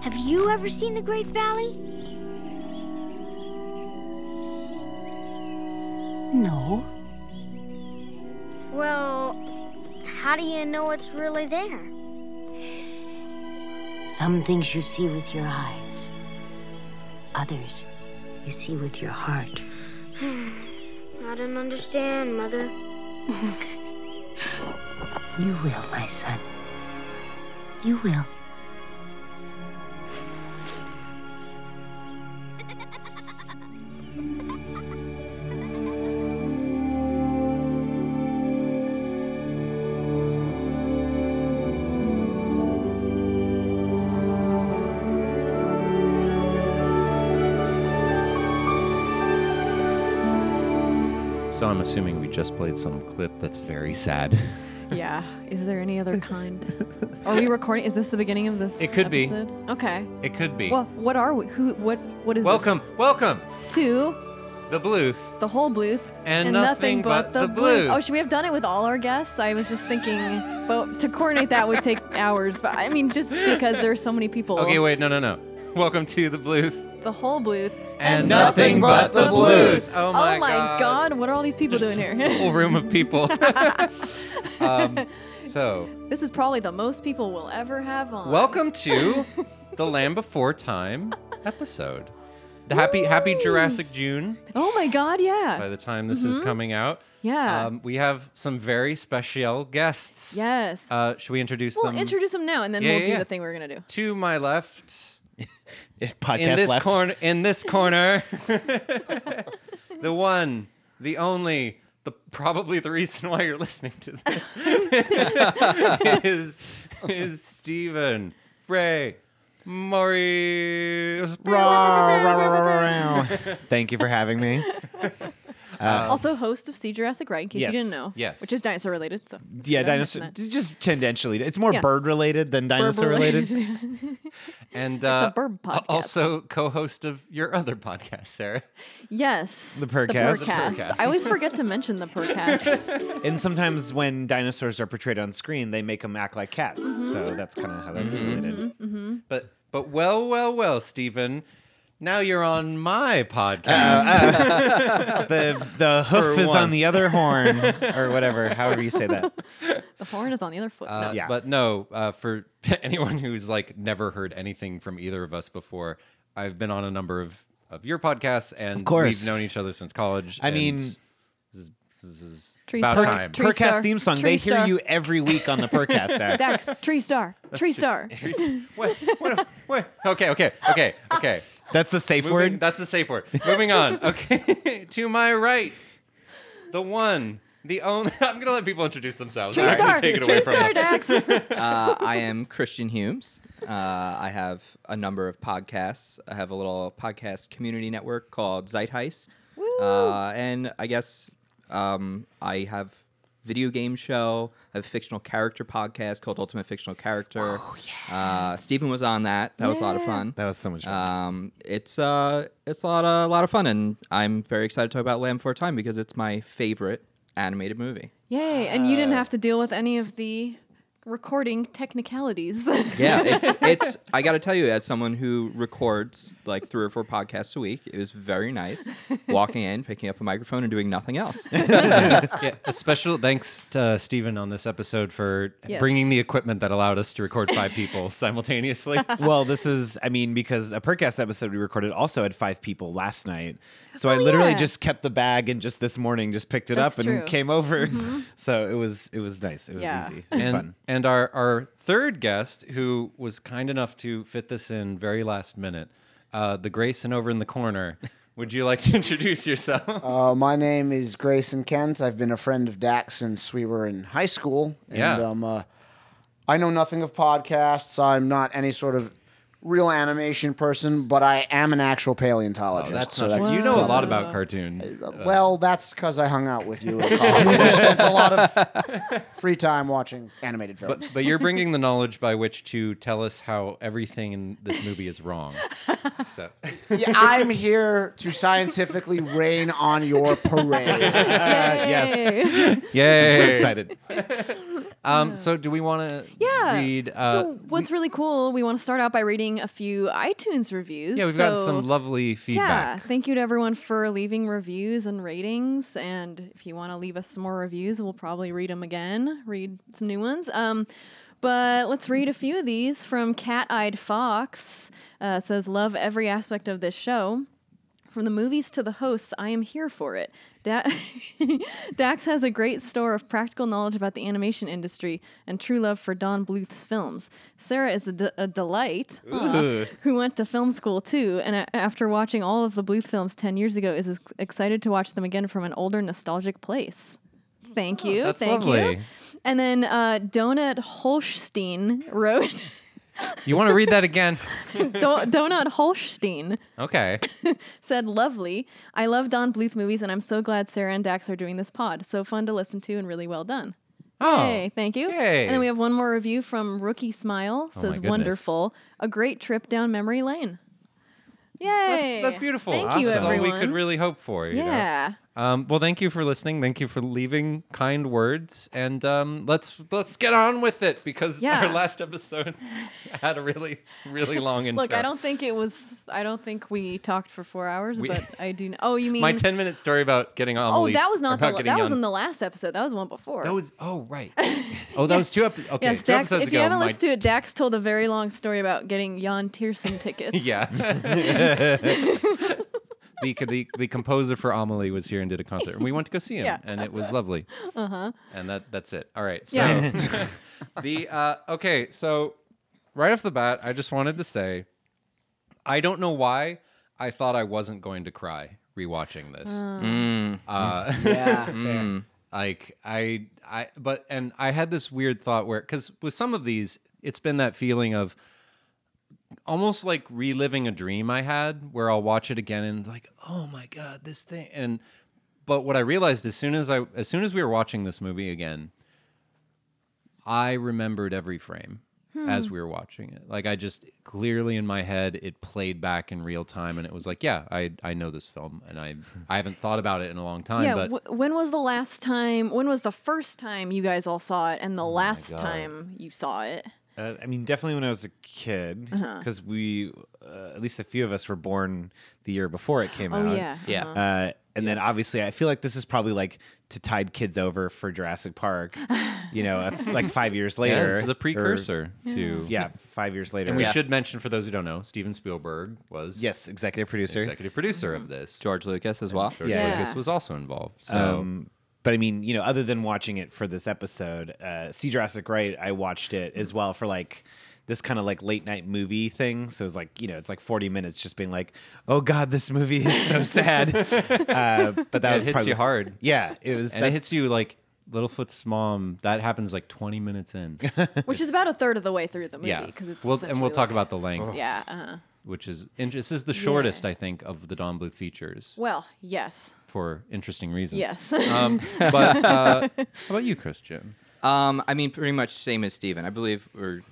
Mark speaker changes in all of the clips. Speaker 1: Have you ever seen the Great Valley?
Speaker 2: No.
Speaker 1: Well, how do you know it's really there?
Speaker 2: Some things you see with your eyes, others you see with your heart.
Speaker 1: I don't understand, Mother.
Speaker 2: You will, my son. You will.
Speaker 3: So I'm assuming we just played some clip that's very sad.
Speaker 4: Yeah. Is there any other kind? Oh, Are we recording? Is this the beginning of this?
Speaker 3: It could be.
Speaker 4: be. Okay.
Speaker 3: It could be.
Speaker 4: Well, what are we? Who? What? What is? this?
Speaker 3: welcome, welcome,
Speaker 4: to
Speaker 3: the Bluth.
Speaker 4: the whole Bluth
Speaker 3: And nothing but the Bluth.
Speaker 4: Oh, should we have done it with all our guests? I was just thinking, but to coordinate that would take hours. But I mean, just because there's so many people.
Speaker 3: Okay, wait, no, no, no. Welcome to the Bluth.
Speaker 4: The whole Bluth
Speaker 3: And nothing but the Bluth. Oh
Speaker 4: Oh
Speaker 3: my
Speaker 4: my, God. What are all these people doing
Speaker 3: A
Speaker 4: here?
Speaker 3: whole room of people. um, so,
Speaker 4: this is probably the most people we'll ever have on.
Speaker 3: welcome to the Land Before Time episode. The happy, happy Jurassic June.
Speaker 4: Oh my God. Yeah.
Speaker 3: By the time this is coming out,
Speaker 4: Mm-hmm. Yeah.
Speaker 3: um, we have some very special guests.
Speaker 4: yes.
Speaker 3: Uh, should we introduce
Speaker 4: we'll
Speaker 3: them?
Speaker 4: introduce them now, and then
Speaker 3: Yeah,
Speaker 4: we'll
Speaker 3: yeah,
Speaker 4: do
Speaker 3: yeah.
Speaker 4: the thing we're gonna do.
Speaker 3: to my left,
Speaker 5: Podcast
Speaker 3: in this
Speaker 5: left.
Speaker 3: corner in this corner the one the only the probably the reason why you're listening to this is is Stephen Ray Murray
Speaker 5: Rah, rah, rah, rah, rah, rah. Thank you for having me. Uh,
Speaker 4: also, host of Sea Jurassic Ride, in case
Speaker 5: Um, Yes.
Speaker 4: you didn't know.
Speaker 3: Yes.
Speaker 4: Which is dinosaur related. So.
Speaker 5: Yeah,
Speaker 4: Did I mention
Speaker 5: dinosaur.
Speaker 4: that?
Speaker 5: Just tendentially, it's more
Speaker 4: Yeah.
Speaker 5: bird related than dinosaur related.
Speaker 3: and uh,
Speaker 4: burb
Speaker 3: a-
Speaker 4: podcast.
Speaker 3: also co-host of your other podcast Sarah
Speaker 4: Yes. The
Speaker 5: Purrcast. The
Speaker 3: Purrcast.
Speaker 4: I always forget to mention the Purrcast.
Speaker 5: And sometimes when dinosaurs are portrayed on screen, they make them act like cats. So that's kind of how that's
Speaker 4: Mm.
Speaker 5: related.
Speaker 3: but but well well well Stephen now you're on my podcast
Speaker 5: Uh, The the hoof
Speaker 3: For
Speaker 5: is on
Speaker 3: once.
Speaker 5: the other horn or whatever. However you say that.
Speaker 4: the horn is on the other foot.
Speaker 3: Uh,
Speaker 4: no.
Speaker 5: Yeah.
Speaker 3: But no, uh, for anyone who's like never heard anything from either of us before, I've been on a number of, of your podcasts, and
Speaker 5: course.
Speaker 3: we've known each other since college.
Speaker 5: I
Speaker 3: and
Speaker 5: mean-
Speaker 3: this is, this is it's
Speaker 4: Tree
Speaker 3: about
Speaker 4: star.
Speaker 3: time.
Speaker 4: Tree-
Speaker 5: Percast
Speaker 4: star.
Speaker 5: theme song.
Speaker 4: Tree
Speaker 5: they
Speaker 4: star.
Speaker 5: hear you every week on the Percast. Axe.
Speaker 4: Dax, tree star, tree star.
Speaker 3: What- what- what- Okay, okay, okay, okay.
Speaker 5: That's the safe
Speaker 3: Moving-
Speaker 5: word.
Speaker 3: that's the safe word. Moving on. Okay, to my right, the one, the only. I'm gonna let people introduce themselves.
Speaker 4: Tree
Speaker 3: I'm not gonna
Speaker 4: star,
Speaker 3: take it away
Speaker 4: tree
Speaker 3: from
Speaker 4: star,
Speaker 3: them.
Speaker 4: Dax.
Speaker 6: uh, I am Christian Humes. Uh, I have a number of podcasts. I have a little podcast community network called Zeitgeist. Uh, and I guess um, I have video game show. I have a fictional character podcast called Ultimate Fictional Character. Oh, uh, Stephen was on that. That was a lot of fun.
Speaker 5: That was so much fun.
Speaker 6: Um, it's uh, it's a lot of a lot of fun, and I'm very excited to talk about Lamb for Time because it's my favorite animated movie.
Speaker 4: Yay! And you didn't have to deal with any of the recording technicalities.
Speaker 6: yeah, it's it's. I got to tell you, as someone who records like three or four podcasts a week, it was very nice walking in, picking up a microphone, and doing nothing else.
Speaker 3: yeah, a special thanks to uh, Stephen on this episode for
Speaker 4: Yes.
Speaker 3: bringing the equipment that allowed us to record five people simultaneously.
Speaker 5: Well, this is, I mean, because a Percast episode we recorded also had five people last night. So I literally
Speaker 4: Oh, yeah.
Speaker 5: just kept the bag and just this morning just picked it
Speaker 4: That's
Speaker 5: up and
Speaker 4: true. Mm-hmm.
Speaker 5: came over. So it was, it was nice. It was
Speaker 4: Yeah.
Speaker 5: easy. It was
Speaker 3: and,
Speaker 5: fun.
Speaker 3: And our, our third guest, who was kind enough to fit this in very last minute, uh, the Grayson over in the corner. Would you like to introduce yourself?
Speaker 5: Oh,
Speaker 7: Uh, my name is Grayson Kent. I've been a friend of Dax since we were in high school. And,
Speaker 3: Yeah.
Speaker 7: Um, uh, I know nothing of podcasts. I'm not any sort of real animation person, but I am an actual paleontologist. so
Speaker 3: true. Oh, You know a lot about uh, cartoon.
Speaker 7: well, that's because I hung out with you in college. I spent a lot of free time watching animated films.
Speaker 3: But, but you're bringing the knowledge by which to tell us how everything in this movie is wrong. So,
Speaker 7: Yeah, I'm here to scientifically rain on your parade.
Speaker 5: Uh, yes.
Speaker 4: Yay.
Speaker 3: yay!
Speaker 5: So excited.
Speaker 3: Um, So, do we want to
Speaker 4: Yeah.
Speaker 3: read? Uh,
Speaker 4: so what's really cool? We want to start out by reading a few iTunes reviews.
Speaker 3: yeah, we've
Speaker 4: so,
Speaker 3: got some lovely feedback.
Speaker 4: Yeah, thank you to everyone for leaving reviews and ratings. And if you want to leave us some more reviews, we'll probably read them again, read some new ones. Um, but let's read a few of these from Cat Eyed Fox. Uh, it says, Love every aspect of this show. From the movies to the hosts, I am here for it. Da- Dax has a great store of practical knowledge about the animation industry and true love for Don Bluth's films. Sarah is a, d- a delight, aw, who went to film school too, and a- after watching all of the Bluth films 10 years ago, is ex- excited to watch them again from an older, nostalgic place. Thank you.
Speaker 3: that's
Speaker 4: thank
Speaker 3: lovely.
Speaker 4: you. And then uh, Donut Holstein wrote,
Speaker 3: You want to read that again?
Speaker 4: Don- Donut Holstein
Speaker 3: Okay.
Speaker 4: said, Lovely. I love Don Bluth movies, and I'm so glad Sarah and Dax are doing this pod. So fun to listen to and really well done.
Speaker 3: Oh,
Speaker 4: Hey, thank you.
Speaker 3: Yay. Oh
Speaker 4: And then we have one more review from Rookie Smile. Says,
Speaker 3: goodness.
Speaker 4: Wonderful. A great trip down memory lane. Yay.
Speaker 3: that's, that's beautiful.
Speaker 4: Thank you,
Speaker 3: That's all
Speaker 4: everyone.
Speaker 3: we could really hope for. You know?
Speaker 4: yeah.
Speaker 3: Um, well, thank you for listening. Thank you for leaving kind words, and um, let's let's get on with it because
Speaker 4: Yeah.
Speaker 3: our last episode had a really really long intro.
Speaker 4: Look, I don't think it was. I don't think we talked for four hours,
Speaker 3: We-
Speaker 4: but I do. kn- Oh, you mean?
Speaker 3: my ten minute story about getting on.
Speaker 4: oh,
Speaker 3: leave-
Speaker 4: that was
Speaker 3: or
Speaker 4: not. The, la-
Speaker 3: getting
Speaker 4: that was
Speaker 3: on-
Speaker 4: in the last episode. That was one before.
Speaker 3: That was oh right. Oh, that was two episodes. Okay,
Speaker 4: Yes,
Speaker 3: two
Speaker 4: Dax.
Speaker 3: episodes
Speaker 4: If
Speaker 3: ago.
Speaker 4: you haven't
Speaker 3: my-
Speaker 4: listened to it, Dax told a very long story about getting Jan Tiersen tickets.
Speaker 3: Yeah. the, the the composer for Amelie was here and did a concert, and we went to go see him,
Speaker 4: Yeah. Uh-huh.
Speaker 3: and it was lovely. Uh huh. And that that's it. All right. So
Speaker 4: Yeah.
Speaker 3: the uh, okay, so right off the bat, I just wanted to say, I don't know why I thought I wasn't going to cry rewatching this. Uh, Mm.
Speaker 7: Yeah.
Speaker 3: like i i but and i had this weird thought where because with some of these it's been that feeling of almost like reliving a dream i had where i'll watch it again and like oh my god this thing and but what i realized as soon as i as soon as we were watching this movie again i remembered every frame
Speaker 5: Hmm.
Speaker 3: as we were watching it like i just clearly in my head it played back in real time and it was like yeah i i know this film and i i haven't thought about it in a long time
Speaker 4: Yeah.
Speaker 3: but
Speaker 4: wh- when was the last time? When was the first time you guys all saw it, and the last time you saw it?
Speaker 5: Uh, I mean, definitely when I was a kid,
Speaker 4: Uh-huh.
Speaker 5: because we, uh, at least a few of us, were born the year before it came out.
Speaker 4: Oh yeah.
Speaker 6: Yeah.
Speaker 4: uh-huh.
Speaker 5: Uh, and then obviously, I feel like this is probably like to tide kids over for Jurassic Park, you know, a- like five years
Speaker 3: Yeah,
Speaker 5: later.
Speaker 3: this is
Speaker 5: or-
Speaker 3: a precursor to.
Speaker 5: yeah, five years later.
Speaker 3: And we
Speaker 5: Yeah.
Speaker 3: should mention for those who don't know, Steven Spielberg was
Speaker 5: Yes, executive producer.
Speaker 3: executive producer of this.
Speaker 6: George Lucas as well.
Speaker 3: George
Speaker 5: Yeah.
Speaker 3: Lucas
Speaker 4: Yeah.
Speaker 3: was also involved. So
Speaker 5: Um, but I mean, you know, other than watching it for this episode, uh, See Jurassic Right, I watched it as well for like this kind of like late night movie thing. So it's like, you know, it's like 40 minutes just being like, oh God, this movie is so sad. uh, but that
Speaker 3: it
Speaker 5: was
Speaker 3: hits
Speaker 5: probably,
Speaker 3: you hard,
Speaker 5: Yeah, it was.
Speaker 3: and
Speaker 5: that-
Speaker 3: it hits you like Littlefoot's mom. That happens like 20 minutes in.
Speaker 4: Which is about a third of the way through the movie
Speaker 3: yeah,
Speaker 4: because it's.
Speaker 3: Well, and
Speaker 4: essentially
Speaker 3: we'll talk
Speaker 4: like-
Speaker 3: about the length,
Speaker 4: Yeah. Uh-huh.
Speaker 3: which is int- this is the shortest I think of the Don Bluth features
Speaker 4: Well, yes,
Speaker 3: for interesting reasons.
Speaker 4: yes.
Speaker 3: Um, but uh, how about you, Christian?
Speaker 6: Um, I mean, pretty much same as Steven. I believe we're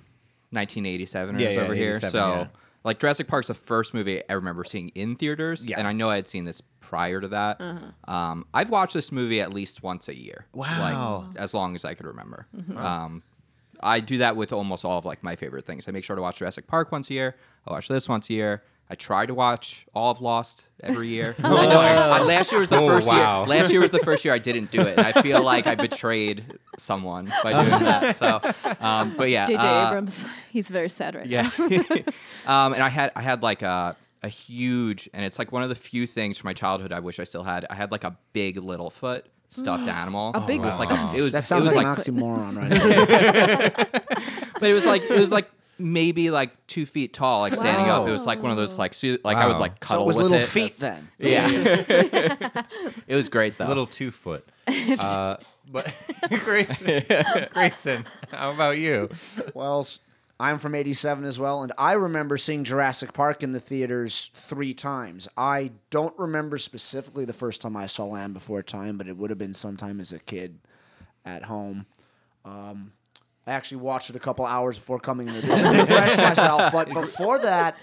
Speaker 6: 1987 or
Speaker 5: Yeah,
Speaker 6: so
Speaker 5: yeah,
Speaker 6: over here.
Speaker 5: 87,
Speaker 6: So,
Speaker 5: yeah.
Speaker 6: like, Jurassic Park's the first movie I remember seeing in theaters.
Speaker 5: Yeah.
Speaker 6: And I know I had seen this prior to that.
Speaker 2: Uh-huh.
Speaker 3: Uh-huh.
Speaker 6: Um, I've watched this movie at least once a year.
Speaker 5: Wow.
Speaker 6: Like, as long as I could remember. Um, I do that with almost all of like my favorite things. I make sure to watch Jurassic Park once a year. I watch this once a year. I try to watch all of Lost every year.
Speaker 4: Oh,
Speaker 6: I know I- I- last year was the
Speaker 3: Oh,
Speaker 6: first
Speaker 3: wow.
Speaker 6: year. Last year was the first year I didn't do it. And I feel like I betrayed someone by doing that. So, um, but yeah,
Speaker 4: J.J.
Speaker 6: uh,
Speaker 4: Abrams, he's very sad right
Speaker 6: yeah. um, and I had I had like a a huge and it's like one of the few things from my childhood I wish I still had. I had like a big little foot stuffed animal.
Speaker 4: A
Speaker 3: Oh,
Speaker 4: big
Speaker 6: it was like
Speaker 4: Littlefoot.
Speaker 6: a, it was
Speaker 7: That
Speaker 6: it
Speaker 7: sounds
Speaker 6: was
Speaker 7: like,
Speaker 6: like
Speaker 7: an oxymoron right now.
Speaker 6: but it was like it was like maybe like two feet tall, like standing up. It was like one of those like su- like I would
Speaker 3: Wow. So
Speaker 6: like
Speaker 3: it
Speaker 7: so
Speaker 6: cuddle
Speaker 7: it was
Speaker 6: with
Speaker 7: little
Speaker 6: it.
Speaker 7: feet then.
Speaker 6: Yeah, it was great though.
Speaker 3: Little two foot. Uh, but Grayson, Grayson, how about you?
Speaker 7: Well, s- I'm from 87 as well, and I remember seeing Jurassic Park in the theaters three times. I don't remember specifically the first time I saw Land Before Time, but it would have been sometime as a kid at home. Um, I actually watched it a couple hours before coming in just to refresh myself, but before that,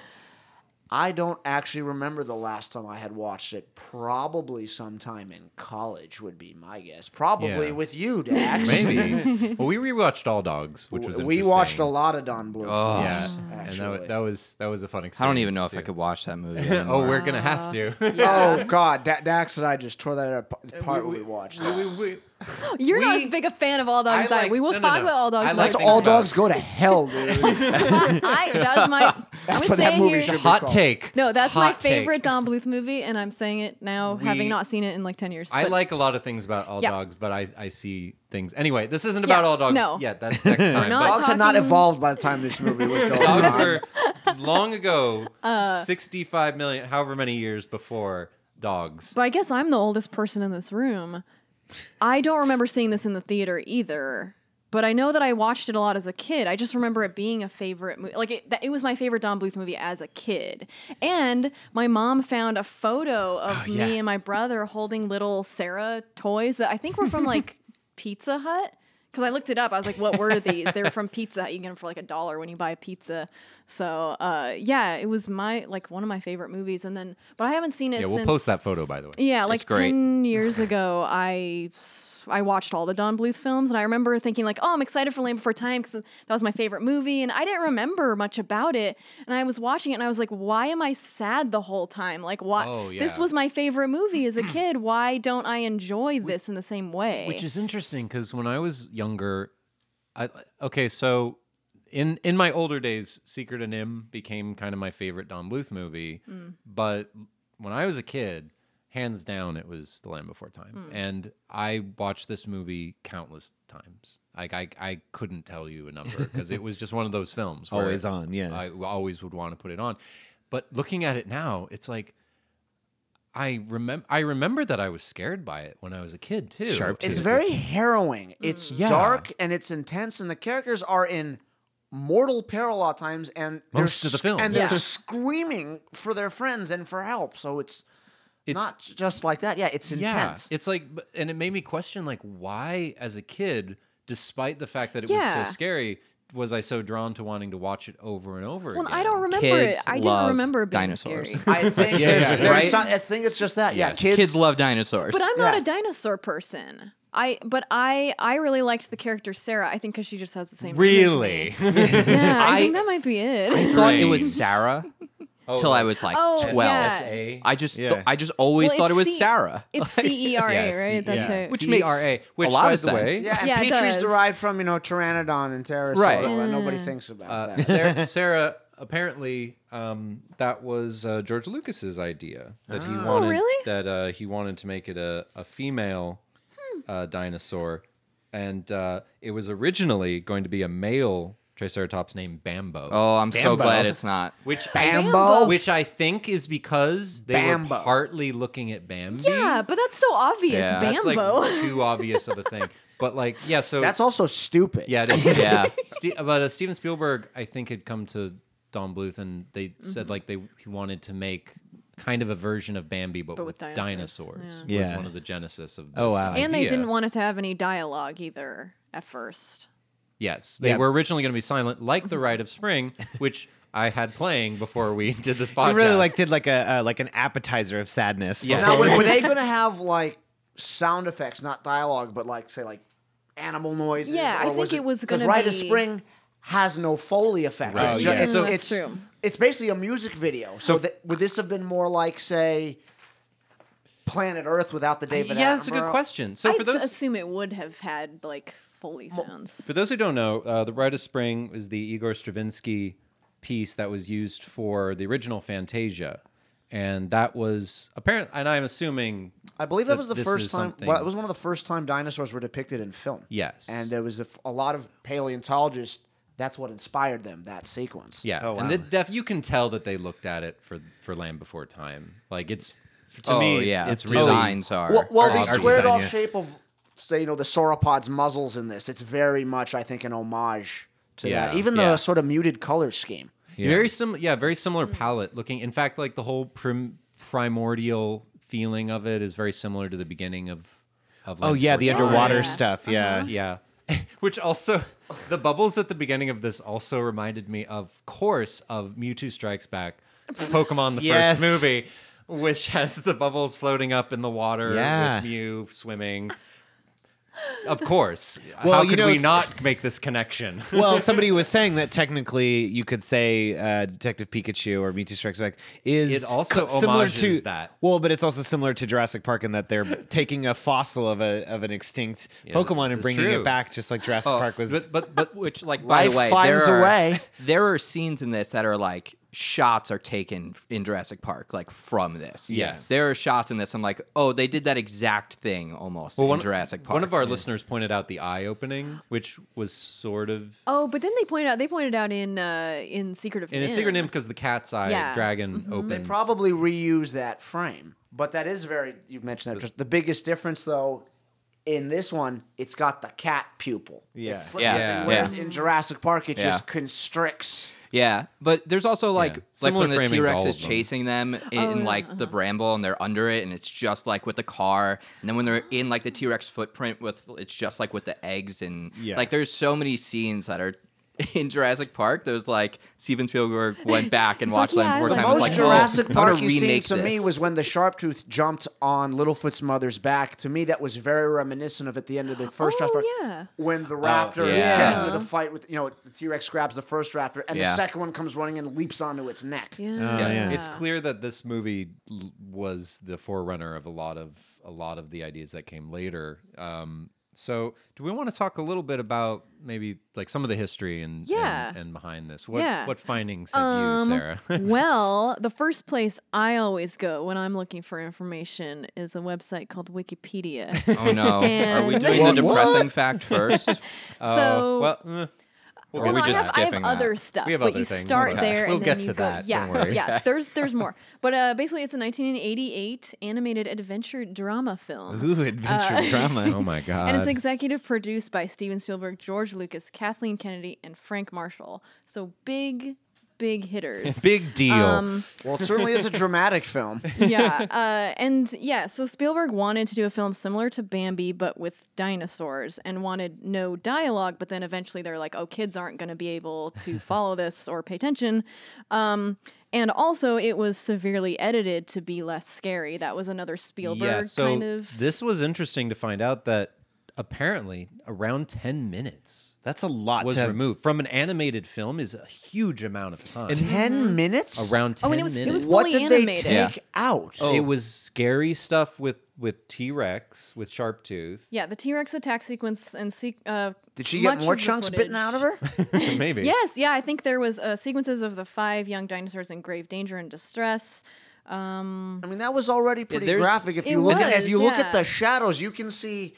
Speaker 7: I don't actually remember the last time I had watched it. Probably sometime in college would be my guess. Probably
Speaker 3: Yeah.
Speaker 7: with you, Dax.
Speaker 3: Maybe. well, we rewatched All Dogs, which was
Speaker 7: we watched a
Speaker 3: interesting.
Speaker 7: lot of Don Bluth.
Speaker 6: Oh.
Speaker 3: Yeah,
Speaker 7: films,
Speaker 3: and
Speaker 7: actually.
Speaker 3: that, that was that was a fun experience.
Speaker 6: I don't even know if
Speaker 3: too.
Speaker 6: I could watch that movie.
Speaker 3: oh,
Speaker 6: anymore.
Speaker 3: we're gonna have to.
Speaker 7: Oh God, da- Dax and I just tore that apart part when we watched. that.
Speaker 8: We- we-
Speaker 4: You're not
Speaker 8: We-
Speaker 4: as big a fan of All Dogs
Speaker 8: I
Speaker 4: I,
Speaker 8: like-
Speaker 4: We will
Speaker 8: no, no,
Speaker 4: talk
Speaker 8: no.
Speaker 4: about All Dogs
Speaker 8: I
Speaker 4: Night.
Speaker 8: like
Speaker 7: Let's
Speaker 8: things
Speaker 7: all
Speaker 8: about
Speaker 7: dogs go to hell, dude.
Speaker 4: I, that was my. I
Speaker 7: That's
Speaker 4: would
Speaker 7: what that
Speaker 4: say
Speaker 7: movie
Speaker 4: here-
Speaker 7: should be
Speaker 8: hot
Speaker 7: called.
Speaker 8: take.
Speaker 4: No, that's my
Speaker 8: Hot take.
Speaker 4: favorite Don Bluth movie, and I'm saying it now,
Speaker 8: Oh, We-
Speaker 4: having not seen it in like ten years.
Speaker 8: I
Speaker 4: but-
Speaker 8: like a lot of things about all
Speaker 4: Yeah.
Speaker 8: dogs, but I, I see things. Anyway, this isn't about all dogs
Speaker 4: no.
Speaker 8: yet. That's next time.
Speaker 4: not
Speaker 8: but
Speaker 7: Dogs had not
Speaker 4: talking-
Speaker 7: evolved by the time this movie was going
Speaker 8: dogs
Speaker 7: on.
Speaker 8: were long ago,
Speaker 4: Uh,
Speaker 8: 65 million, however many years before dogs.
Speaker 4: But I guess I'm the oldest person in this room. I don't remember seeing this in the theater either. But I know that I watched it a lot as a kid. I just remember it being a favorite movie. Like it, that, it was my favorite Don Bluth movie as a kid. And my mom found a photo of
Speaker 3: Oh,
Speaker 4: me and my brother holding little Sarah toys that I think were from like Pizza Hut. Because I looked it up, I was like, "What were these?" they were from Pizza Hut. You can get them for like a dollar when you buy a pizza. So uh, yeah, it was my like one of my favorite movies. And then, but I haven't seen it.
Speaker 3: Yeah, we'll
Speaker 4: since,
Speaker 3: post that photo by the way.
Speaker 4: yeah, like
Speaker 6: great.
Speaker 4: ten years ago, I s- I watched all the Don Bluth films, and I remember thinking like, oh, I'm excited for Land Before Time because that was my favorite movie, and I didn't remember much about it. And I was watching it, and I was like, why am I sad the whole time? Like, why?
Speaker 3: Oh, yeah.
Speaker 4: This was my favorite movie as a kid. Why don't I enjoy this in the same way?
Speaker 3: Which is interesting because when I was younger, I okay, so in in my older days, Secret and Nim became kind of my favorite Don Bluth movie.
Speaker 5: Mm.
Speaker 3: But when I was a kid, hands down, it was The Land Before Time,
Speaker 5: Mm.
Speaker 3: and I watched this movie countless times. Like I, I couldn't tell you a number because it was just one of those films. where
Speaker 5: Always on, yeah.
Speaker 3: I always would want to put it on. But looking at it now, it's like. I remember. I remember that I was scared by it when I was a kid too.
Speaker 5: Sharp
Speaker 7: It's
Speaker 5: tooth.
Speaker 7: very harrowing. It's
Speaker 3: Yeah.
Speaker 7: dark and it's intense, and the characters are in mortal peril at times, and
Speaker 3: Most
Speaker 7: they're
Speaker 3: of the
Speaker 7: sc-
Speaker 3: film,
Speaker 7: and
Speaker 3: yeah.
Speaker 7: they're screaming for their friends and for help. So it's, not just like that. Yeah, it's intense.
Speaker 3: Yeah, it's like, b- and it made me question, like, why as a kid, despite the fact that it
Speaker 4: Yeah.
Speaker 3: was so scary, was I so drawn to wanting to watch it over and over
Speaker 4: well,
Speaker 3: again?
Speaker 4: I don't remember
Speaker 6: Kids
Speaker 4: it. I
Speaker 6: love
Speaker 4: didn't remember it being
Speaker 6: dinosaurs.
Speaker 4: scary.
Speaker 7: I think
Speaker 5: Yeah,
Speaker 7: there's,
Speaker 5: yeah.
Speaker 7: there's
Speaker 6: Right?
Speaker 7: some, I think it's just that. Yeah,
Speaker 3: Yes.
Speaker 7: kids,
Speaker 6: Kids love dinosaurs.
Speaker 4: But I'm not
Speaker 7: Yeah.
Speaker 4: a dinosaur person. I but I I really liked the character Sarah. I think because she just has the same name as me.
Speaker 3: Really?
Speaker 4: Yeah, I,
Speaker 6: I-
Speaker 4: think that might be it.
Speaker 6: I thought it was Sarah till I was like
Speaker 4: Oh,
Speaker 6: 12.
Speaker 4: yeah.
Speaker 6: I just
Speaker 5: Yeah.
Speaker 6: I just always
Speaker 4: Well,
Speaker 6: thought
Speaker 4: it's
Speaker 6: it was
Speaker 4: C-
Speaker 6: Sarah.
Speaker 4: It's C E R
Speaker 3: Yeah,
Speaker 4: A,
Speaker 3: it's C-
Speaker 4: right? That's
Speaker 5: yeah.
Speaker 4: it.
Speaker 6: Which
Speaker 3: Which
Speaker 6: makes
Speaker 3: makes RA, which
Speaker 6: E a lot
Speaker 3: by
Speaker 6: of
Speaker 3: the way,
Speaker 6: sense.
Speaker 7: Yeah, and
Speaker 4: Yeah, it
Speaker 7: Petrie's
Speaker 4: does.
Speaker 7: derived from you know Pteranodon and Pterosaur,
Speaker 6: Right.
Speaker 7: and nobody thinks about
Speaker 3: uh,
Speaker 7: that.
Speaker 3: Sarah, Sarah apparently um, that was uh, George Lucas's idea that
Speaker 7: Oh,
Speaker 3: he wanted
Speaker 4: really?
Speaker 3: that uh, he wanted to make it a, a female
Speaker 7: Hmm.
Speaker 3: uh, dinosaur, and uh, it was originally going to be a male Triceratops named Bambo.
Speaker 6: Oh, I'm so
Speaker 7: Bambo.
Speaker 6: glad it's not.
Speaker 3: Which
Speaker 7: Bambo.
Speaker 3: which I think is because they were
Speaker 7: Bambo.
Speaker 3: partly looking at Bambi.
Speaker 4: yeah, but that's so obvious,
Speaker 6: Yeah.
Speaker 3: that's
Speaker 4: Bambo.
Speaker 3: like too obvious of a thing. But like, yeah, so
Speaker 7: That's also stupid.
Speaker 3: yeah, it is.
Speaker 6: Yeah.
Speaker 3: Ste- but uh, Steven Spielberg, I think, had come to Don Bluth and they
Speaker 4: Mm-hmm.
Speaker 3: said like they he wanted to make kind of a version of Bambi, but,
Speaker 4: But
Speaker 3: with
Speaker 4: with
Speaker 3: dinosaurs.
Speaker 4: dinosaurs,
Speaker 5: yeah.
Speaker 3: was
Speaker 5: Yeah.
Speaker 3: one of the genesis of. This
Speaker 5: Oh, wow.
Speaker 4: and they
Speaker 3: idea.
Speaker 4: didn't want it to have any dialogue either at first.
Speaker 3: Yes, they
Speaker 5: Yeah.
Speaker 3: were originally going to be silent, like
Speaker 4: Mm-hmm.
Speaker 3: the Rite of Spring, which I had playing before we did this podcast.
Speaker 5: I really like did like a uh, like an appetizer of sadness.
Speaker 3: Yes.
Speaker 7: Now,
Speaker 5: before-
Speaker 7: were, were they going to have like sound effects, not dialogue, but like say like animal noises?
Speaker 4: Yeah, I
Speaker 7: or
Speaker 4: think it was
Speaker 7: because
Speaker 4: gonna
Speaker 7: Rite of
Speaker 4: be-
Speaker 7: Spring has no Foley effect.
Speaker 3: Right.
Speaker 7: It's,
Speaker 3: Oh,
Speaker 7: ju-
Speaker 3: yeah.
Speaker 7: it's,
Speaker 4: Mm, that's
Speaker 7: it's,
Speaker 4: true.
Speaker 7: it's basically a music video. So that, would this have been more like say Planet Earth without the David?
Speaker 3: yeah, that's a good
Speaker 7: Attenborough?
Speaker 3: question. So
Speaker 4: I'd
Speaker 3: for those
Speaker 4: assume it would have had like Foley sounds.
Speaker 3: For those who don't know, uh, The Rite of Spring is the Igor Stravinsky piece that was used for the original Fantasia. And that was apparent, and I'm assuming.
Speaker 7: I believe that
Speaker 3: that
Speaker 7: was the
Speaker 3: this
Speaker 7: first
Speaker 3: is
Speaker 7: time.
Speaker 3: something-
Speaker 7: Well, it was one of the first time dinosaurs were depicted in film.
Speaker 3: Yes.
Speaker 7: and there was a, f- a lot of paleontologists. That's what inspired them. That sequence.
Speaker 3: Yeah,
Speaker 5: Oh,
Speaker 3: and
Speaker 5: wow.
Speaker 3: the def you can tell that they looked at it for for Land Before Time. Like it's to
Speaker 6: oh
Speaker 3: me,
Speaker 6: yeah,
Speaker 3: it's really
Speaker 6: designs are.
Speaker 7: Well, well
Speaker 6: are
Speaker 7: the
Speaker 6: awesome.
Speaker 7: squared off
Speaker 3: yeah.
Speaker 7: shape of, say, you know, the sauropod's muzzles in this, it's very much, I think, an homage to that.
Speaker 3: Yeah,
Speaker 7: Even
Speaker 3: yeah.
Speaker 7: the sort of muted color scheme.
Speaker 3: very similar. Yeah, very similar palette looking. In fact, like the whole prim- primordial feeling of it is very similar to the beginning of of. Land
Speaker 5: Oh yeah,
Speaker 3: Before
Speaker 5: the
Speaker 3: Time.
Speaker 5: underwater
Speaker 4: Yeah.
Speaker 5: stuff. Yeah.
Speaker 3: Yeah. Which also, the bubbles at the beginning of this also reminded me, of course, of Mewtwo Strikes Back. Pokemon the
Speaker 5: Yes.
Speaker 3: first movie, which has the bubbles floating up in the water
Speaker 5: Yeah.
Speaker 3: with Mew swimming. Of course.
Speaker 5: Well,
Speaker 3: How
Speaker 5: you
Speaker 3: could
Speaker 5: know,
Speaker 3: we
Speaker 5: s-
Speaker 3: not make this connection?
Speaker 5: well, somebody was saying that technically you could say uh, Detective Pikachu or Mewtwo Strikes Back is
Speaker 3: It
Speaker 5: co-
Speaker 3: also
Speaker 5: similar
Speaker 3: homages
Speaker 5: to
Speaker 3: that.
Speaker 5: Well, but it's also similar to Jurassic Park in that they're taking a fossil of a of an extinct Pokemon and
Speaker 3: this is
Speaker 5: bringing
Speaker 3: true.
Speaker 5: it back, just like Jurassic
Speaker 6: Oh,
Speaker 5: Park was.
Speaker 3: but but but
Speaker 6: Which, like, by
Speaker 7: Life
Speaker 6: the way,
Speaker 7: finds
Speaker 6: there
Speaker 7: a
Speaker 6: are,
Speaker 7: way.
Speaker 6: There are scenes in this that are like shots are taken in Jurassic Park, like from this.
Speaker 3: Yes.
Speaker 6: there are shots in this. I'm like, oh, they did that exact thing almost in Jurassic Park.
Speaker 3: One of our listeners pointed out the eye opening, which was sort of
Speaker 4: Oh, but then they pointed out they pointed out in uh, in Secret of
Speaker 3: in a secret name because the cat's eye
Speaker 4: Yeah. Mm-hmm.
Speaker 3: dragon opens.
Speaker 7: They probably reuse that frame, but that is very. You've mentioned that. Just the biggest difference, though, in this one, it's got the cat pupil.
Speaker 5: Yeah.
Speaker 7: It slips
Speaker 6: Yeah.
Speaker 7: in,
Speaker 3: Yeah.
Speaker 7: Whereas
Speaker 6: Yeah.
Speaker 7: in Jurassic Park, it
Speaker 6: Yeah.
Speaker 7: just constricts.
Speaker 6: Yeah, but there's also like like
Speaker 3: Similar
Speaker 6: when the
Speaker 3: framing to
Speaker 6: T Rex
Speaker 3: all
Speaker 6: is
Speaker 3: of them.
Speaker 6: chasing them in, in, like the bramble and they're under it, and it's just like with the car, and then when they're in like the T Rex footprint with it's just like with the eggs and
Speaker 5: Yeah.
Speaker 6: like there's so many scenes that are. In Jurassic Park, there's like Steven Spielberg went back and
Speaker 4: It's like,
Speaker 6: watched
Speaker 4: yeah, I
Speaker 6: them more
Speaker 4: like
Speaker 7: The
Speaker 6: times.
Speaker 7: most
Speaker 6: It's like,
Speaker 7: Jurassic
Speaker 6: oh, I wanna
Speaker 7: Park you seen
Speaker 6: remake
Speaker 7: to me
Speaker 6: this.
Speaker 7: was when the Sharptooth jumped on Littlefoot's mother's back. To me, that was very reminiscent of at the end of the first
Speaker 4: Oh,
Speaker 7: Jurassic Park.
Speaker 4: yeah.
Speaker 7: When the raptor is
Speaker 6: Oh, yeah.
Speaker 7: getting into the fight with, you know, the T Rex grabs the first raptor and
Speaker 6: Yeah. Oh,
Speaker 7: the second one comes running and leaps onto its neck.
Speaker 4: Yeah.
Speaker 5: Yeah, Oh, yeah.
Speaker 3: It's clear that this movie l- was the forerunner of a lot of a lot of the ideas that came later. Um, so, do we want to talk a little bit about maybe like some of the history and and-
Speaker 4: Yeah.
Speaker 3: and, behind this? What
Speaker 4: Yeah.
Speaker 3: what findings have
Speaker 4: Um,
Speaker 3: you, Sarah?
Speaker 4: well, the first place I always go when I'm looking for information is a website called Wikipedia.
Speaker 6: Oh no! Are we
Speaker 4: And-
Speaker 6: doing the depressing fact first?
Speaker 4: so,
Speaker 3: well, eh,
Speaker 4: well,
Speaker 3: are we
Speaker 4: no, I
Speaker 3: just
Speaker 4: have, I have
Speaker 6: skipping that?
Speaker 4: other stuff,
Speaker 3: We have
Speaker 4: but
Speaker 3: other
Speaker 4: you
Speaker 3: things.
Speaker 4: start
Speaker 3: Okay.
Speaker 4: there
Speaker 3: We'll
Speaker 4: and
Speaker 3: get
Speaker 4: then
Speaker 3: to
Speaker 4: you go.
Speaker 3: that.
Speaker 4: Yeah,
Speaker 3: Don't worry.
Speaker 4: yeah. There's there's more, but uh, basically it's a 1988 animated adventure drama film. Uh,
Speaker 5: Ooh, adventure drama.
Speaker 3: oh my god!
Speaker 4: And it's executive produced by Steven Spielberg, George Lucas, Kathleen Kennedy, and Frank Marshall. So big, big hitters.
Speaker 3: big deal.
Speaker 7: Well, it certainly is a dramatic film.
Speaker 4: Um, yeah. Uh, and yeah, so Spielberg wanted to do a film similar to Bambi, but with dinosaurs, and wanted no dialogue. But then eventually they're like, oh, kids aren't going to be able to follow this or pay attention. Um, and also, it was severely edited to be less scary. That was another Spielberg
Speaker 3: yeah. So
Speaker 4: kind of.
Speaker 3: this was interesting to find out that apparently around ten minutes
Speaker 5: That's a lot
Speaker 3: was
Speaker 5: to
Speaker 3: removed from an animated film is a huge amount of time.
Speaker 7: 10 minutes?
Speaker 3: Mm-hmm. around 10
Speaker 4: Mm-hmm. oh, and it was
Speaker 3: minutes.
Speaker 4: it was
Speaker 7: what
Speaker 4: fully
Speaker 7: did
Speaker 4: animated.
Speaker 7: they take out?
Speaker 3: It was scary stuff with with T Rex with Sharptooth.
Speaker 4: Yeah, the T Rex attack sequence and se- uh,
Speaker 7: Did she get
Speaker 4: much
Speaker 7: more
Speaker 4: of the
Speaker 7: chunks bitten
Speaker 4: footage-
Speaker 7: out of her?
Speaker 3: Maybe.
Speaker 4: Yes, yeah, I think there was uh, sequences of the five young dinosaurs in grave danger and distress. um,
Speaker 7: I mean, that was already pretty
Speaker 6: there's-
Speaker 7: graphic. If
Speaker 4: It
Speaker 7: you look at
Speaker 4: was,
Speaker 7: if you look at
Speaker 4: yeah.
Speaker 7: the shadows, you can see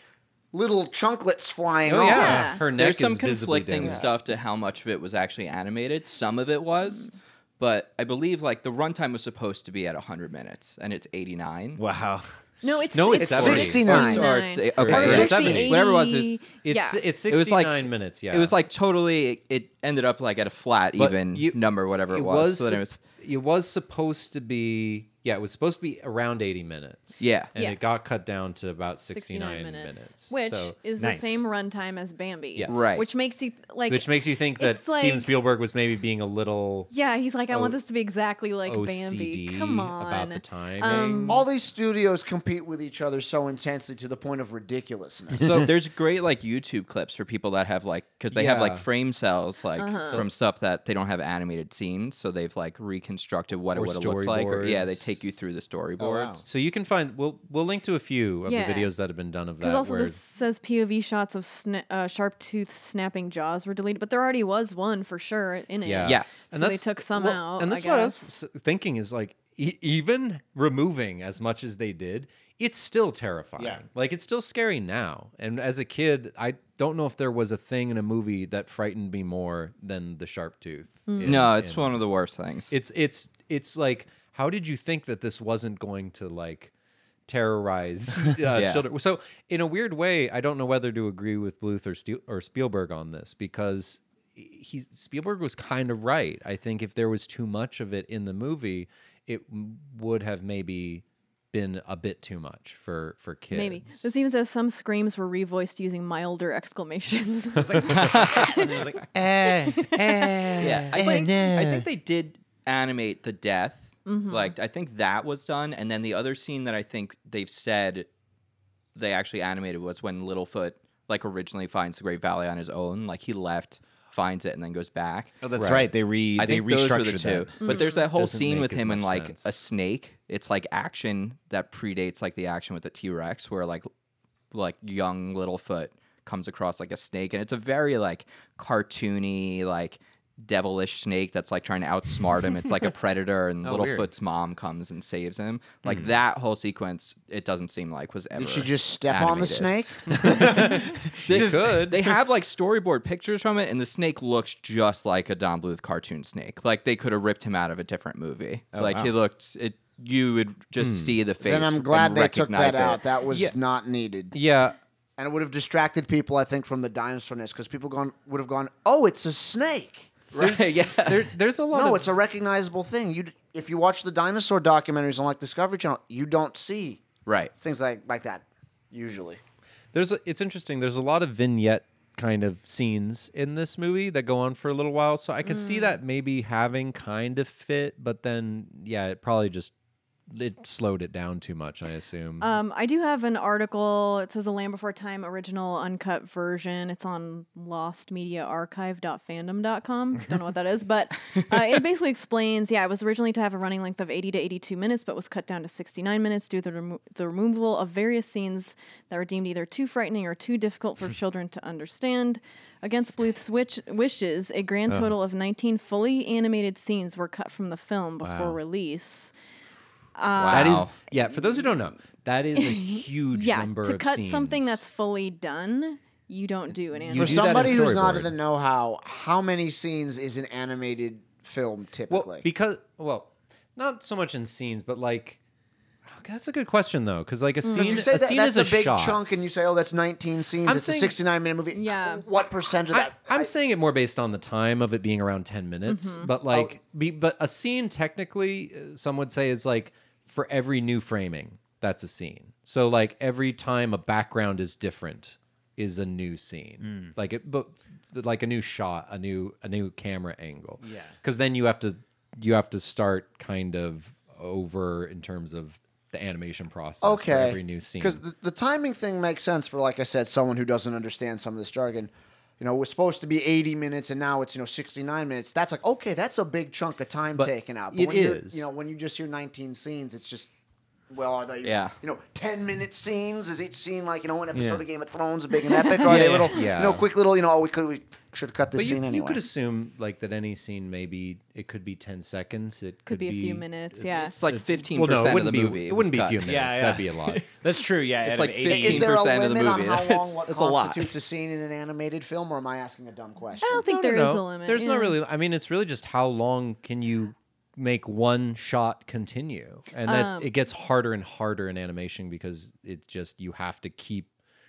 Speaker 7: little chunklets flying
Speaker 3: Oh
Speaker 7: off.
Speaker 3: yeah.
Speaker 4: Yeah.
Speaker 3: Her neck
Speaker 6: There's some
Speaker 3: is visibly
Speaker 6: conflicting
Speaker 3: damaged.
Speaker 6: stuff to how much of it was actually animated. Some of it was,
Speaker 4: Mm-hmm.
Speaker 6: but I believe like the runtime was supposed to be at 100 minutes, and it's 89.
Speaker 5: wow.
Speaker 4: No, it's
Speaker 3: No, it's
Speaker 4: it's
Speaker 3: 70.
Speaker 7: 69.
Speaker 6: Or it's- okay,
Speaker 4: Or
Speaker 6: or
Speaker 3: it's
Speaker 4: 60,
Speaker 3: 70.
Speaker 4: 80,
Speaker 6: Whatever it was, it's-
Speaker 3: It's
Speaker 4: yeah.
Speaker 3: it's
Speaker 6: was
Speaker 3: 69
Speaker 6: like-
Speaker 3: minutes. Yeah.
Speaker 6: It was like totally. It ended up like at a flat
Speaker 3: But
Speaker 6: even
Speaker 3: you-
Speaker 6: number, whatever it,
Speaker 3: it
Speaker 6: was.
Speaker 3: was,
Speaker 6: So then it was.
Speaker 3: it was supposed to be yeah it was supposed to be around 80 minutes.
Speaker 6: Yeah.
Speaker 3: And
Speaker 4: Yeah.
Speaker 3: it got cut down to about 69,
Speaker 4: 69 minutes,
Speaker 3: minutes.
Speaker 4: which
Speaker 3: So-
Speaker 4: is
Speaker 5: Nice.
Speaker 4: the same runtime as Bambi.
Speaker 3: Yes.
Speaker 6: Right.
Speaker 4: Which makes you like.
Speaker 3: which makes you think that
Speaker 4: it's like-
Speaker 3: Steven Spielberg was maybe being a little
Speaker 4: yeah, he's like, I want
Speaker 3: O-
Speaker 4: this to be exactly like Bambi.
Speaker 3: OCD
Speaker 4: Come on.
Speaker 3: about the timing.
Speaker 4: Um,
Speaker 7: All these studios compete with each other so intensely to the point of ridiculousness.
Speaker 6: So there's great like YouTube clips for people that have like because they have like
Speaker 3: Yeah.
Speaker 6: frame cells like from stuff that they don't have animated scenes, so they've like reconstructed
Speaker 3: Or
Speaker 6: what it would have looked like. Or, yeah, they
Speaker 3: storyboards.
Speaker 6: take you through the storyboards.
Speaker 3: Oh, So you can find we'll we'll link to a few of
Speaker 4: Yeah.
Speaker 3: the videos that have been done of that.
Speaker 4: Because also
Speaker 3: where
Speaker 4: this says POV shots of sna- uh, sharp tooth snapping jaws were deleted, but there already was one for sure in it.
Speaker 3: Yeah.
Speaker 6: Yes.
Speaker 4: So they took some out,
Speaker 3: And
Speaker 4: I
Speaker 3: that's what I
Speaker 4: guess.
Speaker 3: was s- thinking is like e- even removing as much as they did, it's still terrifying.
Speaker 5: Yeah.
Speaker 3: Like it's still scary now. And as a kid, I don't know if there was a thing in a movie that frightened me more than the sharp tooth.
Speaker 4: Hmm.
Speaker 3: in-
Speaker 6: No, it's
Speaker 3: in-
Speaker 6: one of the worst things.
Speaker 3: It's it's it's like how did you think that this wasn't going to like terrorize uh,
Speaker 6: Yeah.
Speaker 3: children? So in a weird way, I don't know whether to agree with Bluth or Steel or Spielberg on this because he Spielberg was kind of right. I think if there was too much of it in the movie, it m- would have maybe been a bit too much for for kids.
Speaker 4: Maybe. This even says some screams were revoiced using milder exclamations.
Speaker 5: And it was like, eh, eh.
Speaker 4: eh."
Speaker 6: yeah, I think I think they did animate the death Like I think that was done, and then the other scene that I think they've said they actually animated was when Littlefoot like originally finds the Great Valley on his own. Like he left, finds it, and then goes back.
Speaker 5: Oh, that's right. They re
Speaker 6: I
Speaker 5: they
Speaker 6: think those were the
Speaker 5: restructured
Speaker 6: two.
Speaker 5: that.
Speaker 6: But there's that whole
Speaker 5: Doesn't
Speaker 6: scene
Speaker 5: make
Speaker 6: with
Speaker 5: as
Speaker 6: him and
Speaker 5: much
Speaker 6: like a
Speaker 5: sense.
Speaker 6: snake. It's like action that predates like the action with the T Rex, where like like young Littlefoot comes across like a snake, and it's a very like cartoony like devilish snake that's like trying to outsmart him. It's like a predator, and
Speaker 9: Oh, weird.
Speaker 6: Littlefoot's mom comes and saves him. Like
Speaker 5: Hmm.
Speaker 6: that whole sequence, it doesn't seem like was ever.
Speaker 7: Did she just step on the
Speaker 6: animated.
Speaker 7: snake?
Speaker 6: They,
Speaker 9: Just- could.
Speaker 6: They have like storyboard pictures from it, and the snake looks just like a Don Bluth cartoon snake. Like they could have ripped him out of a different movie. like he looked. It you would just see the face.
Speaker 7: Then I'm glad
Speaker 6: and
Speaker 7: they took
Speaker 6: recognize
Speaker 7: that
Speaker 6: it.
Speaker 7: out. That was not needed,
Speaker 3: Yeah.
Speaker 7: and it would have distracted people. I think from the dinosaur nest because people gone would have gone, "Oh, it's a snake."
Speaker 6: right? Yeah.
Speaker 3: There, there's a lot
Speaker 7: No,
Speaker 3: of
Speaker 7: it's a recognizable thing. You, d- if you watch the dinosaur documentaries on like Discovery Channel, you don't see
Speaker 6: right.
Speaker 7: things like like that usually.
Speaker 3: there's a, it's interesting. There's a lot of vignette kind of scenes in this movie that go on for a little while, so I could see that maybe having kind of fit, but then yeah, it probably just it slowed it down too much. I assume.
Speaker 4: Um, I do have an article. It says the Land Before Time original uncut version. It's on lostmediaarchive.fandom.com. Don't know what that is, but uh, it basically explains. Yeah, it was originally to have a running length of 80 to 82 minutes, but was cut down to 69 minutes due to the, remo- the removal of various scenes that were deemed either too frightening or too difficult for children to understand. Against Bluth's witch- wishes, a grand total of 19 fully animated scenes were cut from the film before release. Um,
Speaker 3: That is,
Speaker 6: Wow.
Speaker 3: yeah. For those who don't know, that is a huge
Speaker 4: yeah
Speaker 3: number
Speaker 4: to
Speaker 3: of
Speaker 4: cut something
Speaker 3: scenes.
Speaker 4: that's fully done you don't do an
Speaker 7: For
Speaker 4: animation
Speaker 3: do that in
Speaker 7: somebody who's not
Speaker 3: storyboard.
Speaker 7: in the know-how, how many scenes is an animated film typically?
Speaker 3: well because well, not so much in scenes, but like okay, that's a good question though, because
Speaker 4: Mm.
Speaker 3: like a scene,
Speaker 7: you say
Speaker 3: a
Speaker 7: that,
Speaker 3: scene
Speaker 7: that's
Speaker 3: is
Speaker 7: a, big
Speaker 3: shot.
Speaker 7: chunk, and you say, "Oh, that's 19 scenes.
Speaker 3: I'm
Speaker 7: it's
Speaker 3: saying-
Speaker 7: a 69 minute movie."
Speaker 4: Yeah.
Speaker 7: What percent of
Speaker 3: I,
Speaker 7: that?
Speaker 3: I'm saying it more based on the time of it being around 10 minutes, but like, be, but a scene technically, uh, some would say is like for every new framing, that's a scene. So like every time a background is different is a new
Speaker 7: Hmm.
Speaker 3: scene, like it, but like a new shot, a new a new camera angle. Yeah, because then you have to you have to start kind of over in terms of the animation process. for
Speaker 7: okay.
Speaker 3: every new scene.
Speaker 7: Because the, the timing thing makes sense for, like I said, someone who doesn't understand some of this jargon. You know, it was supposed to be 80 minutes, and now it's you know 69 minutes. That's like okay, that's a big chunk of time taken out. But
Speaker 3: it
Speaker 7: when you-
Speaker 3: is.
Speaker 7: You know, when you just hear 19 scenes, it's just. Well, are they,
Speaker 6: Yeah.
Speaker 7: you know, 10 minute scenes? Is each scene like, you know, an episode of Game of Thrones, a big and epic? Or are they little,
Speaker 3: yeah.
Speaker 7: you know, quick little, you know, oh, we could, we should have cut this
Speaker 3: But you,
Speaker 7: scene
Speaker 3: you
Speaker 7: anyway.
Speaker 3: could assume like that any scene maybe it could be ten seconds. It could,
Speaker 4: could be a few minutes yeah
Speaker 6: It's like fifteen
Speaker 3: Well, no, it
Speaker 6: percent of
Speaker 3: wouldn't
Speaker 6: the
Speaker 3: be.
Speaker 6: movie.
Speaker 3: it wouldn't be
Speaker 6: was
Speaker 3: a few
Speaker 6: cut.
Speaker 3: minutes.
Speaker 5: yeah.
Speaker 3: That'd be a lot.
Speaker 5: That's true. Yeah,
Speaker 6: It's
Speaker 5: out of
Speaker 6: like
Speaker 5: 80
Speaker 7: Is there a
Speaker 6: 15%
Speaker 7: limit
Speaker 6: of the
Speaker 7: on
Speaker 6: movie.
Speaker 7: how
Speaker 6: That's-
Speaker 7: long what
Speaker 6: that's a lot.
Speaker 7: constitutes a, scene in an animated film, or am I asking a dumb question?
Speaker 4: i don't think
Speaker 3: No,
Speaker 4: there
Speaker 3: no,
Speaker 4: is
Speaker 3: no.
Speaker 4: a limit
Speaker 3: There's
Speaker 4: yeah.
Speaker 3: not really. I mean, it's really just how long can you make one shot continue, and that
Speaker 4: Um,
Speaker 3: it gets harder and harder in animation because it just you have to keep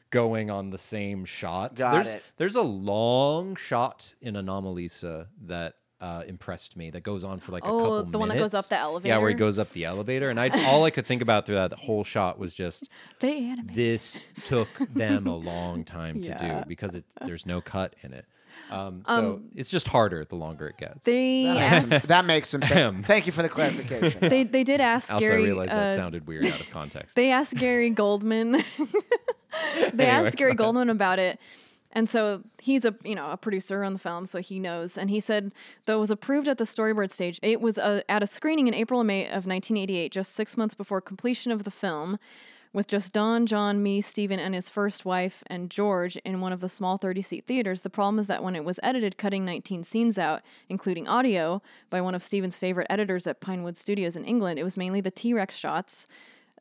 Speaker 3: going on the same shot.
Speaker 7: Got
Speaker 3: there's
Speaker 7: it.
Speaker 3: there's a long shot in Anomalisa that. Uh, impressed me that goes on for like a
Speaker 4: Oh,
Speaker 3: couple
Speaker 4: the one that goes
Speaker 3: minutes.
Speaker 4: up the
Speaker 3: yeah where he
Speaker 4: elevator?
Speaker 3: goes up the elevator and i all i could think about through that whole shot was just
Speaker 4: they animate
Speaker 3: this took them a long time to
Speaker 4: Yeah.
Speaker 3: do because it, there's no cut in it. Um, so it's just harder the longer it gets.
Speaker 4: they
Speaker 7: That makes
Speaker 4: asked
Speaker 7: some- that makes some
Speaker 3: Ahem.
Speaker 7: sense. Thank you for the clarification.
Speaker 4: they, they did ask
Speaker 3: also,
Speaker 4: gary
Speaker 3: I realized
Speaker 4: uh,
Speaker 3: that sounded weird out of context.
Speaker 4: They asked Gary Goldman. they asked Gary Goldman about it. And so he's a you know a producer on the film, so he knows. And he said though it was approved at the storyboard stage, it was uh at a screening in April and May of 1988, just six months before completion of the film, with just Don, John, me, Steven, and his first wife and George in one of the small 30-seat theaters. The problem is that when it was edited, cutting 19 scenes out, including audio, by one of Steven's favorite editors at Pinewood Studios in England, it was mainly the T-Rex shots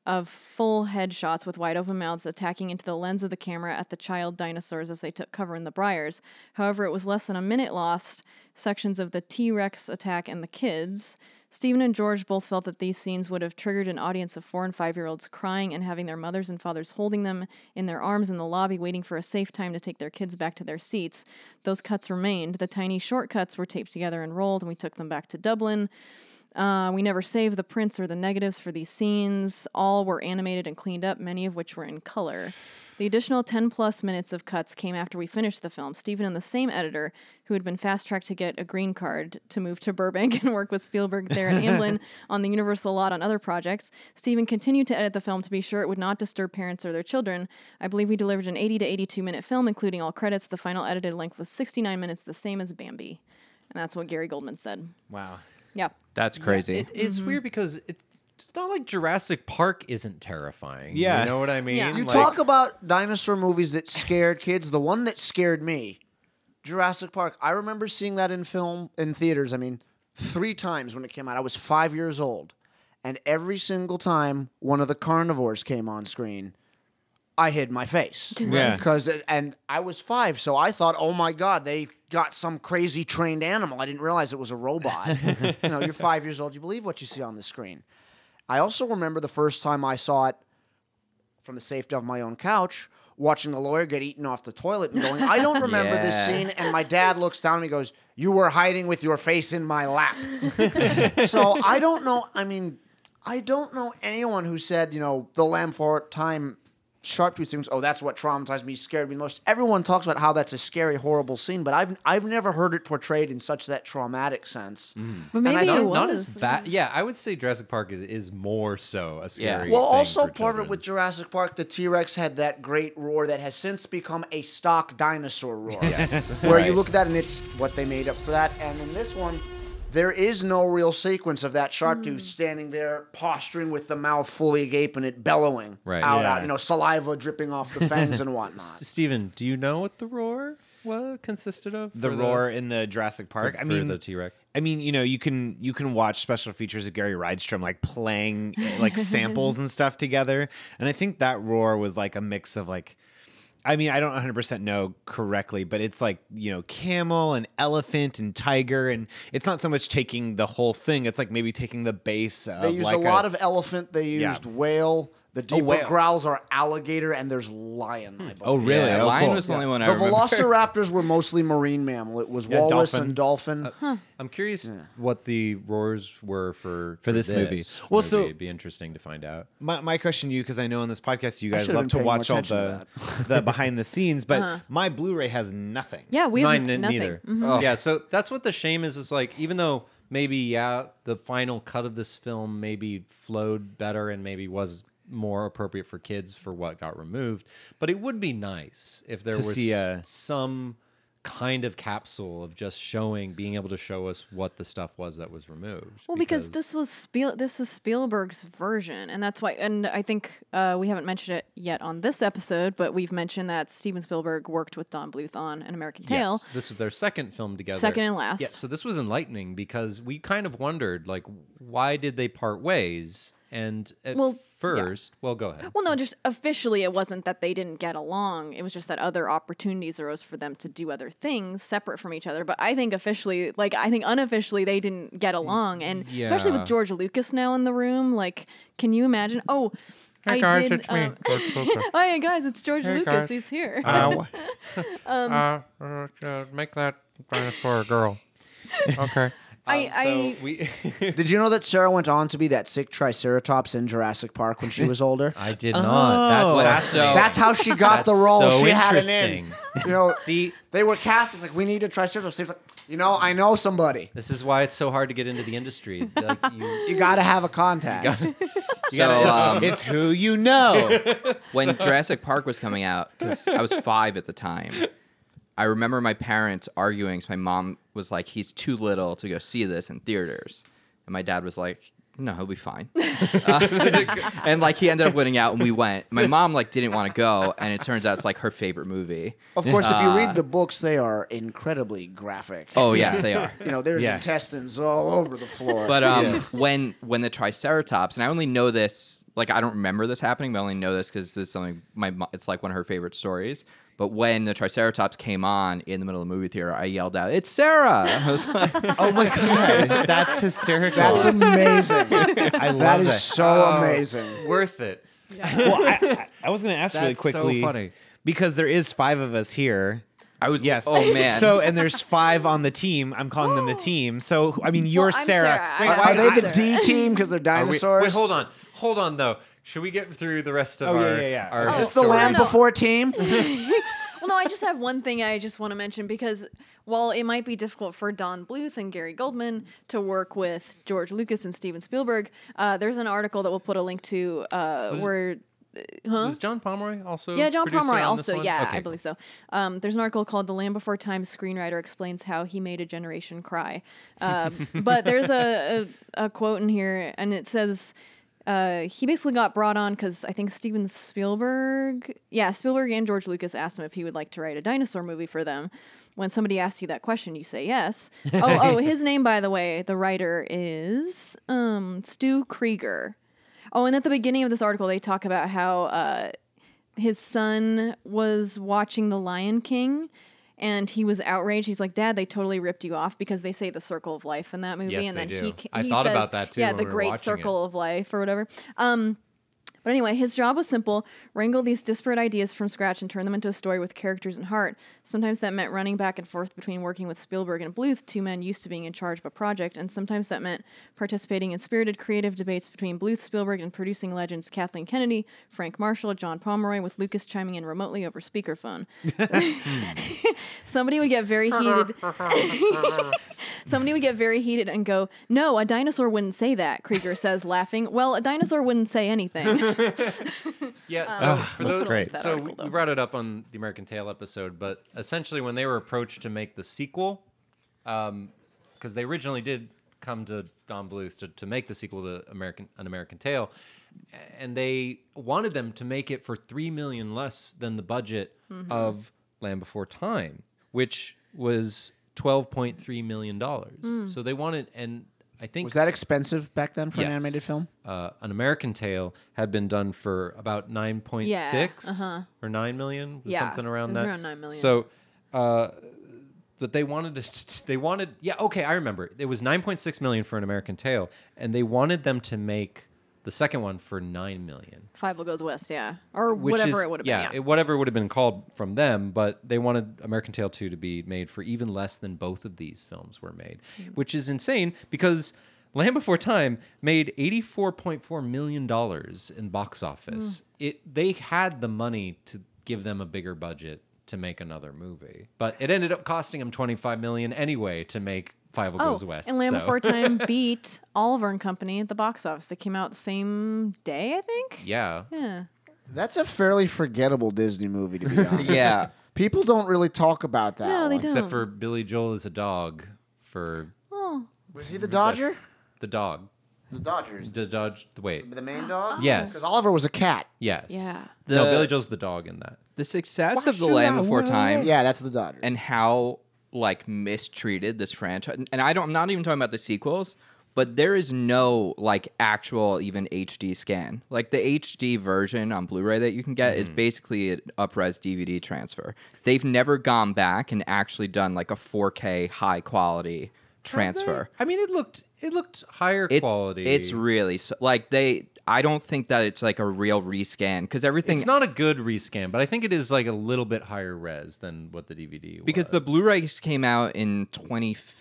Speaker 4: of full head shots with wide open mouths attacking into the lens of the camera at the child dinosaurs as they took cover in the briars. However, it was less than a minute lost, sections of the T Rex attack and the kids. Stephen and George both felt that these scenes would have triggered an audience of four and five year olds crying and having their mothers and fathers holding them in their arms in the lobby, waiting for a safe time to take their kids back to their seats. Those cuts remained. The tiny shortcuts were taped together and rolled, and we took them back to Dublin. Uh, we never saved the prints or the negatives for these scenes. All were animated and cleaned up, many of which were in color. The additional 10 plus minutes of cuts came after we finished the film. Steven and the same editor, who had been fast tracked to get a green card to move to Burbank and work with Spielberg there and Amblin on the Universal lot on other projects, Steven continued to edit the film to be sure it would not disturb parents or their children. I believe we delivered an 80 to 82 minute film, including all credits. The final edited length was 69 minutes, the same as Bambi. And that's what Gary Goldman said.
Speaker 5: Wow.
Speaker 4: Yeah.
Speaker 6: That's crazy.
Speaker 3: It, it's
Speaker 4: Mm-hmm.
Speaker 3: weird because it, it's not like Jurassic Park isn't terrifying.
Speaker 5: Yeah.
Speaker 3: you know what I mean.
Speaker 4: Yeah.
Speaker 7: You
Speaker 3: Like-
Speaker 7: talk about dinosaur movies that scared kids. The one that scared me, Jurassic Park. I remember seeing that in film in theaters. I mean, three times when it came out. I was five years old, and every single time one of the carnivores came on screen, I hid my face.
Speaker 5: Yeah.
Speaker 7: Because and I was five, so I thought, oh my god, they got some crazy trained animal. I didn't realize it was a robot. you know, you're five years old. You believe what you see on the screen. I also remember the first time I saw it from the safety of my own couch, watching the lawyer get eaten off the toilet and going, I don't remember this
Speaker 6: Yeah.
Speaker 7: scene. And my dad looks down and he goes, You were hiding with your face in my lap. so I don't know. I mean, I don't know anyone who said, you know, the lamb for time. Sharp tooth things. Oh, that's what traumatized me, scared me the most. Everyone talks about how that's a scary, horrible scene, but I've I've never heard it portrayed in such that traumatic sense.
Speaker 3: Mm.
Speaker 4: But
Speaker 7: And I
Speaker 4: maybe
Speaker 7: don't-
Speaker 4: it
Speaker 7: not
Speaker 4: was.
Speaker 3: not as bad. Yeah, I would say Jurassic Park is, is more so a scary.
Speaker 7: Well,
Speaker 3: thing
Speaker 7: also part
Speaker 3: for
Speaker 7: of it
Speaker 3: children.
Speaker 7: with Jurassic Park, the T Rex had that great roar that has since become a stock dinosaur roar. Where you look at that and it's what they made up for that. And in this one, there is no real sequence of that shark tooth standing there posturing with the mouth fully agape and it bellowing
Speaker 3: Right.
Speaker 7: out,
Speaker 5: Yeah.
Speaker 7: out, you know, saliva dripping off the fangs and whatnot.
Speaker 3: Steven, do you know what the roar was consisted of?
Speaker 5: The
Speaker 3: for
Speaker 5: roar in the Jurassic Park.
Speaker 3: for,
Speaker 5: I mean,
Speaker 3: the T Rex.
Speaker 5: I mean, you know, you can you can watch special features of Gary Rydstrom like playing like samples and stuff together, and I think that roar was like a mix of like, I mean, I don't 100 percent know correctly, but it's like you know, camel and elephant and tiger, and it's not so much taking the whole thing; it's like maybe taking the base. Of
Speaker 7: They used
Speaker 5: like
Speaker 7: a lot of elephant, they
Speaker 5: Yeah.
Speaker 7: used whale. The deeper
Speaker 5: whale.
Speaker 7: growls are alligator and there's lion. I believe.
Speaker 5: Oh, really?
Speaker 6: Yeah,
Speaker 5: oh,
Speaker 6: lion
Speaker 5: cool.
Speaker 6: was the only one I
Speaker 7: The
Speaker 6: remember.
Speaker 7: velociraptors were mostly marine mammal. It was
Speaker 5: Yeah,
Speaker 7: walrus
Speaker 5: dolphin.
Speaker 7: and dolphin.
Speaker 3: Uh, I'm curious what the roars were for
Speaker 5: For this movie. Well, so-
Speaker 3: it'd be interesting to find out.
Speaker 5: my, my question to you because I know on this podcast you guys
Speaker 7: should've
Speaker 5: love
Speaker 7: been
Speaker 5: to
Speaker 7: paying
Speaker 5: watch
Speaker 7: more
Speaker 5: all the
Speaker 7: attention
Speaker 5: the behind the scenes, but
Speaker 3: Uh-huh.
Speaker 5: my Blu-ray has nothing.
Speaker 4: Yeah, we have
Speaker 3: Mine
Speaker 4: n-
Speaker 3: n-
Speaker 4: nothing.
Speaker 3: neither.
Speaker 4: Mhm.
Speaker 6: Oh.
Speaker 3: Yeah, so that's what the shame is. Is like even though maybe yeah, the final cut of this film maybe flowed better and maybe was more appropriate for kids for what got removed, but it would be nice if there
Speaker 5: To
Speaker 3: was
Speaker 5: see a-
Speaker 3: some kind of capsule of just showing, being able to show us what the stuff was that was removed.
Speaker 4: Well, because, this was Spiel, this is Spielberg's version, and that's why. And I think uh, we haven't mentioned it yet on this episode, but we've mentioned that Steven Spielberg worked with Don Bluth on An American Tale.
Speaker 3: Yes, this was their second film together.
Speaker 4: Second and last.
Speaker 3: Yeah, so this was enlightening because we kind of wondered, like, why did they part ways? And at
Speaker 4: Well, yeah.
Speaker 3: first, well, go ahead.
Speaker 4: Well, no, just officially, it wasn't that they didn't get along. It was just that other opportunities arose for them to do other things separate from each other. But I think officially, like, I think unofficially, they didn't get along. And especially
Speaker 3: yeah.
Speaker 4: with George Lucas now in the room, like, can you imagine? Oh, I did. um, oh, yeah, guys, it's George Lucas.
Speaker 10: guys.
Speaker 4: He's here. Um,
Speaker 10: uh, uh, uh, make that for a girl. Okay. uh,
Speaker 4: I, I,
Speaker 3: so we,
Speaker 7: Did you know that Sarah went on to be that sick Triceratops in Jurassic Park when she was older?
Speaker 3: I did not. That's
Speaker 5: Oh.
Speaker 6: Wow,
Speaker 3: fascinating.
Speaker 6: so-
Speaker 7: That's how she got the
Speaker 3: That's
Speaker 7: role.
Speaker 3: so
Speaker 7: she had an in.
Speaker 3: interesting.
Speaker 7: You know,
Speaker 3: See,
Speaker 7: they were cast. It's like we need a Triceratops. She's like, you know, I know somebody.
Speaker 3: this is why it's so hard to get into the industry. Like, you,
Speaker 7: You got to have a contact.
Speaker 6: So um,
Speaker 5: It's who you know.
Speaker 6: when Jurassic Park was coming out, because I was five at the time, I remember my parents arguing. 'cause my mom was like, "He's too little to go see this in theaters," and my dad was like. No, he'll be fine. Uh, and like he ended up winning out, and we went. My mom like didn't want to go, and it turns out it's like her favorite movie.
Speaker 7: Of course, if you read the books, they are incredibly graphic.
Speaker 6: Oh yes, they are.
Speaker 7: You know, there's
Speaker 5: Yeah.
Speaker 7: intestines all over the floor.
Speaker 3: uh,
Speaker 6: But um, when when the Triceratops, and I only know this, like I don't remember this happening, but I only know this because this is something my mo- it's like one of her favorite stories. But when the Triceratops came on in the middle of the movie theater, I yelled out, "It's Sarah!" I was like,
Speaker 5: Oh my god, that's hysterical.
Speaker 7: that's amazing.
Speaker 5: I love
Speaker 7: that is
Speaker 5: that.
Speaker 7: so amazing.
Speaker 3: Oh, worth it.
Speaker 5: well, I, I- I was going to ask really
Speaker 3: That's so
Speaker 5: quickly.
Speaker 3: funny.
Speaker 5: because there is five of us here.
Speaker 6: "I was
Speaker 5: Yes.
Speaker 6: Oh man.
Speaker 5: So and there's five on the team. I'm calling them the team. So I mean, you're
Speaker 4: I'm
Speaker 5: Sarah.
Speaker 4: Sarah. I-
Speaker 5: Wait,
Speaker 4: I-
Speaker 5: why-
Speaker 7: Are they the
Speaker 4: Dinosaur.
Speaker 7: D team because they're
Speaker 3: Wait,
Speaker 7: dinosaurs?
Speaker 3: wait, hold on. Hold on, though. Should we get through the rest of
Speaker 5: Oh, yeah,
Speaker 3: our?
Speaker 5: yeah, yeah.
Speaker 3: our
Speaker 7: Is this the
Speaker 3: story?
Speaker 7: land
Speaker 4: No, no.
Speaker 7: before team?
Speaker 4: Well, no, I just have one thing I just want to mention because while it might be difficult for Don Bluth and Gary Goldman to work with George Lucas and Steven Spielberg, uh, there's an article that we'll put a link to uh, where. Huh?
Speaker 3: Was John Pomeroy also?
Speaker 4: Yeah, John
Speaker 3: producer
Speaker 4: Pomeroy
Speaker 3: on this
Speaker 4: also.
Speaker 3: one?
Speaker 4: Yeah,
Speaker 3: Okay,
Speaker 4: I believe so. Um, there's an article called "The Land Before Time: Screenwriter Explains How He Made a Generation Cry." Uh, but there's a, a a quote in here, and it says. Uh, he basically got brought on because I think Steven Spielberg, yeah, Spielberg and George Lucas asked him if he would like to write a dinosaur movie for them. When somebody asks you that question, you say yes. Oh, oh, his name, by the way, the writer is um, Stu Krieger. Oh, and at the beginning of this article, they talk about how uh, his son was watching The Lion King and he was outraged. He's like, Dad, they totally ripped you off because they say the circle of life in that movie.
Speaker 3: Yes,
Speaker 4: and
Speaker 3: they
Speaker 4: then
Speaker 3: do.
Speaker 4: he, ca-
Speaker 3: I
Speaker 4: he
Speaker 3: thought
Speaker 4: says,
Speaker 3: about that, too,
Speaker 4: Yeah,
Speaker 3: when
Speaker 4: the
Speaker 3: we were
Speaker 4: great
Speaker 3: watching it.
Speaker 4: circle of life or whatever. Um, but anyway, his job was simple wrangle these disparate ideas from scratch and turn them into a story with characters and heart. Sometimes that meant running back and forth between working with Spielberg and Bluth, two men used to being in charge of a project, and sometimes that meant participating in spirited creative debates between Bluth, Spielberg, and producing legends Kathleen Kennedy, Frank Marshall, John Pomeroy, with Lucas chiming in remotely over speakerphone. Somebody would get very heated. Somebody would get very heated and go, No, a dinosaur wouldn't say that, Krieger says, laughing. Well, a dinosaur wouldn't say anything.
Speaker 3: Yeah, so
Speaker 7: Ah,
Speaker 3: for
Speaker 4: that's
Speaker 3: those,
Speaker 4: what I liked that
Speaker 3: Um, So
Speaker 4: article,
Speaker 3: we
Speaker 4: though.
Speaker 3: we brought it up on the American Tail episode, but essentially when they were approached to make the sequel, because they originally did come to Don Bluth to, to make the sequel to American An American Tale, and they wanted them to make it for three million less than the budget of Land Before Time, which was twelve point three million dollars. So they wanted, and I think
Speaker 7: Was that expensive back then for an
Speaker 3: Yes.
Speaker 7: animated film?
Speaker 3: Uh, an American Tale had been done for about 9.6
Speaker 4: uh-huh.
Speaker 3: or 9 million,
Speaker 4: Yeah,
Speaker 3: something around
Speaker 4: it was
Speaker 3: that.
Speaker 4: around 9 million.
Speaker 3: So, uh, but they wanted to, they wanted, yeah, okay, I remember. It was 9.6 million for an American Tale, and they wanted them to make the second one for 9 million.
Speaker 4: Five Will Goes West, yeah. Or
Speaker 3: Which
Speaker 4: whatever
Speaker 3: is-
Speaker 4: it would have
Speaker 3: yeah,
Speaker 4: been. Yeah.
Speaker 3: It, whatever it would have been called from them, but they wanted American Tail 2 to be made for even less than both of these films were made,
Speaker 4: Mm-hmm.
Speaker 3: which is insane because Land Before Time made $84.4 million in box office.
Speaker 4: Mm.
Speaker 3: It They had the money to give them a bigger budget to make another movie, but it ended up costing them $25 million anyway to make Five Will
Speaker 4: oh,
Speaker 3: Goes West.
Speaker 4: and Land
Speaker 3: so-
Speaker 4: Before Time beat Oliver and Company at the box office. They came out the same day, I think.
Speaker 3: Yeah.
Speaker 4: Yeah.
Speaker 7: That's a fairly forgettable Disney movie, to be honest.
Speaker 6: Yeah.
Speaker 7: People don't really talk about that.
Speaker 4: No, they
Speaker 7: one.
Speaker 4: don't.
Speaker 3: Except for Billy Joel is a dog for
Speaker 4: Oh,
Speaker 7: Was he the Dodger?
Speaker 3: the dog.
Speaker 7: The Dodgers.
Speaker 3: The Dodge, wait.
Speaker 7: The main dog?
Speaker 3: Yes.
Speaker 7: Because Oliver was a cat.
Speaker 3: Yes.
Speaker 4: Yeah.
Speaker 3: no,
Speaker 6: The-
Speaker 3: Billy Joel's the dog in that.
Speaker 6: The success of The Land Before Time
Speaker 7: Yeah, that's the Dodger.
Speaker 6: and how like mistreated this franchise and I don't I'm not even talking about the sequels, but there is no like actual even HD scan. Like the HD version on Blu-ray that you can get
Speaker 3: Mm-hmm.
Speaker 6: is basically an upres DVD transfer. They've never gone back and actually done like a 4K high quality transfer.
Speaker 3: I mean, it looked it looked higher
Speaker 6: It's
Speaker 3: quality.
Speaker 6: it's really so, like they I don't think that it's like a real rescan because everything
Speaker 3: it's not a good rescan, but I think it is like a little bit higher res than what the DVD was.
Speaker 6: because the Blu-rays came out in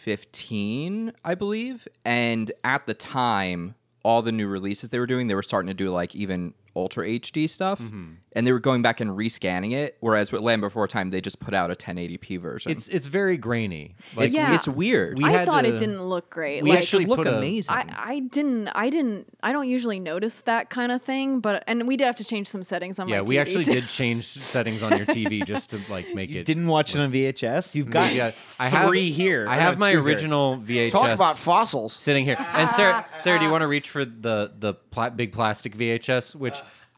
Speaker 6: 2015, I believe, and at the time, all the new releases they were doing, they were starting to do like even ultra HD stuff,
Speaker 3: Mm-hmm.
Speaker 6: and they were going back and rescanning it. Whereas with Land Before Time, they just put out a 1080p version.
Speaker 3: it's it's very grainy. Like
Speaker 6: it's,
Speaker 4: Yeah.
Speaker 6: it's weird.
Speaker 3: We
Speaker 4: I
Speaker 3: had
Speaker 4: thought
Speaker 3: to-
Speaker 4: it didn't look great.
Speaker 3: we
Speaker 4: like,
Speaker 3: actually
Speaker 6: look
Speaker 3: put a-
Speaker 6: amazing.
Speaker 4: I, I didn't I didn't I don't usually notice that kind of thing, but and we did have to change some settings on my
Speaker 3: yeah, we
Speaker 4: TV
Speaker 3: actually
Speaker 4: to-
Speaker 3: did change settings on your TV just to like make it.
Speaker 5: Didn't watch it on VHS. You've got
Speaker 3: Yeah, I have
Speaker 5: three here.
Speaker 3: I
Speaker 5: or no,
Speaker 3: have my
Speaker 5: two here.
Speaker 3: original VHS.
Speaker 7: Talk about fossils.
Speaker 3: sitting here. And Sarah, Sarah, do you want to reach for the the pla- big plastic VHS, which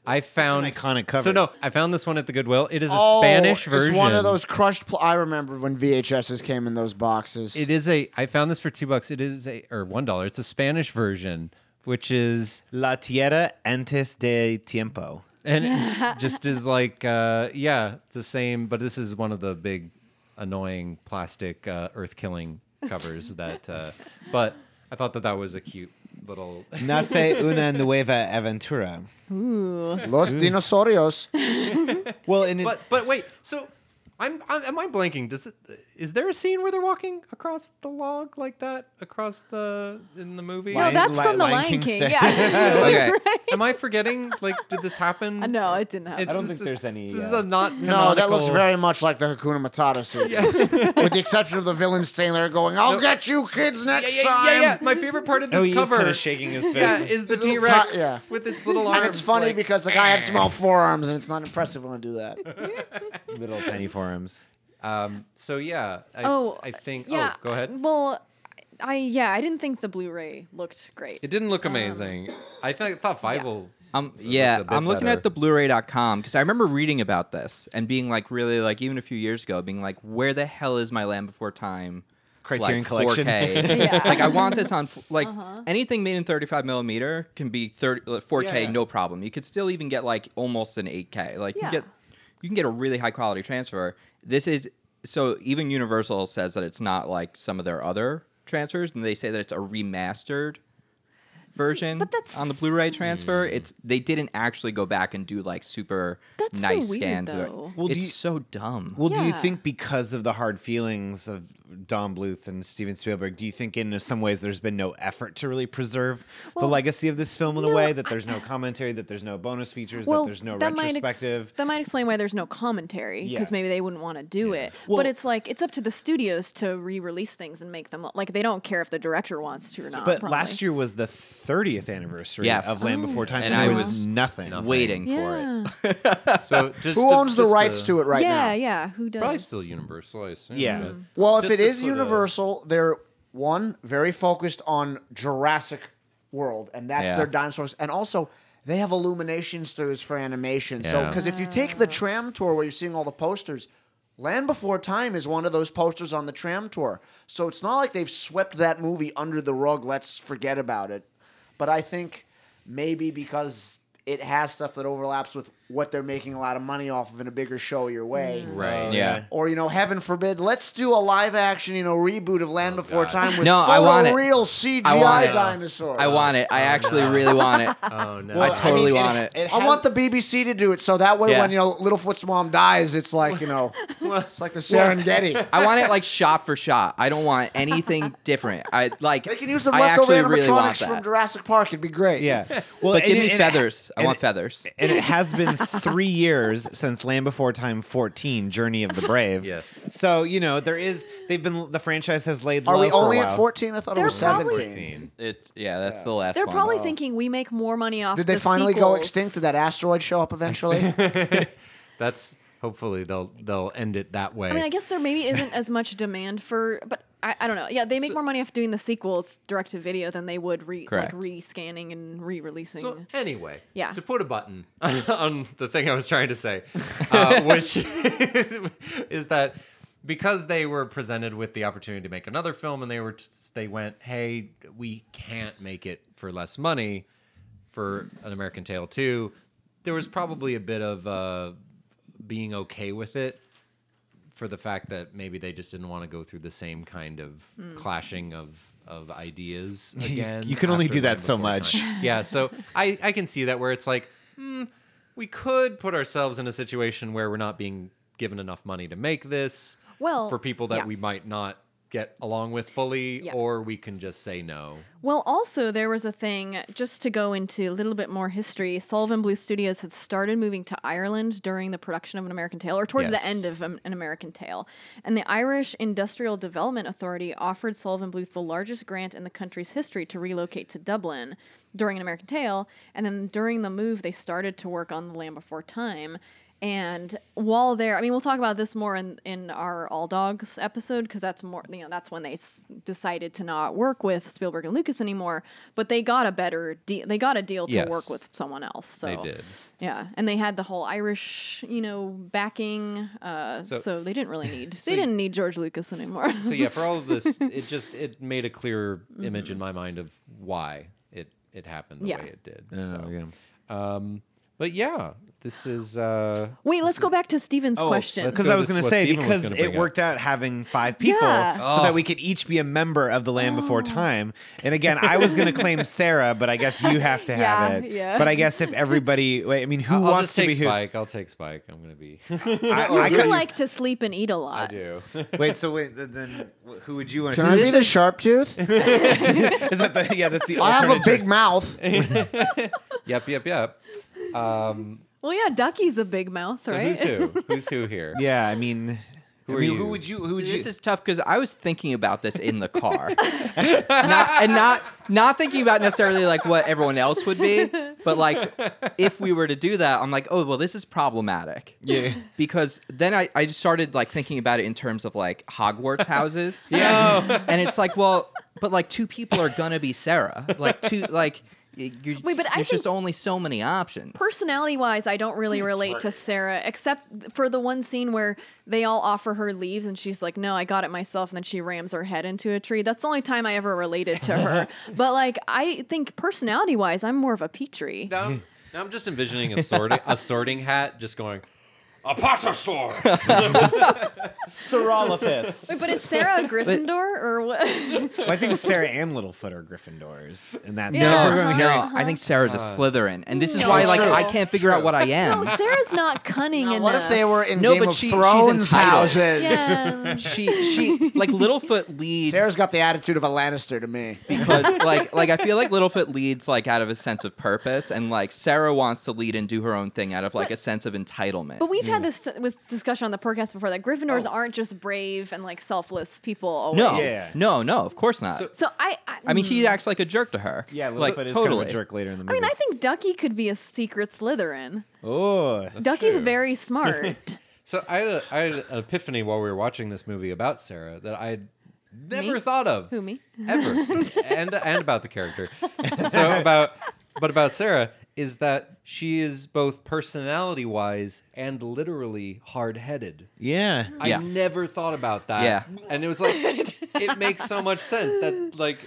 Speaker 3: I found
Speaker 5: Uh, iconic cover.
Speaker 3: So no, I found this one at the Goodwill. It is a
Speaker 7: Oh,
Speaker 3: Spanish version.
Speaker 7: It's one of those crushed. Pl- I remember when VHSs came in those boxes.
Speaker 3: It is a. I found this for two bucks. It is a or one dollar. It's a Spanish version, which is
Speaker 5: La Tierra antes de tiempo.
Speaker 3: and it just is like uh, yeah, it's the same. But this is one of the big annoying plastic uh, earth killing covers that. Uh, but I thought that that was a cute little.
Speaker 5: Nace una nueva aventura.
Speaker 7: Los dinosaurios.
Speaker 5: Well, and it,
Speaker 3: But but wait, so I'm, I'm am I blanking? Does it, is there a scene where they're walking across the log like that across the in the movie?
Speaker 4: No, that's
Speaker 5: Li-
Speaker 4: from the
Speaker 5: Lion
Speaker 4: Lion
Speaker 5: King
Speaker 4: King.
Speaker 5: stand.
Speaker 4: Yeah.
Speaker 6: Okay.
Speaker 3: am I forgetting? Like, did this happen?
Speaker 4: Uh, no, it didn't happen.
Speaker 5: I don't
Speaker 3: this
Speaker 5: think
Speaker 3: is-
Speaker 5: there's any,
Speaker 3: This is
Speaker 5: uh,
Speaker 3: a not.
Speaker 7: No, that looks
Speaker 3: canonical-
Speaker 7: very much like the Hakuna Matata series. With the exception of the villain staying there going, I'll get you kids
Speaker 3: Yeah,
Speaker 7: next
Speaker 3: yeah, yeah,
Speaker 7: time.
Speaker 3: yeah. My favorite part of this
Speaker 5: Oh, he's
Speaker 3: cover
Speaker 5: kind of shaking his fist.
Speaker 3: Yeah, is the
Speaker 7: His
Speaker 3: T
Speaker 7: little
Speaker 3: Rex
Speaker 7: ti- yeah.
Speaker 3: with its little arms.
Speaker 7: And it's funny
Speaker 3: like-
Speaker 7: because like I have small forearms and it's not impressive when I do that.
Speaker 5: Little tiny forums.
Speaker 3: Um, so yeah, I,
Speaker 4: Oh,
Speaker 3: I think.
Speaker 4: yeah. Um,
Speaker 3: Oh, go ahead.
Speaker 4: Well, I yeah, I didn't think the Blu-ray looked great.
Speaker 3: It didn't look amazing. I th- thought Vival.
Speaker 6: Um,
Speaker 3: looked
Speaker 6: yeah,
Speaker 3: a bit
Speaker 6: I'm looking
Speaker 3: better.
Speaker 6: at the Blu-ray.com because I remember reading about this and being like, really, like even a few years ago, being like, where the hell is my Land Before Time?
Speaker 5: Criterion
Speaker 6: like,
Speaker 5: Collection.
Speaker 6: 4K.
Speaker 4: Yeah. Uh-huh.
Speaker 6: Like I want this on f- like anything made in 35 millimeter can be 30 like, 4K,
Speaker 3: Yeah.
Speaker 6: no problem. You could still even get like almost an 8K. Like
Speaker 4: Yeah.
Speaker 6: you get you can get a really high quality transfer. This is so even Universal says that it's not like some of their other transfers, and they say that it's a remastered version
Speaker 4: but that's-
Speaker 6: on the
Speaker 7: Hmm.
Speaker 6: Blu-ray transfer. It's they didn't actually go back and do like super
Speaker 4: That's so
Speaker 6: nice
Speaker 4: weird,
Speaker 6: scans. of it.
Speaker 4: though.
Speaker 5: Well, do
Speaker 6: it's
Speaker 5: you-
Speaker 6: so dumb.
Speaker 5: Well, do you
Speaker 4: Yeah.
Speaker 5: think because of the hard feelings of Don Bluth and Steven Spielberg, do you think in some ways there's been no effort to really preserve the
Speaker 4: Well,
Speaker 5: legacy of this film in a
Speaker 4: no,
Speaker 5: way that there's no commentary, that there's no bonus features, that there's no
Speaker 4: might ex-
Speaker 5: retrospective?
Speaker 4: that might explain why there's no commentary because
Speaker 5: Yeah.
Speaker 4: maybe they wouldn't want to do it.
Speaker 5: Well-
Speaker 4: but it's like it's up to the studios to re-release things and make them look- like they don't care if the director wants to or not.
Speaker 5: but
Speaker 4: probably. Oh.
Speaker 5: last year was the 30th anniversary
Speaker 6: Yes.
Speaker 5: of Land Before Time,
Speaker 6: And
Speaker 5: and,
Speaker 6: I
Speaker 5: there
Speaker 6: was
Speaker 5: was, nothing.
Speaker 6: Waiting for it.
Speaker 4: yeah,
Speaker 3: So just
Speaker 7: Who
Speaker 3: to-
Speaker 7: owns the
Speaker 3: just
Speaker 7: rights
Speaker 3: to
Speaker 7: to it right
Speaker 4: yeah,
Speaker 7: now?
Speaker 4: yeah. Who does?
Speaker 3: Probably still Universal, I assume.
Speaker 5: Yeah.
Speaker 3: but-
Speaker 7: Well, if
Speaker 3: Mm-hmm. Just
Speaker 7: it
Speaker 3: to
Speaker 7: is
Speaker 3: sort of-
Speaker 7: Universal, they're one very focused on Jurassic World, and that's
Speaker 6: Yeah.
Speaker 7: their dinosaurs, and also. They have illumination studios for animation. So,
Speaker 3: Yeah.
Speaker 7: because if you take the tram tour where you're seeing all the posters, Land Before Time is one of those posters on the tram tour. So it's not like they've swept that movie under the rug. Let's forget about it. But I think maybe because it has stuff that overlaps with what they're making a lot of money off of in a bigger show your way
Speaker 3: Right.
Speaker 6: yeah.
Speaker 7: or you know, heaven forbid, let's do a live action, you know, reboot of Land Before
Speaker 3: God.
Speaker 7: Time with
Speaker 6: No, I want it.
Speaker 7: real CGI
Speaker 6: I want it.
Speaker 7: dinosaurs. Oh,
Speaker 6: I want it. I actually really want it.
Speaker 3: Oh no.
Speaker 6: I totally want it.
Speaker 7: I want the BBC to do it so that way
Speaker 6: Yeah.
Speaker 7: when you know Littlefoot's mom dies, it's like you know, it's like the Serengeti.
Speaker 6: I want it like shot for shot. I don't want anything different. I like.
Speaker 7: They can use the
Speaker 6: I
Speaker 7: leftover
Speaker 6: actually really want
Speaker 7: animatronics
Speaker 6: that.
Speaker 7: from Jurassic Park. It'd be great.
Speaker 5: Yeah. Well,
Speaker 6: but
Speaker 5: and
Speaker 6: give
Speaker 5: it-
Speaker 6: me
Speaker 5: and it-
Speaker 6: feathers. I
Speaker 5: and
Speaker 6: want
Speaker 5: it-
Speaker 6: feathers.
Speaker 5: And it has been three years since Land Before Time 14, Journey of the Brave.
Speaker 3: Yes.
Speaker 5: So, you know, there is, they've been, the franchise has laid
Speaker 7: Are
Speaker 5: low
Speaker 7: we
Speaker 5: for a
Speaker 7: only at
Speaker 5: while.
Speaker 7: 14? I thought it
Speaker 4: They're
Speaker 7: was
Speaker 4: probably-
Speaker 7: 17.
Speaker 6: It's yeah. That's the last.
Speaker 4: they're
Speaker 6: one.
Speaker 4: probably thinking we make more money off.
Speaker 7: Did they
Speaker 4: the
Speaker 7: finally go
Speaker 4: sequels."
Speaker 7: extinct? Did that asteroid show up eventually?
Speaker 3: That's hopefully they'll they'll end it that way.
Speaker 4: I mean, I guess there maybe isn't as much demand for, but I, I don't know. Yeah, they make more money off doing the sequels direct to video than they would re
Speaker 6: Correct.
Speaker 4: like re-scanning and re-releasing.
Speaker 3: So anyway,
Speaker 4: Yeah.
Speaker 3: to put a button on the thing I was trying to say, uh, which is that because they were presented with the opportunity to make another film, and they were t- they went, "Hey, we can't make it for less money for an American Tale two. There was probably a bit of uh, being okay with it for the fact that maybe they just didn't want to go through the same kind of clashing of of ideas again.
Speaker 5: you can only
Speaker 3: after
Speaker 5: do that
Speaker 3: Land
Speaker 5: so
Speaker 3: Before
Speaker 5: much.
Speaker 3: Time. yeah, so I I can see that where it's like, hmm, we could put ourselves in a situation where we're not being given enough money to make this.
Speaker 4: Well,
Speaker 3: for people that
Speaker 4: yeah.
Speaker 3: we might not get along with fully,
Speaker 4: Yeah.
Speaker 3: or we can just say no.
Speaker 4: Well, also, there was a thing, just to go into a little bit more history, Sullivan Blue Studios had started moving to Ireland during the production of An American Tale, or towards the end of um, An American Tale. And the Irish Industrial Development Authority offered Sullivan Bluth the largest grant in the country's history to relocate to Dublin during An American Tale. And then during the move, they started to work on The Land Before Time. And while there, I mean, we'll talk about this more in, in our All Dogs episode because that's more, you know, that's when they s- decided to not work with Spielberg and Lucas anymore. But they got a better deal. They got a deal to
Speaker 3: Yes.
Speaker 4: work with someone else. So
Speaker 3: They did.
Speaker 4: yeah, and they had the whole Irish, you know, backing. Uh, so, they didn't really need. they didn't need George Lucas anymore.
Speaker 3: so yeah, for all of this, it just it made a clearer image in my mind of why it it happened the
Speaker 4: Mm-hmm. Yeah.
Speaker 3: way it did.
Speaker 5: Oh,
Speaker 3: so.
Speaker 5: yeah.
Speaker 3: Um, but yeah, This is uh
Speaker 4: Wait, let's go back to Steven's
Speaker 3: Oh,
Speaker 4: question.
Speaker 3: let's
Speaker 5: Because
Speaker 3: go
Speaker 5: I
Speaker 3: to
Speaker 5: was
Speaker 3: this-
Speaker 5: going to
Speaker 3: what
Speaker 5: say,
Speaker 3: Steven was
Speaker 5: because
Speaker 3: gonna
Speaker 5: it
Speaker 3: bring up.
Speaker 5: worked out having five people
Speaker 4: Yeah. Oh.
Speaker 5: so that we could each be a member of the Land Before Time. And again, I was going to claim Sarah, but I guess you have to have
Speaker 4: Yeah,
Speaker 5: it.
Speaker 4: yeah.
Speaker 5: But I guess if everybody, wait, I mean, who
Speaker 3: I'll
Speaker 5: wants
Speaker 3: just
Speaker 5: to
Speaker 3: take
Speaker 5: be who?
Speaker 3: Spike. I'll take Spike. I'm gonna be
Speaker 5: I,
Speaker 4: You
Speaker 5: I
Speaker 4: do
Speaker 5: couldn't-
Speaker 4: like to sleep and eat a lot.
Speaker 3: I do.
Speaker 5: wait, so wait, th- then wh- who would you want
Speaker 7: Can I be
Speaker 5: Is,
Speaker 7: the sharp tooth?
Speaker 5: is that the, yeah, that's the
Speaker 7: I have a
Speaker 5: alternate
Speaker 7: big
Speaker 5: choice.
Speaker 7: mouth.
Speaker 3: yep, yep, yep. Um
Speaker 4: Well, yeah, Ducky's a big mouth,
Speaker 3: so
Speaker 4: right?
Speaker 3: who's who? Who's who here?
Speaker 5: Yeah, I mean,
Speaker 3: Who
Speaker 5: I
Speaker 3: are
Speaker 5: mean,
Speaker 3: you?
Speaker 5: Who would you, who would you?
Speaker 6: This is tough because I was thinking about this in the car, not, and not not thinking about necessarily like what everyone else would be, but like if we were to do that, I'm like, oh well, this is problematic.
Speaker 5: yeah.
Speaker 6: because then I, I just started like thinking about it in terms of like Hogwarts houses. yeah. And it's like, well, but like two people are gonna be Sarah. Like two like y- you're,
Speaker 4: Wait, but I
Speaker 6: there's just
Speaker 4: think-
Speaker 6: only so many options.
Speaker 4: Personality wise, I don't really relate to Sarah, except for the one scene where they all offer her leaves and she's like, No, I got it myself. And then she rams her head into a tree. That's the only time I ever related to her. but like, I think personality wise, I'm more of a Petrie.
Speaker 3: Now, I'm- now I'm just envisioning a sorting a sorting hat just going
Speaker 5: Serolophus.
Speaker 4: But is Sarah a Gryffindor or what?
Speaker 5: Well, I think Sarah and Littlefoot are Gryffindors, and that's
Speaker 6: no,
Speaker 4: Yeah, uh-huh,
Speaker 6: no,
Speaker 4: uh-huh.
Speaker 6: I think Sarah's a Slytherin, and this is
Speaker 4: No.
Speaker 6: why like
Speaker 4: True.
Speaker 6: I can't figure out what I am.
Speaker 4: no, Sarah's not cunning
Speaker 7: Now,
Speaker 4: enough.
Speaker 7: what if they were in
Speaker 6: No,
Speaker 7: Game
Speaker 6: but
Speaker 7: of
Speaker 6: she- she's
Speaker 7: Thrones
Speaker 6: entitled.
Speaker 7: houses?
Speaker 4: Yeah.
Speaker 6: She she like Littlefoot leads
Speaker 7: Sarah's got the attitude of a Lannister to me.
Speaker 6: because like like I feel like Littlefoot leads like out of a sense of purpose, and like Sarah wants to lead and do her own thing out of like a sense of entitlement.
Speaker 4: But we've had
Speaker 5: Mm.
Speaker 4: this was discussion on the podcast before that Gryffindors aren't just brave and like selfless people. Always.
Speaker 6: Oh. no,
Speaker 5: Yeah.
Speaker 6: no, no, of course not.
Speaker 4: So I, I, Mm.
Speaker 6: I mean, he acts like a jerk to her.
Speaker 5: Yeah, Littlefoot
Speaker 6: like
Speaker 5: is
Speaker 6: totally.
Speaker 5: kind of a jerk later in the
Speaker 4: I
Speaker 5: movie.
Speaker 4: mean, I think Ducky could be a secret Slytherin.
Speaker 5: oh,
Speaker 4: Ducky's very smart.
Speaker 3: So I had, a, I had an epiphany while we were watching this movie about Sarah that I'd never
Speaker 4: Me?
Speaker 3: thought of.
Speaker 4: Who me?
Speaker 3: Ever. and and about the character. So about but about Sarah is that she is both personality wise and literally hard headed.
Speaker 5: yeah.
Speaker 6: Yeah.
Speaker 3: I never thought about that.
Speaker 6: Yeah.
Speaker 3: And it was like it makes so much sense that like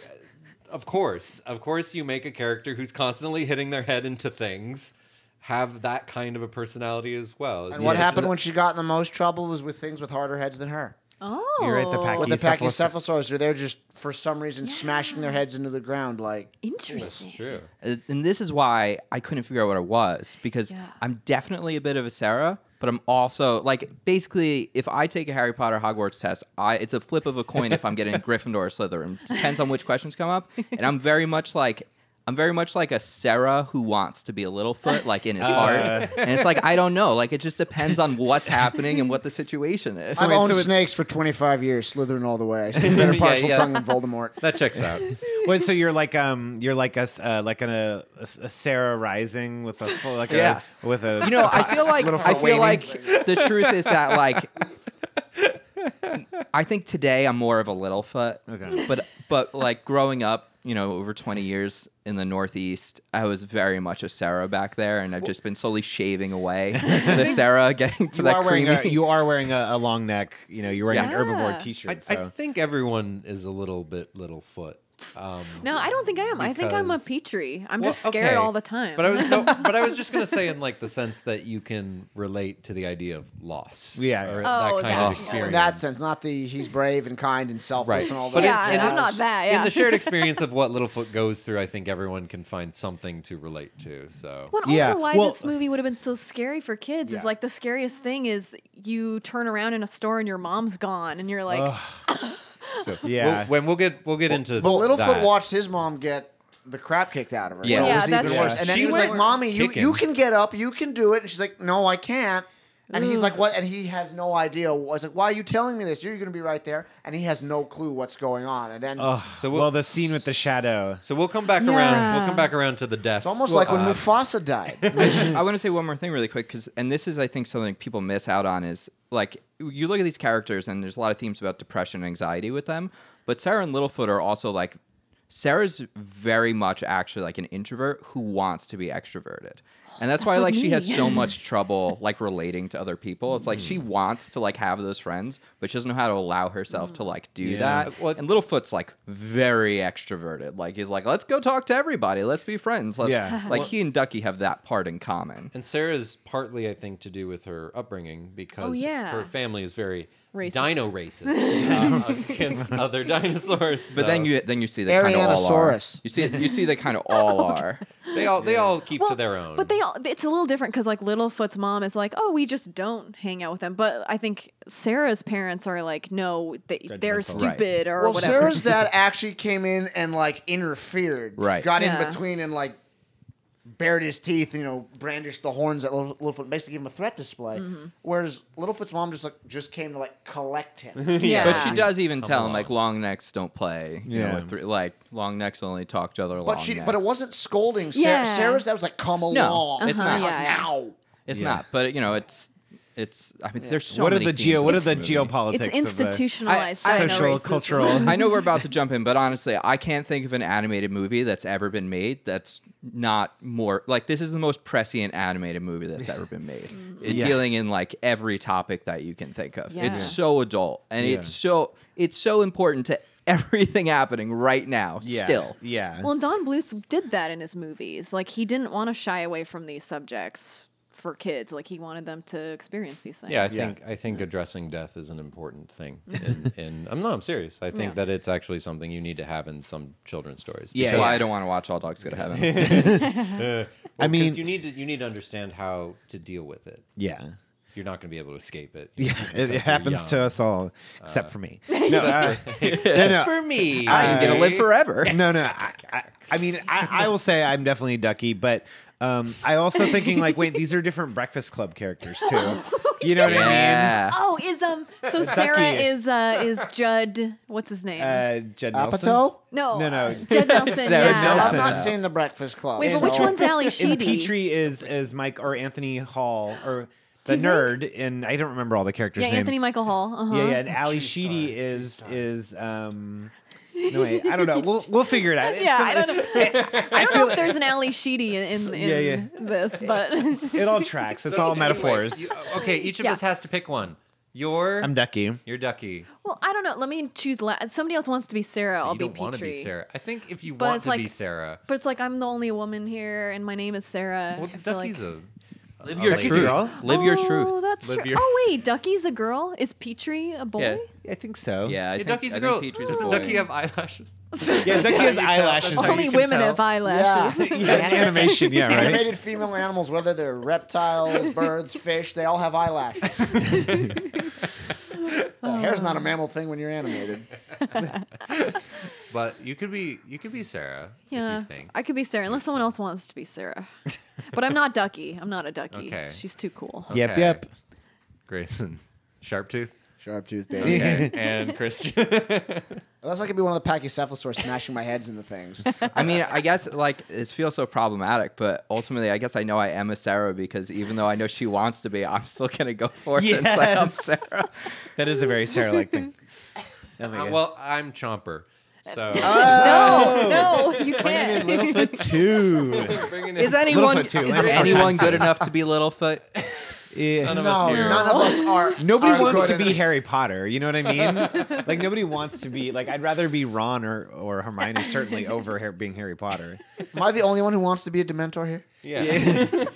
Speaker 3: of course, of course you make a character who's constantly hitting their head into things have that kind of a personality as well.
Speaker 7: And what happened when she got in the most trouble was with things with harder heads than her.
Speaker 4: Oh,
Speaker 5: You're right, the pack-
Speaker 7: With the
Speaker 5: Pachycephalosaurus.
Speaker 7: pachycephalosaurus, they're just for some reason smashing their heads into the ground. Like
Speaker 4: Interesting.
Speaker 3: True.
Speaker 6: Uh, And this is why I couldn't figure out what it was because
Speaker 4: Yeah.
Speaker 6: I'm definitely a bit of a Sarah, but I'm also like basically if I take a Harry Potter Hogwarts test, I it's a flip of a coin if I'm getting Gryffindor or Slytherin. Depends on which questions come up, and I'm very much like. I'm very much like a Sarah who wants to be a Littlefoot, like in his
Speaker 5: Uh.
Speaker 6: heart, and it's like I don't know, like it just depends on what's happening and what the situation is.
Speaker 7: I've
Speaker 5: wait,
Speaker 7: owned
Speaker 5: so it-
Speaker 7: snakes for 25 years, slithering all the way. I speak better
Speaker 3: Yeah,
Speaker 7: partial
Speaker 3: yeah.
Speaker 7: tongue than Voldemort.
Speaker 3: That checks out.
Speaker 5: Wait, so you're like um, you're like us, uh, like an, uh, a, s- a Sarah Rising with a full, like
Speaker 6: Yeah.
Speaker 5: a with a.
Speaker 6: You know, I feel like
Speaker 5: Little
Speaker 6: I
Speaker 5: foot waiting.
Speaker 6: feel like the truth is that like I think today I'm more of a little foot.
Speaker 5: Okay.
Speaker 6: But but like growing up, you know, over 20 years in the Northeast, I was very much a Sarah back there, and I've just been slowly shaving away the Sarah, getting to
Speaker 5: you
Speaker 6: that
Speaker 5: are wearing a,
Speaker 6: creamy.
Speaker 5: you are wearing a, a long neck. You know, you're wearing
Speaker 4: Yeah.
Speaker 5: an herbivore
Speaker 4: Yeah.
Speaker 5: T-shirt.
Speaker 3: I, I
Speaker 5: so.
Speaker 3: think everyone is a little bit little foot. Um,
Speaker 4: No, I don't think I am. I think I'm a
Speaker 3: Because-
Speaker 4: Petrie. I'm
Speaker 3: well,
Speaker 4: just scared
Speaker 3: okay.
Speaker 4: all the time.
Speaker 3: But I was, no, but I was just gonna say in like the sense that you can relate to the idea of loss.
Speaker 5: Yeah.
Speaker 3: or
Speaker 4: Oh,
Speaker 3: that kind
Speaker 4: that-
Speaker 3: of experience.
Speaker 7: In that sense, not the he's brave and kind and selfless
Speaker 3: Right.
Speaker 7: and all that.
Speaker 3: But it-
Speaker 4: yeah,
Speaker 3: in
Speaker 4: I'm
Speaker 3: the-
Speaker 4: not that. Yeah.
Speaker 3: In the shared experience of what Littlefoot goes through, I think everyone can find something to relate to. So
Speaker 4: Well, and
Speaker 5: Yeah,
Speaker 4: also why
Speaker 5: well-
Speaker 4: this movie would have been so scary for kids is
Speaker 5: Yeah.
Speaker 4: like the scariest thing is you turn around in a store and your mom's gone and you're like,
Speaker 3: So
Speaker 5: Yeah.
Speaker 3: we'll, when we'll get we'll get into
Speaker 7: But Littlefoot
Speaker 3: that.
Speaker 7: watched his mom get the crap kicked out of her.
Speaker 6: Yeah.
Speaker 7: so it
Speaker 6: Yeah,
Speaker 7: was even
Speaker 4: that's-
Speaker 7: worse. And then
Speaker 3: She
Speaker 7: he was like,
Speaker 4: went
Speaker 7: "Mommy, you,
Speaker 3: kicking.
Speaker 7: you can get up, you can do it." And she's like, "No, I can't." And he's like, "What?" And he has no idea. I was like, "Why are you telling me this? You're going to be right there." And he has no clue what's going on. And then
Speaker 5: Ugh.
Speaker 3: So we'll-
Speaker 5: well, the scene with the shadow.
Speaker 3: So we'll come back around. We'll come back around to the death. uh,
Speaker 7: it's almost like
Speaker 6: uh,
Speaker 7: when Mufasa died.
Speaker 6: I want to say one more thing really quick because, and this is I think something people miss out on is like you look at these characters and there's a lot of themes about depression and anxiety with them, but Sarah and Littlefoot are also like Sarah's very much actually like an introvert who wants to be extroverted. And that's, why
Speaker 4: like
Speaker 6: like she has
Speaker 4: me.
Speaker 6: so much trouble like relating to other people. It's like she wants to like have those friends, but she doesn't know how to allow herself to like do that.
Speaker 3: Well-
Speaker 6: and Littlefoot's like very extroverted. Like he's like, let's go talk to everybody. Let's be friends. Let's,
Speaker 5: Yeah.
Speaker 6: Like he and Ducky have that part in common.
Speaker 3: And Sarah's partly, I think, to do with her upbringing because
Speaker 4: Oh, yeah.
Speaker 3: her family is very
Speaker 4: Racist.
Speaker 3: dino racist uh, against other dinosaurs.
Speaker 6: But then
Speaker 3: so
Speaker 6: you then you see they kind of all are.
Speaker 7: Arianosaurus.
Speaker 6: You see you see they kind of all are.
Speaker 3: they all they all keep to their own.
Speaker 4: But they all, it's a little different because like Littlefoot's mom is like, oh, we just don't hang out with them. But I think Sarah's parents are like, no, they, they're
Speaker 5: Judgmental. Right.
Speaker 4: stupid or
Speaker 7: well,
Speaker 4: whatever.
Speaker 7: Sarah's dad actually came in and like interfered.
Speaker 6: Right.
Speaker 7: Got
Speaker 4: Yeah.
Speaker 7: in between and like bared his teeth, you know, brandished the horns at Little- Littlefoot, basically gave him a threat display.
Speaker 4: Mm-hmm.
Speaker 7: Whereas Littlefoot's mom just like just came to like collect him.
Speaker 4: yeah.
Speaker 6: But she does even tell him
Speaker 3: along.
Speaker 6: like long necks don't play. You know,
Speaker 5: Yeah.
Speaker 6: with three, like long necks only talk to other long
Speaker 7: but she but it
Speaker 6: necks.
Speaker 7: wasn't scolding
Speaker 4: Yeah.
Speaker 7: Sarah. Sarah's dad was like, come along.
Speaker 6: it's
Speaker 4: Uh-huh,
Speaker 6: not.
Speaker 7: Like,
Speaker 4: Yeah, yeah.
Speaker 7: now.
Speaker 6: It's not. But you know, it's it's. I mean, there's so
Speaker 5: what are
Speaker 6: many
Speaker 5: the
Speaker 6: themes
Speaker 5: geo?
Speaker 6: in
Speaker 5: What are
Speaker 6: this
Speaker 5: the
Speaker 6: movie.
Speaker 5: geopolitics?
Speaker 4: it's
Speaker 5: of
Speaker 4: institutionalized.
Speaker 5: the
Speaker 4: dino
Speaker 5: social,
Speaker 4: racism.
Speaker 5: cultural.
Speaker 6: I know we're about to jump in, but honestly, I can't think of an animated movie that's ever been made that's not more like this is the most prescient animated movie that's ever been made. It
Speaker 5: Yeah.
Speaker 6: dealing in like every topic that you can think of. It's
Speaker 4: Yeah.
Speaker 6: so adult and
Speaker 5: Yeah.
Speaker 6: it's so it's so important to everything happening right now
Speaker 5: Yeah,
Speaker 6: still.
Speaker 5: yeah.
Speaker 4: Well, and Don Bluth did that in his movies. Like he didn't want to shy away from these subjects for kids. Like he wanted them to experience these things.
Speaker 3: yeah, I
Speaker 5: Yeah.
Speaker 3: think I think addressing death is an important thing. And, and I'm no, I'm serious. I think
Speaker 4: Yeah.
Speaker 3: that it's actually something you need to have in some children's stories.
Speaker 5: Yeah,
Speaker 6: That's why
Speaker 5: yeah.
Speaker 6: I don't want to watch All Dogs Go to Heaven.
Speaker 5: I
Speaker 3: I mean,
Speaker 5: mean,
Speaker 3: you need to you need to understand how to deal with it.
Speaker 5: yeah.
Speaker 3: You're not going to be able to escape it.
Speaker 5: Yeah, it, it happens to us all, except for me. No, uh,
Speaker 3: Except
Speaker 5: no,
Speaker 3: for me,
Speaker 6: I'm gonna live forever.
Speaker 5: no, no. I, I, I mean, I, I will say I'm definitely ducky, but um, I also thinking like, wait, these are different Breakfast Club characters too. You know what
Speaker 6: Yeah.
Speaker 4: Oh, is um so Sarah
Speaker 5: Sucky.
Speaker 4: is uh is Judd what's his name?
Speaker 5: I mean? Uh, Judd Nelson.
Speaker 7: Apatow?
Speaker 4: no,
Speaker 5: no, no.
Speaker 4: uh, Judd Nelson.
Speaker 5: Sarah
Speaker 4: yeah.
Speaker 7: I've
Speaker 5: Nelson.
Speaker 7: not seen The Breakfast Club.
Speaker 4: Wait, but
Speaker 7: so-
Speaker 4: which one's Ali
Speaker 5: And
Speaker 4: Sheedy?
Speaker 5: Petrie is is Mike or Anthony Hall or the
Speaker 4: you
Speaker 5: nerd, and I don't remember all the characters.
Speaker 4: yeah,
Speaker 5: names.
Speaker 4: Anthony Michael Hall. Uh-huh.
Speaker 5: Yeah, yeah. And Ali Sheedy is is um. No way. I don't know. We'll we'll figure it out. It's
Speaker 4: Yeah,
Speaker 5: some-
Speaker 4: I don't know. I don't know if there's an Ali Sheedy in, in, in
Speaker 5: Yeah, yeah.
Speaker 4: this, but
Speaker 5: It all tracks. It's all metaphors.
Speaker 3: uh, okay, each of
Speaker 4: Yeah.
Speaker 3: us has to pick one. You're
Speaker 5: I'm ducky.
Speaker 3: you're Ducky.
Speaker 4: well, I don't know. Let me choose. La- if somebody else wants to be Sarah.
Speaker 3: So
Speaker 4: I'll
Speaker 3: you
Speaker 4: be
Speaker 3: don't want to
Speaker 4: Petrie.
Speaker 3: be Sarah. I think if you
Speaker 4: But
Speaker 3: want
Speaker 4: it's
Speaker 3: to be
Speaker 4: like-
Speaker 3: Sarah,
Speaker 4: But it's like I'm the only woman here, and my name is Sarah.
Speaker 3: well,
Speaker 4: uh, I feel like-
Speaker 3: Ducky's a
Speaker 6: Live
Speaker 3: a
Speaker 6: your
Speaker 3: lady.
Speaker 5: True.
Speaker 6: truth. Live your
Speaker 4: Oh,
Speaker 6: truth.
Speaker 4: that's
Speaker 3: Live
Speaker 4: true.
Speaker 3: your-
Speaker 4: Oh wait, Ducky's a girl. Is Petrie a boy?
Speaker 6: Yeah.
Speaker 5: I think so.
Speaker 6: Yeah, I
Speaker 3: Yeah,
Speaker 6: think,
Speaker 3: Ducky's
Speaker 6: I
Speaker 3: a girl.
Speaker 6: Think Petrie's
Speaker 3: Doesn't
Speaker 6: a boy.
Speaker 3: Ducky have eyelashes?
Speaker 5: Yeah, Ducky has
Speaker 3: you tell.
Speaker 5: eyelashes.
Speaker 3: That's how
Speaker 4: Only
Speaker 3: you can
Speaker 4: women
Speaker 3: tell.
Speaker 4: have eyelashes.
Speaker 7: Yeah.
Speaker 5: Yeah, animation. Yeah, right.
Speaker 7: Animated female animals, whether they're reptiles, birds, fish, they all have eyelashes. Uh, hair's not a mammal thing when you're animated.
Speaker 3: But you could be you could be Sarah if
Speaker 4: Yeah,
Speaker 3: you think.
Speaker 4: I could be Sarah unless someone else wants to be Sarah. but I'm not Ducky. I'm not a Ducky.
Speaker 3: Okay.
Speaker 4: She's too cool.
Speaker 5: Yep,
Speaker 3: Okay.
Speaker 5: yep.
Speaker 3: Grayson, Sharptooth,
Speaker 7: Sharp tooth baby.
Speaker 3: okay, and Christian.
Speaker 7: Unless I could be one of the pachycephalosaurs smashing my heads into things.
Speaker 6: I mean, I guess like it feels so problematic, but ultimately, I guess I know I am a Sarah because even though I know she wants to be, I'm still gonna go for it and say I'm
Speaker 5: Yes.
Speaker 6: Sarah.
Speaker 5: That is a very Sarah-like thing. Oh my
Speaker 3: Uh,
Speaker 5: God.
Speaker 3: well, I'm Chomper.
Speaker 6: Oh.
Speaker 3: So
Speaker 7: Oh!
Speaker 4: No, you can't.
Speaker 5: Littlefoot too.
Speaker 3: bringing in
Speaker 6: Is anyone
Speaker 5: Littlefoot, too.
Speaker 6: is
Speaker 5: Littlefoot.
Speaker 6: anyone good enough to be Littlefoot?
Speaker 5: Yeah.
Speaker 3: none of us
Speaker 7: No,
Speaker 3: here.
Speaker 7: none of us are.
Speaker 5: Nobody
Speaker 7: are
Speaker 5: wants
Speaker 7: good
Speaker 5: to be
Speaker 7: enough.
Speaker 5: Harry Potter. You know what I mean? like nobody wants to be like. I'd rather be Ron or or Hermione certainly over Har- being Harry Potter.
Speaker 7: Am I the only one who wants to be a Dementor here?
Speaker 3: Yeah.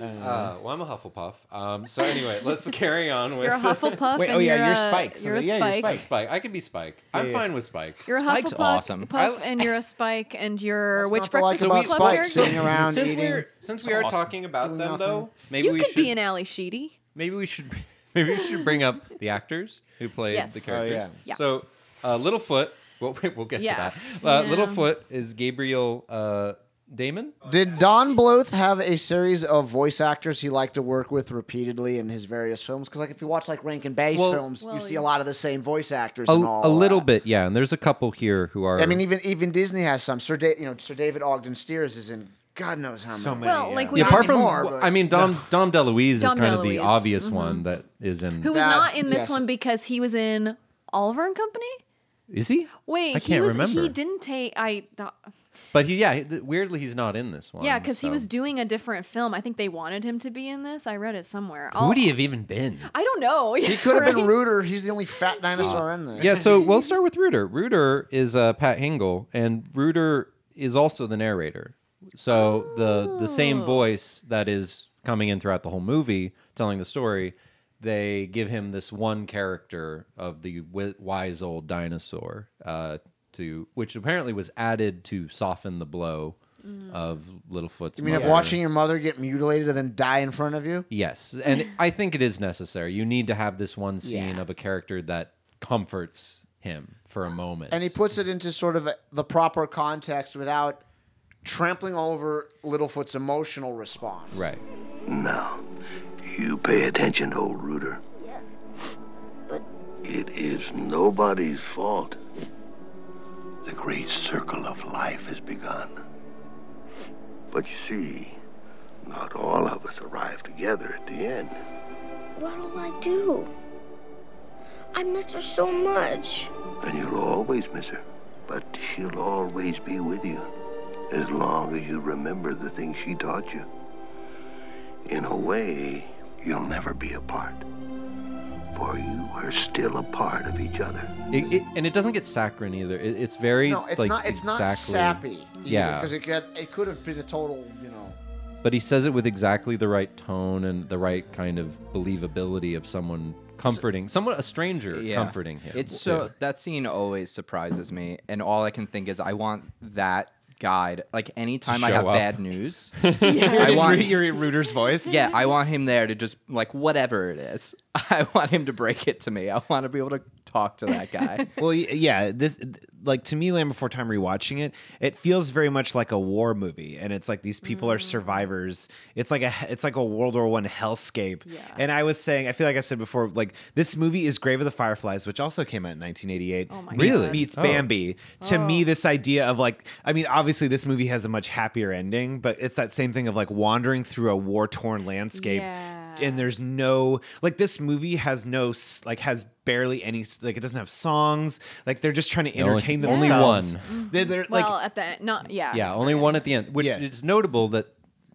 Speaker 4: Uh-huh.
Speaker 3: Uh, well, I'm a Hufflepuff. Um, so anyway, let's carry on with
Speaker 4: You're a Hufflepuff.
Speaker 5: Wait,
Speaker 4: and
Speaker 5: oh yeah,
Speaker 4: you're,
Speaker 5: you're
Speaker 4: a,
Speaker 5: Spike, so
Speaker 4: You're a
Speaker 5: yeah, you're
Speaker 4: Spike.
Speaker 5: Spike.
Speaker 3: Spike. I could be Spike. I'm
Speaker 5: yeah.
Speaker 3: fine with Spike.
Speaker 4: You're a
Speaker 6: Spike's
Speaker 4: Hufflepuff,
Speaker 6: awesome.
Speaker 4: Puff,
Speaker 3: I-
Speaker 4: and you're a Spike, and you're
Speaker 7: What's
Speaker 4: which
Speaker 7: not to like
Speaker 4: breakfast
Speaker 7: about
Speaker 4: club
Speaker 7: Spike?
Speaker 4: character?
Speaker 7: Sitting around
Speaker 3: since
Speaker 7: eating.
Speaker 3: we're since we are
Speaker 6: awesome.
Speaker 3: talking about
Speaker 7: Doing
Speaker 3: them
Speaker 7: nothing.
Speaker 3: though, maybe
Speaker 4: You
Speaker 3: we
Speaker 4: could
Speaker 3: should
Speaker 4: be an Ally Sheedy.
Speaker 3: maybe we should maybe we should bring up the actors who played the
Speaker 4: Yes. Oh,
Speaker 3: characters.
Speaker 5: yeah.
Speaker 4: Yeah.
Speaker 3: So uh, Littlefoot, well, wait, we'll get
Speaker 4: Yeah.
Speaker 3: to that. Uh,
Speaker 4: Yeah.
Speaker 3: Littlefoot is Gabriel uh, Damon.
Speaker 7: Did Don Bluth have a series of voice actors he liked to work with repeatedly in his various films? Because like if you watch like Rankin Bass
Speaker 3: Well-
Speaker 7: films,
Speaker 4: Well,
Speaker 7: you see
Speaker 4: yeah.
Speaker 7: a lot of the same voice actors.
Speaker 3: A,
Speaker 7: and all
Speaker 3: a little
Speaker 7: that.
Speaker 3: bit, yeah. And there's a couple here who are.
Speaker 7: I mean, even even Disney has some. Sir, da- you know, Sir David Ogden Steers is in God knows how many.
Speaker 5: So many.
Speaker 4: Well,
Speaker 5: yeah.
Speaker 4: like we
Speaker 3: yeah,
Speaker 7: not
Speaker 3: apart from,
Speaker 7: anymore, but-
Speaker 3: I mean, Dom Dom DeLuise is
Speaker 4: Dom
Speaker 3: kind of the
Speaker 4: DeLuise, Mm-hmm.
Speaker 3: obvious one that is in.
Speaker 4: Who was
Speaker 7: That-
Speaker 4: not in this
Speaker 7: yes.
Speaker 4: one because he was in Oliver and Company?
Speaker 3: Is he?
Speaker 4: Wait,
Speaker 3: I
Speaker 4: he
Speaker 3: can't
Speaker 4: was
Speaker 3: remember.
Speaker 4: he didn't take I thought
Speaker 3: But he, yeah, he- weirdly, he's not in this one.
Speaker 4: Yeah, cuz he
Speaker 3: so-
Speaker 4: was doing a different film. I think they wanted him to be in this. I read it somewhere.
Speaker 3: Who
Speaker 4: I'll-
Speaker 3: would he have even been?
Speaker 4: I don't know.
Speaker 7: He could have been Rooter. He's the only fat dinosaur in there.
Speaker 3: Uh, yeah, so we'll start with Reuter. Reuter is uh, Pat Hingle, and Reuter is also the narrator. So the the
Speaker 4: Oh.
Speaker 3: same voice that is coming in throughout the whole movie, telling the story, they give him this one character of the wi- wise old dinosaur, uh, to which apparently was added to soften the blow
Speaker 4: Mm.
Speaker 3: of Littlefoot's.
Speaker 7: You mean of
Speaker 3: mother.
Speaker 7: watching your mother get mutilated and then die in front of you?
Speaker 3: Yes, and I think it is necessary. You need to have this one scene
Speaker 7: Yeah.
Speaker 3: of a character that comforts him for a moment.
Speaker 7: And he puts it into sort of a, the proper context without trampling over Littlefoot's emotional response.
Speaker 3: right.
Speaker 11: Now, you pay attention, old Rooter.
Speaker 1: Yeah.
Speaker 11: It is nobody's fault. The great circle of life has begun. But you see, not all of us arrive together at the end.
Speaker 1: What'll I do? I miss her so much.
Speaker 11: And you'll always miss her. But she'll always be with you. As long as you remember the things she taught you. In a way, you'll never be apart. For you are still a part of each other.
Speaker 3: It, it, and it doesn't get saccharine either. It, it's very
Speaker 7: Uh, No, it's
Speaker 3: like,
Speaker 7: not. It's not
Speaker 3: exactly-
Speaker 7: sappy.
Speaker 3: Yeah.
Speaker 7: Because it could it could have been a total. You know.
Speaker 3: But he says it with exactly the right tone and the right kind of believability of someone comforting, someone a stranger comforting him.
Speaker 6: It's so that scene always surprises me, and all I can think is I want that guide. Like anytime I
Speaker 3: show
Speaker 6: have
Speaker 3: up.
Speaker 6: bad news, I want
Speaker 5: You're in Reuter's voice.
Speaker 6: yeah, I want him there to just like whatever it is. I want him to break it to me. I want to be able to talk to that guy.
Speaker 5: Well, y- yeah, this like to me, Land Before Time. Rewatching it, it feels very much like a war movie, and it's like these people
Speaker 4: Mm.
Speaker 5: are survivors. It's like a it's like a World War One hellscape.
Speaker 4: Yeah.
Speaker 5: And I was saying, I feel like I said before, like this movie is Grave of the Fireflies, which also came out in 1988.
Speaker 4: Oh my Oh.
Speaker 5: meets-
Speaker 4: Really?
Speaker 5: meets
Speaker 3: Oh.
Speaker 5: Bambi. To me, this idea of like, I mean, obviously this movie has a much happier ending, but it's that same thing of like wandering through a war torn landscape
Speaker 4: Yeah.
Speaker 5: and there's no like this movie has no s- like has barely any s- like it doesn't have songs like they're just trying to
Speaker 3: only-
Speaker 5: entertain
Speaker 3: only
Speaker 5: themselves
Speaker 3: one.
Speaker 5: they're, they're, like
Speaker 4: well, at the end, not yeah.
Speaker 3: yeah, only one at the end. Which
Speaker 5: Yeah.
Speaker 3: it's notable that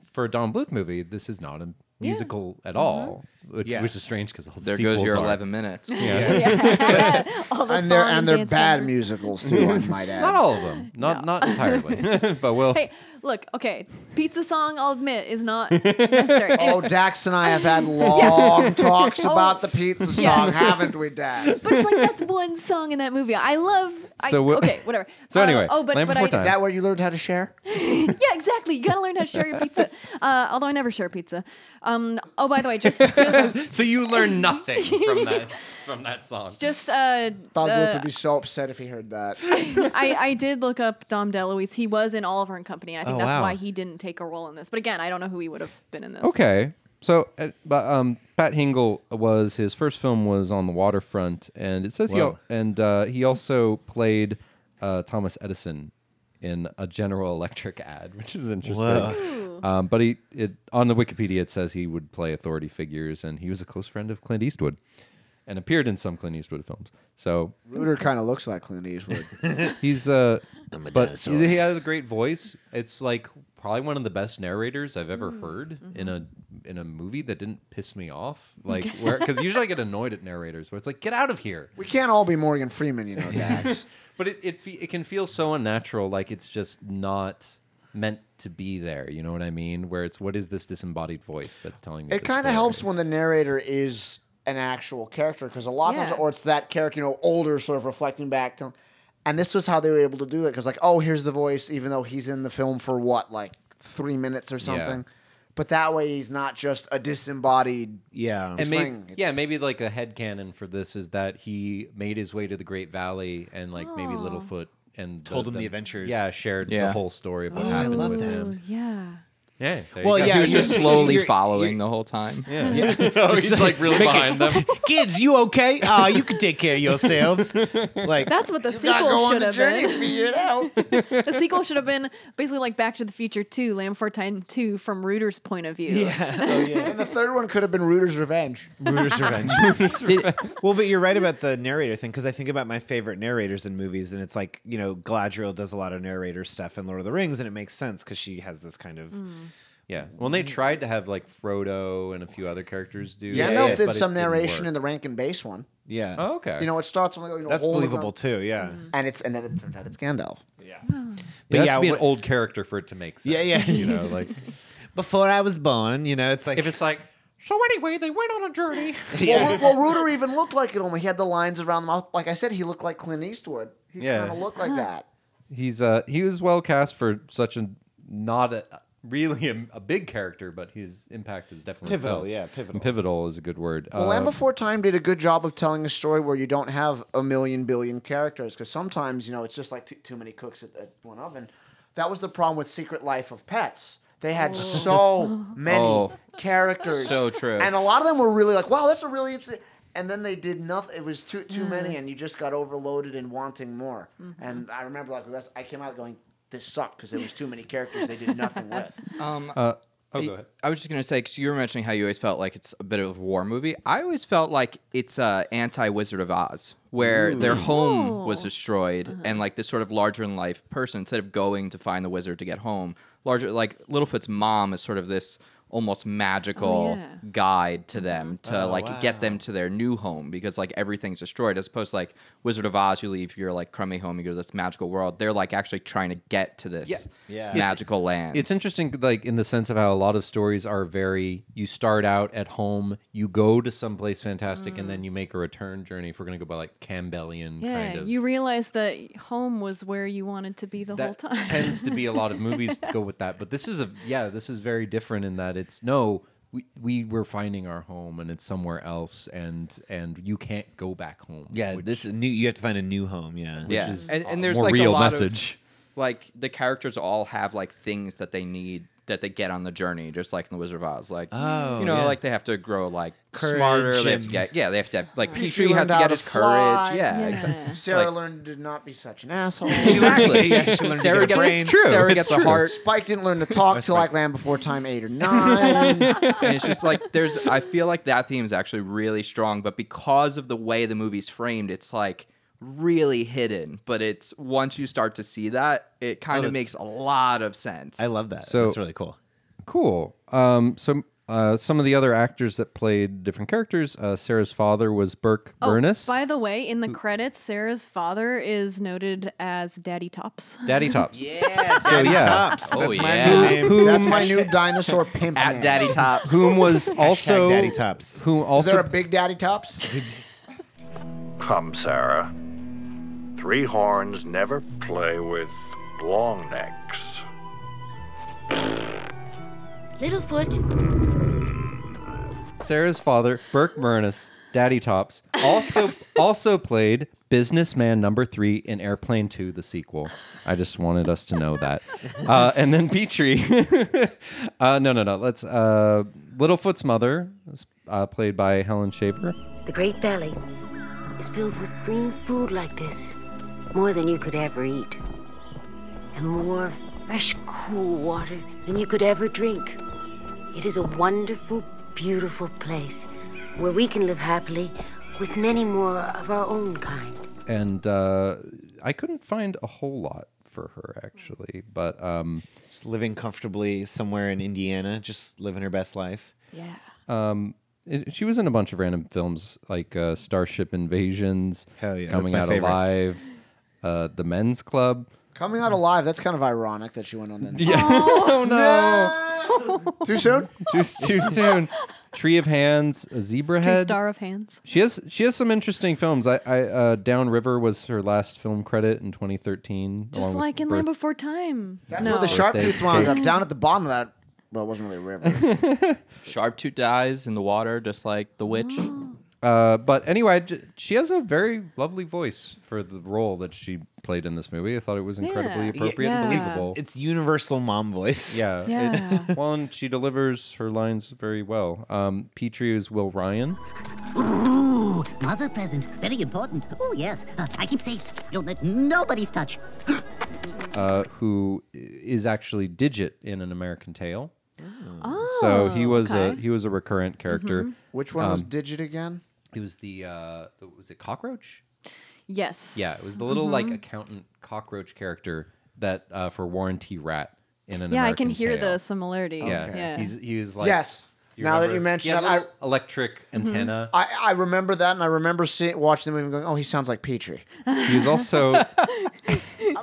Speaker 3: for a Don Bluth movie, this is not a musical at all, which,
Speaker 5: Yeah.
Speaker 3: which is strange because all the
Speaker 6: There
Speaker 3: sequels
Speaker 6: goes your
Speaker 3: are.
Speaker 6: eleven minutes.
Speaker 4: All the
Speaker 7: And they're
Speaker 4: song
Speaker 7: and they're
Speaker 4: dance
Speaker 7: bad
Speaker 4: numbers.
Speaker 7: musicals too. I might add.
Speaker 3: Not all of them. Not not entirely. but we'll
Speaker 4: Hey, look, okay, pizza song. I'll admit is not necessary.
Speaker 7: Oh, Dax and I have had long talks about the pizza song,
Speaker 4: Yes.
Speaker 7: haven't we, Dax?
Speaker 4: but it's like that's one song in that movie. I love. I,
Speaker 3: So we'll-
Speaker 4: okay, whatever.
Speaker 3: So anyway,
Speaker 4: oh, but,
Speaker 3: Land
Speaker 4: but I
Speaker 3: Before
Speaker 4: just,
Speaker 3: Time.
Speaker 7: Is that where you learned how to share?
Speaker 4: yeah, exactly. You gotta learn how to share your pizza. Uh, although I never share pizza. Um, oh, by the way, just just
Speaker 3: So you learn nothing from that from that song.
Speaker 4: just uh,
Speaker 7: Don
Speaker 4: uh,
Speaker 7: Bluth would be so upset if he heard that.
Speaker 4: I I did look up Dom DeLuise. He was in Oliver and Company, and I think
Speaker 5: Oh,
Speaker 4: that's
Speaker 5: wow.
Speaker 4: why he didn't take a role in this. But again, I don't know who he would have been in this.
Speaker 3: Okay. So, uh, but um, Pat Hingle was his first film was on the waterfront, and it says he al- and uh, he also played uh, Thomas Edison in a General Electric ad, which is interesting. Um, but he it, on the Wikipedia it says he would play authority figures, and he was a close friend of Clint Eastwood, and appeared in some Clint Eastwood films. So
Speaker 7: Rooter kind of looks like Clint Eastwood.
Speaker 3: He's uh, but he has a great voice. It's like probably one of the best narrators I've ever heard in a in a movie that didn't piss me off. Like where because usually I get annoyed at narrators where it's like get out of here.
Speaker 7: we can't all be Morgan Freeman, you know, Dax.
Speaker 3: But it it, fe- it can feel so unnatural. Like it's just not meant to be there. You know what I mean? Where it's what is this disembodied voice that's telling me?
Speaker 7: It
Speaker 3: this
Speaker 7: kind of
Speaker 3: story?
Speaker 7: helps when the narrator is an actual character because a lot of
Speaker 4: Yeah.
Speaker 7: times, or it's that character, you know, older, sort of reflecting back to. And this was how they were able to do that because, like, oh, here's the voice, even though he's in the film for what, like three minutes or something. But that way, he's not just a disembodied.
Speaker 5: yeah
Speaker 3: and maybe,
Speaker 7: explain.
Speaker 3: yeah,
Speaker 7: It's-
Speaker 3: maybe like a headcanon for this is that he made his way to the Great Valley and like
Speaker 5: Oh.
Speaker 3: maybe Littlefoot and
Speaker 5: Told him the adventures.
Speaker 3: Yeah, shared the
Speaker 6: Yeah.
Speaker 5: Oh,
Speaker 3: whole story of what happened with him.
Speaker 4: Yeah.
Speaker 3: Yeah. there you
Speaker 5: Well,
Speaker 3: go.
Speaker 5: yeah,
Speaker 6: he was just
Speaker 5: you-
Speaker 6: slowly
Speaker 5: you're-
Speaker 6: following the whole time.
Speaker 3: Yeah. Oh, he's like really behind them.
Speaker 5: Kids, you okay? Ah, you can take care of yourselves. Like
Speaker 4: That's what the
Speaker 7: Gotta go
Speaker 4: sequel
Speaker 7: on
Speaker 4: should
Speaker 7: the
Speaker 4: have
Speaker 7: journey,
Speaker 4: been.
Speaker 7: figure it out.
Speaker 4: The sequel should have been basically like Back to the Future 2, Lamb for Time 2 from Reuter's point of view.
Speaker 7: and the third one could have been Rooter's Revenge.
Speaker 5: Rooter's Revenge. Did- well, but you're right about the narrator thing because I think about my favorite narrators in movies, and it's like you know Gladriel does a lot of narrator stuff in Lord of the Rings, and it makes sense because she has this kind of
Speaker 4: Mm.
Speaker 3: Yeah. Well, they tried to have like Frodo and a few other characters do.
Speaker 7: Yeah,
Speaker 3: that,
Speaker 7: Melf
Speaker 3: but
Speaker 7: did
Speaker 3: it
Speaker 7: some
Speaker 3: didn't
Speaker 7: narration in
Speaker 3: work.
Speaker 7: the Rankin Bass one.
Speaker 5: yeah.
Speaker 3: Oh, okay.
Speaker 7: You know, it starts on like, you know,
Speaker 5: That's
Speaker 7: holding
Speaker 5: believable
Speaker 7: on-
Speaker 5: too. Yeah.
Speaker 7: and it's and then it turns out it's Gandalf.
Speaker 3: it has to be an
Speaker 5: wh-
Speaker 3: old character for it to make sense.
Speaker 5: Yeah, yeah.
Speaker 3: You know, like
Speaker 5: Before I was born, you know, it's like
Speaker 3: if it's like. So anyway, they went on a journey.
Speaker 7: Well, Ru- well, Rooter even looked like it only. He had the lines around the mouth. Like I said, he looked like Clint Eastwood. He
Speaker 3: Yeah.
Speaker 7: kind of looked like that.
Speaker 3: He's uh he was well cast for such a not a, really a, a big character, but his impact is definitely
Speaker 5: Pivotal,
Speaker 3: felt.
Speaker 5: yeah,
Speaker 3: And
Speaker 5: pivotal.
Speaker 3: Pivotal is a good word.
Speaker 7: Well, Land
Speaker 3: Uh,
Speaker 7: Before Time did a good job of telling a story where you don't have a million billion characters because sometimes, you know, it's just like t- too many cooks at, at one oven. That was the problem with Secret Life of Pets. They had so many
Speaker 6: Oh.
Speaker 7: characters.
Speaker 6: So true.
Speaker 7: And a lot of them were really like, wow, that's a really interesting. And then they did nothing. It was too too many, and you just got overloaded and wanting more. And I remember like that's, I came out going, "This sucked" because there was too many characters they did nothing with.
Speaker 6: Um,
Speaker 3: oh, go ahead.
Speaker 6: I was just gonna say, 'cause you were mentioning how you always felt like it's a bit of a war movie. I always felt like it's uh, anti Wizard of Oz, where their home was destroyed, and like this sort of larger in life person, instead of going to find the wizard to get home, larger like Littlefoot's mom is sort of this almost magical
Speaker 4: yeah.
Speaker 6: guide to them
Speaker 3: Oh,
Speaker 6: to like get them to their new home because like everything's destroyed as opposed to like Wizard of Oz you leave your like crummy home you go to this magical world they're like actually trying to get to this
Speaker 5: Yeah. It's-
Speaker 6: magical land
Speaker 3: It's interesting, like in the sense of how a lot of stories are very. You start out at home, you go to someplace fantastic, and then you make a return journey. If we're gonna go by like Campbellian
Speaker 4: Yeah,
Speaker 3: kind of,
Speaker 4: you realize that home was where you wanted to be the whole
Speaker 3: that
Speaker 4: time.
Speaker 3: tends to be a lot of movies go with that. But this is a yeah, this is very different in that it's no. We, we were finding our home and it's somewhere else and and you can't go back home.
Speaker 5: yeah,
Speaker 3: which-
Speaker 5: this is new. You have to find a new home. Yeah.
Speaker 6: yeah. and, and there's
Speaker 3: more
Speaker 6: like
Speaker 3: real
Speaker 6: a lot
Speaker 3: message.
Speaker 6: Of, like the characters all have like things that they need that they get on the journey, just like in the Wizard of Oz. Like
Speaker 5: Oh,
Speaker 6: you know,
Speaker 5: yeah.
Speaker 6: like they have to grow like
Speaker 5: Courage
Speaker 6: smarter. They have to
Speaker 5: and-
Speaker 6: get yeah, they have to have like
Speaker 7: Petrie
Speaker 6: Petrie has
Speaker 7: learned
Speaker 6: to
Speaker 7: how
Speaker 6: get
Speaker 7: to
Speaker 6: his
Speaker 7: fly.
Speaker 6: courage. Yeah,
Speaker 4: Yeah.
Speaker 6: exactly.
Speaker 7: Sarah
Speaker 6: Like-
Speaker 7: learned to not be such an asshole.
Speaker 6: Exactly.
Speaker 5: Yeah, she learned to
Speaker 6: Sarah
Speaker 5: get a
Speaker 6: gets
Speaker 5: brain.
Speaker 3: true.
Speaker 6: Sarah
Speaker 3: It's
Speaker 6: gets
Speaker 3: true.
Speaker 6: a heart.
Speaker 7: Spike didn't learn to talk till like Land Before Time eight or nine.
Speaker 6: and it's just like there's i feel like that theme is actually really strong but because of the way the movie's framed it's like really hidden but it's once you start to see that it kind
Speaker 5: Oh, that's-
Speaker 6: of makes a lot of sense
Speaker 5: I love that.
Speaker 3: So-
Speaker 5: That's really cool.
Speaker 3: Cool. Um, so uh, some of the other actors that played different characters. Uh, Sarah's father was Burke
Speaker 4: Oh,
Speaker 3: Burness.
Speaker 4: by the way, in the credits, Sarah's father is noted as Daddy Tops.
Speaker 3: Daddy Tops.
Speaker 5: Yeah.
Speaker 3: So yeah,
Speaker 5: Tops.
Speaker 6: Oh,
Speaker 5: That's my
Speaker 6: yeah.
Speaker 5: new name.
Speaker 3: Who-
Speaker 7: That's my new dinosaur pimp.
Speaker 6: at
Speaker 7: name.
Speaker 6: daddy tops
Speaker 3: whom was also
Speaker 5: Daddy Tops.
Speaker 3: Who
Speaker 7: Is there a
Speaker 3: also
Speaker 7: big daddy tops?
Speaker 11: Come, Sarah. Three horns never play with long necks.
Speaker 2: Littlefoot,
Speaker 3: Sarah's father, Burke Burness, Daddy Tops, also also played businessman number three in Airplane Two, the sequel. I just wanted us to know that. Uh, and then Petrie. uh, no, no, no. Let's. Uh, Littlefoot's mother, uh, played by Helen Shaver.
Speaker 2: the Great Valley is filled with green food like this, more than you could ever eat, and more fresh, cool water than you could ever drink. It is a wonderful, beautiful place where we can live happily with many more of our own kind.
Speaker 3: and uh, I couldn't find a whole lot for her actually. But um,
Speaker 5: Just living comfortably somewhere in Indiana, just living her best life.
Speaker 4: Yeah.
Speaker 3: Um, it, she was in a bunch of random films like uh, Starship Invasions,
Speaker 5: Hell yeah, that's
Speaker 3: Coming
Speaker 5: my
Speaker 3: Out
Speaker 5: favorite.
Speaker 3: Alive, uh, The Men's Club.
Speaker 7: Coming out alive. That's kind of ironic that she went on that.
Speaker 3: Oh, no,
Speaker 7: Too soon.
Speaker 3: too too soon. Tree of Hands, a Zebra
Speaker 4: Three
Speaker 3: Head.
Speaker 4: star of hands.
Speaker 3: She has she has some interesting films. I, I uh, Down River was her last film credit in 2013. along
Speaker 4: Just
Speaker 3: with
Speaker 4: like in
Speaker 3: Birth-
Speaker 4: Land Before Time.
Speaker 7: That's
Speaker 4: no.
Speaker 7: where the sharp tooth
Speaker 3: Birthday
Speaker 7: wound up down at the bottom of that. Well, it wasn't really a river.
Speaker 4: Oh.
Speaker 6: sharp tooth dies in the water just like the witch
Speaker 3: Uh, but anyway, I j- she has a very lovely voice for the role that she played in this movie. I thought it was incredibly
Speaker 4: Yeah.
Speaker 3: appropriate and
Speaker 4: Yeah.
Speaker 3: believable.
Speaker 5: It's universal mom voice.
Speaker 3: yeah. it-
Speaker 4: Yeah.
Speaker 3: well, and she delivers her lines very well. Um, Petrie is Will Ryan.
Speaker 12: Ooh, mother present. Very important. Oh, yes. Uh, I keep safe. Don't let nobody's touch.
Speaker 3: uh, who i- is actually Digit in An American Tale.
Speaker 4: Oh,
Speaker 3: so he was a
Speaker 4: okay. Mm-hmm.
Speaker 3: he was a recurrent character.
Speaker 7: Which one was Digit again?
Speaker 3: He was the uh, the- was it cockroach?
Speaker 4: yes.
Speaker 3: Yeah, it was the little
Speaker 4: Mm-hmm.
Speaker 3: like accountant cockroach character that uh, for Warren T. Rat in An
Speaker 4: yeah, I
Speaker 3: American
Speaker 4: can hear
Speaker 3: Tale.
Speaker 4: the similarity.
Speaker 3: Yeah,
Speaker 4: yeah.
Speaker 3: he's he was like
Speaker 7: Yes. Now that you mention
Speaker 3: mentioned
Speaker 7: that, I-
Speaker 3: electric
Speaker 4: Mm-hmm.
Speaker 3: Mm-hmm. antenna.
Speaker 7: I, I remember that, and I remember seeing watching the movie and going, "Oh, he sounds like Petrie."
Speaker 3: He was also
Speaker 7: I'm,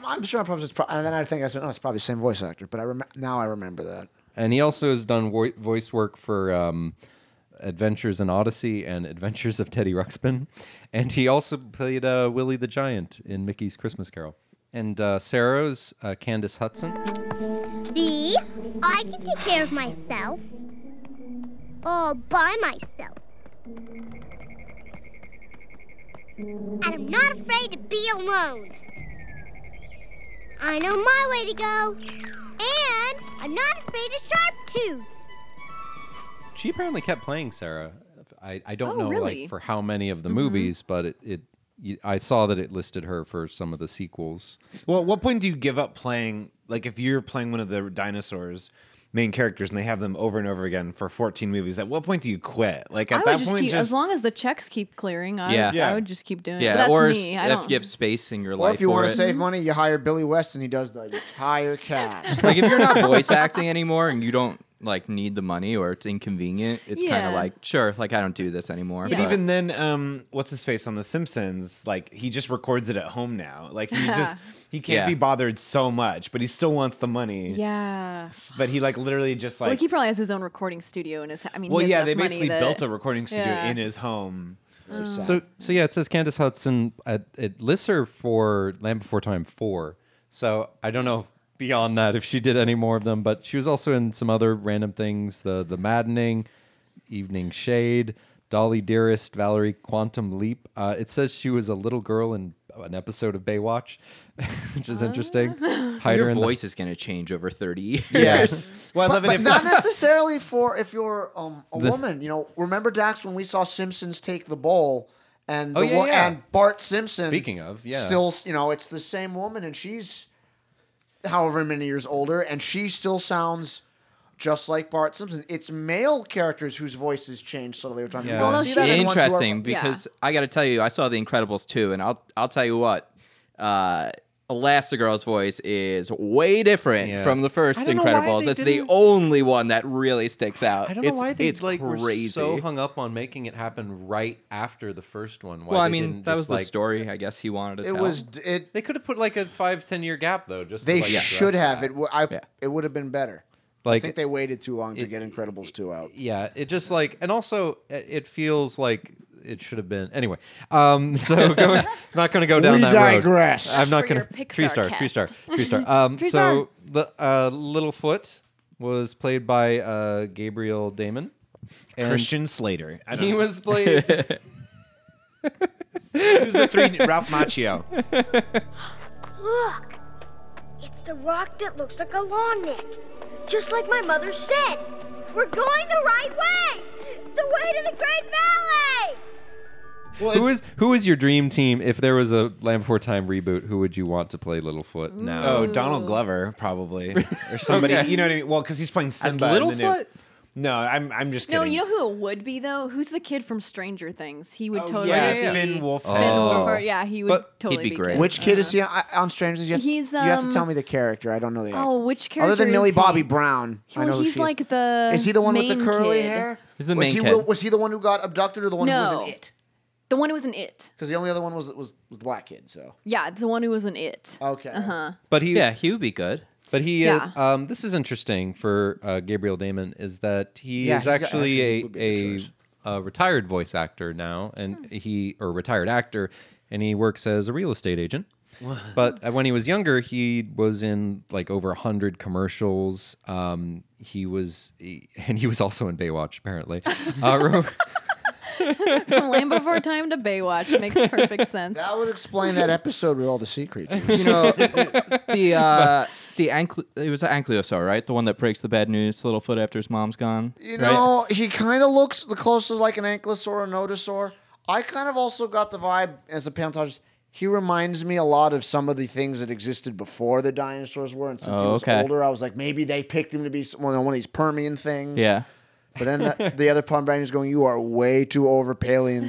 Speaker 7: I'm sure I probably was, pro- and then I think I said, "Oh, it's probably the same voice actor." But I rem- now I remember that.
Speaker 3: and he also has done vo- voice work for um, Adventures in Odyssey and Adventures of Teddy Ruxpin, and he also played uh, Willie the Giant in Mickey's Christmas Carol. And uh, Sarah's uh, Candace Hudson.
Speaker 13: See? I can take care of myself. All by myself. And I'm not afraid to be alone. I know my way to go. And I'm not afraid of sharp tooth.
Speaker 3: She apparently kept playing Sarah. I, I don't
Speaker 4: Oh,
Speaker 3: know
Speaker 4: really? Mm-hmm.
Speaker 3: like for how many of the movies, but it, it y- I saw that it listed her for some of the sequels.
Speaker 5: Well, at what point do you give up playing? Like, if you're playing one of the dinosaurs main characters and they have them over and over again for 14 movies, at what point do you quit? Like,
Speaker 4: I
Speaker 5: at
Speaker 4: would
Speaker 5: that
Speaker 4: just
Speaker 5: point,
Speaker 4: keep
Speaker 5: just
Speaker 4: as long as the checks keep clearing. I,
Speaker 6: Yeah.
Speaker 4: would,
Speaker 5: Yeah.
Speaker 4: I would just keep doing it. But
Speaker 6: Yeah,
Speaker 4: that's
Speaker 6: or
Speaker 4: me. I
Speaker 6: s- if
Speaker 4: don't.
Speaker 6: you have space in your
Speaker 7: Or
Speaker 6: life
Speaker 7: if you
Speaker 6: for
Speaker 7: want
Speaker 6: it.
Speaker 7: to save money, you hire Billy West, and he does the entire cast.
Speaker 6: like if you're not voice acting anymore and you don't like need the money or it's inconvenient, it's kind
Speaker 4: Yeah.
Speaker 6: of like sure, like I don't do this anymore.
Speaker 4: But
Speaker 6: but-
Speaker 5: Even then, um, what's his face on The Simpsons? Like he just records it at home now. Like he just he can't
Speaker 6: Yeah.
Speaker 5: be bothered so much, but he still wants the money.
Speaker 4: yeah.
Speaker 5: But he like literally just like,
Speaker 4: like he probably has his own recording studio in his. I mean,
Speaker 5: well,
Speaker 4: he
Speaker 5: yeah,
Speaker 4: has
Speaker 5: they
Speaker 4: enough money
Speaker 5: basically
Speaker 4: that-
Speaker 5: built a recording studio
Speaker 4: Yeah.
Speaker 5: in his
Speaker 7: Um,
Speaker 5: home.
Speaker 3: So so yeah, it says Candace Hudson at it lists her for Land Before Time four. So I don't know beyond that if she did any more of them, but she was also in some other random things: the the Maddening, Evening Shade, Dolly Dearest, Valerie Quantum Leap. Uh, it says she was a little girl in an episode of Baywatch, which is interesting. Hide her
Speaker 6: your
Speaker 3: in the-
Speaker 6: voice is gonna change over thirty years.
Speaker 5: Well, I love
Speaker 7: but,
Speaker 5: it
Speaker 7: but
Speaker 5: if
Speaker 7: not necessarily for if you're um, a woman. You know, remember Dax when we saw Simpsons take the bowl, and the
Speaker 3: Oh, yeah,
Speaker 7: wo-
Speaker 3: yeah.
Speaker 7: and Bart Simpson.
Speaker 3: Speaking of, yeah.
Speaker 7: still s- you know it's the same woman, and she's however many years older, and she still sounds. Just like Bart Simpson, it's male characters whose voices change slowly over time. You
Speaker 3: Yeah.
Speaker 7: don't
Speaker 4: Well, no,
Speaker 7: see
Speaker 4: she-
Speaker 7: that in ones who are-
Speaker 6: Interesting, because I got to tell you, I saw The Incredibles too, and I'll I'll tell you what, uh, Elastigirl's voice is way different
Speaker 3: Yeah.
Speaker 6: from the first
Speaker 3: don't know why
Speaker 6: Incredibles.
Speaker 3: they
Speaker 6: It's the
Speaker 3: didn't-
Speaker 6: only one that really sticks out.
Speaker 3: I don't know
Speaker 6: it's,
Speaker 3: why they
Speaker 6: it's
Speaker 3: like
Speaker 6: crazy.
Speaker 3: were so hung up on making it happen right after the first one. Why
Speaker 6: well, I
Speaker 3: they
Speaker 6: mean,
Speaker 3: didn't
Speaker 6: that
Speaker 3: just,
Speaker 6: was the
Speaker 3: like,
Speaker 6: story. I guess he wanted to
Speaker 7: It
Speaker 6: tell.
Speaker 7: was d- it.
Speaker 3: They could have put like a five ten year gap though. Just to,
Speaker 7: They
Speaker 3: like,
Speaker 7: should
Speaker 3: address
Speaker 7: have.
Speaker 3: that.
Speaker 7: It w- I,
Speaker 6: Yeah.
Speaker 7: it would have been better. I
Speaker 3: Like
Speaker 7: think they waited too long to
Speaker 3: it-
Speaker 7: get Incredibles two out.
Speaker 3: yeah, it just like and also it it feels like it should have been anyway. Um, so going, I'm not going to go down
Speaker 7: We
Speaker 3: that
Speaker 7: digress.
Speaker 3: road. I'm not
Speaker 4: For
Speaker 3: going
Speaker 4: your
Speaker 3: to
Speaker 4: Pixar
Speaker 3: tree star, tree
Speaker 4: cast.
Speaker 3: star, tree star. Um, so the uh, Littlefoot was played by uh, Gabriel Damon. And
Speaker 5: Christian Slater. I don't
Speaker 3: He
Speaker 5: know.
Speaker 3: was played.
Speaker 5: Who's the three Ralph Macchio.
Speaker 1: Look! It's the rock that looks like a long neck. Just like my mother said. We're going the right way! The way to the Great Valley!
Speaker 5: Well,
Speaker 3: Who
Speaker 5: it's-
Speaker 3: is who is your dream team? If there was a Land Before Time reboot, who would you want to play Littlefoot now?
Speaker 5: Oh, Donald Glover probably, or somebody. You know what I mean? Well, because he's playing Simba. in the new-
Speaker 6: Littlefoot?
Speaker 5: No, I'm. I'm just
Speaker 4: No,
Speaker 5: kidding.
Speaker 4: you know who it would be though? Who's the kid from Stranger Things? He would
Speaker 5: Oh,
Speaker 4: totally
Speaker 5: yeah,
Speaker 4: be
Speaker 5: Finn Wolfhard.
Speaker 4: Finn
Speaker 6: Oh.
Speaker 4: Wolfhard. Yeah, he would
Speaker 3: But-
Speaker 4: totally
Speaker 6: He'd be great.
Speaker 4: Kid.
Speaker 6: Yes.
Speaker 7: Which kid is he on, on Stranger Things? You have,
Speaker 4: He's,
Speaker 7: you have to
Speaker 4: um,
Speaker 7: tell me the character. I don't know the.
Speaker 4: Oh,
Speaker 7: act.
Speaker 4: which character?
Speaker 7: Other than
Speaker 4: is
Speaker 7: Millie
Speaker 4: he?
Speaker 7: Bobby Brown, I
Speaker 4: Well,
Speaker 7: know who
Speaker 4: he's
Speaker 7: she is.
Speaker 4: like the
Speaker 7: Is he the one with the
Speaker 4: main
Speaker 7: curly
Speaker 4: kid.
Speaker 7: hair?
Speaker 6: He's the
Speaker 7: was
Speaker 6: main
Speaker 7: he,
Speaker 6: kid.
Speaker 7: Was he the one who got abducted or the one who
Speaker 4: No.
Speaker 7: was in it?
Speaker 4: The one who was an it.
Speaker 7: Because the only other one was was, was the black kid. So
Speaker 4: Yeah, it's the one who was an it.
Speaker 7: okay, uh-huh.
Speaker 3: But he,
Speaker 6: yeah, he would be good.
Speaker 3: but he.
Speaker 4: Yeah.
Speaker 3: Uh, um, this is interesting for uh, Gabriel Damon is that he
Speaker 7: Yeah,
Speaker 3: is
Speaker 7: he's got-
Speaker 3: actually
Speaker 7: actually, he would be a
Speaker 3: a
Speaker 7: good
Speaker 3: a,
Speaker 7: choice. Hmm.
Speaker 3: a retired voice actor now, and he or retired actor, and he works as a real estate agent. But uh, when he was younger, he was in like over hundred commercials. Um, he was, he- and he was also in Baywatch apparently. Uh, Ro-
Speaker 4: From Land Before Time to Baywatch makes perfect sense.
Speaker 7: That would explain that episode with all the sea creatures.
Speaker 6: You know, the uh, the Ankl- it was Ankylosaur, right? The one that breaks the bad news to Littlefoot after his mom's gone.
Speaker 7: You know, he kind of looks the closest like an ankylosaur or nodosaur. I kind of also got the vibe as a paleontologist. He reminds me a lot of some of the things that existed before the dinosaurs were, and since he
Speaker 6: Oh,
Speaker 7: was
Speaker 6: okay.
Speaker 7: older, I was like, maybe they picked him to be s- one of one of these Permian things.
Speaker 6: Yeah.
Speaker 7: But then that, the other Palm Brandon is going, "You are way too over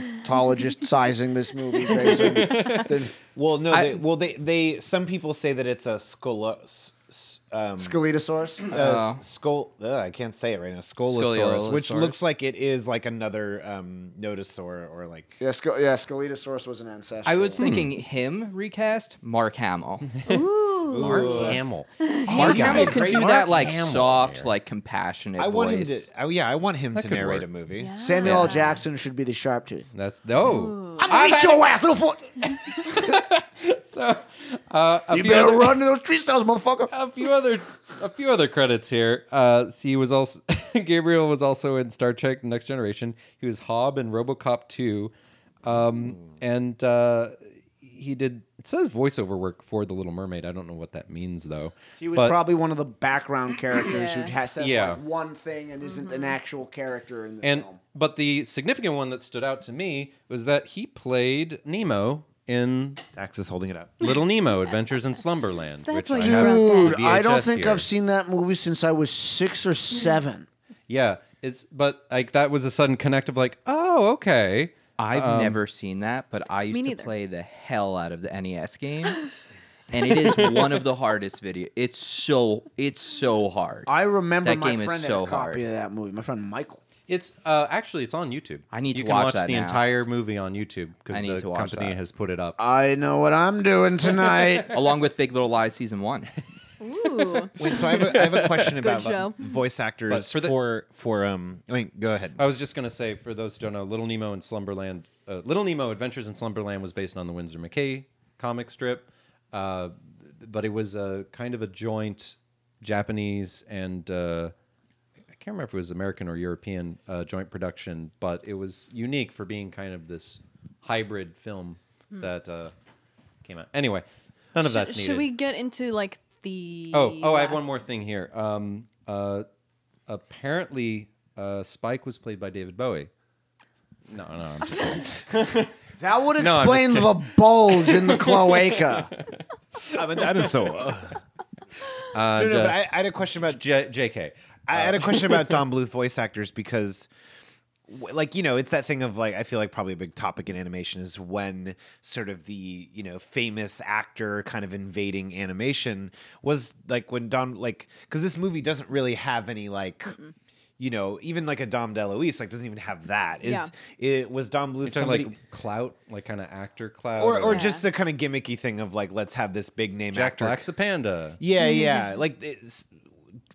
Speaker 7: paleontologist sizing this movie, Grayson." Then-
Speaker 5: Well, no.
Speaker 7: I-
Speaker 5: they, well, they they some people say that it's a scolo, s- s- um,
Speaker 7: Skeletosaurus?
Speaker 5: Uh, s- scol- ugh, I can't say it right now. Scolosaurus, which
Speaker 7: Scoliolosaurus.
Speaker 5: looks like it is like another um, notosaur or like.
Speaker 7: yeah, Ske- yeah, Skeletosaurus was an ancestor.
Speaker 6: I was thinking him recast Mark Hamill.
Speaker 4: Ooh.
Speaker 6: Mark
Speaker 3: Hamill.
Speaker 6: Mark
Speaker 5: Yeah,
Speaker 6: Hamill
Speaker 5: great
Speaker 6: could do
Speaker 5: Mark
Speaker 6: that like
Speaker 5: Hamill
Speaker 6: soft, like compassionate.
Speaker 5: I want him
Speaker 6: voice.
Speaker 5: to. Oh yeah, I want him
Speaker 6: That
Speaker 5: to
Speaker 6: could
Speaker 5: narrate
Speaker 6: work.
Speaker 5: a movie.
Speaker 7: Samuel L. Jackson should be the Sharptooth.
Speaker 3: That's no.
Speaker 7: I'm gonna eat your ass, little foot.
Speaker 3: Uh, a
Speaker 7: You
Speaker 3: few
Speaker 7: better
Speaker 3: other-
Speaker 7: run to those tree styles, motherfucker.
Speaker 3: A few other a few other credits here. Uh, so he was also Gabriel was also in Star Trek: The Next Generation. He was Hob in RoboCop 2, um, and uh, he did. It says voiceover work for The Little Mermaid. I don't know what that means though.
Speaker 7: He was
Speaker 3: But-
Speaker 7: probably one of the background characters
Speaker 3: Yeah.
Speaker 7: who has says
Speaker 3: Yeah.
Speaker 7: like one thing and isn't an actual character in the
Speaker 3: and
Speaker 7: film.
Speaker 3: but the significant one that stood out to me was that he played Nemo in
Speaker 5: Dax is holding it up.
Speaker 3: Little Nemo: Adventures in Slumberland.
Speaker 4: That's
Speaker 3: which
Speaker 4: why you
Speaker 3: I have
Speaker 4: wrote
Speaker 3: on
Speaker 7: Dude, I don't
Speaker 3: VHS
Speaker 7: think
Speaker 3: here.
Speaker 7: I've seen that movie since I was six or seven.
Speaker 3: Yeah, it's but like that was a sudden connect of like, oh, okay.
Speaker 6: I've
Speaker 3: Um,
Speaker 6: never seen that, but I used to
Speaker 4: neither.
Speaker 6: play the hell out of the NES game. and it is one of the hardest video. It's so it's so hard.
Speaker 7: I remember
Speaker 6: That
Speaker 7: my
Speaker 6: game is
Speaker 7: friend had
Speaker 6: so
Speaker 7: a copy
Speaker 6: hard.
Speaker 7: of that movie. My friend Michael.
Speaker 3: It's uh, actually it's on YouTube. I
Speaker 6: need
Speaker 3: you can
Speaker 6: to watch
Speaker 3: watch
Speaker 6: that
Speaker 3: the
Speaker 6: now.
Speaker 3: entire movie on YouTube because
Speaker 6: I need
Speaker 3: the
Speaker 6: to watch
Speaker 3: company
Speaker 6: that.
Speaker 3: has put it up.
Speaker 7: I know what I'm doing tonight.
Speaker 6: Along with Big Little Lies season one.
Speaker 4: Ooh.
Speaker 5: Wait, so I have a, I have a question
Speaker 4: Good
Speaker 5: about uh,
Speaker 4: show.
Speaker 5: voice
Speaker 3: But
Speaker 5: actors
Speaker 3: for the-
Speaker 5: for for um. I mean, go ahead.
Speaker 3: I was just gonna say for those who don't know, Little Nemo in Slumberland, uh, Little Nemo Adventures in Slumberland was based on the Windsor McKay comic strip, uh, but it was a kind of a joint Japanese and uh, I can't remember if it was American or European uh, joint production, but it was unique for being kind of this hybrid film that uh, came out. Anyway, none of
Speaker 4: Hmm.
Speaker 3: that's
Speaker 4: Sh-
Speaker 3: needed.
Speaker 4: Should we get into like the?
Speaker 3: Oh, oh, I have
Speaker 4: last-
Speaker 3: one more thing here. Um, uh, apparently, uh, Spike was played by David Bowie. No, no, I'm just kidding.
Speaker 7: That would
Speaker 3: No, I'm just
Speaker 7: explain the bulge in the cloaca.
Speaker 5: I'm a dinosaur.
Speaker 3: Uh,
Speaker 5: no, no,
Speaker 3: duh.
Speaker 5: but I, I had a question about
Speaker 3: J- Uh, J.K.
Speaker 5: I had a question about Don Bluth voice actors because, w- like, you know, it's that thing of like I feel like probably a big topic in animation is when sort of the you know famous actor kind of invading animation was like when Don like because this movie doesn't really have any like. You know, even like a Dom DeLuise, like doesn't even have that. Is
Speaker 4: Yeah.
Speaker 5: it was Don Bluth
Speaker 3: You're talking
Speaker 5: somebody,
Speaker 3: like clout, like kind of actor clout,
Speaker 5: or or just the kind of gimmicky thing of like let's have this big name
Speaker 3: Um, Jack
Speaker 5: actor
Speaker 3: Black's a panda.
Speaker 5: yeah,
Speaker 4: Mm-hmm.
Speaker 5: yeah. Like, it's,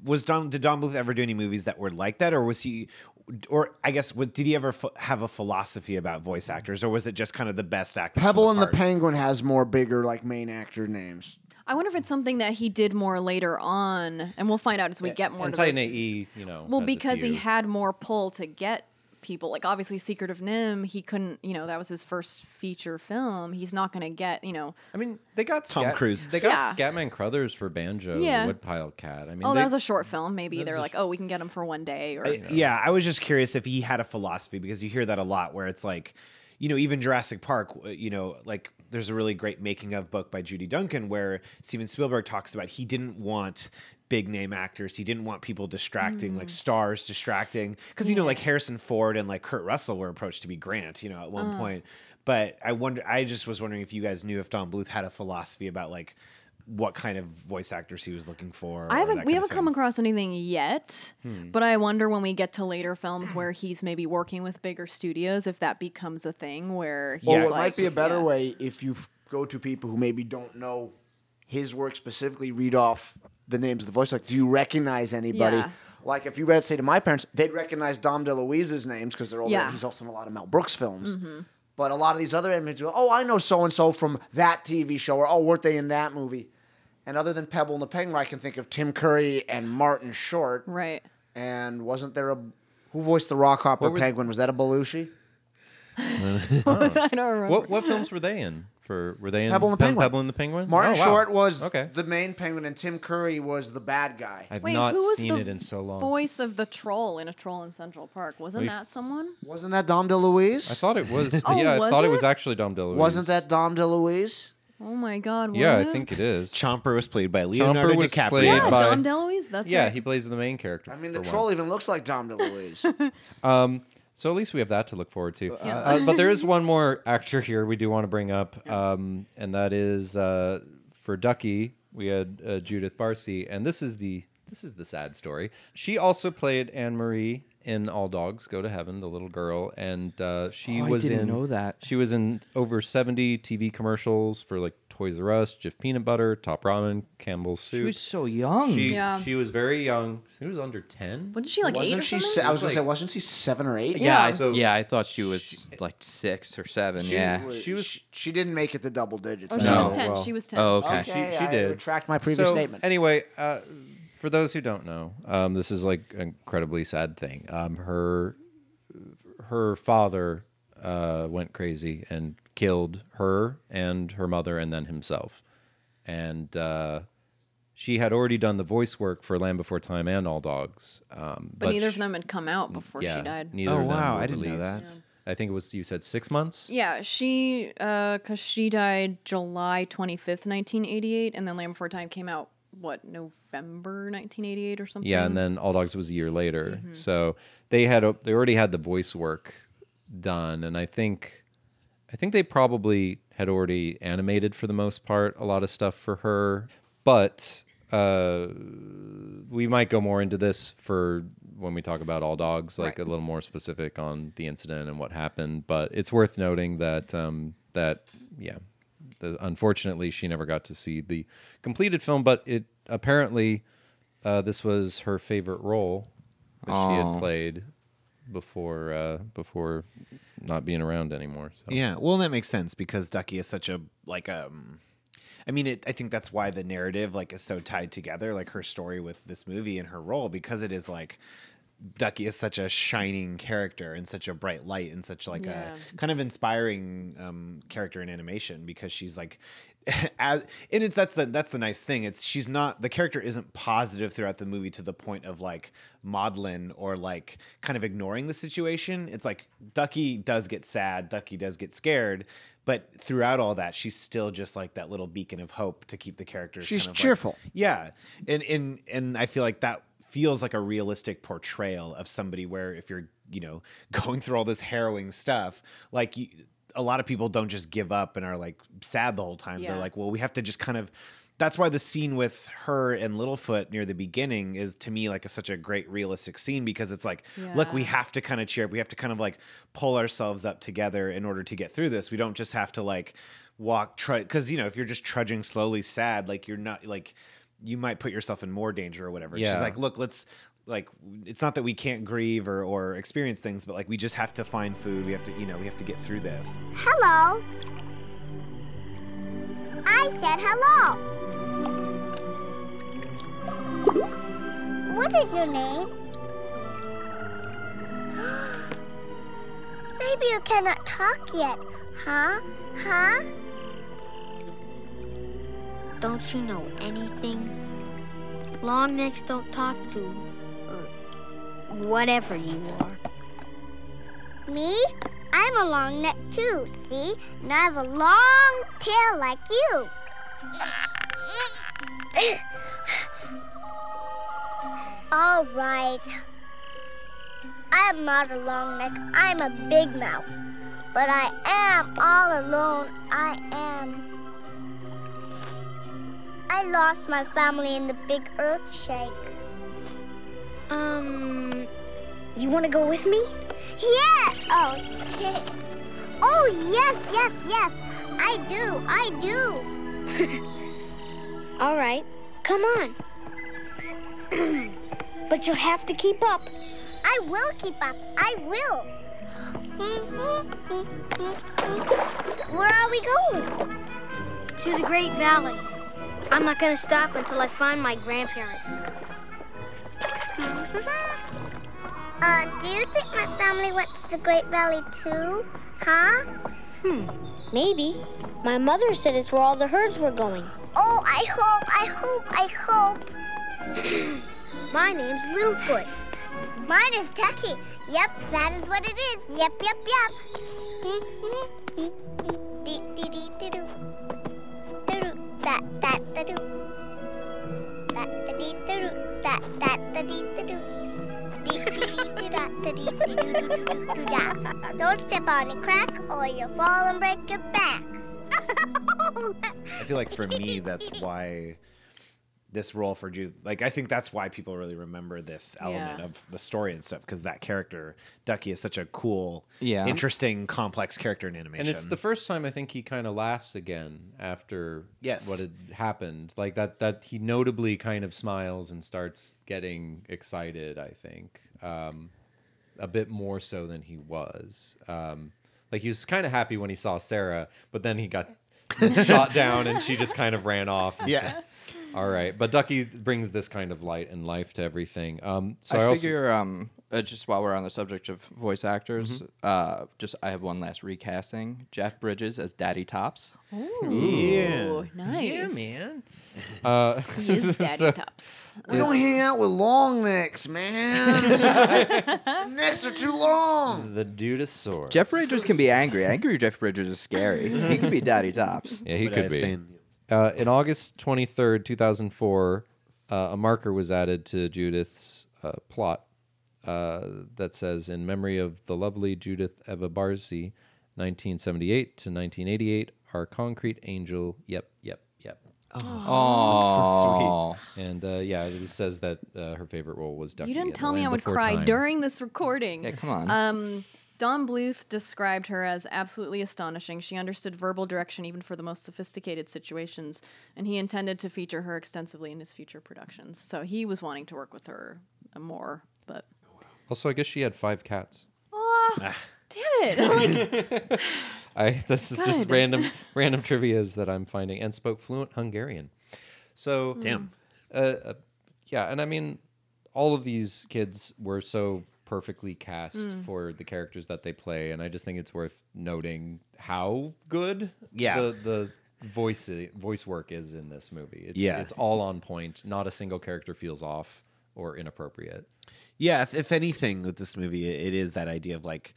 Speaker 5: was Don did Don Bluth ever do any movies that were like that, or was he, or I guess, what, did he ever ph- have a philosophy about voice actors, or was it just kind of the best actors? for
Speaker 7: Pebble and the
Speaker 5: part?
Speaker 7: Penguin has more bigger like main actor names.
Speaker 4: I wonder if it's something that he did more later on, and we'll find out as we get more.
Speaker 3: and
Speaker 4: to those-
Speaker 3: Titan AE, E, you know.
Speaker 4: Well,
Speaker 3: has a
Speaker 4: because he
Speaker 3: few.
Speaker 4: had more pull to get people. Like obviously, Secret of Nim, he couldn't. You know, that was his first feature film. He's not going to get. You know,
Speaker 3: I mean, they got
Speaker 5: Tom
Speaker 3: Scat-
Speaker 5: Cruise.
Speaker 3: They got
Speaker 4: Yeah.
Speaker 3: Scatman Crothers for banjo,
Speaker 4: Yeah.
Speaker 3: and Woodpile Cat. I mean,
Speaker 4: oh,
Speaker 3: they,
Speaker 4: that was a short film. Maybe
Speaker 3: that
Speaker 4: they're
Speaker 3: was a
Speaker 4: like, oh, we can get him for one day. Or
Speaker 5: I- yeah, I was just curious if he had a philosophy because you hear that a lot, where it's like, you know, even Jurassic Park, uh, you know, like there's a really great making of book by Judy Duncan where Steven Spielberg talks about he didn't want big name actors, he didn't want people distracting,
Speaker 4: Mm.
Speaker 5: like stars distracting, because you know, like Harrison Ford and like Kurt Russell were approached to be Grant, you know, at
Speaker 4: Uh.
Speaker 5: one point. But I wonder, I just was wondering if you guys knew if Don Bluth had a philosophy about like what kind of voice actors he was looking for.
Speaker 4: I
Speaker 5: or
Speaker 4: haven't.
Speaker 5: that
Speaker 4: We
Speaker 5: kind of
Speaker 4: haven't come
Speaker 5: thing.
Speaker 4: across anything yet,
Speaker 3: Hmm.
Speaker 4: but I wonder when we get to later films where he's maybe working with bigger studios if that becomes a thing where he's
Speaker 7: Or it
Speaker 4: like,
Speaker 7: might be a better
Speaker 4: yeah.
Speaker 7: way if you f- go to people who maybe don't know his work specifically, read off the names of the voice. Like, do you recognize anybody?
Speaker 4: Yeah.
Speaker 7: Like, if you read, say, to my parents, they'd recognize Dom DeLuise's names because they're older.
Speaker 4: Yeah. Mm.
Speaker 7: and He's also in a lot of Mel Brooks films.
Speaker 4: Mm-hmm.
Speaker 7: But a lot of these other images, oh, I know so and so from that TV show, or oh, weren't they in that movie? And other than Pebble and the Penguin, I can think of Tim Curry and Martin Short.
Speaker 4: Right.
Speaker 7: And wasn't there a who voiced the Rock Hopper Penguin? Was that a Belushi?
Speaker 4: I don't remember.
Speaker 3: What what films were they in? For were they in
Speaker 7: Pebble and the
Speaker 3: Pe-
Speaker 7: Penguin.
Speaker 3: Pebble and the Penguin.
Speaker 7: Martin
Speaker 3: Oh, wow.
Speaker 7: Short was
Speaker 3: okay.
Speaker 7: the main penguin, and Tim Curry was the bad guy.
Speaker 3: I've
Speaker 4: Wait,
Speaker 3: not
Speaker 4: who was
Speaker 3: seen
Speaker 4: the
Speaker 3: it in so long.
Speaker 4: voice of the troll in a troll in Central Park? Wasn't
Speaker 3: We've-
Speaker 4: that someone?
Speaker 7: Wasn't that Dom DeLuise?
Speaker 3: I thought it was.
Speaker 4: Oh,
Speaker 3: yeah, I
Speaker 4: was
Speaker 3: thought it?
Speaker 4: it?
Speaker 3: was actually Dom DeLuise.
Speaker 7: Wasn't that Dom DeLuise?
Speaker 4: Oh my God! What?
Speaker 3: Yeah, I think it is.
Speaker 5: Chomper was played by
Speaker 3: Leonardo
Speaker 5: was
Speaker 3: DiCaprio.
Speaker 5: played
Speaker 4: Yeah,
Speaker 3: by-
Speaker 4: Dom DeLuise. That's
Speaker 3: yeah,
Speaker 4: right.
Speaker 3: he plays the main character.
Speaker 7: I mean, the
Speaker 3: for
Speaker 7: troll
Speaker 3: once.
Speaker 7: even looks like Dom DeLuise.
Speaker 3: Um, so at least we have that to look forward to.
Speaker 7: Yeah.
Speaker 3: Uh, but there is one more actor here we do want to bring up, um, and that is uh, for Ducky. We had uh, Judith Barcy, and this is the this is the sad story. She also played Anne Marie in All Dogs Go to Heaven, the little girl, and uh, she
Speaker 6: Oh, I
Speaker 3: was
Speaker 6: didn't
Speaker 3: in
Speaker 6: know that.
Speaker 3: she was in over seventy TV commercials for like Toys R Us, Jif Peanut Butter, Top Ramen, Campbell's Soup.
Speaker 6: She was so young.
Speaker 3: She,
Speaker 4: Yeah.
Speaker 3: she was very young. She was under ten.
Speaker 4: Wasn't she like eight
Speaker 7: wasn't
Speaker 4: or
Speaker 7: she?
Speaker 4: something?
Speaker 7: Se- I was
Speaker 3: Like-
Speaker 7: gonna say, wasn't she seven or eight?
Speaker 6: yeah, I,
Speaker 3: so-
Speaker 6: yeah, I thought she was like six or seven. yeah.
Speaker 7: she was. She, she didn't make it to double digits.
Speaker 4: Oh,
Speaker 7: I
Speaker 4: she
Speaker 7: don't
Speaker 4: was
Speaker 7: know.
Speaker 4: ten.
Speaker 6: well.
Speaker 4: She was ten.
Speaker 6: Oh, okay.
Speaker 7: Okay.
Speaker 3: she, she
Speaker 7: I
Speaker 3: did.
Speaker 7: retract my previous
Speaker 3: So,
Speaker 7: statement.
Speaker 3: Anyway, uh, for those who don't know, um, this is like an incredibly sad thing. Um, her her father uh, went crazy and killed her and her mother and then himself. And uh, she had already done the voice work for Land Before Time and All Dogs. Um,
Speaker 4: But, neither
Speaker 3: sh-
Speaker 4: of them had come out before
Speaker 3: yeah,
Speaker 4: she died.
Speaker 3: Neither
Speaker 5: Oh,
Speaker 3: of them
Speaker 5: wow,
Speaker 3: were
Speaker 5: I didn't know
Speaker 3: released.
Speaker 5: that.
Speaker 3: I think it was you said six months.
Speaker 4: Yeah, she because she died July twenty fifth, nineteen eighty eight, and then Land Before Time came out what November nineteen eighty eight or something.
Speaker 3: Yeah, and then All Dogs was a year later. So they had a, they already had the voice work done, and I think I think they probably had already animated for the most part a lot of stuff for her. But uh, we might go more into this for when we talk about All Dogs, like a little more specific on the incident and what happened. But it's worth noting that um, that yeah. The, unfortunately, she never got to see the completed film, but it apparently uh, this was her favorite role that she
Speaker 6: Aw.
Speaker 3: had played before uh, before not being around anymore. So.
Speaker 5: Yeah, well, that makes sense because Ducky is such a like um. I mean, it, I think that's why the narrative like is so tied together, like her story with this movie and her role, because it is like Ducky is such a shining character and such a bright light and such like
Speaker 4: Yeah.
Speaker 5: a kind of inspiring um, character in animation because she's like, as, and it's that's the that's the nice thing. It's she's not the character isn't positive throughout the movie to the point of like maudlin or like kind of ignoring the situation. It's like Ducky does get sad, Ducky does get scared, but throughout all that, she's still just like that little beacon of hope to keep the characters.
Speaker 7: She's
Speaker 5: kind of, like,
Speaker 7: cheerful.
Speaker 5: yeah, and and and I feel like that feels like a realistic portrayal of somebody where if you're you know going through all this harrowing stuff, like you, a lot of people don't just give up and are like sad the whole time.
Speaker 4: Yeah.
Speaker 5: They're like, well, we have to just kind of. That's why the scene with her and Littlefoot near the beginning is to me like a, such a great realistic scene because it's like, look, we
Speaker 4: Yeah.
Speaker 5: have to kind of cheer up. We have to kind of like pull ourselves up together in order to get through this. We don't just have to like walk trudge because you know if you're just trudging slowly sad, like you're not like you might put yourself in more danger or whatever. She's
Speaker 3: Yeah.
Speaker 5: like, look, let's like it's not that we can't grieve or or experience things, but like we just have to find food. We have to you know we have to get through this.
Speaker 13: Hello. I said hello. What is your name? Maybe you cannot talk yet, huh? Huh?
Speaker 1: Don't you know anything? Long necks don't talk to, or whatever you are.
Speaker 13: Me? I'm a long neck too, see? And I have a long tail like you. All right. I'm not a long neck. I'm a big mouth. But I am all alone. I am. I lost my family in the big earthshake.
Speaker 1: Um, you want to go with me?
Speaker 13: Yeah. Oh. oh yes, yes, yes. I do. I do.
Speaker 1: All right, come on. but you'll have to keep up.
Speaker 13: I will keep up. I will. Mm-hmm. Where are we going?
Speaker 1: To the Great Valley. I'm not going to stop until I find my grandparents.
Speaker 13: uh, do you think my family went to the Great Valley too? Huh? Hmm.
Speaker 1: Maybe. My mother said it's where all the herds were going.
Speaker 13: Oh, I hope, I hope, I hope.
Speaker 1: My name's Littlefoot.
Speaker 13: Mine is Ducky. Yep, that is what it is. Yep, yep, yep. Dee, dee, dee, dee, doo. Doo, doo, da, da, da, doo. Da, da, dee, doo, doo. Da, da, da, dee, doo, doo. Dee, dee, dee, doo, da, da, dee, dee, doo, doo, doo, doo, doo, da. Don't step on a crack or you'll fall and break your back.
Speaker 5: I feel like for me, that's why this role for Judith, like I think that's why people really remember this element
Speaker 6: Yeah.
Speaker 5: of the story and stuff because that character Ducky is such a cool,
Speaker 6: Yeah.
Speaker 5: interesting, complex character in animation.
Speaker 3: And it's the first time I think he kind of laughs again after
Speaker 5: Yes.
Speaker 3: what had happened. Like that that he notably kind of smiles and starts getting excited, I think. Um a bit more so than he was. Um like he was kind of happy when he saw Sarah, but then he got shot down and she just kind of ran off. and
Speaker 6: Yeah.
Speaker 3: said, All right, but Ducky brings this kind of light and life to everything. Um, so I,
Speaker 6: I,
Speaker 3: also-
Speaker 6: figure um, uh, just while we're on the subject of voice actors,
Speaker 3: Mm-hmm.
Speaker 6: uh, just I have one last recasting: Jeff Bridges as Daddy Tops.
Speaker 4: Ooh, nice.
Speaker 3: Uh,
Speaker 4: He is Daddy
Speaker 3: so-
Speaker 4: Tops.
Speaker 7: We don't hang out with long necks, man. necks are too long.
Speaker 3: The Dudosaurus.
Speaker 6: Jeff Bridges can be angry. Angry Jeff Bridges is scary. he could be Daddy Tops.
Speaker 3: Yeah, he
Speaker 5: But I
Speaker 3: could be.
Speaker 5: stand-
Speaker 3: Uh, in August 23rd, 2004, uh, a marker was added to Judith's uh, plot uh, that says, in memory of the lovely Judith Eva Barzi, 1978 to 1988, our concrete angel. Yep, yep, yep.
Speaker 6: Aw.
Speaker 3: sweet. And uh, yeah, it says that uh, her favorite role was Ducky.
Speaker 4: You didn't
Speaker 3: in
Speaker 4: tell me
Speaker 3: Land
Speaker 4: I would
Speaker 3: Before
Speaker 4: cry
Speaker 3: Time.
Speaker 4: during this recording.
Speaker 3: Yeah, come on.
Speaker 4: Um, Don Bluth described her as absolutely astonishing. She understood verbal direction even for the most sophisticated situations, and he intended to feature her extensively in his future productions. So he was wanting to work with her uh, more, but
Speaker 3: Also, I guess she had five cats.
Speaker 4: oh, damn it! Like,
Speaker 3: I this is just
Speaker 4: God.
Speaker 3: random random trivia's that I'm finding and spoke fluent Hungarian. So
Speaker 4: Damn.
Speaker 3: Uh, uh, yeah, and I mean all of these kids were so perfectly cast
Speaker 4: Hmm.
Speaker 14: Mm.
Speaker 3: for the characters that they play and I just think it's worth noting how good
Speaker 14: Yeah.
Speaker 3: the, the voice voice work is in this movie. It's
Speaker 5: Yeah.
Speaker 3: it's all on point. Not a single character feels off or inappropriate.
Speaker 5: Yeah, if, if anything with this movie, it is that idea of like,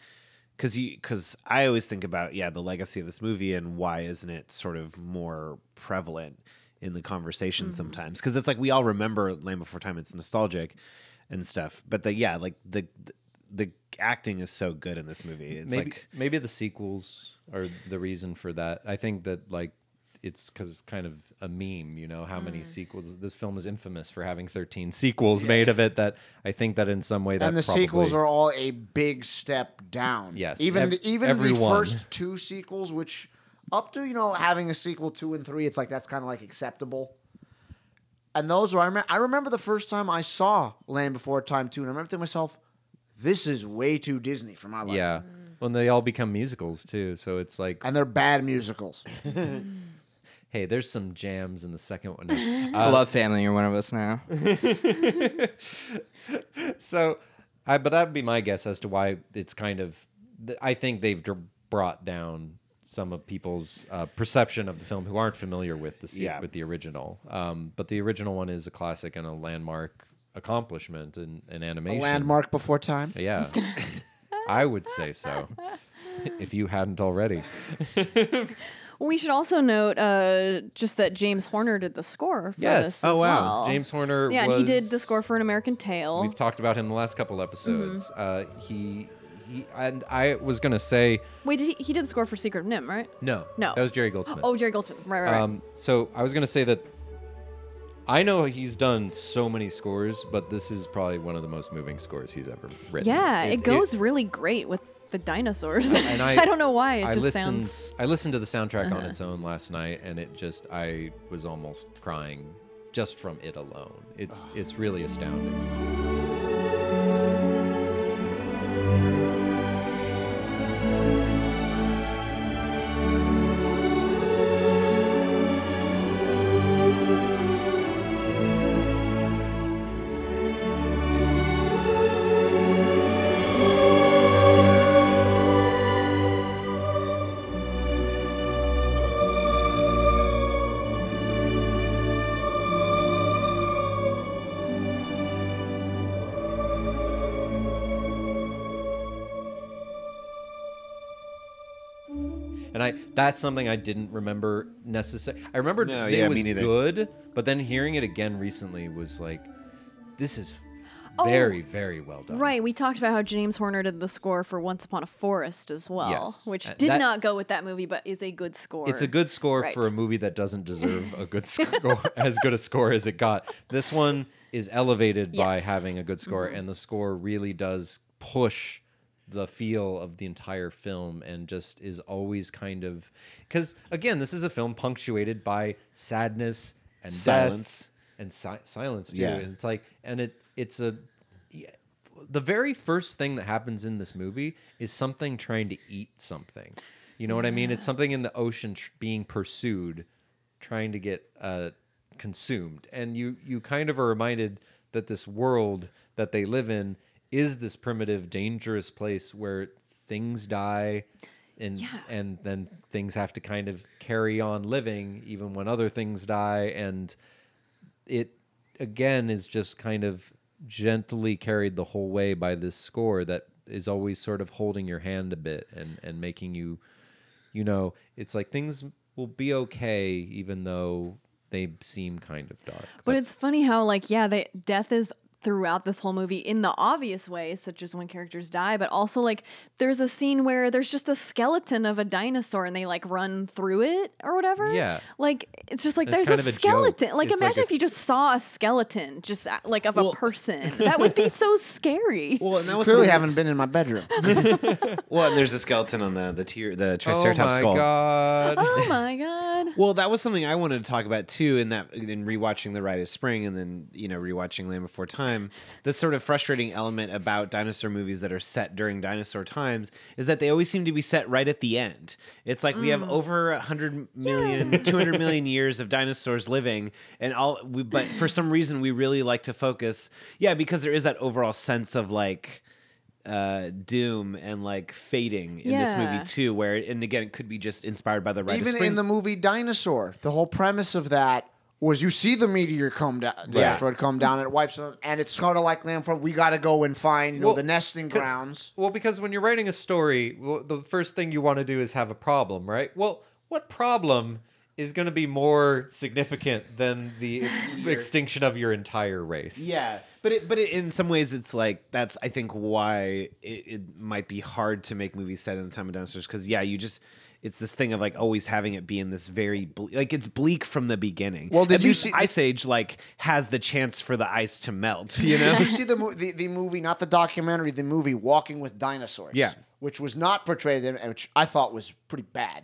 Speaker 5: because you because I always think about yeah the legacy of this movie and why isn't it sort of more prevalent in the conversation
Speaker 14: Mhm.
Speaker 5: sometimes? Because it's like we all remember Land Before Time; it's nostalgic and stuff. But the yeah, like the the acting is so good in this movie. It's
Speaker 3: maybe,
Speaker 5: like
Speaker 3: maybe the sequels are the reason for that. I think that like it's because it's kind of a meme, you know, how many
Speaker 14: Mm.
Speaker 3: sequels this film is infamous for having 13 sequels made of it. That I think that in some way that
Speaker 7: and the
Speaker 3: probably,
Speaker 7: sequels are all a big step down.
Speaker 3: Yes,
Speaker 7: even
Speaker 3: ev-
Speaker 7: the, even
Speaker 3: every
Speaker 7: the
Speaker 3: one.
Speaker 7: first two sequels, which up to you know having a sequel two and three, it's like that's kind of like acceptable. And those are I remember. I remember the first time I saw Land Before Time two, and I remember thinking to myself, "This is way too Disney for my life."
Speaker 3: yeah. When they all become musicals too, so it's like
Speaker 7: and they're bad musicals.
Speaker 3: hey, there's some jams in the second one. Uh,
Speaker 6: I love family. You're one of us now.
Speaker 3: so I but that'd be my guess as to why it's kind of th- I think they've dr- brought down some of people's uh, perception of the film who aren't familiar with the se-
Speaker 14: Yeah.
Speaker 3: with the original. Um, but the original one is a classic and a landmark accomplishment in, in
Speaker 7: A
Speaker 3: animation.
Speaker 7: landmark before time.
Speaker 3: Yeah. I would say so. if you hadn't already.
Speaker 4: we should also note uh, just that James Horner did the score. For This as well.
Speaker 3: Oh, James Horner
Speaker 4: Yeah,
Speaker 3: was
Speaker 4: and he did the score for An American Tale.
Speaker 3: We've talked about him the last couple episodes.
Speaker 4: Mm-hmm.
Speaker 3: Uh, he he and I was going to say
Speaker 4: Wait, did he, he did the score for Secret of Nim, right?
Speaker 3: No.
Speaker 4: No.
Speaker 3: That was Jerry Goldsmith.
Speaker 4: Oh, Jerry Goldsmith. Right, right, right.
Speaker 3: Um, so I was gonna say that I know he's done so many scores, but this is probably one of the most moving scores he's ever written.
Speaker 4: yeah, it,
Speaker 3: it-
Speaker 4: goes really great with the dinosaurs.
Speaker 3: and
Speaker 4: I, don't know why. It
Speaker 3: I
Speaker 4: just
Speaker 3: listened,
Speaker 4: sounds.
Speaker 3: I listened to the soundtrack on
Speaker 4: Uh-huh.
Speaker 3: its own last night, and it just I was almost crying just from it alone. It's it's really astounding. and I that's something I didn't remember necessarily. I remembered
Speaker 5: No,
Speaker 3: that
Speaker 5: yeah, me
Speaker 3: it was
Speaker 5: neither.
Speaker 3: good, but then hearing it again recently was like, this is
Speaker 4: Oh.
Speaker 3: very very well done.
Speaker 4: Right, we talked about how James Horner did the score for Once Upon a Forest as well,
Speaker 3: Yes.
Speaker 4: which
Speaker 3: Uh,
Speaker 4: did
Speaker 3: that-
Speaker 4: not go with that movie, but is a good score.
Speaker 3: It's a good score
Speaker 4: Right.
Speaker 3: for a movie that doesn't deserve a good score, as good a score as it got. This one is elevated by
Speaker 14: Yes.
Speaker 3: having a good score, and the score really does push the feel of the entire film and just is always kind of because again this is a film punctuated by sadness and death
Speaker 5: Silence.
Speaker 3: and si- silence too
Speaker 5: Yeah.
Speaker 3: and it's like and it it's a the very first thing that happens in this movie is something trying to eat something. You know what I mean? It's something in the ocean tr- being pursued, trying to get uh, consumed, and you you kind of are reminded that this world that they live in is this primitive, dangerous place where things die, and and then things have to kind of carry on living even when other things die, and it again is just kind of gently carried the whole way by this score that is always sort of holding your hand a bit and and making you you know it's like things will be okay even though they seem kind of dark
Speaker 4: But it's funny how like yeah, they, death is throughout this whole movie in the obvious ways, such as when characters die, but also like there's a scene where there's just a skeleton of a dinosaur and they like run through it or whatever.
Speaker 3: Yeah.
Speaker 4: Like it's just like
Speaker 3: It's
Speaker 4: there's
Speaker 3: kind of
Speaker 4: a
Speaker 3: a joke.
Speaker 4: skeleton. like
Speaker 3: It's like
Speaker 4: imagine
Speaker 3: a
Speaker 4: if you
Speaker 3: s-
Speaker 4: just saw a skeleton just uh, like of a person. That would be so scary. Well,
Speaker 5: and that was
Speaker 7: Clearly
Speaker 5: something-
Speaker 7: haven't been in my bedroom.
Speaker 5: Well, and there's a skeleton on the the tier the Triceratops
Speaker 3: Oh my
Speaker 5: skull.
Speaker 3: god!
Speaker 4: Oh my god.
Speaker 5: Well, that was something I wanted to talk about too. In that, in rewatching The Rite of Spring, and then you know rewatching Land Before Time, the sort of frustrating element about dinosaur movies that are set during dinosaur times is that they always seem to be set right at the end. It's like we have
Speaker 7: Mm.
Speaker 5: over 100 million, 200 million years of dinosaurs living, and all. We, but for some reason, we really like to focus. Yeah, because there is that overall sense of like uh doom and like fading in this
Speaker 7: Yeah.
Speaker 5: movie too where and again it could be just inspired by the Rite of
Speaker 7: Even
Speaker 5: Spring
Speaker 7: in the movie Dinosaur, the whole premise of that was you see the meteor come down, the
Speaker 5: Yeah.
Speaker 7: asteroid come down, and it wipes them, and it's sort of like Land from we got to go and find you know
Speaker 3: Well,
Speaker 7: the nesting grounds.
Speaker 3: Well, because when you're writing a story, well, the first thing you want to do is have a problem, right? Well, what problem is going to be more significant than the extinction of your entire race?
Speaker 5: Yeah, but it, but it, in some ways, it's like that's I think why it, it might be hard to make movies set in the time of dinosaurs because yeah, you just it's this thing of like always having it be in this very ble- like it's bleak from the beginning.
Speaker 7: Well, did
Speaker 5: At
Speaker 7: you
Speaker 5: least
Speaker 7: see-
Speaker 5: Ice Age like has the chance for the ice to melt? You know,
Speaker 7: Did you see the, mo- the the movie, not the documentary, the movie Walking with Dinosaurs.
Speaker 5: Yeah.
Speaker 7: which was not portrayed, in- and which I thought was pretty bad.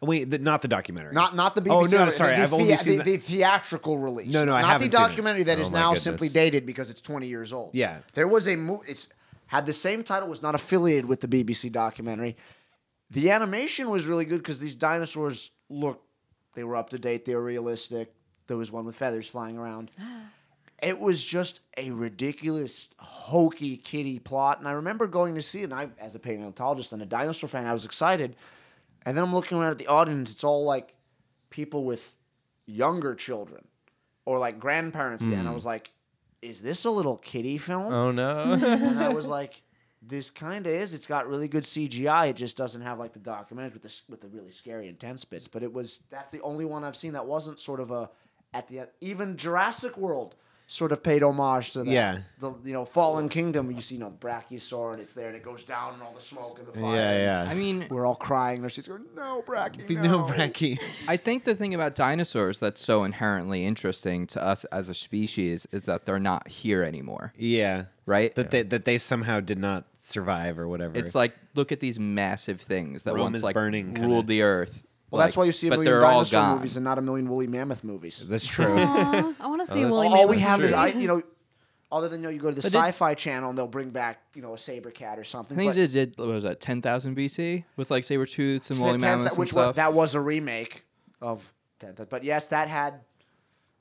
Speaker 5: wait, the, not the documentary.
Speaker 7: Not not the BBC.
Speaker 5: Oh no,
Speaker 7: the-
Speaker 5: sorry,
Speaker 7: the,
Speaker 5: I've only
Speaker 7: thea-
Speaker 5: seen
Speaker 7: the,
Speaker 5: the,
Speaker 7: the theatrical release.
Speaker 5: No, no, I
Speaker 7: not
Speaker 5: haven't
Speaker 7: the
Speaker 5: seen it.
Speaker 7: documentary that
Speaker 5: Oh
Speaker 7: is
Speaker 5: my
Speaker 7: now
Speaker 5: goodness.
Speaker 7: simply dated because it's twenty years old.
Speaker 5: Yeah.
Speaker 7: there was a movie. It's had the same title. Was not affiliated with the BBC documentary. The animation was really good because these dinosaurs looked. They were up to date. They were realistic. There was one with feathers flying around. It was just a ridiculous, hokey, kiddie plot. And I remember going to see it, and I, as a paleontologist and a dinosaur fan, I was excited. And then I'm looking around at the audience, it's all like people with younger children or like grandparents. And I
Speaker 3: Hmm.
Speaker 7: was like, is this a little kiddie film?
Speaker 3: Oh, no.
Speaker 7: and I was like, this kind of is. It's got really good CGI. It just doesn't have like the documentaries with the s- with the really scary intense bits. But it was that's the only one I've seen that wasn't sort of a at the end. Even Jurassic World sort of paid homage to that.
Speaker 5: Yeah.
Speaker 7: The you know Fallen Kingdom. You see, you know, the Brachiosaur, and it's there, and it goes down, and all the smoke and the fire.
Speaker 5: Yeah, yeah. I
Speaker 6: mean,
Speaker 7: we're all crying. And she's going, no, Brachie, no.
Speaker 6: I think the thing about dinosaurs that's so inherently interesting to us as a species is that they're not here anymore.
Speaker 5: yeah,
Speaker 6: right
Speaker 5: that they that they somehow did not survive or whatever.
Speaker 6: It's like look at these massive things that
Speaker 5: Rome
Speaker 6: once
Speaker 5: is
Speaker 6: like
Speaker 5: burning, kinda.
Speaker 6: ruled the earth.
Speaker 7: Well, that's
Speaker 6: like,
Speaker 7: why you see a
Speaker 6: but
Speaker 7: million
Speaker 6: they're all
Speaker 7: dinosaur
Speaker 6: gone.
Speaker 7: movies and not a million woolly mammoth movies.
Speaker 5: That's true.
Speaker 4: Aw, I wanna see a woolly
Speaker 7: All, all we
Speaker 4: mammoth
Speaker 7: have is
Speaker 4: movie.
Speaker 7: I, you know, other than you know, you go to the
Speaker 6: But did-
Speaker 7: sci-fi channel and they'll bring back you know a saber cat or
Speaker 6: I
Speaker 7: something.
Speaker 6: think
Speaker 7: but-
Speaker 6: they did what was that ten thousand BC with like saber tooths and
Speaker 7: So
Speaker 6: woolly
Speaker 7: that- that-
Speaker 6: mammoths and
Speaker 7: which was-
Speaker 6: stuff.
Speaker 7: that was a remake of Tenth. But yes, that had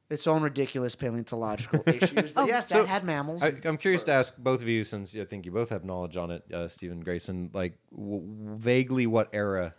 Speaker 7: its own ridiculous paleontological issues.
Speaker 4: Oh.
Speaker 7: But yes, that had mammals.
Speaker 3: I, I'm curious to ask both of you, since I think you both have knowledge on it, uh, Stephen Grayson, like w- vaguely what era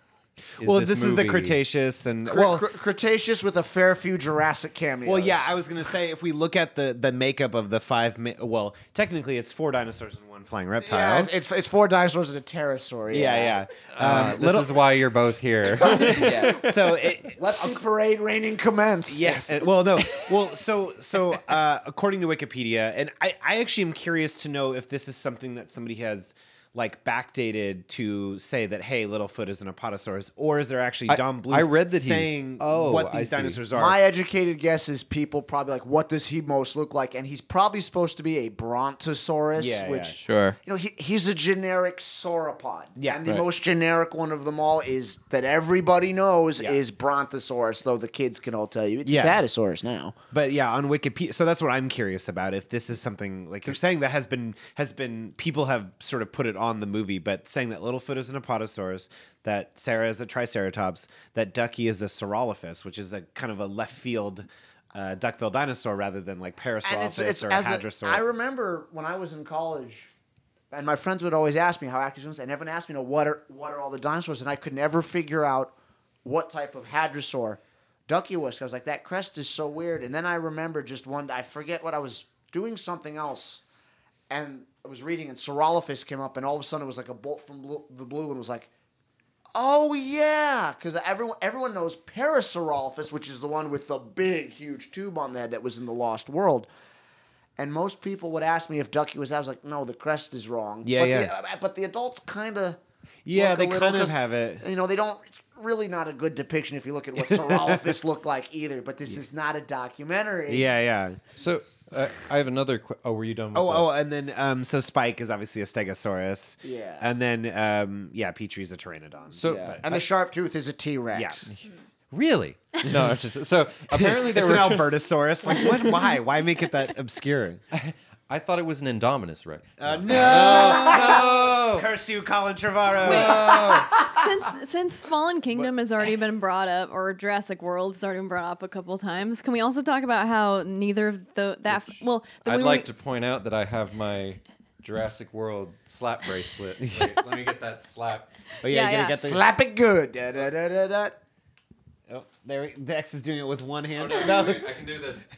Speaker 5: well, this, is the Cretaceous and
Speaker 7: Cre-
Speaker 5: well,
Speaker 7: Cre- Cretaceous with a fair few Jurassic cameos.
Speaker 5: well, yeah. I was gonna say if we look at the the makeup of the five, mi- well, technically it's four dinosaurs and one flying reptile.
Speaker 7: Yeah, it's, it's, it's four dinosaurs and a pterosaur.
Speaker 5: Yeah, yeah.
Speaker 15: Uh,
Speaker 5: Um,
Speaker 15: this
Speaker 5: little-
Speaker 15: is why you're both here.
Speaker 5: So it,
Speaker 7: Let the parade raining commence.
Speaker 5: yes. well, no. Well, so so uh, according to Wikipedia, and I I actually am curious to know if this is something that somebody has like backdated to say that hey, Littlefoot is an Apatosaurus, or is there actually
Speaker 6: I-
Speaker 5: Don Bluth
Speaker 6: I read that he's-
Speaker 5: saying
Speaker 6: Oh,
Speaker 5: what
Speaker 6: I
Speaker 5: these
Speaker 6: see.
Speaker 5: dinosaurs are?
Speaker 7: My educated guess is people probably like, what does he most look like? And he's probably supposed to be a brontosaurus,
Speaker 5: Yeah,
Speaker 7: which
Speaker 5: yeah.
Speaker 6: Sure.
Speaker 7: you know he, he's a generic sauropod.
Speaker 5: Yeah,
Speaker 7: and the
Speaker 5: right.
Speaker 7: most generic one of them all is that everybody knows is brontosaurus. Though the kids can all tell you it's
Speaker 5: Yeah.
Speaker 7: a batasaurus now.
Speaker 5: But yeah, on Wikipedia, so that's what I'm curious about. If this is something like you're saying that has been has been people have sort of put it on the movie, but saying that Littlefoot is an Apatosaurus, that Sarah is a Triceratops, that Ducky is a Saurolophus, which is a kind of a left field uh, duckbill dinosaur rather than like
Speaker 7: And
Speaker 5: Parasaurolophus
Speaker 7: it's, it's
Speaker 5: or a
Speaker 7: as a-
Speaker 5: Hadrosaur.
Speaker 7: I remember when I was in college. And my friends would always ask me how actors and everyone asked me, you know, what are what are all the dinosaurs? And I could never figure out what type of hadrosaur Ducky was. 'cause I was like, that crest is so weird. And then I remember just one I forget what I was doing something else, and I was reading, and Saurolophus came up, and all of a sudden it was like a bolt from blue, the blue, and was like, oh yeah, because everyone everyone knows Parasaurolophus, which is the one with the big huge tube on the head that was in the Lost World. And most people would ask me if Ducky was. I was like, no, the crest is wrong.
Speaker 5: Yeah,
Speaker 7: but
Speaker 5: yeah.
Speaker 7: The, uh, but the adults kind of.
Speaker 5: yeah,
Speaker 7: look
Speaker 5: they
Speaker 7: a little
Speaker 5: kind of
Speaker 7: 'cause-
Speaker 5: have it.
Speaker 7: you know, they don't. It's really not a good depiction if you look at what Saurolophus looked like either. But this is not a documentary.
Speaker 5: Yeah, yeah.
Speaker 3: So uh, I have another. Qu- oh, were you done? With
Speaker 5: Oh,
Speaker 3: that?
Speaker 5: oh, and then um, so Spike is obviously a Stegosaurus.
Speaker 7: Yeah.
Speaker 5: and then um, yeah, Petrie's a Pteranodon.
Speaker 3: So
Speaker 7: Yeah. And the sharp tooth is a T Rex.
Speaker 3: really? No, it's just so apparently there
Speaker 5: it's an
Speaker 3: were.
Speaker 5: Albertosaurus. Like, what? Why? Why make it that Uh, obscure?
Speaker 3: I thought it was an Indominus Rex.
Speaker 5: no! Curse you, Colin Trevorrow.
Speaker 3: Oh.
Speaker 4: since since Fallen Kingdom has already been brought up, or Jurassic World's already been brought up a couple of times, can we also talk about how neither of the that well the
Speaker 3: I'd
Speaker 4: we-
Speaker 3: like to point out that I have my Jurassic World slap bracelet. Wait, let me get that slap.
Speaker 5: Oh
Speaker 4: Yeah, yeah.
Speaker 7: Slap it good. Da, da, da, da, da.
Speaker 5: Oh, there, Dex is doing it with one hand.
Speaker 7: Oh,
Speaker 3: I can do this.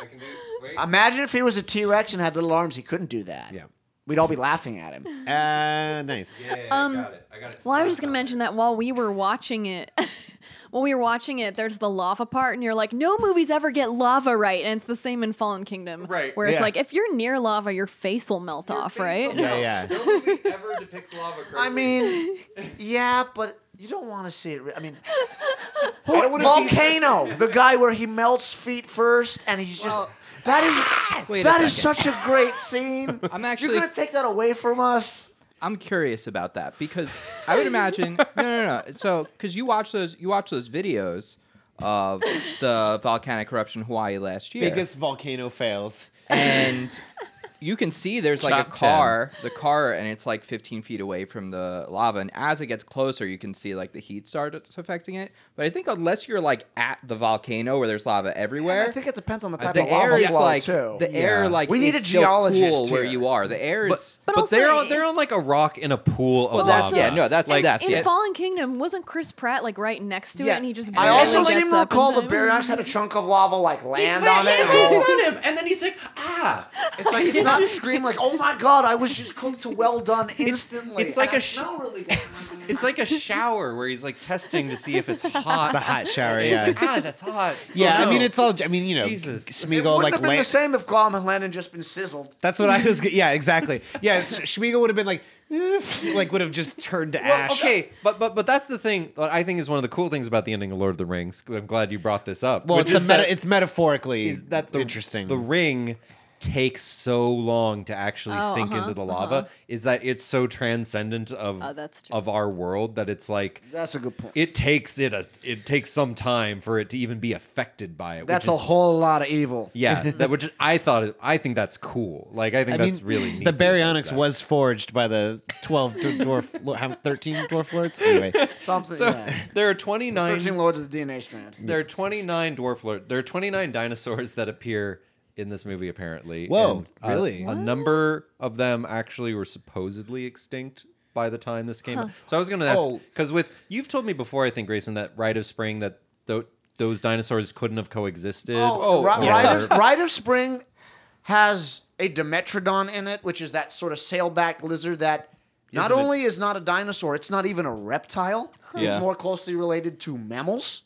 Speaker 3: I can do. Wait.
Speaker 7: Imagine if he was a T Rex and had little arms. He couldn't do that.
Speaker 5: Yeah.
Speaker 7: We'd all be laughing at him.
Speaker 5: Uh, nice.
Speaker 4: Um,
Speaker 3: I got it. I got it.
Speaker 4: Well, I was just gonna mention that while we were watching it, while we were watching it, there's the lava part, and you're like, no movies ever get lava right, and it's the same in Fallen Kingdom,
Speaker 3: Right.
Speaker 4: Where it's
Speaker 5: Yeah.
Speaker 4: like, if you're near lava, your face will melt off, right?
Speaker 5: Yeah, yeah.
Speaker 3: Nobody ever depicts lava.
Speaker 7: I mean, yeah, but you don't want to see it. re- I mean, who-
Speaker 5: wanna see-
Speaker 7: Volcano, the guy where he melts feet first, and he's just.
Speaker 6: Well,
Speaker 7: that is
Speaker 6: Wait a
Speaker 7: that is
Speaker 6: second.
Speaker 7: such a great scene.
Speaker 6: I'm
Speaker 7: You're
Speaker 6: actually-
Speaker 7: gonna take that away from us.
Speaker 6: I'm curious about that because I would imagine no no no so because you watch those you watch those videos of the volcanic eruption in Hawaii last year
Speaker 5: Biggest volcano fails.
Speaker 6: and you can see there's like a
Speaker 3: Top ten.
Speaker 6: car the car and it's like 15 feet away from the lava and as it gets closer you can see like the heat starts affecting it but I think unless you're like at the volcano where there's lava everywhere
Speaker 7: I think it depends on the type
Speaker 6: the
Speaker 7: of
Speaker 6: air
Speaker 7: lava
Speaker 6: is
Speaker 7: flow
Speaker 6: like
Speaker 7: too.
Speaker 6: the air
Speaker 3: Yeah.
Speaker 6: like
Speaker 7: We need
Speaker 6: is
Speaker 7: a
Speaker 6: still
Speaker 7: geologist
Speaker 6: cool where
Speaker 7: here.
Speaker 6: you are the air is
Speaker 3: But,
Speaker 4: But also-
Speaker 3: they're on, they're on like a rock in a pool of
Speaker 6: well that's
Speaker 3: lava.
Speaker 6: yeah no that's
Speaker 3: Like,
Speaker 6: that's
Speaker 4: In
Speaker 6: yeah.
Speaker 4: Fallen Kingdom, wasn't Chris Pratt like right next to
Speaker 6: Yeah.
Speaker 4: it, and he just
Speaker 7: I
Speaker 4: barely
Speaker 7: also
Speaker 4: gets
Speaker 7: seem to
Speaker 4: up in
Speaker 7: recall the
Speaker 4: time?
Speaker 7: Baryonyx had a chunk of lava like land
Speaker 3: Yeah,
Speaker 7: on it.
Speaker 3: yeah,
Speaker 7: and all-
Speaker 3: they run him, and then he's like, ah.
Speaker 7: It's like it's not scream like, oh my god, I was just cooked to well done instantly.
Speaker 3: it's like
Speaker 7: and
Speaker 3: a
Speaker 7: I
Speaker 3: sh-
Speaker 7: smell really good.
Speaker 3: It's like a shower where he's like testing to see if it's hot.
Speaker 5: It's a hot shower.
Speaker 3: He's
Speaker 5: Yeah.
Speaker 3: like, ah, that's hot.
Speaker 5: Yeah,
Speaker 3: Oh,
Speaker 5: I mean
Speaker 3: no.
Speaker 5: it's all. I mean you know,
Speaker 3: Jesus.
Speaker 7: It
Speaker 5: Smeagol
Speaker 7: wouldn't
Speaker 5: like
Speaker 7: have been
Speaker 5: la-
Speaker 7: the same if Gollum and Landon just been sizzled.
Speaker 5: That's what I was. g- Yeah, exactly. Yeah, Sh- Smeagol would have been like, eh, like would have just turned to ash.
Speaker 3: Well, okay, but but but that's the thing. that I think is one of the cool things about the ending of Lord of the Rings. I'm glad you brought this up.
Speaker 5: Well,
Speaker 3: which
Speaker 5: it's, a
Speaker 3: is
Speaker 5: meta-
Speaker 3: that-
Speaker 5: it's metaphorically
Speaker 3: is that the
Speaker 5: interesting.
Speaker 3: The ring takes so long to actually
Speaker 4: Oh,
Speaker 3: sink
Speaker 4: uh-huh,
Speaker 3: into the lava. Is that it's so transcendent of
Speaker 4: Oh, that's true.
Speaker 3: of our world that it's like
Speaker 7: That's a good point.
Speaker 3: it takes it a it takes some time for it to even be affected by it.
Speaker 7: That's
Speaker 3: which
Speaker 7: a
Speaker 3: is-
Speaker 7: whole lot of evil.
Speaker 3: yeah. That which I thought it- I think that's cool. Like I think that's really neat
Speaker 5: the
Speaker 3: that it does
Speaker 5: baryonyx
Speaker 3: that.
Speaker 5: was forged by the 12 d- dwarf lo- how- 13 dwarf lords anyway
Speaker 7: Something.
Speaker 3: So
Speaker 7: yeah.
Speaker 3: there are twenty nine.
Speaker 7: Thirteen Lords of the DNA Strand.
Speaker 3: There are 29 dwarf lord. There are 29 dinosaurs that appear in this movie, apparently.
Speaker 5: Whoa,
Speaker 3: uh,
Speaker 5: really?
Speaker 3: A number of them actually were supposedly extinct by the time this came
Speaker 16: Huh.
Speaker 3: out. So I was going to ask
Speaker 16: Oh.
Speaker 3: because with you've told me before, I think Grayson, that Rite of Spring that tho- those dinosaurs couldn't have coexisted.
Speaker 7: Oh, Ri-
Speaker 3: yes.
Speaker 7: Rite, of, Rite of Spring has a Dimetrodon in it, which is that sort of sailback lizard that not
Speaker 3: Isn't it-
Speaker 7: only is not a dinosaur, it's not even a reptile. It's
Speaker 16: Yeah.
Speaker 7: more closely related to mammals.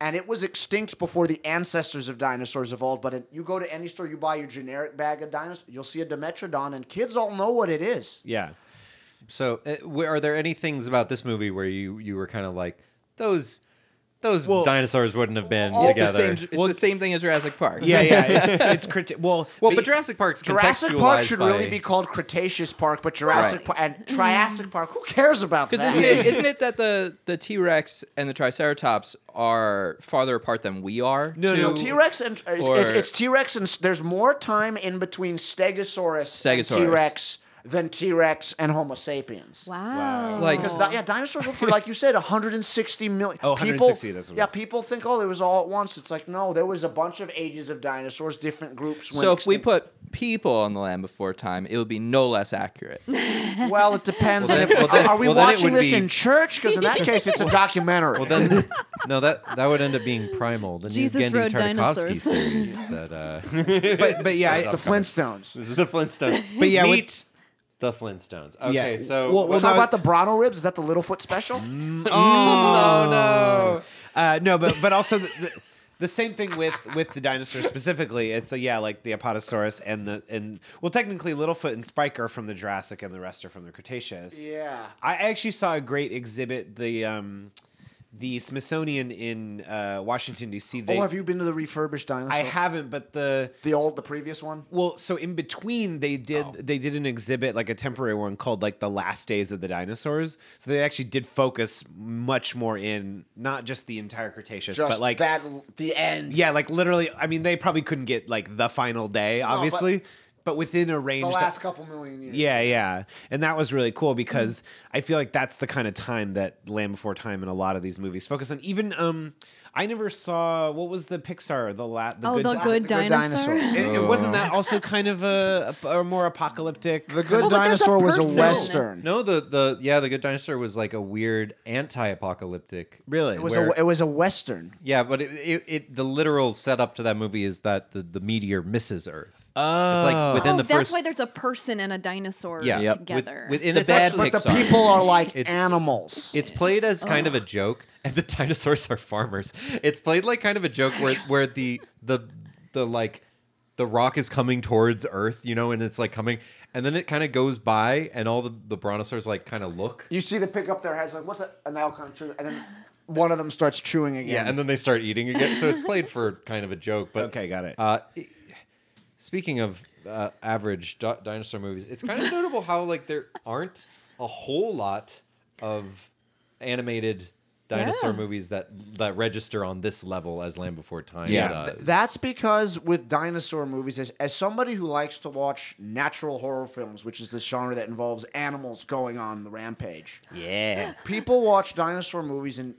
Speaker 7: And it was extinct before the ancestors of dinosaurs evolved. But in, you go to any store, you buy your generic bag of dinosaurs, you'll see a Dimetrodon, and kids all know what it is.
Speaker 5: Yeah.
Speaker 3: So, uh, wh- are there any things about this movie where you you were kind of like those those dinosaurs wouldn't have been
Speaker 6: It's the
Speaker 3: together?
Speaker 6: same- it's the same thing as Jurassic Park.
Speaker 3: Yeah, yeah,
Speaker 5: it's, it's crit- well,
Speaker 3: well, but Jurassic Park's
Speaker 7: Jurassic Park
Speaker 3: contextualized
Speaker 7: should
Speaker 3: by-
Speaker 7: really be called Cretaceous Park, but Jurassic Park and Triassic Park. Who cares about that?
Speaker 6: Because isn't, it, isn't it that the the T Rex and the Triceratops are farther apart than we are?
Speaker 7: No, no,
Speaker 6: too?
Speaker 7: T Rex and uh, it's-
Speaker 6: or-
Speaker 7: it's, it's T Rex and s- there's more time in between Stegosaurus, and
Speaker 6: Stegosaurus.
Speaker 7: T Rex than T Rex and Homo sapiens.
Speaker 4: Wow.
Speaker 6: Like-
Speaker 7: because di- yeah, dinosaurs lived for like you said, 160 million.
Speaker 5: Oh,
Speaker 7: people-
Speaker 5: 160, that's what it
Speaker 7: yeah,
Speaker 5: was.
Speaker 7: people think oh, it was all at once. It's like no, there was a bunch of ages of dinosaurs, different groups. Went
Speaker 6: So if we put people on the land before time, it would be no less accurate.
Speaker 7: extinct. well, it depends.
Speaker 6: Well,
Speaker 7: on if,
Speaker 6: then- well, then-
Speaker 7: are we
Speaker 6: well, then it
Speaker 7: watching
Speaker 6: would
Speaker 7: this
Speaker 6: be-
Speaker 7: in church? Because in that case, it's a documentary.
Speaker 3: Well, then, no, that that would end up being Primal, the
Speaker 7: Jesus
Speaker 3: new Gendy
Speaker 7: rode
Speaker 3: Tartakovsky
Speaker 7: dinosaurs.
Speaker 3: series. That, uh,
Speaker 5: but but yeah,
Speaker 7: It's the Flintstones.
Speaker 3: This is the Flintstones.
Speaker 5: But yeah, with-
Speaker 3: meet the Flintstones. Okay,
Speaker 5: Yeah,
Speaker 3: so
Speaker 5: well,
Speaker 7: We'll,
Speaker 5: well,
Speaker 7: talk
Speaker 5: no,
Speaker 7: about the Bronto ribs. Is that the Littlefoot special?
Speaker 6: Mm.
Speaker 7: Mm.
Speaker 5: Oh no. Uh, no, but but also the, the, the same thing with with the dinosaurs specifically. It's a, yeah, like the Apatosaurus and the and well, technically Littlefoot and Spike are from the Jurassic, and the rest are from the Cretaceous.
Speaker 7: Yeah.
Speaker 5: I actually saw a great exhibit the um the Smithsonian in uh, Washington D.C. They,
Speaker 7: oh, have you been to the refurbished dinosaur?
Speaker 5: I haven't, but the
Speaker 7: the old the previous one.
Speaker 5: Well, so in between they did
Speaker 7: Oh.
Speaker 5: they did an exhibit like a temporary one called like the last days of the dinosaurs. So they actually did focus much more in not just the entire Cretaceous,
Speaker 7: Just
Speaker 5: but like
Speaker 7: that the end.
Speaker 5: Yeah, like literally. I mean, they probably couldn't get like the final day,
Speaker 7: but-
Speaker 5: obviously, but, within a
Speaker 7: The
Speaker 5: range. that-
Speaker 7: last couple million years.
Speaker 5: yeah, yeah. And that was really cool because I feel like that's the kind of time that Land Before Time and a lot of these movies focus on. Even um I never saw what was the Pixar, the la- the
Speaker 4: Oh,
Speaker 5: good
Speaker 4: The
Speaker 5: Di-
Speaker 4: Good The Good Dinosaur? Dinosaur.
Speaker 5: It, it wasn't
Speaker 3: Oh.
Speaker 5: that also kind of a, a, a more apocalyptic The
Speaker 7: Good Well, but there's a Dinosaur was a person. western.
Speaker 3: No, the the yeah, the Good Dinosaur was like a weird anti-apocalyptic.
Speaker 5: Really,
Speaker 7: It was a it was a western.
Speaker 3: yeah, but it, it, it the literal setup to that movie is that the, the meteor misses Earth. Oh, it's like within
Speaker 4: oh,
Speaker 3: the
Speaker 4: that's
Speaker 3: first
Speaker 4: why there's a person and a dinosaur
Speaker 3: yeah, With-
Speaker 4: together.
Speaker 3: within
Speaker 7: But- but the people are like
Speaker 3: animals. It's played as kind of a joke, and the dinosaurs are farmers. It's played like kind of a joke where where the the the like the rock is coming towards Earth, you know, and it's like coming, and then it kind of goes by, and all the the brontosaurs like kind of look.
Speaker 7: You see them pick up their heads like what's that? And they'll kind of chew, and then one of them starts chewing again.
Speaker 3: Yeah, and then they start eating again. So it's played for kind of a joke. But
Speaker 5: okay, got it.
Speaker 3: Uh, i- speaking of uh, average di- dinosaur movies, it's kind of notable how like there aren't a whole lot of animated dinosaur
Speaker 7: Yeah.
Speaker 3: movies that that register on this level as Land Before Time. does.
Speaker 7: Th- that's because with dinosaur movies, as, as somebody who likes to watch natural horror films, which is the genre that involves animals going on the rampage.
Speaker 5: Yeah.
Speaker 7: People watch dinosaur movies and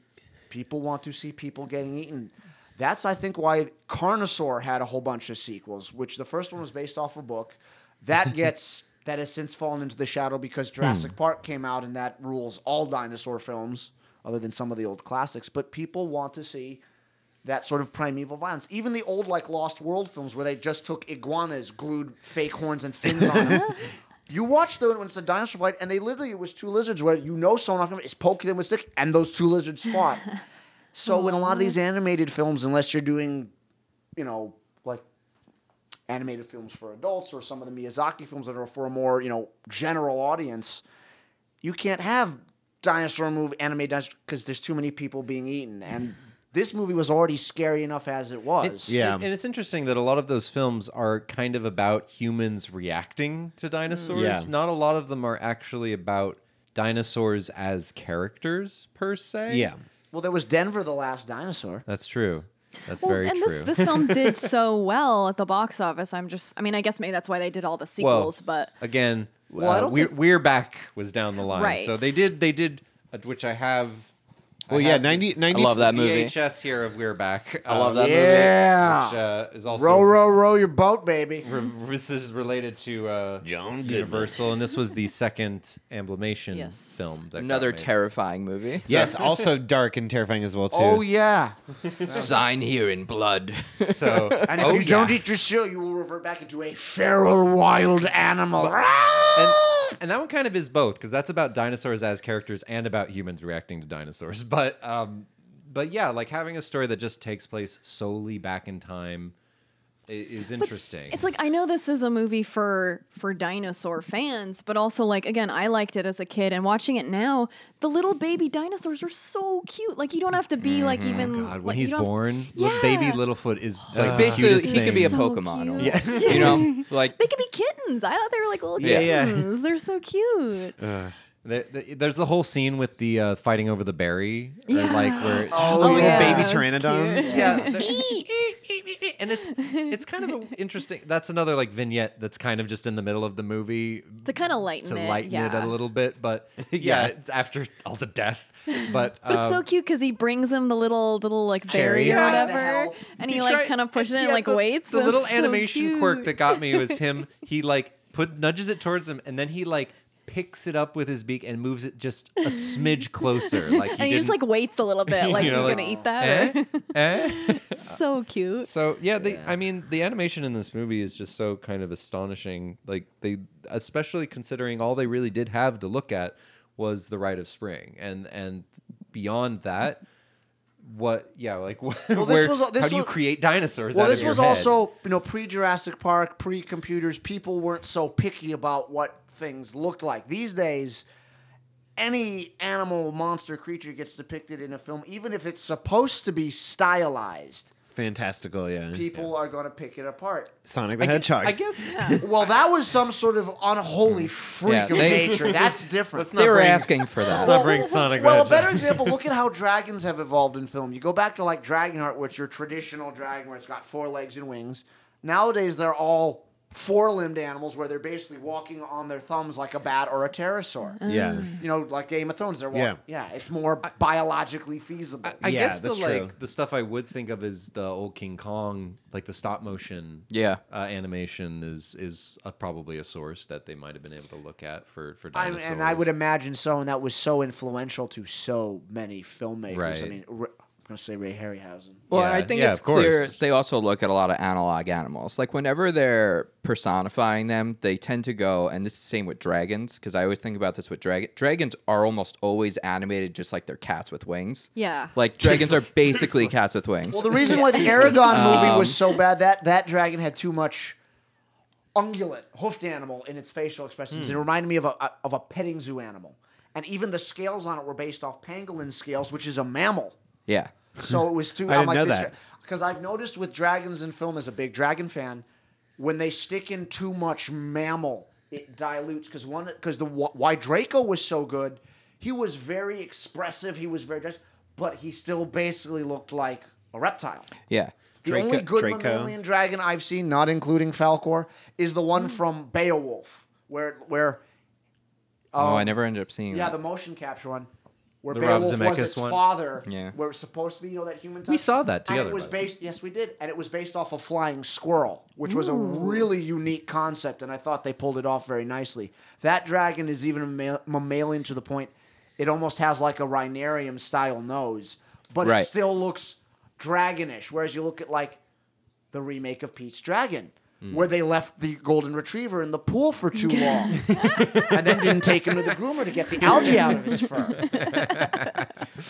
Speaker 7: people want to see people getting eaten. That's, I think, why Carnosaur had a whole bunch of sequels, which the first one was based off a book. That gets. That has since fallen into the shadow because Jurassic Park came out and that rules all dinosaur films, other than some of the old classics. But people want to see that sort of primeval violence. Even the old like Lost World films where they just took iguanas, glued fake horns and fins on them. You watch those when it's a dinosaur fight, and they literally it was two lizards where you know someone off camera is poking them with a stick, and those two lizards fought. so when a lot of these animated films, unless you're doing, you know, like animated films for adults or some of the Miyazaki films that are for a more you know general audience, you can't have dinosaur movie anime dinosaur because there's too many people being eaten and. This movie was already scary enough as it was.
Speaker 3: And, and it's interesting that a lot of those films are kind of about humans reacting to dinosaurs.
Speaker 5: Mm. Yeah.
Speaker 3: Not a lot of them are actually about dinosaurs as characters per se.
Speaker 5: Yeah.
Speaker 7: Well, there was Denver, the last dinosaur.
Speaker 3: That's true. That's
Speaker 4: Well,
Speaker 3: very
Speaker 4: and
Speaker 3: true.
Speaker 4: this this film did so well at the box office. I'm just, I mean, I guess maybe that's why they did all the sequels.
Speaker 3: Well,
Speaker 4: but
Speaker 3: again,
Speaker 4: Well, I
Speaker 3: uh,
Speaker 4: don't
Speaker 3: we're,
Speaker 4: think-
Speaker 3: we're back was down the line,
Speaker 4: Right.
Speaker 3: so they did they did uh, which I have
Speaker 5: Well,
Speaker 3: I
Speaker 5: yeah,
Speaker 3: have
Speaker 5: 90
Speaker 3: the-
Speaker 5: 90
Speaker 6: I love that
Speaker 3: the
Speaker 6: movie.
Speaker 3: VHS here of We're Back.
Speaker 6: I love that
Speaker 7: Yeah.
Speaker 3: Which uh, is also
Speaker 7: row, row, row your boat, baby.
Speaker 3: re- this is related to uh,
Speaker 5: Joan
Speaker 3: Universal, and this was the second Amblimation
Speaker 4: Yes.
Speaker 3: film. That
Speaker 6: Another
Speaker 3: got made.
Speaker 6: terrifying movie.
Speaker 5: Yes, also dark and terrifying as well too.
Speaker 7: Oh yeah.
Speaker 6: Sign here in blood.
Speaker 3: So
Speaker 7: And if
Speaker 6: Oh,
Speaker 7: you
Speaker 6: yeah.
Speaker 7: don't eat your seal, you will revert back into a feral wild animal. Ah,
Speaker 3: and, and that one kind of is both because that's about dinosaurs as characters and about humans reacting to dinosaurs but um but yeah like having a story that just takes place solely back in time i- is interesting
Speaker 4: It's like I know this is a movie for for dinosaur fans, but also like again, I liked it as a kid and watching it now, the little baby dinosaurs are so cute. Like you don't have to be like even
Speaker 3: Mm, God, when
Speaker 4: like, you
Speaker 3: he's
Speaker 4: don't have-
Speaker 3: born li- baby
Speaker 4: Yeah.
Speaker 3: littlefoot is like the
Speaker 6: Basically,
Speaker 3: cutest
Speaker 6: he could
Speaker 3: thing.
Speaker 6: be a
Speaker 4: So
Speaker 6: Pokemon.
Speaker 4: cute.
Speaker 6: almost, You know, like
Speaker 4: they could be kittens. I thought they were like little
Speaker 6: Yeah, yeah.
Speaker 4: kittens. They're so cute.
Speaker 3: There- there- there's the whole scene with the uh, fighting over the berry or
Speaker 4: Yeah.
Speaker 3: like where
Speaker 4: Oh,
Speaker 5: little
Speaker 4: yeah,
Speaker 5: baby
Speaker 4: that's
Speaker 5: pteranodons.
Speaker 4: cute.
Speaker 3: yeah the- and it's it's kind of a interesting that's another like vignette that's kind of just in the middle of the movie
Speaker 4: To kind of lighten
Speaker 3: to
Speaker 4: it.
Speaker 3: lighten
Speaker 4: yeah.
Speaker 3: it a little bit. But
Speaker 5: Yeah.
Speaker 3: yeah, it's after all the death. But,
Speaker 4: But it's so
Speaker 3: um,
Speaker 4: cute because he brings him the little little like berry or
Speaker 7: Yeah.
Speaker 4: whatever, and he, like
Speaker 3: tried-
Speaker 4: kind of pushes it and
Speaker 3: yeah,
Speaker 4: like
Speaker 3: the-
Speaker 4: waits.
Speaker 3: The
Speaker 4: It's
Speaker 3: little
Speaker 4: so
Speaker 3: animation quirk
Speaker 4: cute.
Speaker 3: that got me was him. He like put nudges it towards him, and then he like picks it up with his beak and moves it just a smidge closer. Like he
Speaker 4: and he just
Speaker 3: didn't-
Speaker 4: like waits a little bit, like
Speaker 3: you
Speaker 4: you are
Speaker 3: know, like,
Speaker 4: gonna eat that. or-
Speaker 3: eh? Eh?
Speaker 4: so cute.
Speaker 3: So yeah, they, I mean, the animation in this movie is just so kind of astonishing. Like they, especially considering all they really did have to look at was the Rite of Spring, and and beyond that, what? Yeah, like wh-
Speaker 7: Well, this
Speaker 3: where,
Speaker 7: was- this
Speaker 3: how do you
Speaker 7: was-
Speaker 3: create dinosaurs?
Speaker 7: Well,
Speaker 3: out of
Speaker 7: this
Speaker 3: your
Speaker 7: was
Speaker 3: head?
Speaker 7: also you know pre Jurassic Park, pre computers. People weren't so picky about what things looked like these days. Any animal, monster, creature gets depicted in a film, even if it's supposed to be stylized.
Speaker 5: Fantastical, yeah.
Speaker 7: People are going to pick it apart.
Speaker 5: Sonic the Hedgehog.
Speaker 3: I guess
Speaker 7: Well, that was some sort of unholy freak
Speaker 6: Yeah,
Speaker 7: of
Speaker 6: they-
Speaker 7: nature. That's different.
Speaker 6: they were asking for that.
Speaker 3: not bring Sonic
Speaker 7: Well, a
Speaker 3: Legends.
Speaker 7: better example. Look at how dragons have evolved in film. You go back to like Dragonheart, which your traditional dragon, where it's got four legs and wings. Nowadays, they're all four-limbed animals, where they're basically walking on their thumbs like a bat or a pterosaur.
Speaker 6: Oh.
Speaker 5: yeah.
Speaker 7: You know, like Game of Thrones, they're walking. Yeah, it's more biologically feasible.
Speaker 3: I
Speaker 5: Yeah,
Speaker 3: guess the
Speaker 5: that's true.
Speaker 3: like the stuff I would think of is the old King Kong, like the stop motion
Speaker 6: Yeah.
Speaker 3: uh, animation is is uh probably a source that they might have been able to look at for for
Speaker 7: I mean,
Speaker 3: dinosaurs.
Speaker 7: and I would imagine so, and that was so influential to so many filmmakers. I
Speaker 3: Right.
Speaker 7: mean, Ra- I'm gonna say Ray Harryhausen.
Speaker 6: Well, and
Speaker 3: Yeah,
Speaker 6: I think
Speaker 3: yeah,
Speaker 6: it's
Speaker 3: of course.
Speaker 6: clear they also look at a lot of analog animals. Like whenever they're personifying them, they tend to go, and this is the same with dragons, because I always think about this with dragon. Dragons are almost always animated just like they're cats with wings.
Speaker 4: Yeah.
Speaker 6: Like dragons are basically cats with wings. Um,
Speaker 7: Well, the reason why the Aragon movie was
Speaker 3: Um,
Speaker 7: so bad that that dragon had too much ungulate hoofed animal in its facial expressions.
Speaker 5: Hmm.
Speaker 3: Hmm.
Speaker 7: It reminded me of a, a of a petting zoo animal, and even the scales on it were based off pangolin scales, which is a mammal.
Speaker 6: yeah.
Speaker 7: So it was too.
Speaker 5: I didn't know that.
Speaker 7: because I've noticed with dragons in film as a big dragon fan, when they stick in too much mammal, it dilutes. Because one, because the wh- why Draco was so good, he was very expressive. He was very dressed, but he still basically looked like a reptile.
Speaker 6: Yeah.
Speaker 7: The
Speaker 5: Draco-
Speaker 7: only good
Speaker 5: Draco.
Speaker 7: mammalian dragon I've seen, not including Falcor, is the
Speaker 3: Hmm.
Speaker 7: one from Beowulf, where where um,
Speaker 6: oh, I never ended up seeing
Speaker 7: yeah
Speaker 6: that.
Speaker 7: the motion capture one, where
Speaker 3: The Rob
Speaker 7: Beowulf was
Speaker 3: Zemeckis
Speaker 7: its
Speaker 3: one?
Speaker 7: father,
Speaker 6: Yeah.
Speaker 7: where it was supposed to be you know that human. Touch.
Speaker 3: We saw that
Speaker 7: And
Speaker 3: together,
Speaker 7: it was
Speaker 3: by the way.
Speaker 7: based yes we did, and it was based off a flying squirrel, which was a really unique concept, and I thought they pulled it off very nicely. That dragon is even mamma- mammalian to the point it almost has like a rhinarium style nose, but it
Speaker 6: Right.
Speaker 7: still looks dragonish. Whereas you look at like the remake of Pete's Dragon,
Speaker 6: Hmm.
Speaker 7: where they left the golden retriever in the pool for too long, and then didn't take him to the groomer to get the algae out of his fur.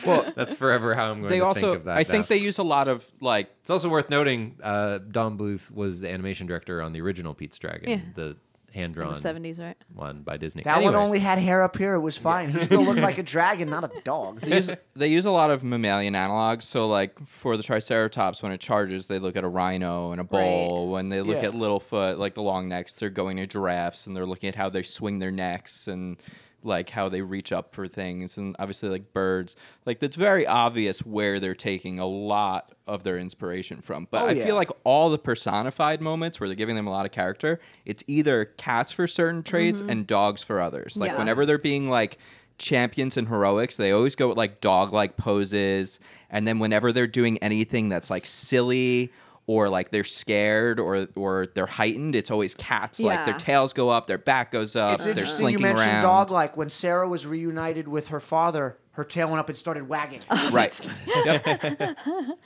Speaker 6: well,
Speaker 3: That's forever how I'm going
Speaker 6: they
Speaker 3: to
Speaker 6: also,
Speaker 3: think of that.
Speaker 6: I think
Speaker 3: now.
Speaker 6: they use a lot of like
Speaker 3: It's also worth noting uh, Don Bluth was the animation director on the original Pete's Dragon,
Speaker 4: Yeah.
Speaker 3: the hand
Speaker 4: In
Speaker 3: drawn
Speaker 4: the seventies, right?
Speaker 3: one by Disney.
Speaker 7: That one
Speaker 3: Anyway,
Speaker 7: only had hair up here; it was fine. He still looked like a dragon, not a dog.
Speaker 6: they use uh, they use a lot of mammalian analogs. So like for the Triceratops, when it charges, they look at a rhino and a bull. When they look
Speaker 7: Yeah.
Speaker 6: at Littlefoot, like the long necks, they're going to giraffes and they're looking at how they swing their necks and like how they reach up for things and obviously like birds like that's very obvious where they're taking a lot of their inspiration from but
Speaker 7: Oh,
Speaker 6: i
Speaker 7: yeah.
Speaker 6: feel like all the personified moments where they're giving them a lot of
Speaker 7: Mm-hmm.
Speaker 6: character it's either cats for certain traits and dogs for others like
Speaker 4: Yeah.
Speaker 6: whenever they're being like champions and heroics, they always go with like dog like poses. And then whenever they're doing anything that's like silly or like they're scared or or they're heightened, it's always cats. Like their
Speaker 7: Yeah.
Speaker 6: tails go up, their back goes up,
Speaker 7: It's
Speaker 6: they're
Speaker 7: interesting you
Speaker 6: slinking
Speaker 7: mentioned
Speaker 6: around.
Speaker 7: dog like. When Sarah was reunited with her father, her tail went up and started wagging.
Speaker 6: Right. Yep.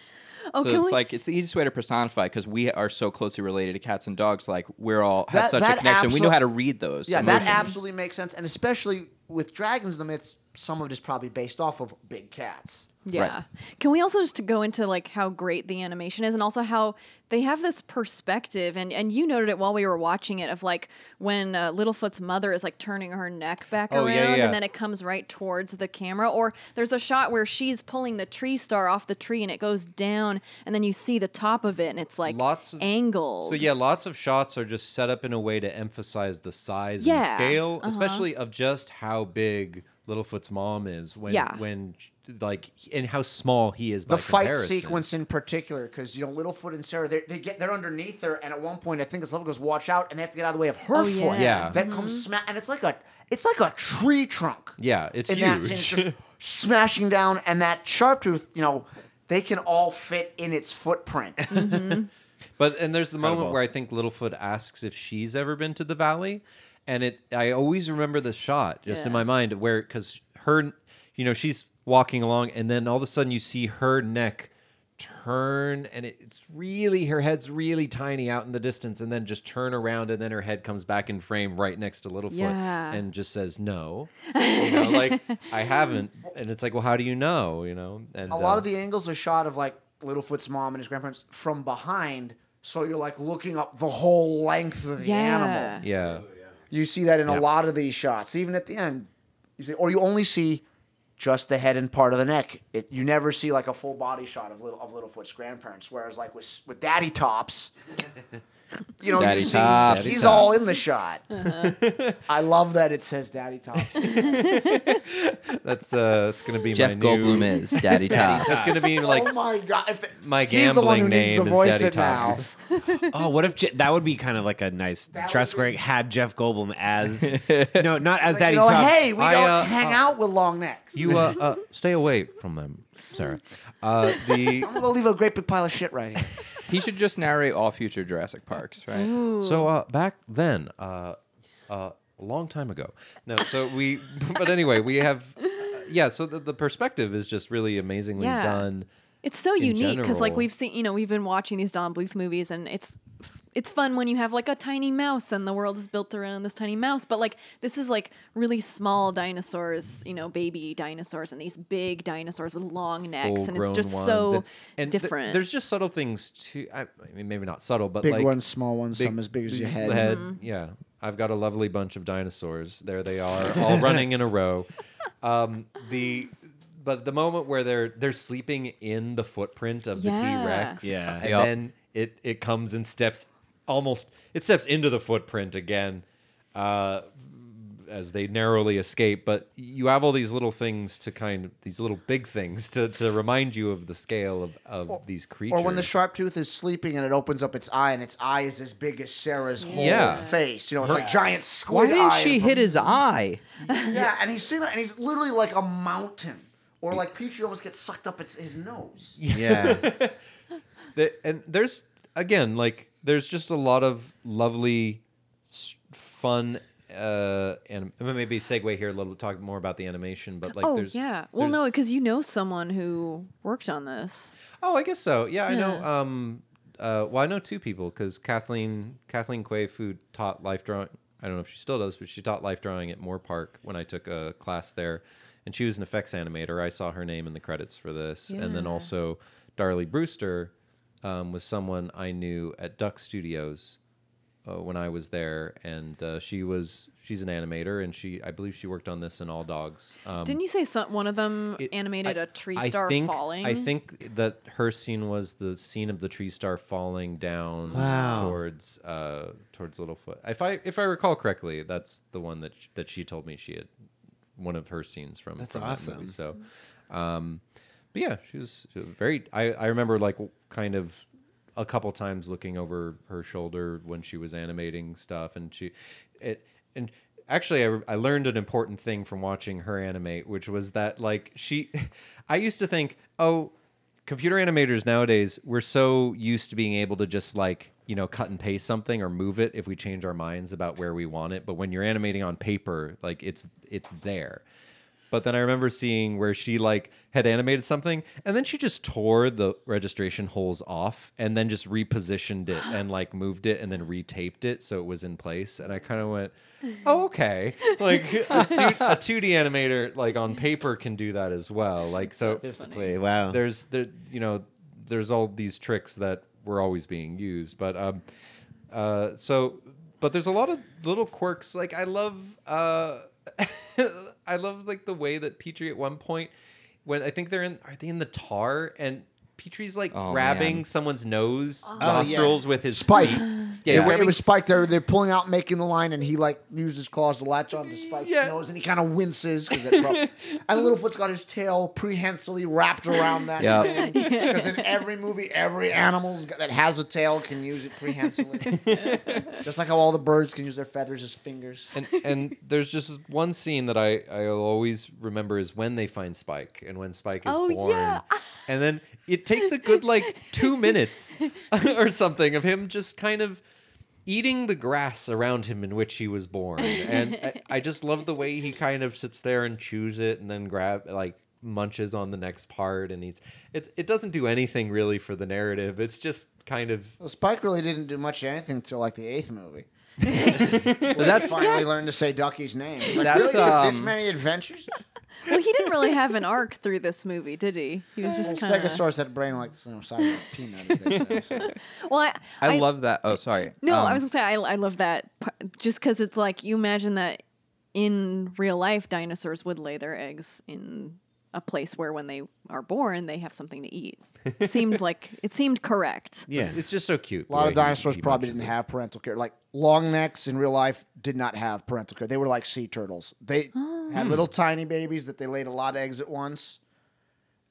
Speaker 4: Oh,
Speaker 6: so
Speaker 4: can
Speaker 6: it's
Speaker 4: we-
Speaker 6: like it's the easiest way to personify because we are so closely related to cats and dogs. Like we're all have
Speaker 7: That-
Speaker 6: such a
Speaker 7: that
Speaker 6: connection. we know
Speaker 7: absol-
Speaker 6: how to read those.
Speaker 7: Yeah,
Speaker 6: emotions.
Speaker 7: that absolutely makes sense. And especially with dragons, the myths, some of it is probably based off of big cats.
Speaker 4: Yeah. Can we also just go into like how great the animation is and also how they have this perspective and and you noted it while we were watching it of like when uh, Littlefoot's mother is like turning her neck back
Speaker 17: Oh,
Speaker 4: around
Speaker 17: yeah, yeah.
Speaker 4: and then it comes right towards the camera or there's a shot where she's pulling the tree star off the tree and it goes down and then you see the top of it and it's like
Speaker 3: Lots of-
Speaker 4: angled.
Speaker 3: So yeah, lots of shots are just set up in a way to emphasize the size and
Speaker 4: Yeah,
Speaker 3: scale,
Speaker 4: uh-huh.
Speaker 3: especially of just how big Littlefoot's mom is when
Speaker 7: Yeah.
Speaker 3: when like and how small he is
Speaker 7: The
Speaker 3: by
Speaker 7: fight
Speaker 3: comparison.
Speaker 7: sequence in particular, because you know Littlefoot and Sarah, they, they get they're underneath her, and at one point I think this level goes watch out, and they have to get out of the way of her
Speaker 3: Oh,
Speaker 7: foot
Speaker 3: yeah. Mm-hmm. Yeah.
Speaker 7: that comes smack, and it's like a it's like a tree trunk.
Speaker 3: Yeah, it's
Speaker 7: and
Speaker 3: huge.
Speaker 7: that thing's just smashing down, and that sharp tooth, you know, they can all fit in its footprint.
Speaker 3: But and there's the moment where I think Littlefoot asks if she's ever been to the valley, and it I always remember the shot just in
Speaker 18: Yeah.
Speaker 3: my mind where because her, you know, she's walking along, and then all of a sudden you see her neck turn, and it, it's really her head's really tiny out in the distance, and then just turn around, and then her head comes back in frame right next to Littlefoot,
Speaker 4: Yeah.
Speaker 3: and just says no, you know, like I haven't, and it's like, well, how do you know, you know? And
Speaker 7: a lot
Speaker 3: uh,
Speaker 7: of the angles are shot of like Littlefoot's mom and his grandparents from behind, so you're like looking up the whole length of the animal.
Speaker 3: yeah.
Speaker 7: You see that in a
Speaker 3: Yeah.
Speaker 7: lot of these shots, even at the end. You see, or you only see just the head and part of the neck. It, you never see like a full body shot of little of Littlefoot's grandparents. Whereas like with with Daddy Tops, you know,
Speaker 6: Daddy
Speaker 7: you see,
Speaker 6: Tops.
Speaker 7: he's
Speaker 6: Daddy
Speaker 7: all
Speaker 6: Tops.
Speaker 7: in the shot.
Speaker 6: Uh-huh.
Speaker 7: I love that it says Daddy Tops.
Speaker 3: That's uh, that's gonna be
Speaker 6: Jeff
Speaker 3: my
Speaker 6: Goldblum
Speaker 3: new...
Speaker 6: is Daddy Tops.
Speaker 3: That's gonna be like
Speaker 7: oh my god, if it-
Speaker 3: my
Speaker 5: He's the one who needs
Speaker 3: gambling name
Speaker 5: to
Speaker 3: is
Speaker 5: voice
Speaker 3: Daddy
Speaker 5: it now.
Speaker 3: Tops.
Speaker 5: oh, what if Je- that would be kind of like a nice dress where it had Jeff Goldblum as no, not as Daddy
Speaker 7: you know,
Speaker 5: Tops.
Speaker 7: hey, we
Speaker 3: I,
Speaker 7: don't
Speaker 3: uh,
Speaker 7: hang
Speaker 3: uh,
Speaker 7: out with long necks.
Speaker 3: You uh, uh, stay away from them, Sarah. Uh, the
Speaker 7: I'm gonna leave a great big pile of shit right here.
Speaker 6: He should just narrate all future Jurassic Parks, right?
Speaker 3: so uh, back then, uh, uh, a long time ago. No, so we. But anyway, we have. Uh, yeah, so the, the perspective is just really amazingly
Speaker 4: Yeah.
Speaker 3: done.
Speaker 4: It's so
Speaker 3: in
Speaker 4: unique because, like,
Speaker 3: general.
Speaker 4: we've seen, you know, we've been watching these Don Bluth movies, and it's it's fun when you have like a tiny mouse, and the world is built around this tiny mouse. But like, this is like really small dinosaurs, you know, baby dinosaurs, and these big dinosaurs with long necks, and it's
Speaker 3: full-grown
Speaker 4: just
Speaker 3: ones,
Speaker 4: so
Speaker 3: and- and th-
Speaker 4: different.
Speaker 3: there's just subtle things too. I, I mean, maybe not subtle, but
Speaker 7: Big
Speaker 3: like
Speaker 7: ones, small ones, some as big as your head. Mhm.
Speaker 4: Mm-hmm.
Speaker 3: Yeah, I've got a lovely bunch of dinosaurs. There they are, all running in a row. Um, the but the moment where they're they're sleeping in the footprint of the
Speaker 18: Yeah.
Speaker 3: T Rex,
Speaker 18: Yeah.
Speaker 3: and
Speaker 18: Yep.
Speaker 3: then it it comes and steps almost it steps into the footprint again. Uh, as they narrowly escape. But you have all these little things to kind of these little big things to, to remind you of the scale of, of these creatures.
Speaker 7: Or when the sharp tooth is sleeping and it opens up its eye and its eye is as big as Sarah's whole
Speaker 6: Yeah.
Speaker 7: face. You know, it's
Speaker 6: Her-
Speaker 7: like giant
Speaker 6: Why
Speaker 7: squid.
Speaker 6: didn't
Speaker 7: eye
Speaker 6: she
Speaker 7: of a-
Speaker 6: hit his eye?
Speaker 7: Yeah, and he's sitting there and he's literally like a mountain. Or like Petrie almost gets sucked up its his nose.
Speaker 3: Yeah. The- and there's again like there's just a lot of lovely s- fun uh and maybe segue here a little talk more about the animation but like
Speaker 4: oh
Speaker 3: there's
Speaker 4: yeah, well
Speaker 3: there's-
Speaker 4: no, because you know someone who worked on this.
Speaker 3: Oh, I guess so. Yeah, I know.
Speaker 4: Yeah.
Speaker 3: Um, uh, well, I know two people because Kathleen Kathleen Quay, who taught life drawing. I don't know if she still does, but she taught life drawing at Moore Park when I took a class there, and she was an effects animator. I saw her name in the credits for this, and then
Speaker 18: Yeah.
Speaker 3: also Darlie Brewster um, was someone I knew at Duck Studios uh, when I was there, and uh, she was she's an animator, and she I believe she worked on this in All Dogs. Um,
Speaker 4: Didn't you say some, one of them animated a tree star
Speaker 3: think,
Speaker 4: falling?
Speaker 3: I think that her scene was the scene of the tree star falling down
Speaker 5: Wow.
Speaker 3: towards uh, towards Littlefoot. If I if I recall correctly, that's the one that sh- that she told me she had one of her scenes from.
Speaker 5: That's
Speaker 3: from That
Speaker 5: awesome.
Speaker 3: movie. So, um, but yeah, she was, she was very. I I remember like w- kind of a couple times looking over her shoulder when she was animating stuff, and she it and. actually I, I learned an important thing from watching her animate which was that like she i used to think oh computer animators nowadays we're so used to being able to just like you know cut and paste something or move it if we change our minds about where we want it but when you're animating on paper like it's it's there but then I remember seeing where she like had animated something and then she just tore the registration holes off and then just repositioned it and like moved it and then retaped it so it was in place and I kind of went oh, okay like a, two, a 2D animator like on paper can do that as well like so
Speaker 5: Basically, wow.
Speaker 3: there's there you know there's all these tricks that were always being used but um uh so but there's a lot of little quirks like I love uh I love like the way that Petrie at one point when I think they're in are they in the tar and Petrie's like
Speaker 6: Oh,
Speaker 3: grabbing
Speaker 6: man.
Speaker 3: someo's nose
Speaker 6: Oh,
Speaker 3: nostrils with his
Speaker 7: Spike.
Speaker 3: feet.
Speaker 7: Yeah,
Speaker 3: he's
Speaker 7: it, was, it
Speaker 3: grabbing
Speaker 7: was Spike. They're, they're pulling out, making the line, and he like used his claws to latch onto Spike's nose, and he kind of winces because it. Prob- and Littlefoot's got his tail prehensily wrapped around that.
Speaker 6: Yeah.
Speaker 7: Because in every movie, every animal that has a tail can use it prehensily, just like how all the birds can use their feathers as fingers.
Speaker 3: and and there's just one scene that I I'll always remember is when they find Spike and when Spike is
Speaker 4: Oh,
Speaker 3: born,
Speaker 4: yeah.
Speaker 3: and then it takes a good like two minutes or something of him just kind of eating the grass around him in which he was born, and I, I just love the way he kind of sits there and chews it and then grab like munches on the next part and eats it it doesn't do anything really for the narrative it's just kind of
Speaker 7: Well, Spike really didn't do much of anything until like the eighth movie.
Speaker 6: that's-
Speaker 7: that's finally learned to say Ducky's name. It's like,
Speaker 6: That's,
Speaker 7: really? You took this
Speaker 6: um,
Speaker 7: many adventures.
Speaker 4: Well, he didn't really have an arc through this movie, did he? He was just kind of.
Speaker 7: Stegosaurus had a brain like you know, size of a peanut. As they say, so.
Speaker 4: Well, I,
Speaker 6: I, love that. Oh, sorry.
Speaker 4: No, I
Speaker 6: Um,
Speaker 4: was gonna say I, I love that p- just because it's like you imagine that in real life dinosaurs would lay their eggs in a place where when they are born they have something to eat. seemed like it seemed correct.
Speaker 5: Yeah.
Speaker 3: it's just so cute
Speaker 7: A lot of dinosaurs probably didn't have parental care. Like long necks in real life did not have parental care. They were like sea turtles. They had little tiny babies that they laid a lot of eggs at once,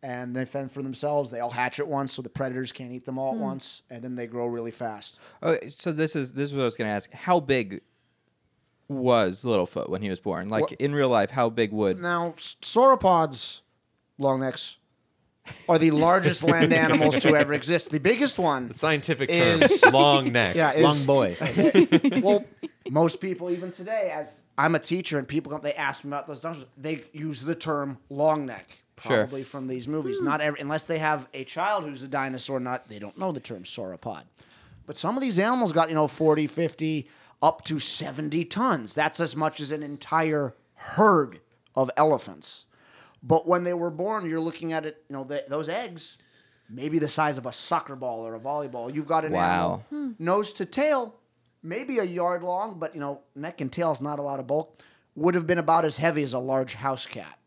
Speaker 7: and they fend for themselves. They all hatch at once, so the predators can't eat them all at once, and then they grow really fast.
Speaker 6: Oh, so this is this is what I was going to ask. How big was Littlefoot when he was born? Like
Speaker 7: What-
Speaker 6: in real life, how big would?
Speaker 7: Now, s- sauropods, long necks, are the largest land animals to ever exist. The biggest one,
Speaker 3: scientific term
Speaker 7: Is-
Speaker 3: long neck
Speaker 7: yeah, is
Speaker 5: Long boy.
Speaker 7: well, most people, even today, as I'm a teacher and people come, they ask me about those dinosaurs. They use the term long neck,
Speaker 6: Sure.
Speaker 7: probably from these movies. Not every, unless they have a child who's a dinosaur, not they don't know the term sauropod. But some of these animals got you know 40, 50, up to 70 tons. That's as much as an entire herd of elephants. But when they were born, you're looking at it, you know, th those eggs, maybe the size of a soccer ball or a volleyball. You've got an
Speaker 6: Wow.
Speaker 7: animal nose to tail, maybe a yard long, but you know, neck and tail's not a lot of bulk, would have been about as heavy as a large house cat.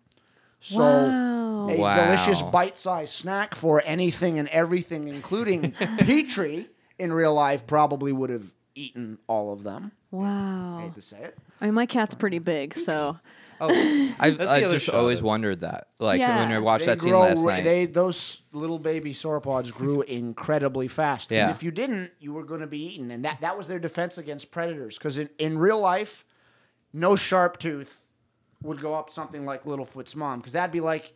Speaker 7: So a
Speaker 6: Wow.
Speaker 7: delicious bite-sized snack for anything and everything, including Petrie in real life, probably would have eaten all of them. I
Speaker 4: Wow.
Speaker 7: hate to say it.
Speaker 4: I mean, my cat's pretty big, so
Speaker 6: Oh, I,
Speaker 3: the
Speaker 6: I
Speaker 3: other
Speaker 6: just
Speaker 3: shot
Speaker 6: always
Speaker 3: of-
Speaker 6: wondered that. Like when I
Speaker 4: Yeah.
Speaker 6: watched
Speaker 7: They
Speaker 6: that scene
Speaker 7: grow
Speaker 6: last
Speaker 7: ra-
Speaker 6: night.
Speaker 7: They those little baby sauropods grew incredibly fast. 'Cause
Speaker 6: Yeah.
Speaker 7: If you didn't, you were going to be eaten, and that that was their defense against predators. Because in, in real life, no sharp tooth would go up something like Littlefoot's mom, because that'd be like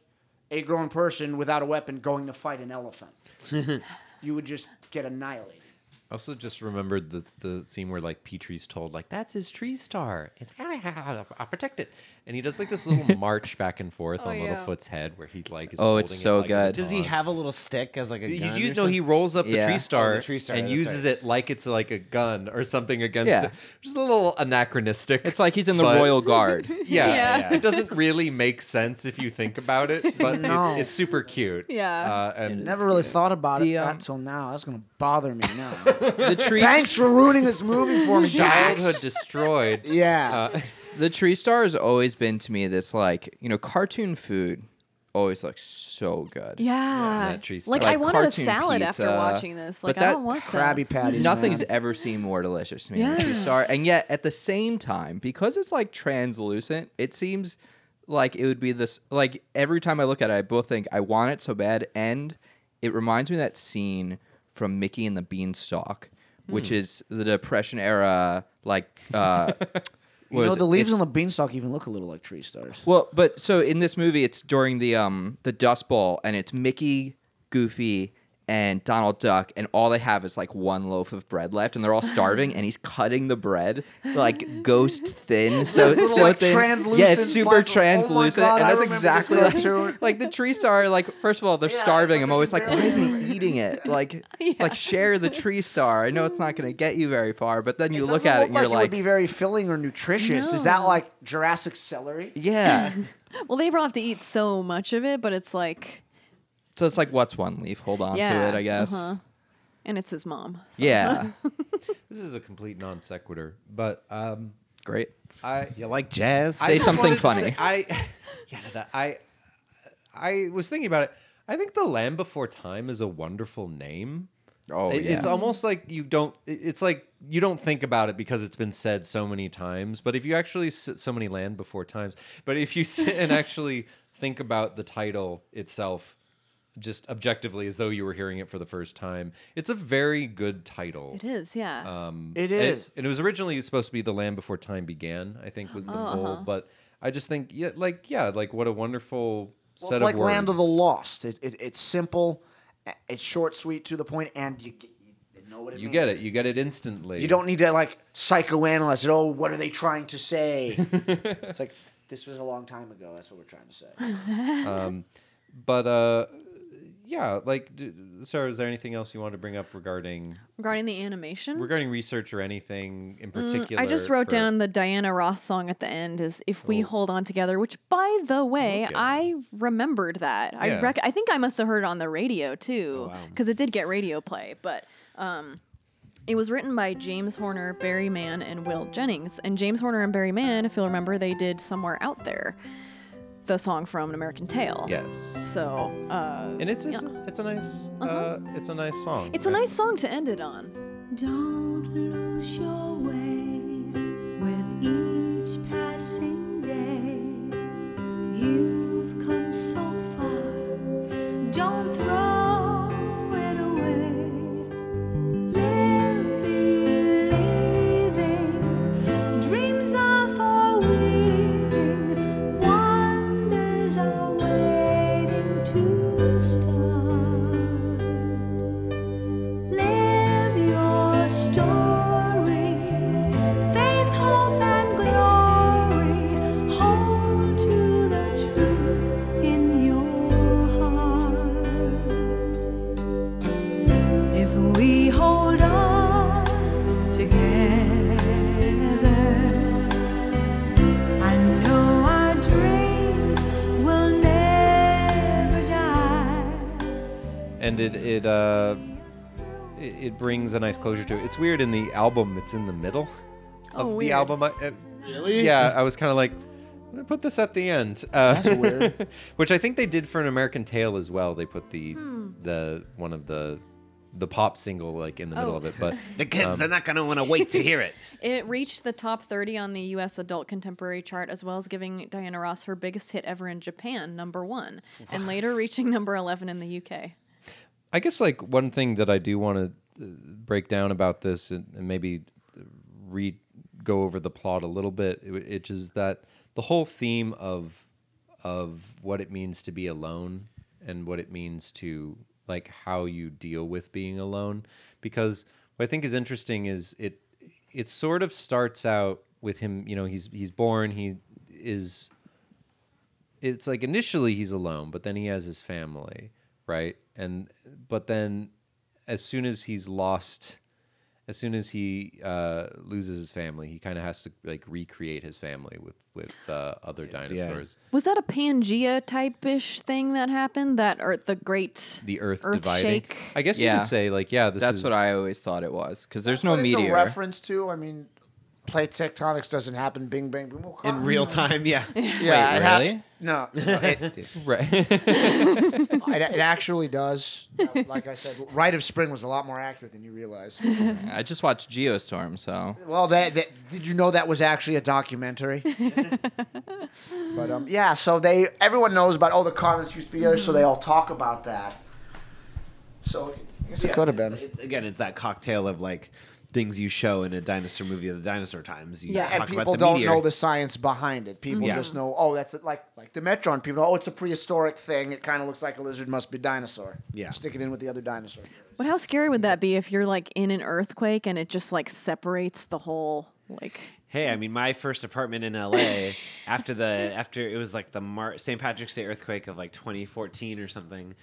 Speaker 7: a grown person without a weapon going to fight an elephant. you would just get annihilated.
Speaker 3: I also just remembered the, the scene where like Petrie's told like that's his tree star. It's I'll protect it, and he does like this little march back and forth on
Speaker 4: yeah.
Speaker 3: Littlefoot's head where he like is.
Speaker 6: Oh, it's
Speaker 3: holding
Speaker 6: so
Speaker 3: it, like, in a
Speaker 6: good.
Speaker 5: Does he
Speaker 3: taunt.
Speaker 5: have a little stick as like a
Speaker 3: He,
Speaker 5: gun?
Speaker 3: you
Speaker 5: or
Speaker 3: know, he
Speaker 5: something?
Speaker 3: rolls up
Speaker 6: Yeah.
Speaker 3: the,
Speaker 6: Oh,
Speaker 3: tree
Speaker 6: the
Speaker 3: star
Speaker 5: tree star,
Speaker 3: and
Speaker 5: that's
Speaker 3: uses
Speaker 5: right.
Speaker 3: it like it's like a gun or something against
Speaker 6: Yeah.
Speaker 3: it. Just a little anachronistic.
Speaker 6: It's like he's in the
Speaker 3: but-
Speaker 6: royal guard.
Speaker 3: Yeah,
Speaker 4: Yeah.
Speaker 3: it doesn't really make sense if you think about it, but
Speaker 7: No.
Speaker 3: it, it's super cute.
Speaker 4: Yeah.
Speaker 3: uh, and
Speaker 7: Never really thought about
Speaker 6: The,
Speaker 7: it
Speaker 6: um,
Speaker 7: until now. That's going to bother me now.
Speaker 6: the tree,
Speaker 7: Thanks for ruining this movie for me, Jax.
Speaker 3: childhood destroyed.
Speaker 7: Yeah.
Speaker 3: Uh,
Speaker 6: the tree star has always been to me this like you know cartoon food always looks so good.
Speaker 4: yeah.
Speaker 3: that tree
Speaker 4: like
Speaker 3: stuff.
Speaker 4: I
Speaker 6: Like
Speaker 4: wanted a
Speaker 6: cartoon
Speaker 4: salad after
Speaker 6: pizza,
Speaker 4: watching this.
Speaker 6: but
Speaker 4: Like
Speaker 6: that
Speaker 4: I don't want salad.
Speaker 7: Krabby Patties.
Speaker 6: Nothing's
Speaker 7: man.
Speaker 6: ever seemed more delicious to me than
Speaker 4: Yeah.
Speaker 6: Tree Star. And yet, at the same time, because it's like translucent, it seems like it would be this. Like every time I look at it, I both think I want it so bad, and it reminds me of that scene from Mickey and the Beanstalk, which is the Depression era, like uh,
Speaker 7: You
Speaker 6: was
Speaker 7: know, the leaves
Speaker 6: it's-
Speaker 7: on the beanstalk even look a little like tree stars.
Speaker 6: Well, but so in this movie, it's during the um the Dust Bowl, and it's Mickey, Goofy, and Donald Duck, and all they have is like one loaf of bread left, and they're all starving, and he's cutting the bread like ghost thin, so
Speaker 7: Little,
Speaker 6: so
Speaker 7: like,
Speaker 6: thin. Yeah,
Speaker 7: translucent
Speaker 6: it's super
Speaker 7: slice of- oh my
Speaker 6: translucent,
Speaker 7: God,
Speaker 6: and
Speaker 7: I
Speaker 6: that's
Speaker 7: remember this
Speaker 6: exactly like,
Speaker 7: cartoon.
Speaker 6: like the tree star. Like first of all, they're starving. I'm always like, why isn't he eating it? Like like share the tree star. I know it's not going to get you very far, but then you look
Speaker 7: Doesn't
Speaker 6: at it
Speaker 7: look
Speaker 6: and
Speaker 7: like
Speaker 6: you're
Speaker 7: it would
Speaker 6: like,
Speaker 7: be very filling or nutritious. Is that
Speaker 4: No.
Speaker 7: like Jurassic celery?
Speaker 6: yeah.
Speaker 4: Well, they probably have to eat so much of it, but it's like,
Speaker 6: So it's like, what's one leaf? Hold on
Speaker 4: yeah,
Speaker 6: to it, I guess.
Speaker 4: uh-huh. And it's his mom. so.
Speaker 6: Yeah.
Speaker 3: This is a complete non sequitur, but um,
Speaker 6: Great.
Speaker 3: I
Speaker 5: You like jazz?
Speaker 3: I
Speaker 6: Say
Speaker 3: just
Speaker 6: something
Speaker 3: wanted to
Speaker 6: funny.
Speaker 3: say- I yeah, that, I I was thinking about it. I think the Lamb Before Time is a wonderful name.
Speaker 6: Oh,
Speaker 3: It- It's
Speaker 6: yeah.
Speaker 3: almost like you don't. it- It's like you don't think about it because it's been said so many times. But if you actually sit so many Land Before Times, but if you sit and actually think about the title itself. Just objectively, as though you were hearing it for the first time, it's a very good title.
Speaker 4: It is, yeah.
Speaker 6: Uh,
Speaker 3: Um,
Speaker 7: It
Speaker 3: and-
Speaker 7: is.
Speaker 3: and it was originally supposed to be "The Land Before Time Began." I think was the
Speaker 4: Oh,
Speaker 3: full,
Speaker 4: uh-huh.
Speaker 3: but I just think, yeah, like, yeah, like what a wonderful
Speaker 7: Well,
Speaker 3: set
Speaker 7: it's
Speaker 3: of
Speaker 7: like
Speaker 3: words.
Speaker 7: Land of the Lost. It, it, it's simple, a- it's short, sweet, to the point, and you, get- you know what it
Speaker 3: You
Speaker 7: means.
Speaker 3: get it. You get it instantly.
Speaker 7: You don't need to like psychoanalyze it. Oh, what are they trying to say? it's like this was a long time ago. That's what we're trying to say.
Speaker 3: Um, but uh, yeah, like, d- Sarah, is there anything else you wanted to bring up regarding
Speaker 4: Regarding the animation,
Speaker 3: regarding research or anything in
Speaker 4: Mm,
Speaker 3: particular?
Speaker 4: I just wrote
Speaker 3: for-
Speaker 4: down the Diana Ross song at the end is "If We
Speaker 3: Oh.
Speaker 4: Hold On Together," which, by the way, I remembered that. I
Speaker 3: Yeah. Oh,
Speaker 4: rec- I think I must have heard it on the radio too, because it did get radio play. But um, it was written by James Horner, Barry Mann, and Will Jennings. And James Horner and Barry Mann, if you'll remember, they did "Somewhere Out There," the song from An American Tale.
Speaker 3: Yes,
Speaker 4: So. Uh, Uh-huh.
Speaker 3: and it's it's, it's a nice uh, it's a nice song.
Speaker 4: it's a nice song to end it on.
Speaker 19: Don't lose your way with each passing day. You've come so far, don't throw it away. Live believing, dreams are for weaving, wonders are waiting to start. Live your story, faith, hope, and glory. Hold to the truth in your heart. If we hold on together, I know our dreams will never die.
Speaker 3: and it it uh it, it brings a nice closure to it. It's weird in the album; it's in the middle of
Speaker 4: Oh,
Speaker 3: the
Speaker 4: weird.
Speaker 3: album. I, uh, really? Yeah, I was kind of like, I'm gonna put this at the end. Uh,
Speaker 7: That's weird.
Speaker 3: which I think they did for an American Tale as well. They put the the one of the the pop single like in the middle
Speaker 4: Oh.
Speaker 3: of it, but
Speaker 5: The kids,
Speaker 3: um,
Speaker 5: they're not going to want to wait to hear it.
Speaker 4: It reached the top 30 on the US adult contemporary chart, as well as giving Diana Ross her biggest hit ever in Japan, number one, and later reaching number 11 in the UK.
Speaker 3: I guess like one thing that I do want to uh, break down about this and, and maybe re go over the plot a little bit, it, it is that the whole theme of of what it means to be alone and what it means to like how you deal with being alone because what I think is interesting is it it sort of starts out with him, you know, he's he's born, he is it's like initially he's alone, but then he has his family, right? And but then as soon as he's lost, as soon as he uh, loses his family, he kind of has to like recreate his family with with uh, other dinosaurs.
Speaker 4: Was that a Pangea type ish thing that happened? That or the great
Speaker 3: The Earth, dividing.
Speaker 4: shake?
Speaker 3: I guess you
Speaker 6: Yeah.
Speaker 3: could say like, yeah, this
Speaker 6: That's
Speaker 3: is
Speaker 6: what I always thought it was because there's no
Speaker 7: But It's a
Speaker 6: meteor.
Speaker 7: reference to. I mean, plate tectonics doesn't happen. Bing bang. Boom, boom,
Speaker 5: In real time, yeah.
Speaker 7: Yeah,
Speaker 6: Wait,
Speaker 7: it hap-
Speaker 6: really?
Speaker 7: no, no, it, it,
Speaker 3: right.
Speaker 7: it actually does. Like I said, Rite of Spring was a lot more accurate than you realize.
Speaker 6: I just watched Geostorm, so
Speaker 7: Well, that, that did you know that was actually a documentary? but um, yeah, so they everyone knows about oh the continents used to be there, so they all talk about that. So I guess it could have been.
Speaker 5: It's, again, it's that cocktail of like things you show in a dinosaur movie of the dinosaur times. You
Speaker 7: yeah,
Speaker 5: talk
Speaker 7: and people
Speaker 5: about the
Speaker 7: don't
Speaker 5: meteor.
Speaker 7: know the science behind it. People
Speaker 5: Mhm. Yeah.
Speaker 7: just know, oh, that's it. like like the Metron. People, know, oh, it's a prehistoric thing. It kind of looks like a lizard. Must be dinosaur.
Speaker 5: Yeah.
Speaker 7: stick it in with the other dinosaur.
Speaker 4: But how scary would that be if you're like in an earthquake and it just like separates the whole like
Speaker 5: Hey, I mean, my first apartment in LA after the after it was like the Mar- St. Patrick's Day earthquake of like 2014 or something.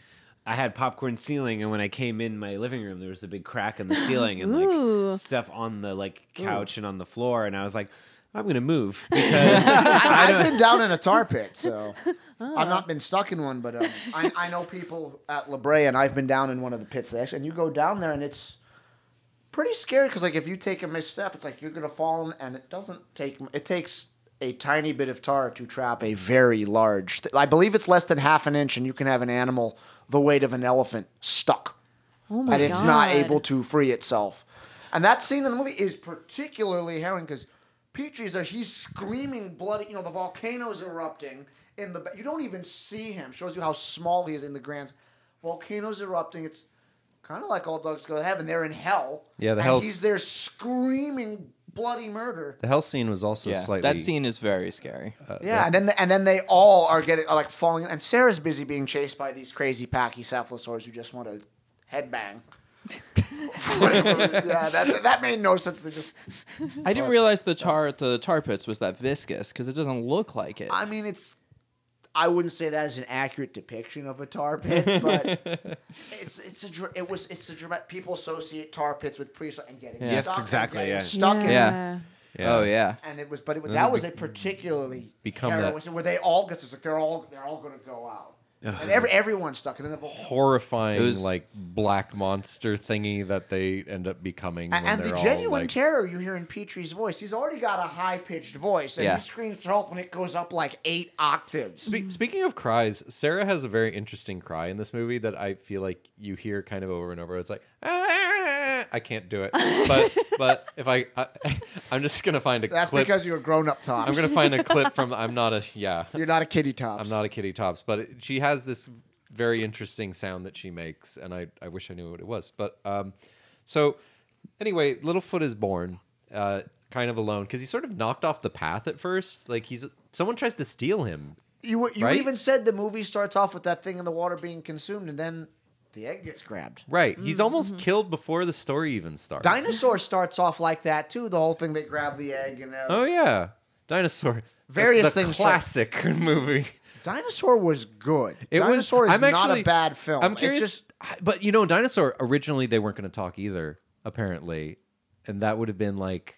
Speaker 5: I had popcorn ceiling, and when I came in my living room, there was a big crack in the ceiling and
Speaker 4: Ooh.
Speaker 5: like stuff on the like couch and on the floor, and I was like, I'm gonna move because I
Speaker 7: I,
Speaker 5: don't-
Speaker 7: I've been down in a tar pit, so I've not been stuck in one. But um, I, I know people at La Brea, and I've been down in one of the pits. They actually- And you go down there, and it's pretty scary because like if you take a misstep, it's like you're gonna fall, in, and it doesn't take. It takes a tiny bit of tar to trap a very large. Th- I believe it's less than half an inch, and you can have an animal the weight of an elephant stuck,
Speaker 4: Oh my
Speaker 7: and it's not
Speaker 4: God.
Speaker 7: able to free itself. And that scene in the movie is particularly harrowing because Petrie's there. He's screaming bloody. You know, the volcano's erupting in the. ba- You don't even see him. Shows you how small he is in the grand. Volcano's erupting. It's kind of like all dogs go to heaven. They're in hell.
Speaker 3: Yeah, the
Speaker 7: and
Speaker 3: hell's-
Speaker 7: He's there screaming bloody murder.
Speaker 3: The hell scene was also
Speaker 6: Yeah,
Speaker 3: slightly. uh,
Speaker 6: that scene is very scary.
Speaker 7: Yeah, and then the, and then they all are getting are like falling. And Sarah's busy being chased by these crazy packy cephalosaurs who just want to headbang. yeah, that, that made no sense. They just
Speaker 6: I didn't realize the tar at the tar pits was that viscous because it doesn't look like it.
Speaker 7: I mean, it's. I wouldn't say that is an accurate depiction of a tar pit, but it's it's a dr- it was it's a dramatic. People associate tar pits with priests and getting
Speaker 5: Yeah. Yes,
Speaker 7: stuck and
Speaker 5: exactly,
Speaker 7: getting
Speaker 5: yeah.
Speaker 7: stuck in
Speaker 6: Yeah.
Speaker 5: Yeah.
Speaker 6: Oh yeah.
Speaker 7: And it was, but it, was-
Speaker 5: And
Speaker 7: that
Speaker 5: then
Speaker 7: was
Speaker 5: be-
Speaker 7: a particularly
Speaker 5: Become
Speaker 7: harrowing
Speaker 5: that-
Speaker 7: scene where they all get like they're all they're all going to go out,
Speaker 3: Ugh.
Speaker 7: and every everyone's stuck, and then the volcano.
Speaker 3: horrifying
Speaker 6: It was-
Speaker 3: like black monster thingy that they end up becoming.
Speaker 7: And,
Speaker 3: when
Speaker 7: and the
Speaker 3: they're all,
Speaker 7: genuine
Speaker 3: like-
Speaker 7: terror you hear in Petrie's voice. He's already got a high pitched voice, and
Speaker 3: Yeah.
Speaker 7: he screams for help, and it goes up like eight octaves.
Speaker 3: Spe- speaking of cries, Sarah has a very interesting cry in this movie that I feel like you hear kind of over and over. It's like "Ah," I can't do it, but but if I, I I'm just gonna find a
Speaker 7: That's
Speaker 3: clip.
Speaker 7: because you're grown up, Tom.
Speaker 3: I'm gonna find a clip from I'm not a yeah.
Speaker 7: You're not a kitty tops.
Speaker 3: I'm not a kitty tops, but it, she has this very interesting sound that she makes, and I I wish I knew what it was. But um, so anyway, Littlefoot is born, uh, kind of alone because he's sort of knocked off the path at first. Like he's someone tries to steal him.
Speaker 7: You you
Speaker 3: right?
Speaker 7: even said the movie starts off with that thing in the water being consumed, and then the egg gets grabbed. Hmm.
Speaker 3: Right. He's
Speaker 7: Mm,
Speaker 3: almost killed before the story even starts.
Speaker 7: Dinosaur starts off like that too. The whole thing they grab the egg and uh,
Speaker 3: Oh yeah. Dinosaur.
Speaker 7: Various
Speaker 3: the, the
Speaker 7: things start-
Speaker 3: Classic movie.
Speaker 7: Dinosaur was good.
Speaker 3: It
Speaker 7: Dinosaur
Speaker 3: was,
Speaker 7: is
Speaker 3: I'm
Speaker 7: not
Speaker 3: actually-
Speaker 7: a bad film.
Speaker 3: I'm
Speaker 7: It's
Speaker 3: curious,
Speaker 7: just-
Speaker 3: but you know, Dinosaur originally they weren't going to talk either, apparently, and that would have been like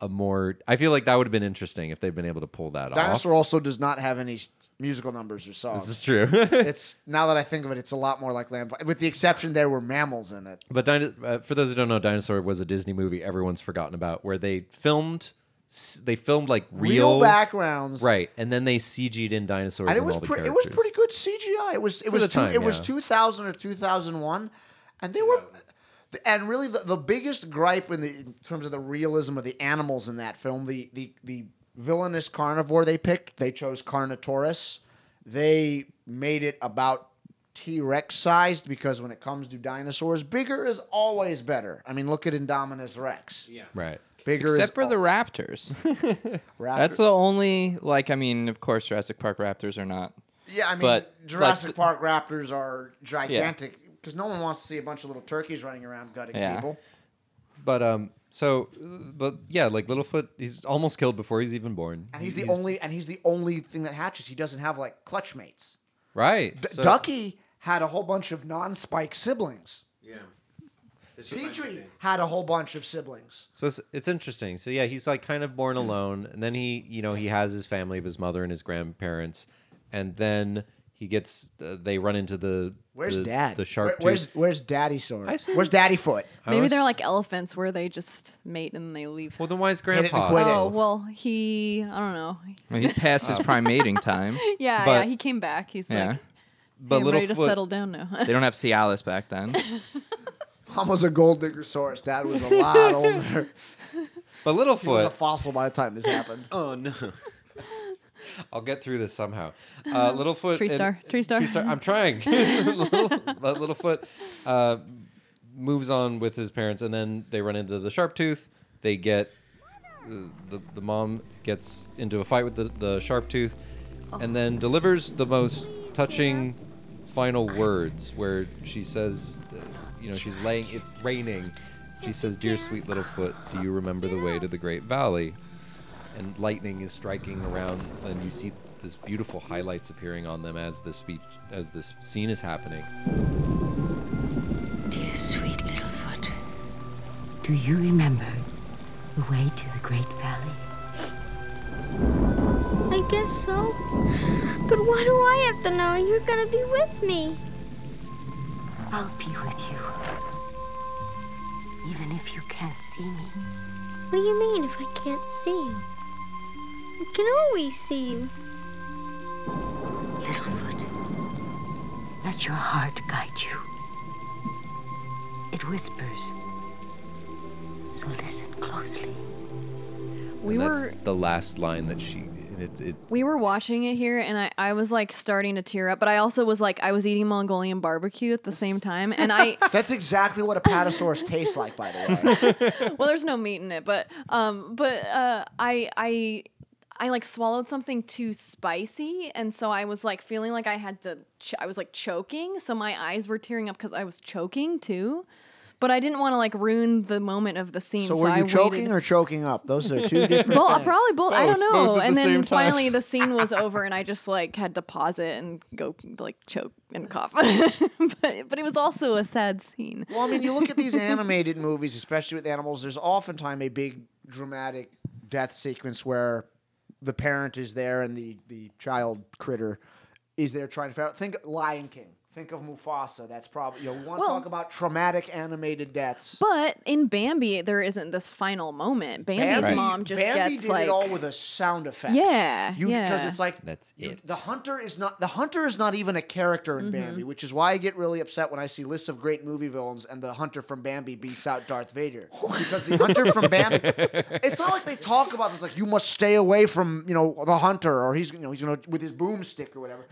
Speaker 3: a more. I feel like that would have been interesting if they'd been able to pull that
Speaker 7: Dinosaur
Speaker 3: off.
Speaker 7: also does not have any s- musical numbers or songs.
Speaker 3: is true.
Speaker 7: it's now that I think of it, it's a lot more like Land, of- with the exception there were mammals in it.
Speaker 3: But dino- uh, for those who don't know, Dinosaur was a Disney movie everyone's forgotten about, where they filmed. s- They filmed like real,
Speaker 7: Real backgrounds.
Speaker 3: right? And then they CG'd in dinosaurs.
Speaker 7: and it
Speaker 3: and
Speaker 7: was
Speaker 3: all the
Speaker 7: pretty. It was
Speaker 3: characters.
Speaker 7: pretty good CGI. It was. It
Speaker 3: For
Speaker 7: was.
Speaker 3: the
Speaker 7: Two,
Speaker 3: time,
Speaker 7: it was
Speaker 3: yeah.
Speaker 7: two thousand or two thousand one, and they were. And really, the, the biggest gripe in the in terms of the realism of the animals in that film, the the the villainous carnivore they picked, they chose Carnotaurus. They made it about T Rex sized because when it comes to dinosaurs, bigger is always better. I mean, look at Indominus Rex. Yeah.
Speaker 3: right?
Speaker 7: Bigger is
Speaker 6: Except for the raptors.
Speaker 7: Raptor-
Speaker 6: That's the only like I mean, of course, Jurassic Park raptors are not.
Speaker 7: Yeah, I mean,
Speaker 6: but like,
Speaker 7: Jurassic
Speaker 6: th-
Speaker 7: Park raptors are gigantic because no one wants to see a bunch of little turkeys running around gutting
Speaker 3: Yeah.
Speaker 7: people.
Speaker 3: But um, so, but yeah, like Littlefoot, he's almost killed before he's even born,
Speaker 7: And he's the only and he's the only thing that hatches. He doesn't have like clutch mates.
Speaker 3: right.
Speaker 7: D-
Speaker 3: so-
Speaker 7: Ducky had a whole bunch of non-spike siblings.
Speaker 5: Yeah.
Speaker 7: Petrie had a whole bunch of siblings.
Speaker 3: So it's, it's interesting. So yeah, he's like kind of born alone, and then he, you know, he has his family of his mother and his grandparents, and then he gets uh, they run into the
Speaker 7: Where's
Speaker 3: the-
Speaker 7: Dad?
Speaker 3: the shark.
Speaker 7: Where- where's
Speaker 3: tooth.
Speaker 7: Where's Daddy Sword?
Speaker 3: I see.
Speaker 7: Where's Daddy Foot?
Speaker 4: maybe
Speaker 3: was-
Speaker 4: they're like elephants where they just mate and they leave.
Speaker 3: Well, then why is
Speaker 7: They didn't
Speaker 3: Grandpa?
Speaker 7: quit it. Uh,
Speaker 4: Oh well, he I don't know.
Speaker 6: Well, he's past
Speaker 3: Um,
Speaker 6: his prime mating time.
Speaker 4: Yeah,
Speaker 6: But-
Speaker 4: yeah, he came back. He's
Speaker 6: Yeah.
Speaker 4: like, but I'm ready to settle down now.
Speaker 6: they don't have Cialis back then.
Speaker 7: Mom was a gold digger source. Dad was a lot older.
Speaker 3: But
Speaker 7: He was a
Speaker 3: Littlefoot,
Speaker 7: fossil by the time this happened.
Speaker 5: oh no.
Speaker 3: I'll get through this somehow. Uh, Littlefoot,
Speaker 4: Tree
Speaker 3: and-
Speaker 4: star, tree star.
Speaker 3: I'm trying. Little, but Littlefoot uh, moves on with his parents, and then they run into the Sharptooth. They get uh, the the mom gets into a fight with the the Sharptooth, and then delivers the most touching final words, where she says, uh, you know, she's laying. It's raining. She says, "Dear sweet little foot, do you remember the way to the Great Valley?" And lightning is striking around, and you see this beautiful highlights appearing on them as this speech, as this scene is happening.
Speaker 2: Dear sweet little foot, do you remember the way to the Great Valley?
Speaker 13: I guess so. But why do I have to know you're gonna be with me?
Speaker 2: I'll be with you. Even if you can't see me.
Speaker 13: What do you mean if I can't see you? I can always see you.
Speaker 2: Let your heart guide you. It whispers. So listen closely.
Speaker 4: We
Speaker 3: And
Speaker 4: were
Speaker 3: that's the last line that she. And it's it.
Speaker 4: we were watching it here and I, I was like starting to tear up, but I also was like I was eating Mongolian barbecue at the same time and I
Speaker 7: That's exactly what a patasaurus tastes like, by the way.
Speaker 4: well there's no meat in it, but um but uh I I I like swallowed something too spicy and so I was like feeling like I had to ch- I was like choking, so my eyes were tearing up cuz I was choking too. But I didn't want to like ruin the moment of the scene.
Speaker 7: So were
Speaker 4: I
Speaker 7: you choking
Speaker 4: waited.
Speaker 7: or choking up? Those are two different.
Speaker 4: Both,
Speaker 7: things.
Speaker 4: probably both. I
Speaker 7: Both,
Speaker 4: don't know.
Speaker 7: both at
Speaker 4: And
Speaker 7: the
Speaker 4: then
Speaker 7: same time.
Speaker 4: finally, the scene was over, and I just like had to pause it and go like choke and cough. but but it was also a sad scene.
Speaker 7: Well, I mean, you look at these animated movies, especially with animals. There's oftentimes a big dramatic death sequence where the parent is there and the the child critter is there trying to figure out. Think Lion King. Think of Mufasa. That's probably you know, want to
Speaker 4: Well-
Speaker 7: talk about traumatic animated deaths.
Speaker 4: But in Bambi, there isn't this final moment. Bambi's
Speaker 7: Bambi-
Speaker 4: mom just
Speaker 7: Bambi
Speaker 4: gets
Speaker 7: did
Speaker 4: like
Speaker 7: it all with a sound effect.
Speaker 4: Yeah,
Speaker 7: you, because
Speaker 4: yeah.
Speaker 7: it's like
Speaker 3: that's
Speaker 7: you- the hunter is not the hunter is not even a character in Bambi, which is why I get really upset when I see lists of great movie villains and the hunter from Bambi beats out Darth Vader because the hunter from Bambi. It's not like they talk about this like you must stay away from you know the hunter or he's you know he's gonna with his boomstick or whatever.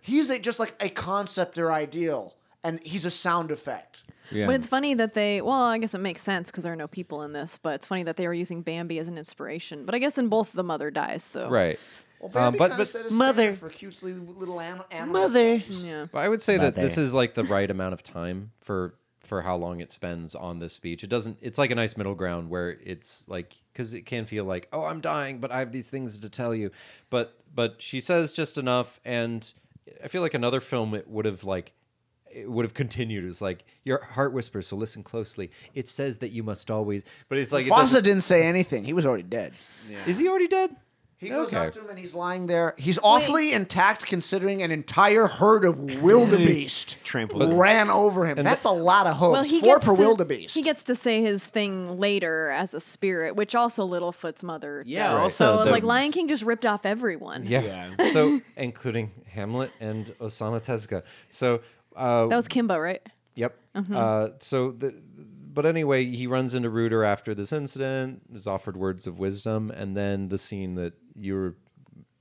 Speaker 7: He's a, just like a concept or ideal, and he's a sound effect.
Speaker 4: But it's funny that they, well, I guess it makes sense because there are no people in this, but it's funny that they were using Bambi as an inspiration. But I guess in both the mother dies, so.
Speaker 3: Right.
Speaker 7: Well,
Speaker 3: Um,
Speaker 7: Bambi
Speaker 3: but-
Speaker 7: kind
Speaker 3: but-
Speaker 7: of set a mother for cutesy little an- animals.
Speaker 4: Yeah.
Speaker 3: But I would say that this
Speaker 7: Mother.
Speaker 3: is like the right amount of time for for how long it spends on this speech. It doesn't. It's like a nice middle ground where it's like because it can feel like oh I'm dying, but I have these things to tell you. But but she says just enough, and I feel like another film it would have like it would have continued. It was like your heart whispers, so listen closely. It says that you must always. But it's like it
Speaker 7: Mufasa
Speaker 3: doesn't-
Speaker 7: didn't say anything. He was already dead.
Speaker 3: Is he already dead?
Speaker 7: He goes
Speaker 3: Okay.
Speaker 7: up to him and he's lying there. He's awfully intact considering an entire herd of wildebeest
Speaker 5: Trampled him.
Speaker 7: ran over him.
Speaker 5: And
Speaker 7: That's
Speaker 5: the-
Speaker 7: a lot of hooves.
Speaker 4: Well, he
Speaker 7: Four
Speaker 4: gets
Speaker 7: per
Speaker 4: to,
Speaker 7: wildebeest.
Speaker 4: He gets to say his thing later as a spirit, which also Littlefoot's mother.
Speaker 3: Yeah,
Speaker 4: does.
Speaker 3: right.
Speaker 4: so,
Speaker 3: So-
Speaker 4: like Lion King just ripped off everyone.
Speaker 3: Yeah. so including Hamlet and Osama Tezca. So uh,
Speaker 4: that was Kimba, right?
Speaker 3: Yep.
Speaker 4: Mhm.
Speaker 3: Uh, so, the, but anyway, he runs into Rooter after this incident, is offered words of wisdom, and then the scene that you were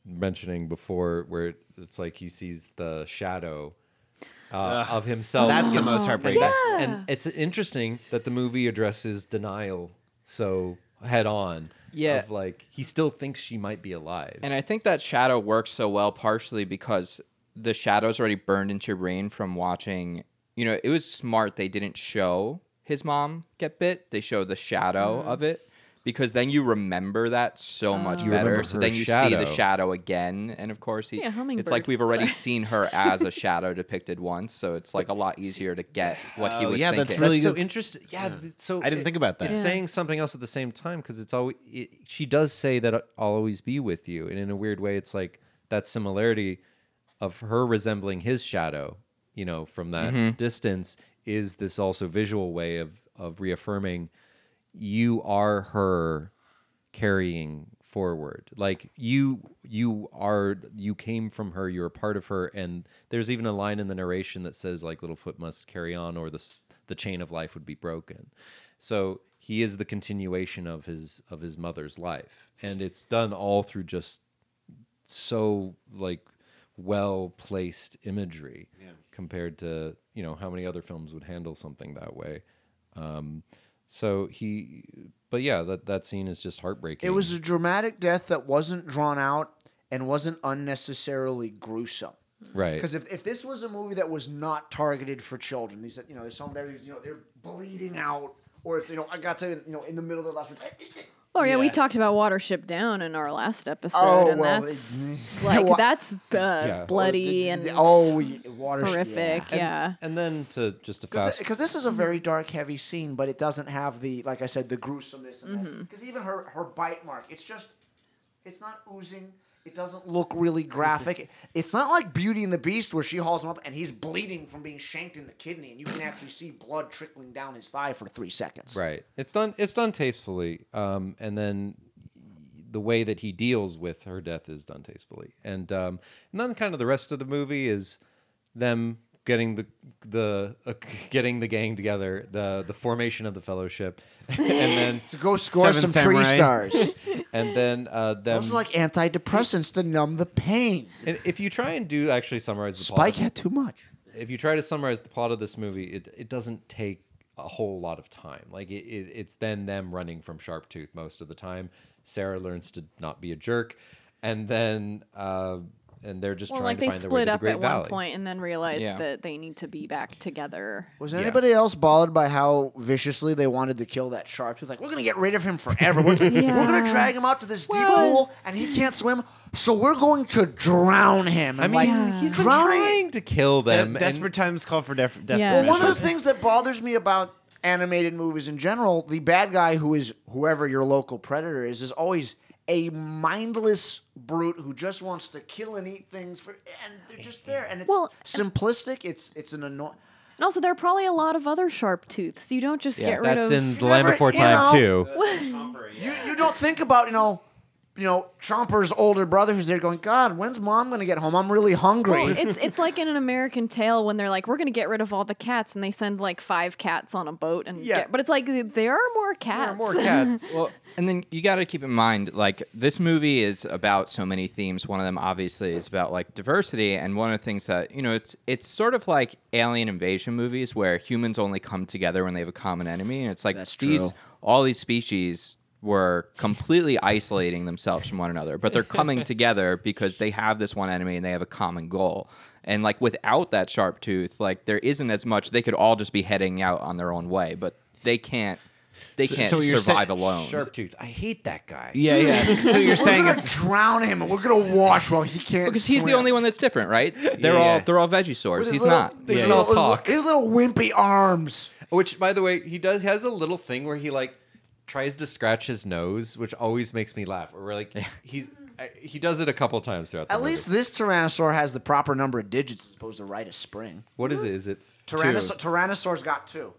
Speaker 3: mentioning before, where it's like he sees the shadow. Uh,
Speaker 5: Ugh.
Speaker 3: of himself.
Speaker 5: That's the
Speaker 4: Oh.
Speaker 5: most heartbreaking.
Speaker 3: And, that-
Speaker 5: Yeah.
Speaker 3: and it's interesting that the movie addresses denial so head on.
Speaker 6: Yeah.
Speaker 3: Of like, he still thinks she might be alive.
Speaker 6: And I think that shadow works so well partially because the shadow's already burned into your brain from watching. You know, it was smart they didn't show his mom get bit. They show the shadow
Speaker 4: Mm-hmm.
Speaker 3: Mhm.
Speaker 6: of it because then you remember that so much
Speaker 4: Oh.
Speaker 3: You remember
Speaker 6: better. So
Speaker 3: her
Speaker 6: then you see the
Speaker 3: shadow.
Speaker 6: shadow again, and of course he.
Speaker 4: Yeah,
Speaker 6: it's
Speaker 4: hummingbird.
Speaker 6: like we've already
Speaker 4: Sorry.
Speaker 6: seen her as a shadow depicted once, so it's like a lot easier to get what he
Speaker 3: uh,
Speaker 5: Oh,
Speaker 6: was
Speaker 5: yeah,
Speaker 6: thinking.
Speaker 5: that's really
Speaker 3: so
Speaker 5: good.
Speaker 3: interesting. Yeah,
Speaker 5: Yeah.
Speaker 3: th- so
Speaker 5: I didn't think about that.
Speaker 3: It's
Speaker 5: Yeah.
Speaker 3: saying something else at the same time because it's always it, she does say that uh, I'll always be with you, and in a weird way, it's like that similarity of her resembling his shadow, you know, from that
Speaker 5: Mm-hmm.
Speaker 6: Mhm.
Speaker 3: distance is this also visual way of of reaffirming you are her carrying forward like you you are you came from her you're a part of her and there's even a line in the narration that says like littlefoot must carry on or the s- the chain of life would be broken so he is the continuation of his of his mother's life and it's done all through just so like well placed imagery compared to you know how many other films would handle something that way Um, so he, but yeah, that that scene is just heartbreaking.
Speaker 7: It was a dramatic death that wasn't drawn out and wasn't unnecessarily gruesome.
Speaker 3: Right.
Speaker 7: Because if, if this was a movie that was not targeted for children, these you know, there's some there, you know, they're bleeding out, or if you know, I got to you know, in the middle of the last one,
Speaker 4: Oh yeah, we
Speaker 7: Yeah.
Speaker 4: talked about Watership Down in our last episode,
Speaker 7: Oh,
Speaker 4: and
Speaker 7: well,
Speaker 4: that's
Speaker 7: it-
Speaker 4: like
Speaker 7: Wa-
Speaker 4: that's uh,
Speaker 7: Yeah.
Speaker 4: bloody
Speaker 7: Oh, the- the-
Speaker 4: and
Speaker 7: oh, y- Watership-
Speaker 4: horrific.
Speaker 7: yeah.
Speaker 4: Yeah,
Speaker 3: And then to just to fast
Speaker 7: because this is a very dark, heavy scene, but it doesn't have the like I said, the gruesomeness.
Speaker 4: Mhm.
Speaker 7: Because even her her bite mark, it's just, it's not oozing. It doesn't look really graphic. it's not like Beauty and the Beast where she hauls him up and he's bleeding from being shanked in the kidney, and you can actually see blood trickling down his thigh for three seconds.
Speaker 3: Right. It's done. It's done tastefully. Um, and then the way that he deals with her death is done tastefully. And um, and then kind of the rest of the movie is them getting the the uh, getting the gang together, the the formation of the fellowship, and then
Speaker 7: To go score Seven some tree Samurai. stars.
Speaker 3: and then uh, them.
Speaker 7: Those are like antidepressants to numb the pain.
Speaker 3: And if you try and do actually summarize the plot,
Speaker 7: Spike had too much.
Speaker 3: if you try to summarize the plot of this movie, it, it doesn't take a whole lot of time. Like it, it, it's then them running from Sharptooth most of the time. Sarah learns to not be a jerk, and then uh, and they're just
Speaker 4: well,
Speaker 3: trying
Speaker 4: like
Speaker 3: to
Speaker 4: they
Speaker 3: find their
Speaker 4: split
Speaker 3: way to the
Speaker 4: up
Speaker 3: Great
Speaker 4: at
Speaker 3: Valley.
Speaker 4: one point and then realized
Speaker 3: Yeah.
Speaker 4: that they need to be back together.
Speaker 7: Was anybody else bothered by how viciously they wanted to kill that sharp? He's like, we're gonna get rid of him forever. We're, we're gonna
Speaker 4: Yeah.
Speaker 7: drag him out to this deep pool, and he can't swim, so we're going to drown him.
Speaker 3: I
Speaker 7: And,
Speaker 3: mean,
Speaker 7: like,
Speaker 3: he's been
Speaker 7: drowning.
Speaker 3: trying to kill them. and-
Speaker 5: desperate times call for def- desperate.
Speaker 7: Well, one of the
Speaker 5: measures.
Speaker 7: things that bothers me about animated movies in general, the bad guy who is whoever your local predator is, is always a mindless brute who just wants to kill and eat things for, and they're just there, and it's simplistic. It's it's an annoying.
Speaker 4: And also, there are probably a lot of other sharp tooths. You don't just
Speaker 3: Yeah,
Speaker 4: get rid
Speaker 3: that's
Speaker 4: of.
Speaker 3: in The Land Before Time too.
Speaker 7: You, you don't think about, you know, you know, Chomper's older brother who's there going, God, when's mom gonna get home? I'm really hungry.
Speaker 4: Well, it's it's like in an American Tale when they're like, we're gonna get rid of all the cats, and they send like five cats on a boat, and
Speaker 7: Yeah.
Speaker 4: get, but it's like there are more cats.
Speaker 6: well, and then you got to keep in mind, like this movie is about so many themes. One of them, obviously, is about like diversity, and one of the things that you know, it's it's sort of like alien invasion movies where humans only come together when they have a common enemy, and it's like
Speaker 7: true.
Speaker 6: these all these species were completely isolating themselves from one another, but they're coming together because they have this one enemy and they have a common goal. And like without that sharp tooth, like there isn't as much. They could all just be heading out on their own way, but they can't. They
Speaker 5: So-
Speaker 6: can't
Speaker 5: so you're
Speaker 6: survive
Speaker 5: saying-
Speaker 6: alone.
Speaker 3: Sharptooth. I hate that guy.
Speaker 5: Yeah, yeah. so you're saying
Speaker 7: we're gonna
Speaker 5: it's
Speaker 7: drown him and we're gonna watch while he can't
Speaker 6: because he's the
Speaker 7: swim."
Speaker 6: only one that's different, right? They're
Speaker 5: Yeah,
Speaker 6: all
Speaker 5: yeah.
Speaker 6: they're all Vegisaurs.
Speaker 7: With his
Speaker 6: He's
Speaker 7: little-
Speaker 6: not.
Speaker 7: with
Speaker 3: Yeah.
Speaker 7: his
Speaker 3: They all
Speaker 7: little- his
Speaker 3: talk.
Speaker 7: His, little wimpy arms.
Speaker 3: Which, by the way, he does he has a little thing where he like tries to scratch his nose, which always makes me laugh. Or like he's I, he does it a couple times throughout. The
Speaker 7: At least this Tyrannosaur has the proper number of digits as opposed to right of spring.
Speaker 3: what is it? Is it
Speaker 7: Tyrannosaur, Tyrannosaur's got two.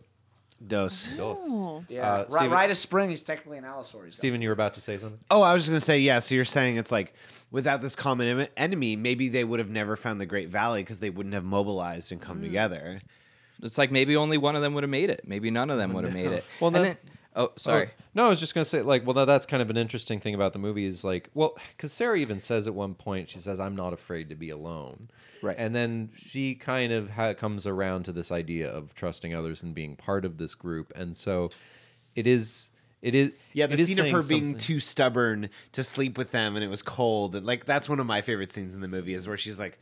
Speaker 5: dose.
Speaker 3: two? Dos.
Speaker 7: Yeah,
Speaker 3: Uh,
Speaker 7: ri-
Speaker 3: Steven,
Speaker 7: right of spring. He's technically an Allosaurus.
Speaker 3: Steven, you were about to say something.
Speaker 5: Oh, I was just gonna say yeah. So you're saying it's like without this common em- enemy, maybe they would have never found the Great Valley because they wouldn't have mobilized and come together.
Speaker 6: It's like maybe only one of them would have made it. Maybe none of them would have made it.
Speaker 3: Well,
Speaker 6: And
Speaker 3: then-
Speaker 6: then- oh, sorry.
Speaker 3: Oh, no, I was just gonna say like, well, that, that's kind of an interesting thing about the movie is like, well, because Sarah even says at one point, she says, "I'm not afraid to be alone,"
Speaker 6: Right.
Speaker 3: And then she kind of ha- comes around to this idea of trusting others and being part of this group, and so it is. It is
Speaker 5: Yeah, the
Speaker 3: it is
Speaker 5: scene of
Speaker 3: saying
Speaker 5: her
Speaker 3: something-
Speaker 5: being too stubborn to sleep with them, and it was cold. And like that's one of my favorite scenes in the movie is where she's like,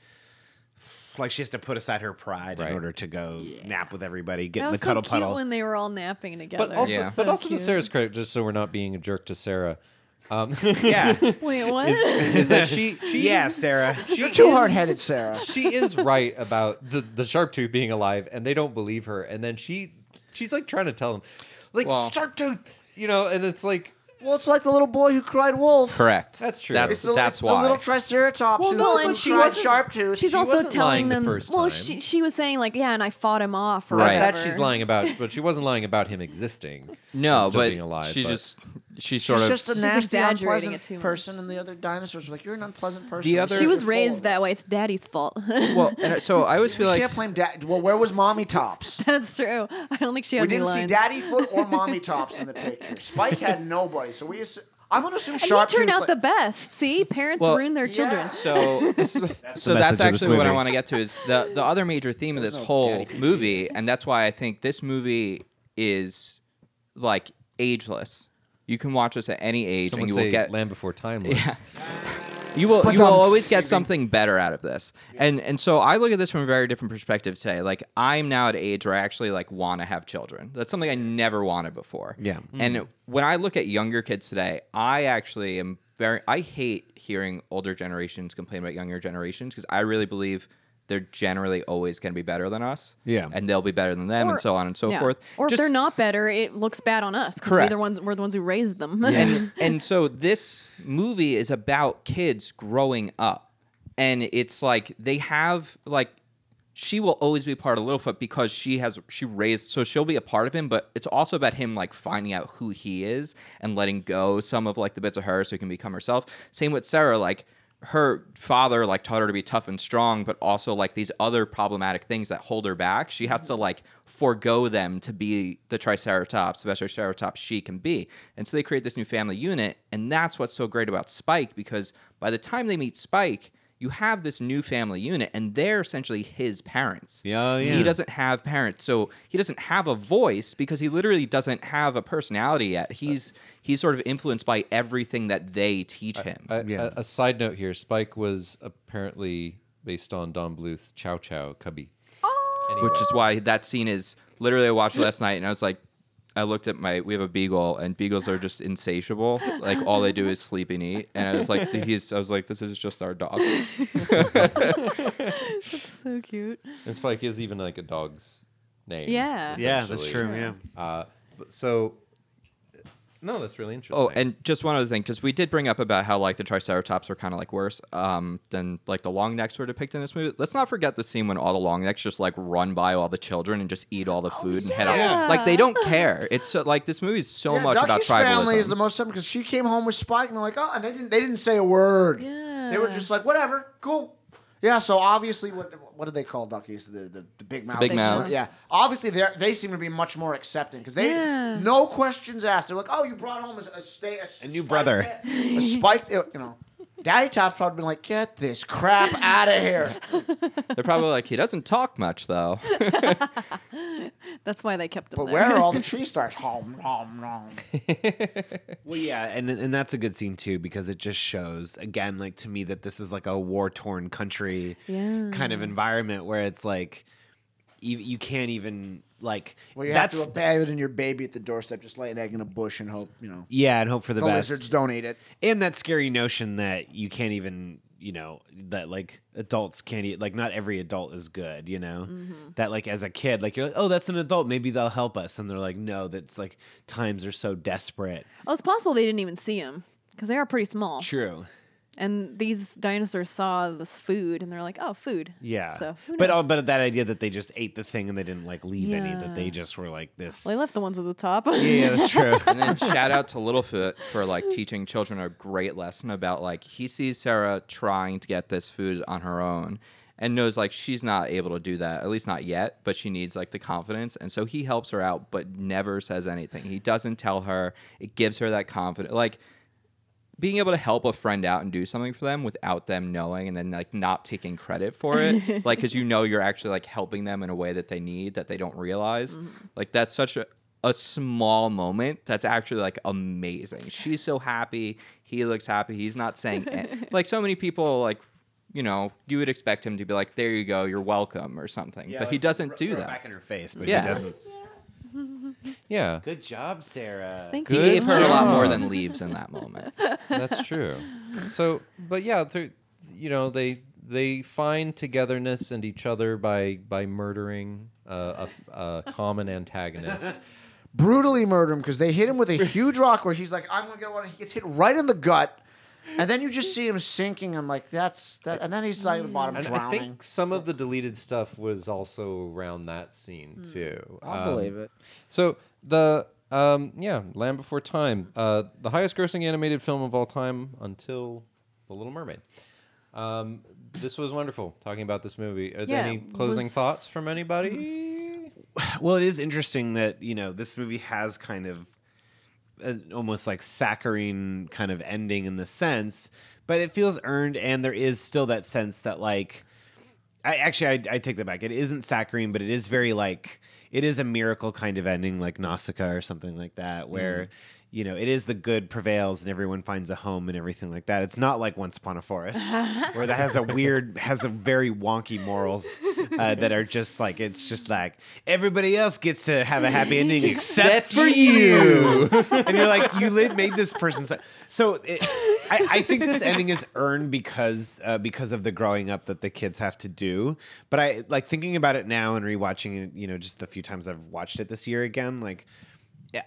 Speaker 5: like she has to put aside her pride
Speaker 3: Right.
Speaker 5: in order to go nap with everybody, get
Speaker 4: that
Speaker 5: in the
Speaker 4: was
Speaker 5: cuddle
Speaker 4: so cute
Speaker 5: puddle.
Speaker 4: when they were all napping together.
Speaker 3: But also,
Speaker 6: Yeah.
Speaker 3: but
Speaker 4: So
Speaker 3: also to
Speaker 4: cute.
Speaker 3: Sarah's credit, just so we're not being a jerk to Sarah, um,
Speaker 5: yeah,
Speaker 4: Wait, what?
Speaker 3: is that she, she
Speaker 5: yeah, Sarah.
Speaker 7: You're too hard headed, Sarah.
Speaker 3: she is right about the the sharptooth being alive, and they don't believe her, and then she she's like trying to tell them, like
Speaker 6: Well-
Speaker 3: sharptooth, you know, and it's like
Speaker 7: Well, it's like the little boy who cried wolf.
Speaker 6: Correct.
Speaker 3: That's true.
Speaker 6: That's
Speaker 7: It's the,
Speaker 6: that's
Speaker 7: it's the
Speaker 6: why.
Speaker 7: little Triceratops who
Speaker 4: no,
Speaker 7: who
Speaker 4: and she
Speaker 7: tried
Speaker 4: wasn't-
Speaker 7: Sharptooth.
Speaker 4: She's
Speaker 3: She
Speaker 4: also
Speaker 3: wasn't lying
Speaker 4: telling
Speaker 3: the
Speaker 4: them.
Speaker 3: first
Speaker 4: well,
Speaker 3: time.
Speaker 4: she she was saying like, yeah, and I fought him off. Or
Speaker 6: Right.
Speaker 3: that
Speaker 4: whatever.
Speaker 3: she's lying about, but she wasn't lying about him existing.
Speaker 6: no,
Speaker 3: and still
Speaker 6: but
Speaker 3: being alive,
Speaker 6: she
Speaker 3: but-
Speaker 6: just she sort
Speaker 7: She's
Speaker 6: of
Speaker 7: just a
Speaker 4: She's
Speaker 7: nasty,
Speaker 4: exaggerating it
Speaker 7: unpleasant
Speaker 4: too much.
Speaker 7: person, and the other dinosaurs were like, "You're an unpleasant person."
Speaker 6: other-
Speaker 4: She was
Speaker 7: You're
Speaker 4: raised
Speaker 7: full.
Speaker 4: that way. It's daddy's fault.
Speaker 6: well. And so I always feel
Speaker 7: You
Speaker 6: like
Speaker 7: can't blame dad. Well, where was Mommy Tops?
Speaker 4: That's true. I don't think she had
Speaker 7: We
Speaker 4: any
Speaker 7: didn't see
Speaker 4: lines.
Speaker 7: Daddy Foot or Mommy Tops in the picture. Spike had nobody, so we. Assu- I'm gonna assume
Speaker 4: And
Speaker 7: Sharptooth.
Speaker 4: he turned out
Speaker 7: pla-
Speaker 4: the best. See, parents
Speaker 6: Well,
Speaker 4: ruin their children.
Speaker 6: So, so
Speaker 5: the
Speaker 6: that's
Speaker 5: message of this
Speaker 6: actually what I
Speaker 5: movie.
Speaker 6: want to get to is the the other major theme of this whole movie, and that's why I think this movie is like ageless. You can watch us at any age,
Speaker 3: Someone
Speaker 6: and you will
Speaker 3: say
Speaker 6: get
Speaker 3: Land Before Timeless.
Speaker 6: You will
Speaker 3: But
Speaker 6: you will
Speaker 3: I'm
Speaker 6: always get
Speaker 3: saving-
Speaker 6: something better out of this. And and so I look at this from a very different perspective today. Like I'm now at an age where I actually like want to have children. That's something I never wanted before.
Speaker 5: Yeah. Mm-hmm.
Speaker 6: And when I look at younger kids today, I actually am very I hate hearing older generations complain about younger generations because I really believe they're generally always going to be better than us.
Speaker 5: Yeah.
Speaker 6: And they'll be better than them
Speaker 4: Or-
Speaker 6: and so on and so
Speaker 4: yeah.
Speaker 6: forth.
Speaker 4: Or if
Speaker 6: Just-
Speaker 4: they're not better, it looks bad on us because we're the
Speaker 6: Correct.
Speaker 4: ones we're the ones who raised them.
Speaker 6: and, and so this movie is about kids growing up. And it's like they have like she will always be part of Littlefoot because she has she raised so she'll be a part of him, but it's also about him like finding out who he is and letting go some of like the bits of her so he can become herself. Same with Sarah, like her father like taught her to be tough and strong, but also like these other problematic things that hold her back. She has to like forego them to be the Triceratops, the best Triceratops she can be. And so they create this new family unit, and that's what's so great about Spike because by the time they meet Spike, you have this new family unit, and they're essentially his parents.
Speaker 5: Yeah, oh, yeah.
Speaker 6: He doesn't have parents, so he doesn't have a voice because he literally doesn't have a personality yet. He's he's sort of influenced by everything that they teach him.
Speaker 3: I- a, a side note here: Spike was apparently based on Don Bluth's Chow Chow Cubby.
Speaker 6: which is why that scene is literally I watched it last night and I was like I looked at my we have a beagle and beagles are just insatiable like all they do is sleep and eat and I was like he's I was like this is just our dog
Speaker 4: That's so cute.
Speaker 3: And Spike is even like a dog's name.
Speaker 4: Yeah.
Speaker 5: Yeah, that's
Speaker 3: essentially.
Speaker 5: true, yeah.
Speaker 3: Uh, but- so, no, that's really interesting.
Speaker 6: Oh, and just one other thing, because we did bring up about how like the Triceratops were kind of like worse um, than like the long necks were depicted in this movie. Let's not forget the scene when all the long necks just like run by all the children and just eat all the food and head
Speaker 7: yeah.
Speaker 6: out. Like they don't care. It's so, like this movie is so much about
Speaker 7: Ducky's family is
Speaker 6: tribalism.
Speaker 7: the most something because she came home with Spike and they're like, oh, and they didn't they didn't say a word.
Speaker 4: Yeah.
Speaker 7: They were just like, whatever, cool. Yeah, so obviously, what what do they call duckies? The the, the big mouth.
Speaker 6: Big
Speaker 7: They seem-
Speaker 6: mouths.
Speaker 7: Yeah, obviously they they seem to be much more accepting because they
Speaker 4: Yeah.
Speaker 7: no questions asked. They're like, oh, you brought home a, a, stay, a,
Speaker 5: new brother.
Speaker 7: a spiked, you know. Daddy Top's probably been like, get this crap out of here.
Speaker 6: They're probably like he doesn't talk much though.
Speaker 4: That's why they kept them.
Speaker 7: But
Speaker 4: there.
Speaker 7: where are all the tree stars? Home, home, home.
Speaker 5: Well, yeah, and and that's a good scene too because it just shows again, like to me, that this is like a war torn country
Speaker 4: Yeah.
Speaker 5: kind of environment where it's like you, you can't even like
Speaker 7: Well, you
Speaker 5: that's
Speaker 7: have to abandon your baby at the doorstep, just lay an egg in a bush and hope, you know,
Speaker 5: yeah, and hope for the,
Speaker 7: the,
Speaker 5: best.
Speaker 7: lizards don't eat it.
Speaker 5: and that scary notion that you can't even you know that like adults can't eat like not every adult is good you know that like as a kid like you're like oh that's an adult maybe they'll help us and they're like no that's like times are so desperate
Speaker 4: Oh, it's possible they didn't even see them because they are pretty small.
Speaker 5: true
Speaker 4: And these dinosaurs saw this food and they're like, "Oh, food."
Speaker 5: yeah
Speaker 4: So who knows?
Speaker 5: but uh, but that idea that they just ate the thing and they didn't like leave any
Speaker 4: Yeah.
Speaker 5: that they just were like this
Speaker 4: well, they left the ones at the top.
Speaker 5: yeah, yeah that's true
Speaker 6: and then shout out to Littlefoot for like teaching children a great lesson about like he sees Sarah trying to get this food on her own and knows like she's not able to do that at least not yet but she needs like the confidence and so he helps her out but never says anything he doesn't tell her it gives her that confidence like being able to help a friend out and do something for them without them knowing and then like not taking credit for it like because you know you're actually like helping them in a way that they need that they don't realize
Speaker 4: Mm-hmm.
Speaker 6: like that's such a, a small moment that's actually like amazing she's so happy he looks happy he's not saying an- like so many people like you know you would expect him to be like there you go you're welcome or something but he doesn't do that
Speaker 5: back in her face but
Speaker 6: Yeah.
Speaker 5: he doesn't
Speaker 3: yeah,
Speaker 5: good job sarah
Speaker 4: Thank
Speaker 6: he
Speaker 4: you.
Speaker 6: gave her a lot more than leaves in that moment
Speaker 3: That's true. So, but yeah, they're- you know, they they find togetherness and each other by by murdering uh, a, a common antagonist.
Speaker 7: Brutally murder him because they hit him with a huge rock where he's like, I'm gonna get one. He gets hit right in the gut, and then you just see him sinking. I'm like, that's that. And then he's like at the bottom
Speaker 3: And I
Speaker 7: drowning.
Speaker 3: think some of the deleted stuff was also around that
Speaker 4: Hmm.
Speaker 3: scene too.
Speaker 7: I'll
Speaker 3: Um,
Speaker 7: believe it.
Speaker 3: So the um, yeah, Land Before Time, uh, the highest-grossing animated film of all time until The Little Mermaid. Um, this was wonderful talking about this movie. Are there
Speaker 4: Yeah,
Speaker 3: any
Speaker 4: it
Speaker 3: closing
Speaker 4: was-
Speaker 3: thoughts from anybody?
Speaker 5: well, it is interesting that you know this movie has kind of an almost like saccharine kind of ending in the sense, but it feels earned, and there is still that sense that like I actually I, I take that back. It isn't saccharine, but it is very like it is a miracle kind of ending, like Nausicaa or something like
Speaker 3: Mm-hmm.
Speaker 5: that, where
Speaker 6: Mm.
Speaker 5: you know it is the good prevails and everyone finds a home and everything like that. It's not like Once Upon a Forest, where that has a weird has a very wonky morals uh, that are just like it's just like everybody else gets to have a happy ending except,
Speaker 16: Except
Speaker 5: for
Speaker 16: you.
Speaker 5: you, and you're like you lit, made this person. So, so it, I, I think this ending is earned because uh, because of the growing up that the kids have to do. But I like thinking about it now and rewatching it. You know, just the few times I've watched it this year again, like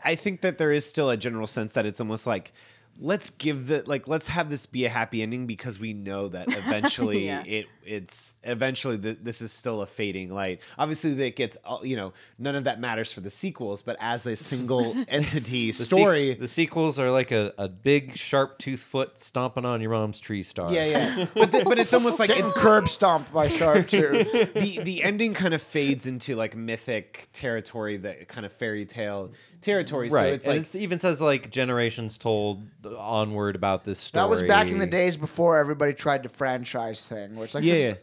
Speaker 5: I think that there is still a general sense that it's almost like let's give the like let's have this be a happy ending because we know that eventually
Speaker 16: Yeah.
Speaker 5: it it's eventually th- this is still a fading light obviously that gets all you know none of that matters for the sequels but as a single entity
Speaker 3: The se-
Speaker 5: story
Speaker 3: the sequels are like a, a big sharp tooth foot stomping on your mom's tree star.
Speaker 5: Yeah, yeah. But, th- but it's almost like
Speaker 7: Getting curb stomped by sharp tooth.
Speaker 5: the the ending kind of fades into like mythic territory, that kind of fairy tale territory. So
Speaker 3: Right.
Speaker 5: it's
Speaker 3: and
Speaker 5: like
Speaker 3: it's- even says like generations told onward about this story.
Speaker 7: That was back in the days before everybody tried the franchise thing, where it's like,
Speaker 3: Yeah,
Speaker 7: this-
Speaker 3: yeah.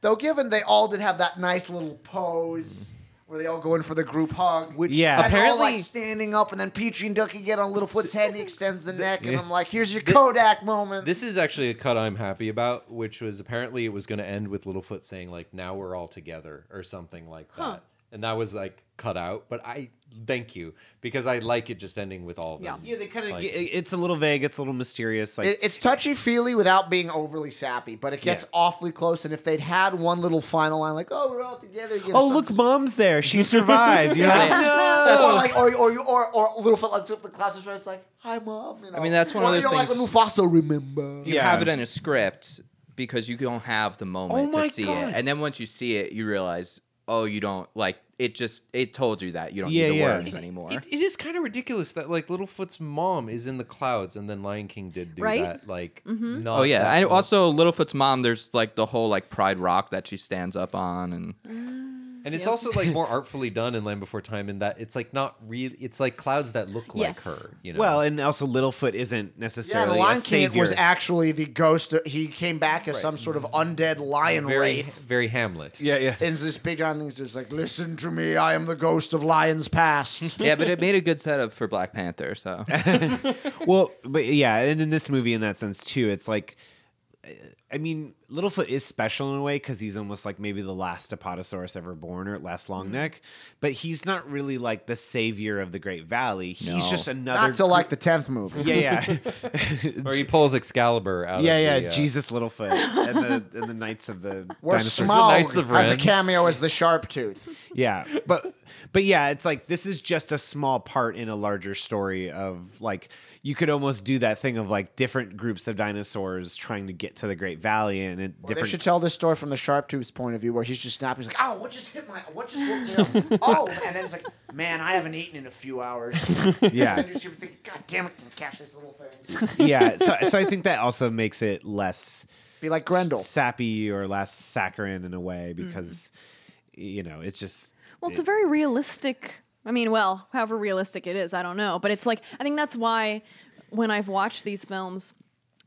Speaker 7: though given they all did have that nice little pose where they all go in for the group hug, which
Speaker 5: Yeah.
Speaker 7: and all
Speaker 5: Apparently-
Speaker 7: like standing up, and then Petrie and Ducky get on Littlefoot's head and he extends the neck, and
Speaker 3: Yeah.
Speaker 7: I'm like, here's your Kodak moment.
Speaker 3: This is actually a cut I'm happy about, which was apparently it was going to end with Littlefoot saying like "Now we're all together" or something like that,
Speaker 7: Huh.
Speaker 3: and that was like cut out. But I thank you because I like it just ending with all of them.
Speaker 5: yeah, they kind of
Speaker 3: Like-
Speaker 5: it's a little vague, it's a little mysterious. Like
Speaker 7: It- it's touchy feely without being overly sappy, but it gets
Speaker 5: Yeah.
Speaker 7: awfully close. And if they'd had one little final line, like, oh, we're all together. You know,
Speaker 5: oh look, mom's there, she survived. You're like
Speaker 7: Yeah.
Speaker 5: no,
Speaker 7: Or like, or or you or or Littlefoot looks up the classes where it's like, hi mom. You know?
Speaker 6: I mean, that's one
Speaker 7: Or,
Speaker 6: of those
Speaker 7: you know,
Speaker 6: things.
Speaker 7: Like, when Mufasa, remember?
Speaker 6: You have it in a script because you don't have the
Speaker 3: Oh
Speaker 6: moment
Speaker 7: my
Speaker 6: to see
Speaker 7: God.
Speaker 6: it, and then once you see it, you realize, oh, you don't like it. Just it told you that you don't
Speaker 3: Yeah,
Speaker 6: need the
Speaker 3: yeah.
Speaker 6: words anymore.
Speaker 3: It, it is kind of ridiculous that like Littlefoot's mom is in the clouds, and then Lion King did do
Speaker 4: Right?
Speaker 3: that. Like,
Speaker 5: Mm-hmm.
Speaker 4: Mhm.
Speaker 3: not
Speaker 6: oh yeah,
Speaker 3: that
Speaker 6: and
Speaker 3: long
Speaker 6: also Littlefoot's mom. There's like the whole like Pride Rock that she stands up on, and
Speaker 3: And it's
Speaker 4: Yep.
Speaker 3: also like more artfully done in Land Before Time in that it's like not real. It's like clouds that look
Speaker 4: Yes.
Speaker 3: like her. You know.
Speaker 5: Well, and also Littlefoot isn't
Speaker 7: Yeah, the
Speaker 5: necessarily
Speaker 7: Lion
Speaker 5: a
Speaker 7: King
Speaker 5: savior.
Speaker 7: was actually the ghost. Of, he came back as
Speaker 3: Right.
Speaker 7: some sort of undead lion
Speaker 3: very,
Speaker 7: wraith.
Speaker 3: very Hamlet.
Speaker 5: Yeah, yeah.
Speaker 7: And this big John thing's just like, listen to me, I am the ghost of lions past.
Speaker 6: yeah, but it made a good setup for Black Panther. So
Speaker 5: well, but yeah, and in this movie, in that sense too, it's like, uh, I mean, Littlefoot is special in a way because he's almost like maybe the last Apatosaurus ever born or last
Speaker 6: Mm-hmm.
Speaker 5: long neck, but he's not really like the savior of the Great Valley. He's
Speaker 7: No.
Speaker 5: just another.
Speaker 7: Not till like the tenth movie.
Speaker 5: Yeah, yeah,
Speaker 3: Or he pulls Excalibur out.
Speaker 5: yeah,
Speaker 3: of
Speaker 5: yeah.
Speaker 3: the, uh,
Speaker 5: Jesus Littlefoot and the and the Knights of the
Speaker 7: Where
Speaker 5: dinosaur-
Speaker 7: Smaug has a cameo as the sharp tooth.
Speaker 5: yeah but but yeah it's like this is just a small part in a larger story of like you could almost do that thing of like different groups of dinosaurs trying to get to the great valley and it
Speaker 7: Or They
Speaker 5: different
Speaker 7: should tell this story from the sharp tooth's point of view, where he's just snapping. He's like, "Oh, what just hit my? What just? Hit, you know, oh!" And then it's like, "Man, I haven't eaten in a few hours."
Speaker 5: Yeah.
Speaker 7: And you just think, "God damn it, can catch this little thing."
Speaker 5: yeah so, so i think that also makes it less
Speaker 7: be like grendel
Speaker 5: sappy or less saccharine in a way because you know it's just
Speaker 4: Mm-hmm. Well, it's a very realistic. I mean, well, however realistic it is, I don't know. But it's like I think that's why when I've watched these films,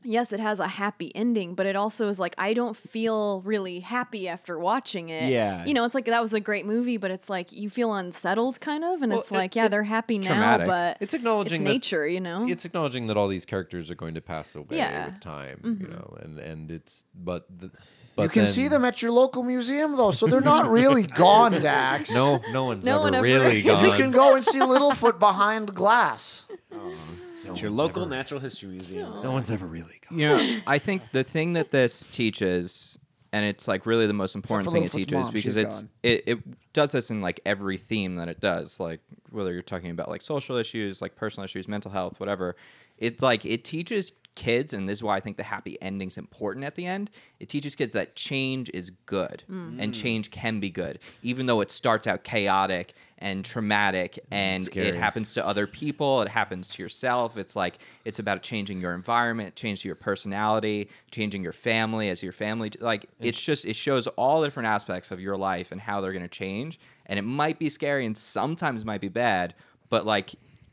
Speaker 4: yes, it has a happy ending, but it also is like I don't feel really happy after watching it.
Speaker 16: Yeah.
Speaker 4: you know, it's like that was a great movie, but it's like you feel unsettled, kind of, and
Speaker 3: Well,
Speaker 4: it's
Speaker 3: it-
Speaker 4: like yeah,
Speaker 3: it-
Speaker 4: they're happy
Speaker 3: it's
Speaker 4: now,
Speaker 3: traumatic.
Speaker 4: but
Speaker 3: It's acknowledging that-
Speaker 4: nature, you know.
Speaker 3: It's acknowledging that all these characters are going to pass away
Speaker 4: Yeah.
Speaker 3: with time, you
Speaker 4: Mhm.
Speaker 3: know, and and it's but the, but
Speaker 7: you can
Speaker 3: then-
Speaker 7: see them at your local museum, though, so they're not really gone, Dax.
Speaker 3: No, no one's
Speaker 7: No
Speaker 3: ever
Speaker 7: one ever-
Speaker 3: really gone.
Speaker 7: You can go and see Littlefoot behind glass.
Speaker 5: it's your local natural history museum
Speaker 3: no one's ever really
Speaker 6: Yeah, I think the thing that this teaches, and it's like really the most important
Speaker 7: for
Speaker 6: thing it
Speaker 7: Littlefoot's
Speaker 6: teaches
Speaker 7: mom,
Speaker 6: because
Speaker 7: she's
Speaker 6: it's
Speaker 7: gone.
Speaker 6: it, it does this in like every theme that it does, like whether you're talking about like social issues, like personal issues, mental health, whatever. It's like it teaches kids, and this is why I think the happy ending's important at the end. It teaches kids that change is good
Speaker 16: Mm.
Speaker 6: and
Speaker 16: Mm.
Speaker 6: change can be good, even though it starts out chaotic and
Speaker 7: Mm.
Speaker 6: traumatic and it
Speaker 16: Scary.
Speaker 6: happens happens to other people it happens to yourself it's like it's about changing your environment changing your personality changing your family as your family like it's just it shows all the different aspects of your life and how they're going to change and it might be scary and sometimes might be bad but like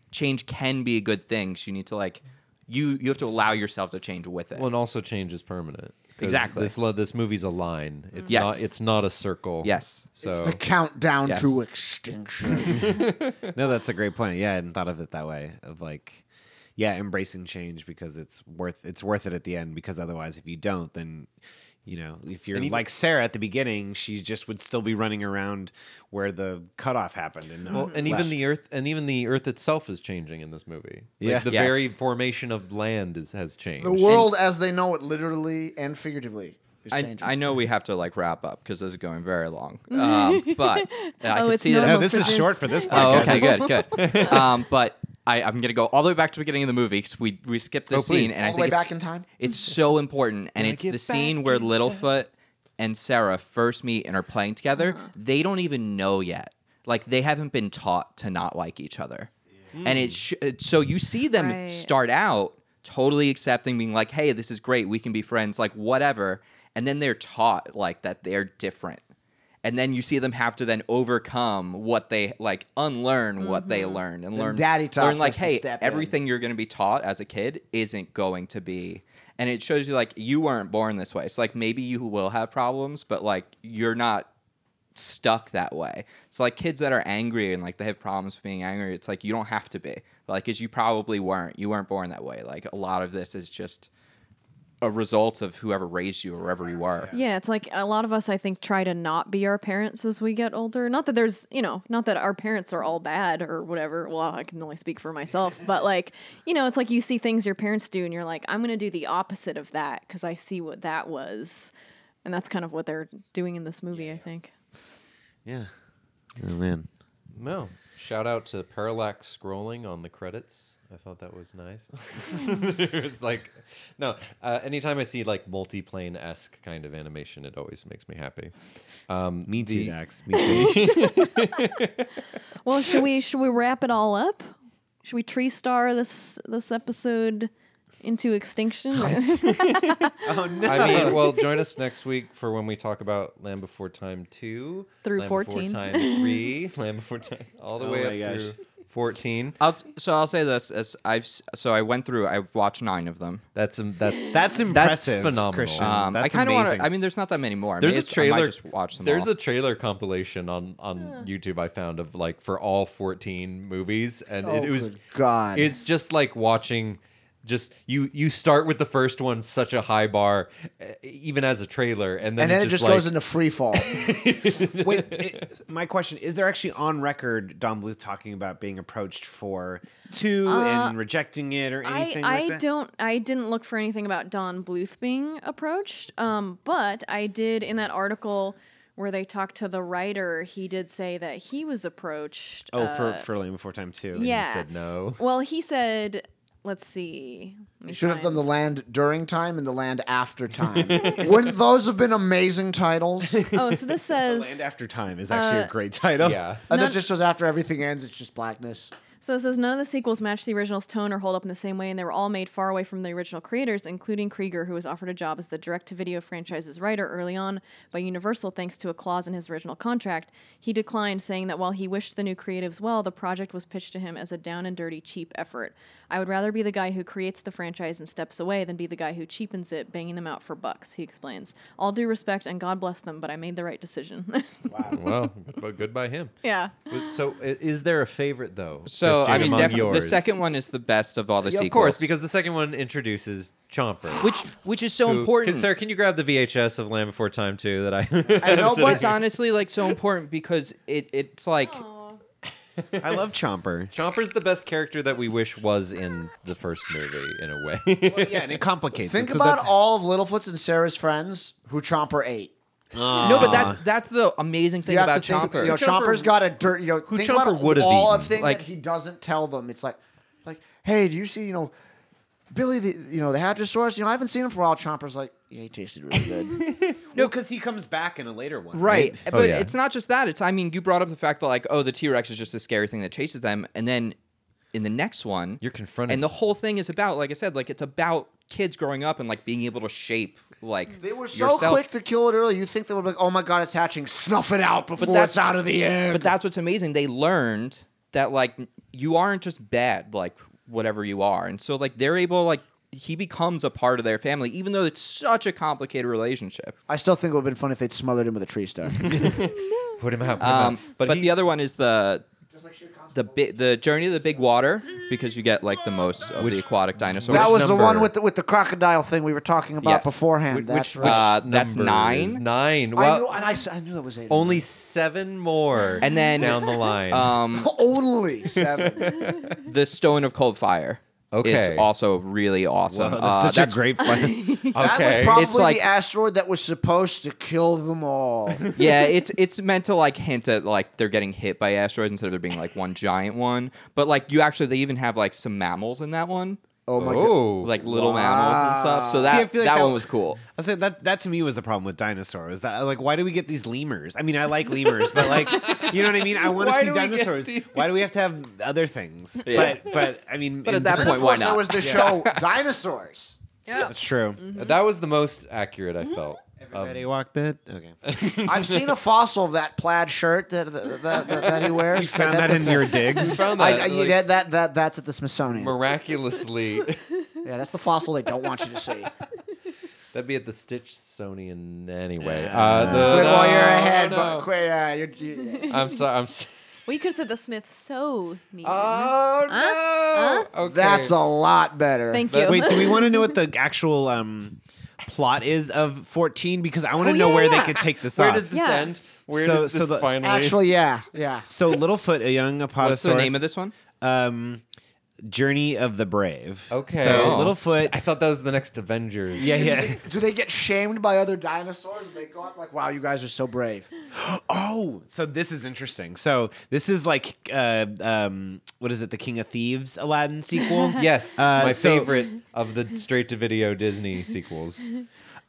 Speaker 6: change can be a good thing so you need to like you you have to allow yourself to change with it
Speaker 3: Well, and also change is permanent.
Speaker 6: Exactly.
Speaker 3: This lo- this movie's a
Speaker 4: Mm-hmm.
Speaker 3: line. It's
Speaker 6: Yes.
Speaker 3: not it's not a circle.
Speaker 6: Yes.
Speaker 3: So
Speaker 7: the countdown to extinction.
Speaker 5: no, that's a great point. Yeah, I hadn't thought of it that way. Of like, yeah, embracing change because it's worth it's worth it at the end. Because otherwise, if you don't, then you know, if you're
Speaker 6: And even-
Speaker 5: like Sarah at the beginning, she just would still be running around where the cutoff happened. And not
Speaker 3: Well, and even
Speaker 5: left.
Speaker 3: the earth, and even the earth itself is changing in this movie. Like,
Speaker 5: Yeah.
Speaker 3: the
Speaker 5: Yes.
Speaker 3: very formation of land is, has changed.
Speaker 7: the world as they know it, literally and figuratively, is
Speaker 6: I,
Speaker 7: changing.
Speaker 6: I know we have to like wrap up because this is going very long. Um, but I
Speaker 7: Oh,
Speaker 6: can
Speaker 7: it's
Speaker 6: see that.
Speaker 7: normal No, this for is this. short for this
Speaker 6: Oh, okay,
Speaker 7: podcast.
Speaker 6: good, good. Um, but I, I'm gonna go all the way back to the beginning of the movie because we we skipped this
Speaker 7: Oh, please.
Speaker 6: scene, and I
Speaker 7: All the
Speaker 6: think
Speaker 7: way
Speaker 6: it's-
Speaker 7: back in time?
Speaker 6: It's so important, and
Speaker 7: Gonna
Speaker 6: it's
Speaker 7: get
Speaker 6: the scene
Speaker 7: back
Speaker 6: where
Speaker 7: in
Speaker 6: Littlefoot and Sarah first meet and are playing together.
Speaker 7: Uh-huh.
Speaker 6: They don't even know yet. Like they haven't been taught to not like each other,
Speaker 7: Mm.
Speaker 6: and it's sh- it's- so you see them
Speaker 20: Right.
Speaker 6: start out totally accepting, being like, "Hey, this is great. We can be friends. Like whatever," and then they're taught like that they're different. And then you see them have to then overcome what they like, unlearn what they learned, and
Speaker 7: Then
Speaker 6: learn
Speaker 7: daddy
Speaker 6: learn
Speaker 7: talks
Speaker 6: like,
Speaker 7: us to
Speaker 6: hey,
Speaker 7: step in.
Speaker 6: everything you're going to be taught as a kid isn't going to be and it shows you like you weren't born this way so like maybe you will have problems but like you're not stuck that way so like kids that are angry and like they have problems with being angry it's like you don't have to be like because you probably weren't you weren't born that way like a lot of this is just a result of whoever raised you or wherever you were
Speaker 4: Yeah, it's like a lot of us, I think, try to not be our parents as we get older. Not that there's, you know, not that our parents are all bad or whatever. Well, I can only speak for myself, but like, you know, it's like you see things your parents do and you're like, I'm going to do the opposite of that because I see what that was. And that's kind of what they're doing in this movie, I think.
Speaker 5: yeah. Oh man.
Speaker 3: No. Shout out to parallax scrolling on the credits. I thought that was nice. it was like, no. Uh, anytime I see like multi-plane esque kind of animation, it always makes me happy. Um,
Speaker 5: me
Speaker 3: too,
Speaker 5: Dax. Me
Speaker 3: too.
Speaker 4: Well, should we should we wrap it all up? Should we tree star this this episode into extinction?
Speaker 3: oh no! I mean, well, join us next week for when we talk about Land Before Time two
Speaker 4: Through
Speaker 3: Land Before
Speaker 4: 14.
Speaker 3: Time three, Land Before Time, all the
Speaker 6: Oh
Speaker 3: way
Speaker 6: my
Speaker 3: up
Speaker 6: gosh.
Speaker 3: through fourteen.
Speaker 6: I'll, so I'll say this as I've s- so I went through I've watched nine of them.
Speaker 3: That's that's
Speaker 5: that's impressive,
Speaker 3: phenomenal. Christian.
Speaker 6: Um, I
Speaker 3: That's
Speaker 6: kind of want
Speaker 3: amazing.
Speaker 6: to. I mean, there's not that many more. I
Speaker 3: There's
Speaker 6: may
Speaker 3: a
Speaker 6: as- I might
Speaker 3: trailer.
Speaker 6: just watch them.
Speaker 3: there's
Speaker 6: all.
Speaker 3: a trailer compilation on on YouTube I found of like for all 14 movies, and
Speaker 7: Oh,
Speaker 3: it was
Speaker 7: good God.
Speaker 3: It's just like watching. Just you you start with the first one, such a high bar, eh, even as a trailer, and then,
Speaker 7: and then it just,
Speaker 3: like,
Speaker 7: goes into free fall.
Speaker 5: Wait, it, my question is: There actually on record Don Bluth talking about being approached for two
Speaker 4: Uh,
Speaker 5: and rejecting it or
Speaker 4: I,
Speaker 5: anything
Speaker 4: I
Speaker 5: like that?
Speaker 4: don't I didn't look for anything about Don Bluth being approached. Um, but I did in that article where they talked to the writer, he did say that he was approached.
Speaker 5: Oh, for
Speaker 4: uh,
Speaker 5: for Land Before Time too.
Speaker 4: And he yeah. said
Speaker 3: no.
Speaker 4: Well, he said, let's see. Let me
Speaker 7: You should have
Speaker 4: find-
Speaker 7: done the land during time and the land after time. Wouldn't those have been amazing titles?
Speaker 4: Oh, so this says
Speaker 5: Land After Time is actually
Speaker 4: Uh,
Speaker 5: a great title.
Speaker 3: Yeah.
Speaker 7: And
Speaker 4: None-
Speaker 7: this just shows after everything ends, it's just blackness.
Speaker 4: So it says none of the sequels match the original's tone or hold up in the same way, and they were all made far away from the original creators, including Krieger, who was offered a job as the direct-to-video franchise's writer early on by Universal, thanks to a clause in his original contract. He declined, saying that while he wished the new creatives well, the project was pitched to him as a down and dirty, cheap effort. I would rather be the guy who creates the franchise and steps away than be the guy who cheapens it, banging them out for bucks. He explains. All due respect and God bless them, but I made the right decision.
Speaker 3: well, but good by him.
Speaker 4: Yeah.
Speaker 3: But So i- is there a favorite though?
Speaker 6: So
Speaker 3: Christian,
Speaker 6: I mean,
Speaker 3: among
Speaker 6: definitely the
Speaker 3: yours?
Speaker 6: second one is the best of all the
Speaker 3: Yeah,
Speaker 6: sequels.
Speaker 3: of course, because the second one introduces Chomper,
Speaker 6: which which is so
Speaker 3: who-
Speaker 6: important.
Speaker 3: Can, Sarah, can you grab the VHS of Land Before Time too? That I.
Speaker 6: I know, but it's honestly like so important because it it's like
Speaker 5: I love Chomper.
Speaker 3: Chomper's the best character that we wish was in the first movie in a way.
Speaker 5: yeah, and it complicates.
Speaker 7: Think about all of Littlefoot's and Sarah's friends who Chomper ate. Ah.
Speaker 6: no, but that's that's the amazing thing
Speaker 7: You have
Speaker 6: about
Speaker 7: to think-
Speaker 6: Chomper.
Speaker 7: You know, Chomper's got a dirt. You know,
Speaker 6: who
Speaker 7: think about
Speaker 6: Chomper would have
Speaker 7: all
Speaker 6: eaten.
Speaker 7: of things
Speaker 6: Like-
Speaker 7: that he doesn't tell them. It's like, like, hey, do you see? You know, Billy, the you know the Hadrosaurus. You know, I haven't seen him for a while. Chomper's like, yeah, he tasted really good.
Speaker 5: no, because he comes back in a later one,
Speaker 6: Right.
Speaker 5: right?
Speaker 6: But
Speaker 7: Oh,
Speaker 6: it's not just that. It's I mean, you brought up the fact that like, oh, the T Rex is just a scary thing that chases them, and then in the next one,
Speaker 3: you're confronted.
Speaker 6: and the whole thing is about, like I said, like it's about kids growing up and like being able to shape like
Speaker 7: they were so
Speaker 6: yourself.
Speaker 7: quick to kill it early. You think they would be like, oh my god, it's hatching. Snuff it out before it's out of the air.
Speaker 6: But that's what's amazing. They learned that like you aren't just bad, like whatever you are, and so like they're able like he becomes a part of their family, even though it's such a complicated relationship.
Speaker 7: I still think it would have been fun if they'd smothered him with a tree star.
Speaker 3: Put him out.
Speaker 6: Um, but the other one is the the bi- the journey of the big water because you get like the most of the aquatic dinosaurs.
Speaker 7: that was the one with the, with the crocodile thing we were talking about
Speaker 6: Yes.
Speaker 7: beforehand.
Speaker 6: Which-
Speaker 7: That's
Speaker 6: which-
Speaker 7: right.
Speaker 6: uh, that's
Speaker 3: number is
Speaker 6: nine.
Speaker 3: Nine.
Speaker 7: I
Speaker 3: Well,
Speaker 7: knew, Oh, and I, s- I knew it was eight.
Speaker 3: only seven more.
Speaker 6: and then
Speaker 3: down the line.
Speaker 6: um,
Speaker 7: only seven.
Speaker 6: the Stone of Cold Fire.
Speaker 3: Okay.
Speaker 6: is also really awesome.
Speaker 5: Wow,
Speaker 6: Uh,
Speaker 5: that's such a great plan.
Speaker 7: That was
Speaker 6: It's
Speaker 7: probably
Speaker 6: like-
Speaker 7: the asteroid that was supposed to kill them all.
Speaker 6: yeah, it's it's meant to like hint at like they're getting hit by asteroids instead of there being like one giant one. But like you actually, they even have like some mammals in that one,
Speaker 7: Oh my god.
Speaker 3: oh,
Speaker 6: like little mammals and stuff. So
Speaker 5: See,
Speaker 6: that
Speaker 5: I feel like
Speaker 6: that,
Speaker 5: that-
Speaker 6: one was cool.
Speaker 5: I said that that to me was the problem with dinosaurs. Is That like why do we get these lemurs? I mean, I like lemurs, but like you know what I mean. I want to
Speaker 3: Why
Speaker 5: see
Speaker 3: do we get
Speaker 5: dinosaurs.
Speaker 3: these?
Speaker 5: Why do we have to have other things?
Speaker 6: Yeah.
Speaker 5: But but I mean,
Speaker 6: But
Speaker 5: in
Speaker 6: at that
Speaker 5: different-
Speaker 6: point, why
Speaker 7: There
Speaker 6: not?
Speaker 7: was the show Dinosaurs.
Speaker 5: that's true.
Speaker 3: Mm-hmm. that was the most accurate I felt. Of,
Speaker 5: Everybody walked it. Okay,
Speaker 7: I've seen a fossil of that plaid shirt that that, that, that, that he wears.
Speaker 5: you found
Speaker 7: That's
Speaker 5: that
Speaker 7: a
Speaker 5: in
Speaker 7: thing.
Speaker 5: your digs.
Speaker 3: found
Speaker 7: I,
Speaker 3: that,
Speaker 7: I-
Speaker 3: like,
Speaker 7: that, that, that, that's at the Smithsonian.
Speaker 3: miraculously.
Speaker 7: Yeah, that's the fossil they don't want you to see.
Speaker 3: That'd be at the Stitchsonian anyway.
Speaker 5: Yeah.
Speaker 3: Uh, the,
Speaker 7: Quit while
Speaker 3: no,
Speaker 7: you're ahead,
Speaker 3: no.
Speaker 7: but quit. Yeah, you're, you
Speaker 5: Uh,
Speaker 3: I'm sorry. I'm. So-
Speaker 4: We could have said the Smithsonian.
Speaker 3: oh
Speaker 4: Huh?
Speaker 3: no! Okay.
Speaker 7: That's a lot better.
Speaker 4: Thank you.
Speaker 5: Wait, do we want to know what the actual um, plot is of fourteen? Because I want to
Speaker 4: Oh,
Speaker 5: know
Speaker 4: yeah,
Speaker 5: where
Speaker 4: yeah.
Speaker 5: they could take this
Speaker 3: Where
Speaker 5: off.
Speaker 3: does this
Speaker 4: Yeah.
Speaker 3: end? Where
Speaker 5: So-
Speaker 3: does
Speaker 5: so
Speaker 3: this
Speaker 5: the-
Speaker 3: finally?
Speaker 7: Actually, yeah, yeah.
Speaker 5: so Littlefoot, a young apatosaurus.
Speaker 6: What's the name of this one?
Speaker 5: Um, Journey of the Brave.
Speaker 3: Okay.
Speaker 5: So
Speaker 3: Oh.
Speaker 5: Littlefoot.
Speaker 3: I thought that was the next Avengers.
Speaker 5: yeah, yeah.
Speaker 7: Do they get shamed by other dinosaurs? They go up like, "Wow, you guys are so brave."
Speaker 5: Oh, so this is interesting. So this is like, uh, um, what is it? The King of Thieves Aladdin sequel.
Speaker 3: Yes,
Speaker 5: Uh,
Speaker 3: my
Speaker 5: so-
Speaker 3: favorite of the straight to video Disney sequels.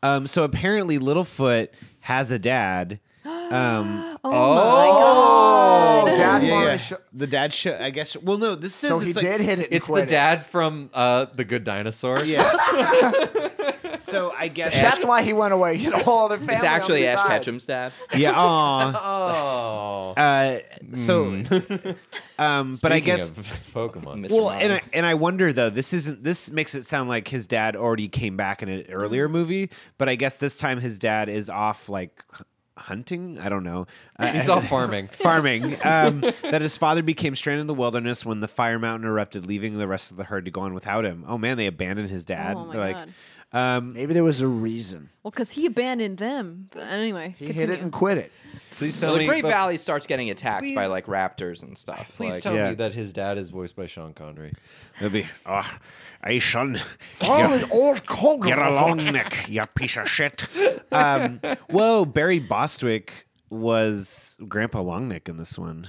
Speaker 5: Um, so apparently Littlefoot has a dad. Um,
Speaker 4: oh, my god.
Speaker 7: Oh, dad
Speaker 5: yeah,
Speaker 7: wanted
Speaker 5: yeah.
Speaker 7: to show-
Speaker 5: the dad show. I guess. Well, no. This says
Speaker 7: So
Speaker 5: it's
Speaker 7: he
Speaker 5: like-
Speaker 7: did hit it. and
Speaker 3: It's the
Speaker 7: quit it.
Speaker 3: dad from uh, The Good Dinosaur.
Speaker 5: Yeah. so I guess
Speaker 7: That's why he went away. You know, all their family.
Speaker 6: It's actually
Speaker 7: on the
Speaker 6: Ash
Speaker 7: side.
Speaker 6: Ketchum's dad.
Speaker 5: Yeah. Aw.
Speaker 3: Oh. Hmm.
Speaker 5: Uh, so, um, but I
Speaker 3: Speaking
Speaker 5: guess.
Speaker 3: of Pokemon.
Speaker 6: Mr.
Speaker 5: Well,
Speaker 6: Mime.
Speaker 5: and I, and I wonder though. This isn't. This makes it sound like his dad already came back in an earlier
Speaker 4: Mm.
Speaker 5: movie, but I guess this time his dad is off like h- hunting. I don't know. Uh,
Speaker 3: He's all farming.
Speaker 5: farming. Um, that his father became stranded in the wilderness when the fire mountain erupted, leaving the rest of the herd to go on without him. Oh man, they abandoned his dad.
Speaker 4: Oh, my
Speaker 5: They're
Speaker 4: God.
Speaker 5: like, um,
Speaker 7: Maybe there was a reason
Speaker 4: Well, because he abandoned them. But anyway,
Speaker 7: he hit
Speaker 4: continue.
Speaker 7: it and quit it.
Speaker 3: Please
Speaker 6: so
Speaker 3: tell
Speaker 6: the
Speaker 3: me.
Speaker 6: Great
Speaker 3: but-
Speaker 6: Valley starts getting attacked by
Speaker 3: Please-
Speaker 6: like raptors and stuff.
Speaker 3: Please
Speaker 6: like,
Speaker 3: tell
Speaker 5: Yeah.
Speaker 3: me that his dad is voiced by Sean Connery.
Speaker 5: they'll be, oh, hey son,
Speaker 7: Oh,
Speaker 5: you're-
Speaker 7: an old cold.
Speaker 5: Get a long neck, you piece of shit. Um, whoa, Barry Bostwick was Grandpa Longneck in this one.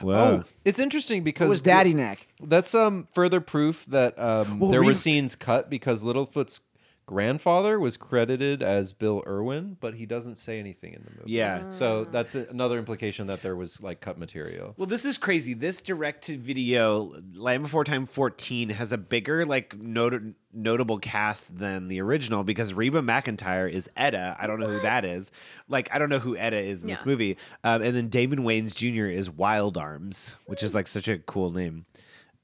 Speaker 5: Whoa.
Speaker 3: Oh, it's interesting because
Speaker 7: It was daddy neck.
Speaker 3: That's um further proof that um,
Speaker 5: Well,
Speaker 3: there were
Speaker 5: we-
Speaker 3: scenes cut because Littlefoot's grandfather was credited as Bill Irwin, but he doesn't say anything in the movie.
Speaker 5: Yeah.
Speaker 3: So that's a- another implication that there was like cut material.
Speaker 5: Well, this is crazy. This direct to video Land Before Time 14 has a bigger like not- notable cast than the original because Reba McIntyre is Edda. I don't know who that is. Like I don't know who Edda is in this
Speaker 4: Yeah.
Speaker 5: movie. Um, and then Damon Wayans Jr. is Wild Arms, which is like such a cool name.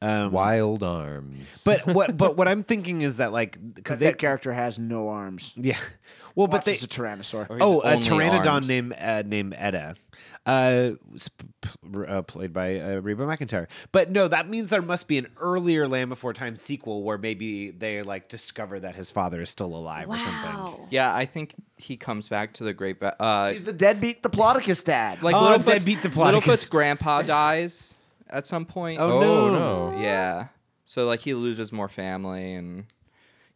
Speaker 5: Um,
Speaker 3: Wild arms.
Speaker 5: But what but what I'm thinking is that like because
Speaker 7: Because
Speaker 5: they
Speaker 7: that character has no arms.
Speaker 5: yeah. Well,
Speaker 7: But
Speaker 5: but they
Speaker 7: it's a tyrannosaur.
Speaker 6: Or his
Speaker 5: Oh, a
Speaker 6: only
Speaker 5: pteranodon
Speaker 6: arms.
Speaker 5: named uh, named Edda, uh, sp- p- r- uh, played by uh, Reba McIntyre. But no, that means there must be an earlier Land Before Time sequel where maybe they like discover that his father is still alive or something.
Speaker 4: Wow.
Speaker 6: Yeah, I think he comes back to the Great Valley. Uh,
Speaker 7: He's the deadbeat Diplodocus dad. Um,
Speaker 6: like
Speaker 5: Oh,
Speaker 6: Littlefoot's-
Speaker 5: they beat the Plotticus.
Speaker 6: Littlefoot's grandpa dies at some point.
Speaker 5: Oh,
Speaker 3: oh
Speaker 5: no.
Speaker 3: no.
Speaker 6: Yeah. So like he loses more family and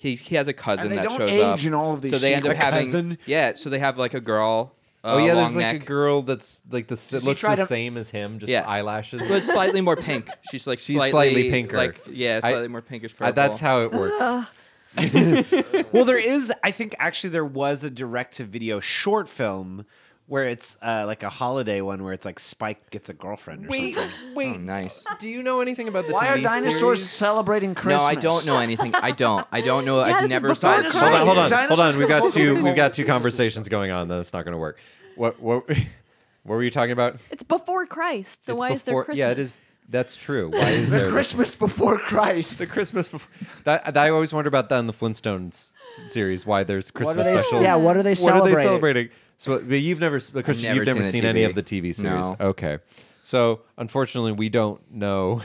Speaker 6: he he has a cousin
Speaker 7: And they
Speaker 6: that
Speaker 7: don't
Speaker 6: shows
Speaker 7: age
Speaker 6: up.
Speaker 7: in all of these
Speaker 6: so they end up
Speaker 7: sequels.
Speaker 6: having
Speaker 5: Cousin?
Speaker 6: yeah. So they have like a girl. Uh,
Speaker 3: oh yeah,
Speaker 6: long
Speaker 3: there's like
Speaker 6: neck.
Speaker 3: a girl that's like the s-
Speaker 7: Does he
Speaker 3: looks
Speaker 7: try
Speaker 3: the
Speaker 7: to-
Speaker 3: same as him, just
Speaker 6: Yeah.
Speaker 3: eyelashes.
Speaker 6: But slightly more pink. She's like
Speaker 3: She's
Speaker 6: slightly,
Speaker 3: slightly pinker.
Speaker 6: Like yeah,
Speaker 3: I-
Speaker 6: slightly more pinkish purple.
Speaker 3: Uh, that's how it works.
Speaker 5: well, there is. I think actually there was a direct to video short film where it's uh, like a holiday one where it's like Spike gets a girlfriend or
Speaker 3: wait,
Speaker 5: something.
Speaker 6: Oh,
Speaker 3: wait.
Speaker 6: nice. Oh,
Speaker 3: Do you know anything about the
Speaker 7: Why are
Speaker 3: TV
Speaker 7: dinosaurs
Speaker 3: series?
Speaker 7: celebrating Christmas?
Speaker 6: No, I don't know anything. I don't. I don't know.
Speaker 4: Yeah,
Speaker 6: I've
Speaker 4: this is
Speaker 6: never
Speaker 4: before
Speaker 6: saw.
Speaker 7: Christ.
Speaker 3: Hold on, hold on,
Speaker 7: Dinosaurs
Speaker 3: hold on. We
Speaker 7: gonna
Speaker 3: got
Speaker 7: go
Speaker 3: two.
Speaker 7: through
Speaker 3: We
Speaker 7: the
Speaker 3: got
Speaker 7: whole
Speaker 3: two
Speaker 7: Jesus
Speaker 3: conversations going on. That's not going to work. What? What? What were you talking about?
Speaker 4: It's before Christ, so
Speaker 3: It's
Speaker 4: why is there
Speaker 3: before-
Speaker 4: Christmas?
Speaker 3: Yeah, it is That's true. Why is
Speaker 7: The
Speaker 3: there
Speaker 7: Christmas before Christ?
Speaker 3: The Christmas before that, I always wondered about that in the Flintstones s- series. Why there's
Speaker 7: What are
Speaker 3: Christmas
Speaker 7: they-
Speaker 3: specials?
Speaker 7: yeah, what are they celebrating?
Speaker 3: celebrating? So, but you've never, s- but Christian,
Speaker 6: never
Speaker 3: you've never
Speaker 6: seen the
Speaker 3: seen, any
Speaker 6: TV.
Speaker 3: of the TV series.
Speaker 6: No.
Speaker 3: Okay, so unfortunately, we don't know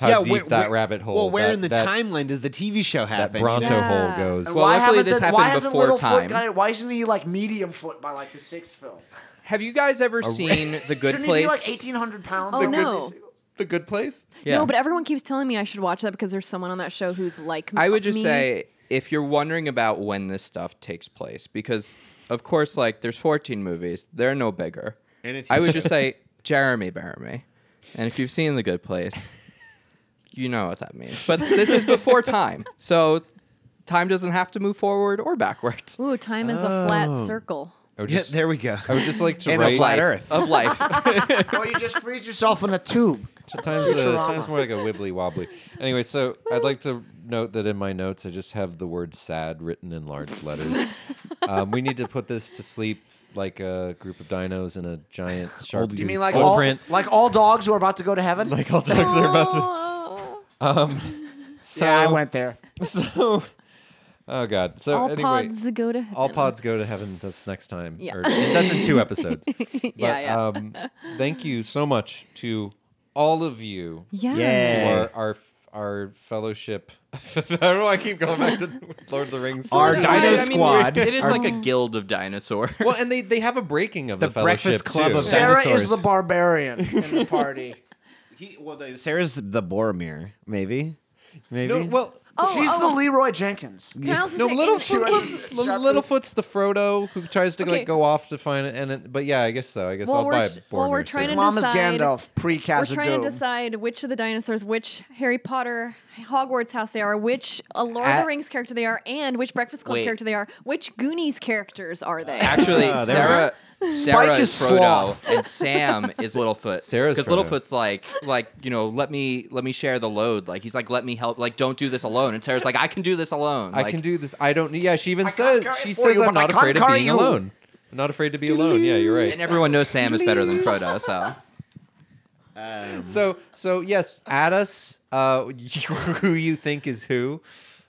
Speaker 3: how deep
Speaker 5: where-
Speaker 3: that
Speaker 5: where-
Speaker 3: rabbit hole.
Speaker 5: Well, where
Speaker 3: that-
Speaker 5: in the
Speaker 3: that-
Speaker 5: timeline does the TV show
Speaker 3: that
Speaker 5: happen?
Speaker 3: Bronto
Speaker 7: Yeah.
Speaker 3: hole goes?
Speaker 6: Well, luckily
Speaker 7: haven't
Speaker 6: this
Speaker 7: the-
Speaker 6: happened
Speaker 7: why hasn't
Speaker 6: before
Speaker 7: Littlefoot
Speaker 6: time.
Speaker 7: got it? Why isn't he like medium foot by like the sixth film?
Speaker 6: Have you guys ever seen The Good
Speaker 7: Shouldn't he be
Speaker 6: Place?
Speaker 7: like eighteen hundred pounds?
Speaker 4: Oh, no.
Speaker 3: The Good Place.
Speaker 4: No, but everyone keeps telling me I should watch that because there's someone on that show who's like
Speaker 6: I would just
Speaker 4: me.
Speaker 6: say if you're wondering about when this stuff takes place, because of course, like there's 14 movies, they're no bigger.
Speaker 5: And a
Speaker 6: I would
Speaker 5: TV
Speaker 6: just
Speaker 5: show.
Speaker 6: say Jeremy Baramy, and if you've seen The Good Place, you know what that means. But this is before time, so time doesn't have to move forward or backwards.
Speaker 4: Ooh, time is a flat
Speaker 6: Oh.
Speaker 4: circle.
Speaker 3: I would
Speaker 5: Yeah,
Speaker 3: just,
Speaker 5: there we go.
Speaker 3: I would just like to
Speaker 5: And a
Speaker 3: write
Speaker 5: flat Earth.
Speaker 6: Of life.
Speaker 7: or you just freeze yourself in a tube.
Speaker 3: Times, uh,
Speaker 7: Futurama.
Speaker 3: times more like a wibbly wobbly. Anyway, so I'd like to note that in my notes, I just have the word "sad" written in large letters. um, we need to put this to sleep like a group of dinos in a giant sharp.
Speaker 7: Do you mean
Speaker 3: tooth
Speaker 7: like all
Speaker 3: footprint.
Speaker 7: like all dogs who are about to go to heaven?
Speaker 3: Like all dogs are about to. Um, so,
Speaker 7: yeah, I went there.
Speaker 3: So, oh god. So
Speaker 4: All
Speaker 3: anyway,
Speaker 4: pods go to
Speaker 3: all
Speaker 4: heaven.
Speaker 3: pods go to heaven. That's next time.
Speaker 4: Yeah.
Speaker 3: Or- that's in two episodes. But,
Speaker 4: Yeah, yeah.
Speaker 3: Um, thank you so much to all of you.
Speaker 4: Yeah.
Speaker 5: Yay.
Speaker 3: To our our our fellowship. I don't know. why I keep going back to Lord of the Rings.
Speaker 5: Our
Speaker 3: Yeah.
Speaker 5: dino
Speaker 6: I mean,
Speaker 5: squad.
Speaker 6: It is
Speaker 3: Our-
Speaker 6: like a guild of dinosaurs.
Speaker 3: Well, and they, they have a breaking of the,
Speaker 5: The
Speaker 3: fellowship
Speaker 5: Breakfast Club
Speaker 3: too.
Speaker 5: of
Speaker 7: Sarah is
Speaker 5: Dinosaurs.
Speaker 7: the barbarian in the party.
Speaker 5: He, well, the- Sarah's the Boromir, maybe. Maybe.
Speaker 3: No, well,
Speaker 4: Oh,
Speaker 7: She's
Speaker 4: oh,
Speaker 7: the Leroy Jenkins.
Speaker 4: can I also
Speaker 3: no,
Speaker 4: say-
Speaker 3: Littlefoot,
Speaker 4: in-
Speaker 3: Little- Littlefoot's the Frodo who tries to
Speaker 4: Okay.
Speaker 3: like go off to find it, and it, but yeah, I guess so. I guess
Speaker 4: Well,
Speaker 3: I'll
Speaker 4: we're
Speaker 3: buy
Speaker 4: tr-
Speaker 3: it.
Speaker 4: well, we're trying
Speaker 7: His
Speaker 4: to
Speaker 7: mom is
Speaker 4: decide-
Speaker 7: Gandalf, pre
Speaker 4: We're trying
Speaker 7: Khazad-dûm.
Speaker 4: to decide which of the dinosaurs, which Harry Potter, Hogwarts house they are, which a Lord of
Speaker 3: At-
Speaker 4: the Rings character they are, and which Breakfast Club
Speaker 6: Wait.
Speaker 4: character they are, which Goonies characters are they?
Speaker 6: Actually,
Speaker 5: Oh, there we
Speaker 6: Sarah, Sarah
Speaker 7: Spike
Speaker 6: is
Speaker 7: is
Speaker 6: Frodo,
Speaker 7: sloth.
Speaker 6: and Sam is Littlefoot.
Speaker 3: Sarah's
Speaker 6: because
Speaker 3: Frodo.
Speaker 6: Littlefoot's like, like you know, let me let me share the load. Like he's like, let me help. Like don't do this alone. And Sarah's like, I can do this alone.
Speaker 3: I
Speaker 6: like,
Speaker 3: can do this. I don't need. Yeah, she even
Speaker 7: I
Speaker 3: says
Speaker 7: can't carry
Speaker 3: she
Speaker 7: it for
Speaker 3: says
Speaker 7: you,
Speaker 3: I'm
Speaker 7: but I
Speaker 3: not
Speaker 7: can't
Speaker 3: afraid of
Speaker 7: carry
Speaker 3: being
Speaker 7: you."
Speaker 3: alone. I'm not afraid to be alone. Yeah, you're
Speaker 6: And
Speaker 3: right.
Speaker 6: everyone knows Sam is better than Frodo. So
Speaker 7: Um,
Speaker 3: So so yes, add us uh, who you think is who.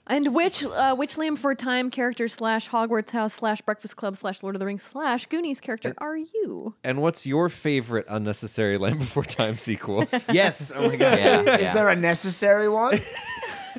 Speaker 4: and which uh, which Liam for Time character slash Hogwarts house slash Breakfast Club slash Lord of the Rings slash Goonies character are you?
Speaker 3: And what's your favorite unnecessary Land Before Time sequel?
Speaker 5: yes. Oh my god.
Speaker 6: yeah,
Speaker 7: Is
Speaker 6: yeah.
Speaker 7: there a necessary one?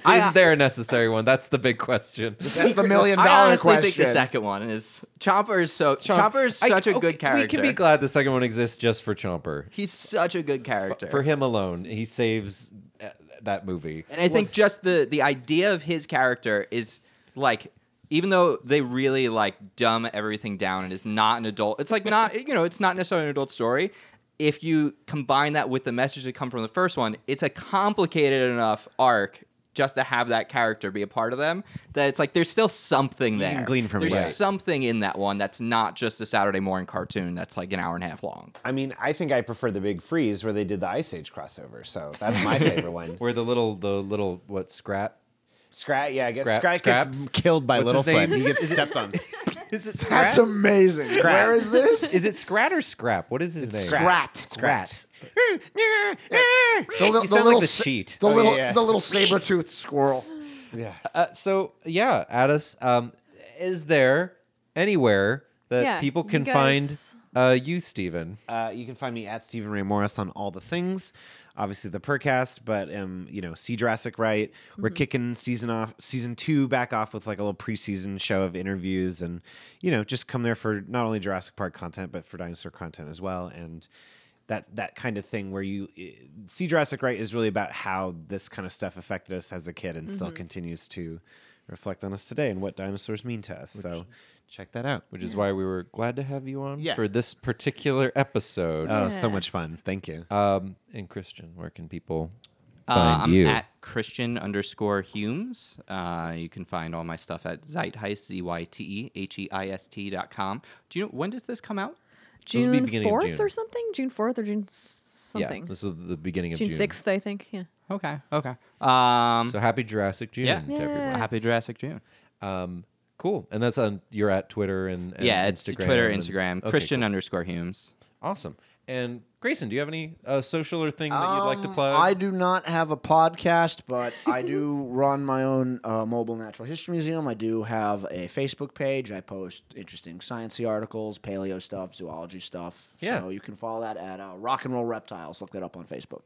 Speaker 3: Is there a necessary one? That's the big question.
Speaker 7: That's the million dollar
Speaker 6: I honestly
Speaker 7: question.
Speaker 6: think the second one is Chomper is so
Speaker 3: Chomp-
Speaker 6: Chomper is
Speaker 3: I-
Speaker 6: such a
Speaker 3: okay,
Speaker 6: good character.
Speaker 3: We can be glad the second one exists just for Chomper.
Speaker 6: He's such a good character.
Speaker 3: For him alone, he saves uh, that movie.
Speaker 6: And I think just the the idea of his character is like even though they really like dumb everything down and is not an adult it's like not you know it's not necessarily an adult story if you combine that with the message that come from the first one it's a complicated enough arc just to have that character be a part of them that it's like there's still something there
Speaker 5: can glean from it,
Speaker 6: there's
Speaker 5: right.
Speaker 6: something in that one that's not just a saturday morning cartoon that's like an hour and a half long
Speaker 5: I mean, I think I prefer the Big Freeze where they did the Ice Age crossover. So that's my favorite one.
Speaker 3: Where the little the little what scrat?
Speaker 5: Scrat, yeah, I guess
Speaker 3: Scrat-
Speaker 5: Scrat,
Speaker 3: Scraps?
Speaker 5: gets killed by
Speaker 3: What's his
Speaker 5: Littlefoot.
Speaker 3: name?
Speaker 5: He gets stepped on.
Speaker 3: Is it
Speaker 7: That's amazing. Where is this?
Speaker 3: Is it Scrat or Scrap? What is his name?
Speaker 7: Scrat.
Speaker 3: Scrat.
Speaker 7: The, li-
Speaker 3: You sound like the
Speaker 7: sa-
Speaker 3: sheet.
Speaker 7: The
Speaker 5: Oh,
Speaker 7: little,
Speaker 5: yeah.
Speaker 7: the little saber-toothed squirrel.
Speaker 5: Yeah.
Speaker 3: Uh, so yeah, add us. Um, is there anywhere that
Speaker 4: Yeah,
Speaker 3: people
Speaker 4: you
Speaker 3: can
Speaker 4: guys-
Speaker 3: find uh, you, Stephen?
Speaker 5: Uh, you can find me at Stephen Ray Morris on all the things. Obviously the Percast, but um, you know, see Jurassic right. We're kicking season off, season two back off with like a little preseason show of interviews, and you know, just come there for not only Jurassic Park content but for dinosaur content as well, and that that kind of thing where you eh, see Jurassic right is really about how this kind of stuff affected us as a kid and still continues to reflect on us today and what dinosaurs mean to us. so check that out.
Speaker 3: Which is why we were glad to have you on
Speaker 5: Yeah.
Speaker 3: for this particular episode.
Speaker 5: Oh, so much fun! Thank you.
Speaker 3: Um, and Christian, where can people
Speaker 6: Uh,
Speaker 3: find
Speaker 6: I'm
Speaker 3: you?
Speaker 6: at Christian underscore Humes. Uh, you can find all my stuff at Zeitgeist, Z Y T E H E I S T dot com. Do you know when does this come out?
Speaker 3: will be
Speaker 4: June
Speaker 3: beginning of
Speaker 4: fourth
Speaker 3: June.
Speaker 4: or something? June fourth or June s- something?
Speaker 3: Yeah, this is the beginning of June.
Speaker 4: June sixth, I think. Yeah.
Speaker 6: Okay. Okay. Um,
Speaker 3: So happy Jurassic June
Speaker 6: Yeah.
Speaker 3: to everyone.
Speaker 6: happy Jurassic June.
Speaker 3: Um, cool. And that's on you're at Twitter and, and
Speaker 6: yeah, it's
Speaker 3: Instagram
Speaker 6: Twitter,
Speaker 3: and-
Speaker 6: Instagram,
Speaker 3: Okay,
Speaker 6: Christian
Speaker 3: cool.
Speaker 6: underscore Humes.
Speaker 3: Awesome. And Grayson, do you have any uh, social or thing that you'd like to
Speaker 7: Um,
Speaker 3: plug?
Speaker 7: I do not have a podcast, but I do run my own uh, mobile natural history museum. I do have a Facebook page. I post interesting sciencey articles, paleo stuff, zoology stuff.
Speaker 3: Yeah.
Speaker 7: So you can follow that at uh, Rock and Roll Reptiles. Look that up on Facebook.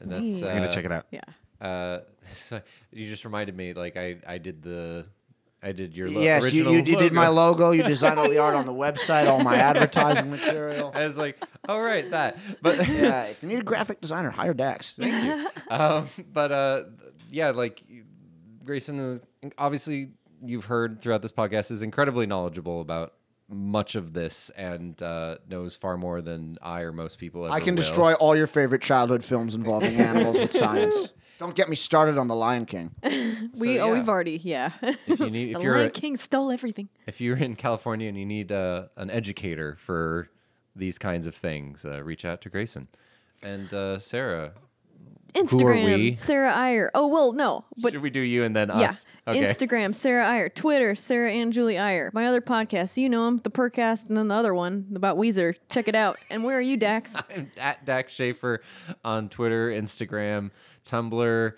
Speaker 3: And that's
Speaker 7: I'm gonna check it out.
Speaker 4: Yeah.
Speaker 3: Uh, so you just reminded me. Like I, I did the, I did your lo-
Speaker 7: Yes, you,
Speaker 3: original
Speaker 7: you, you did my
Speaker 3: logo.
Speaker 7: logo. You designed all the art on the website, all my advertising material.
Speaker 3: I was like, all right, that. But
Speaker 7: yeah, if you need a graphic designer, hire Dax.
Speaker 3: um, but uh, yeah, like Grayson, is, obviously you've heard throughout this podcast is incredibly knowledgeable about much of this and uh, knows far more than I or most people. Ever
Speaker 7: I can
Speaker 3: will.
Speaker 7: destroy all your favorite childhood films involving animals with science. Don't get me started on The Lion King.
Speaker 4: we
Speaker 3: So,
Speaker 4: oh
Speaker 3: yeah.
Speaker 4: we've already yeah.
Speaker 3: If you need-
Speaker 4: the
Speaker 3: if you're
Speaker 4: Lion
Speaker 3: a-
Speaker 4: King stole everything.
Speaker 3: If you're in California and you need uh, an educator for these kinds of things, uh, reach out to Grayson and uh, Sarah.
Speaker 4: Instagram
Speaker 3: Who are we?
Speaker 4: Sarah Iyer. Oh well, no, but
Speaker 3: Should we do you and then
Speaker 4: yeah.
Speaker 3: us? Okay.
Speaker 4: Instagram Sarah Iyer, Twitter Sarah and Julie Iyer. My other podcast, you know them, the Percast, and then the other one about Weezer. Check it out. And where are you, Dax?
Speaker 3: I'm at Dak Schaefer on Twitter, Instagram, Tumblr,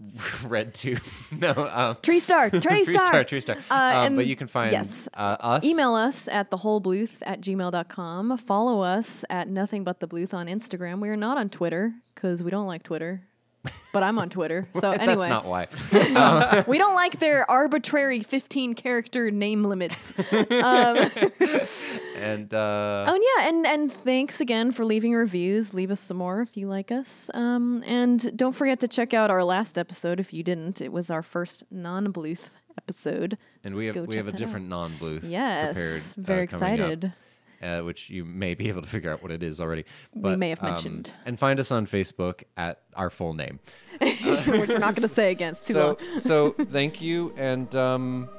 Speaker 3: RedTube. no, um,
Speaker 4: Tree Star, Tree Star,
Speaker 3: Tree Star.
Speaker 4: Uh,
Speaker 3: um, but
Speaker 4: and
Speaker 3: you can find
Speaker 4: yes.
Speaker 3: uh, us.
Speaker 4: Email us at thewholebluth at gmail.com. Follow us at nothing but the bluth on Instagram. We are not on Twitter because we don't like Twitter. But I'm on Twitter. So
Speaker 3: That's
Speaker 4: anyway.
Speaker 3: not why.
Speaker 4: we don't like their arbitrary 15 character name limits. um,
Speaker 3: and uh,
Speaker 4: oh and yeah, and and thanks again for leaving reviews. Leave us some more if you like us. Um, and don't forget to check out our last episode if you didn't. It was our first non-Bluth episode.
Speaker 3: and
Speaker 4: So
Speaker 3: we have
Speaker 4: go
Speaker 3: we have a
Speaker 4: check that out.
Speaker 3: different non Bluth.
Speaker 4: Yes,
Speaker 3: prepared, uh,
Speaker 4: very
Speaker 3: coming up,
Speaker 4: excited.
Speaker 3: uh, which you may be able to figure out what it is already.
Speaker 4: We
Speaker 3: But,
Speaker 4: may have
Speaker 3: um,
Speaker 4: mentioned.
Speaker 3: and find us on Facebook at our full name.
Speaker 4: which we're not going to say against too
Speaker 3: so
Speaker 4: long.
Speaker 3: so thank you, and um,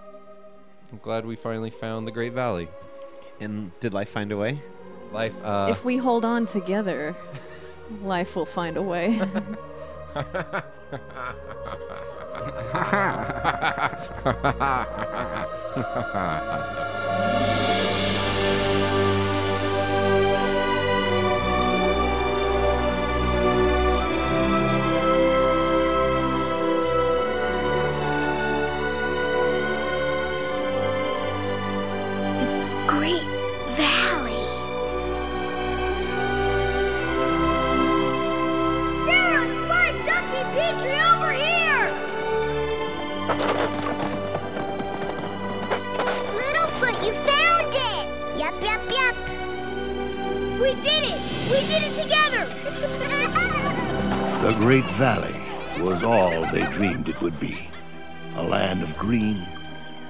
Speaker 3: I'm glad we finally found the Great Valley.
Speaker 5: And did life find a way?
Speaker 3: Life. Uh,
Speaker 4: if we hold on together, life will find a way.
Speaker 1: Great Valley. Sarah, Spud, Ducky, Petrie, over here! Littlefoot, you found it! Yup, yup, yup. We did it! We did it together!
Speaker 11: The Great Valley was all they dreamed it would be a land of green,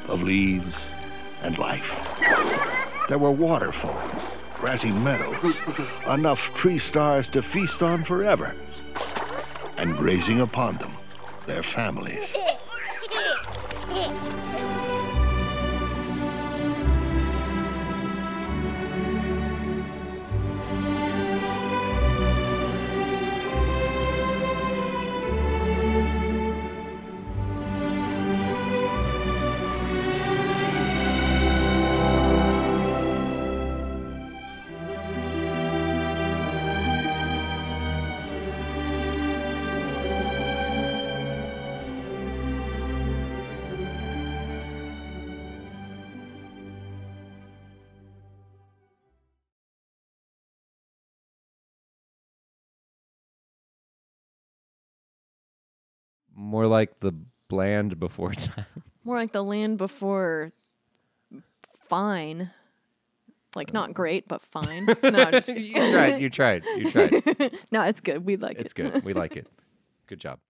Speaker 11: of leaves, and life. There were waterfalls, grassy meadows, enough tree stars to feast on forever. And grazing upon them, their families.
Speaker 3: more like the bland before time.
Speaker 4: More like the land before fine. Like not great, but fine. No, I'm just kidding.
Speaker 3: you tried. You tried. You tried.
Speaker 4: no, it's good. We like it.
Speaker 3: it's good. We like it. Good job.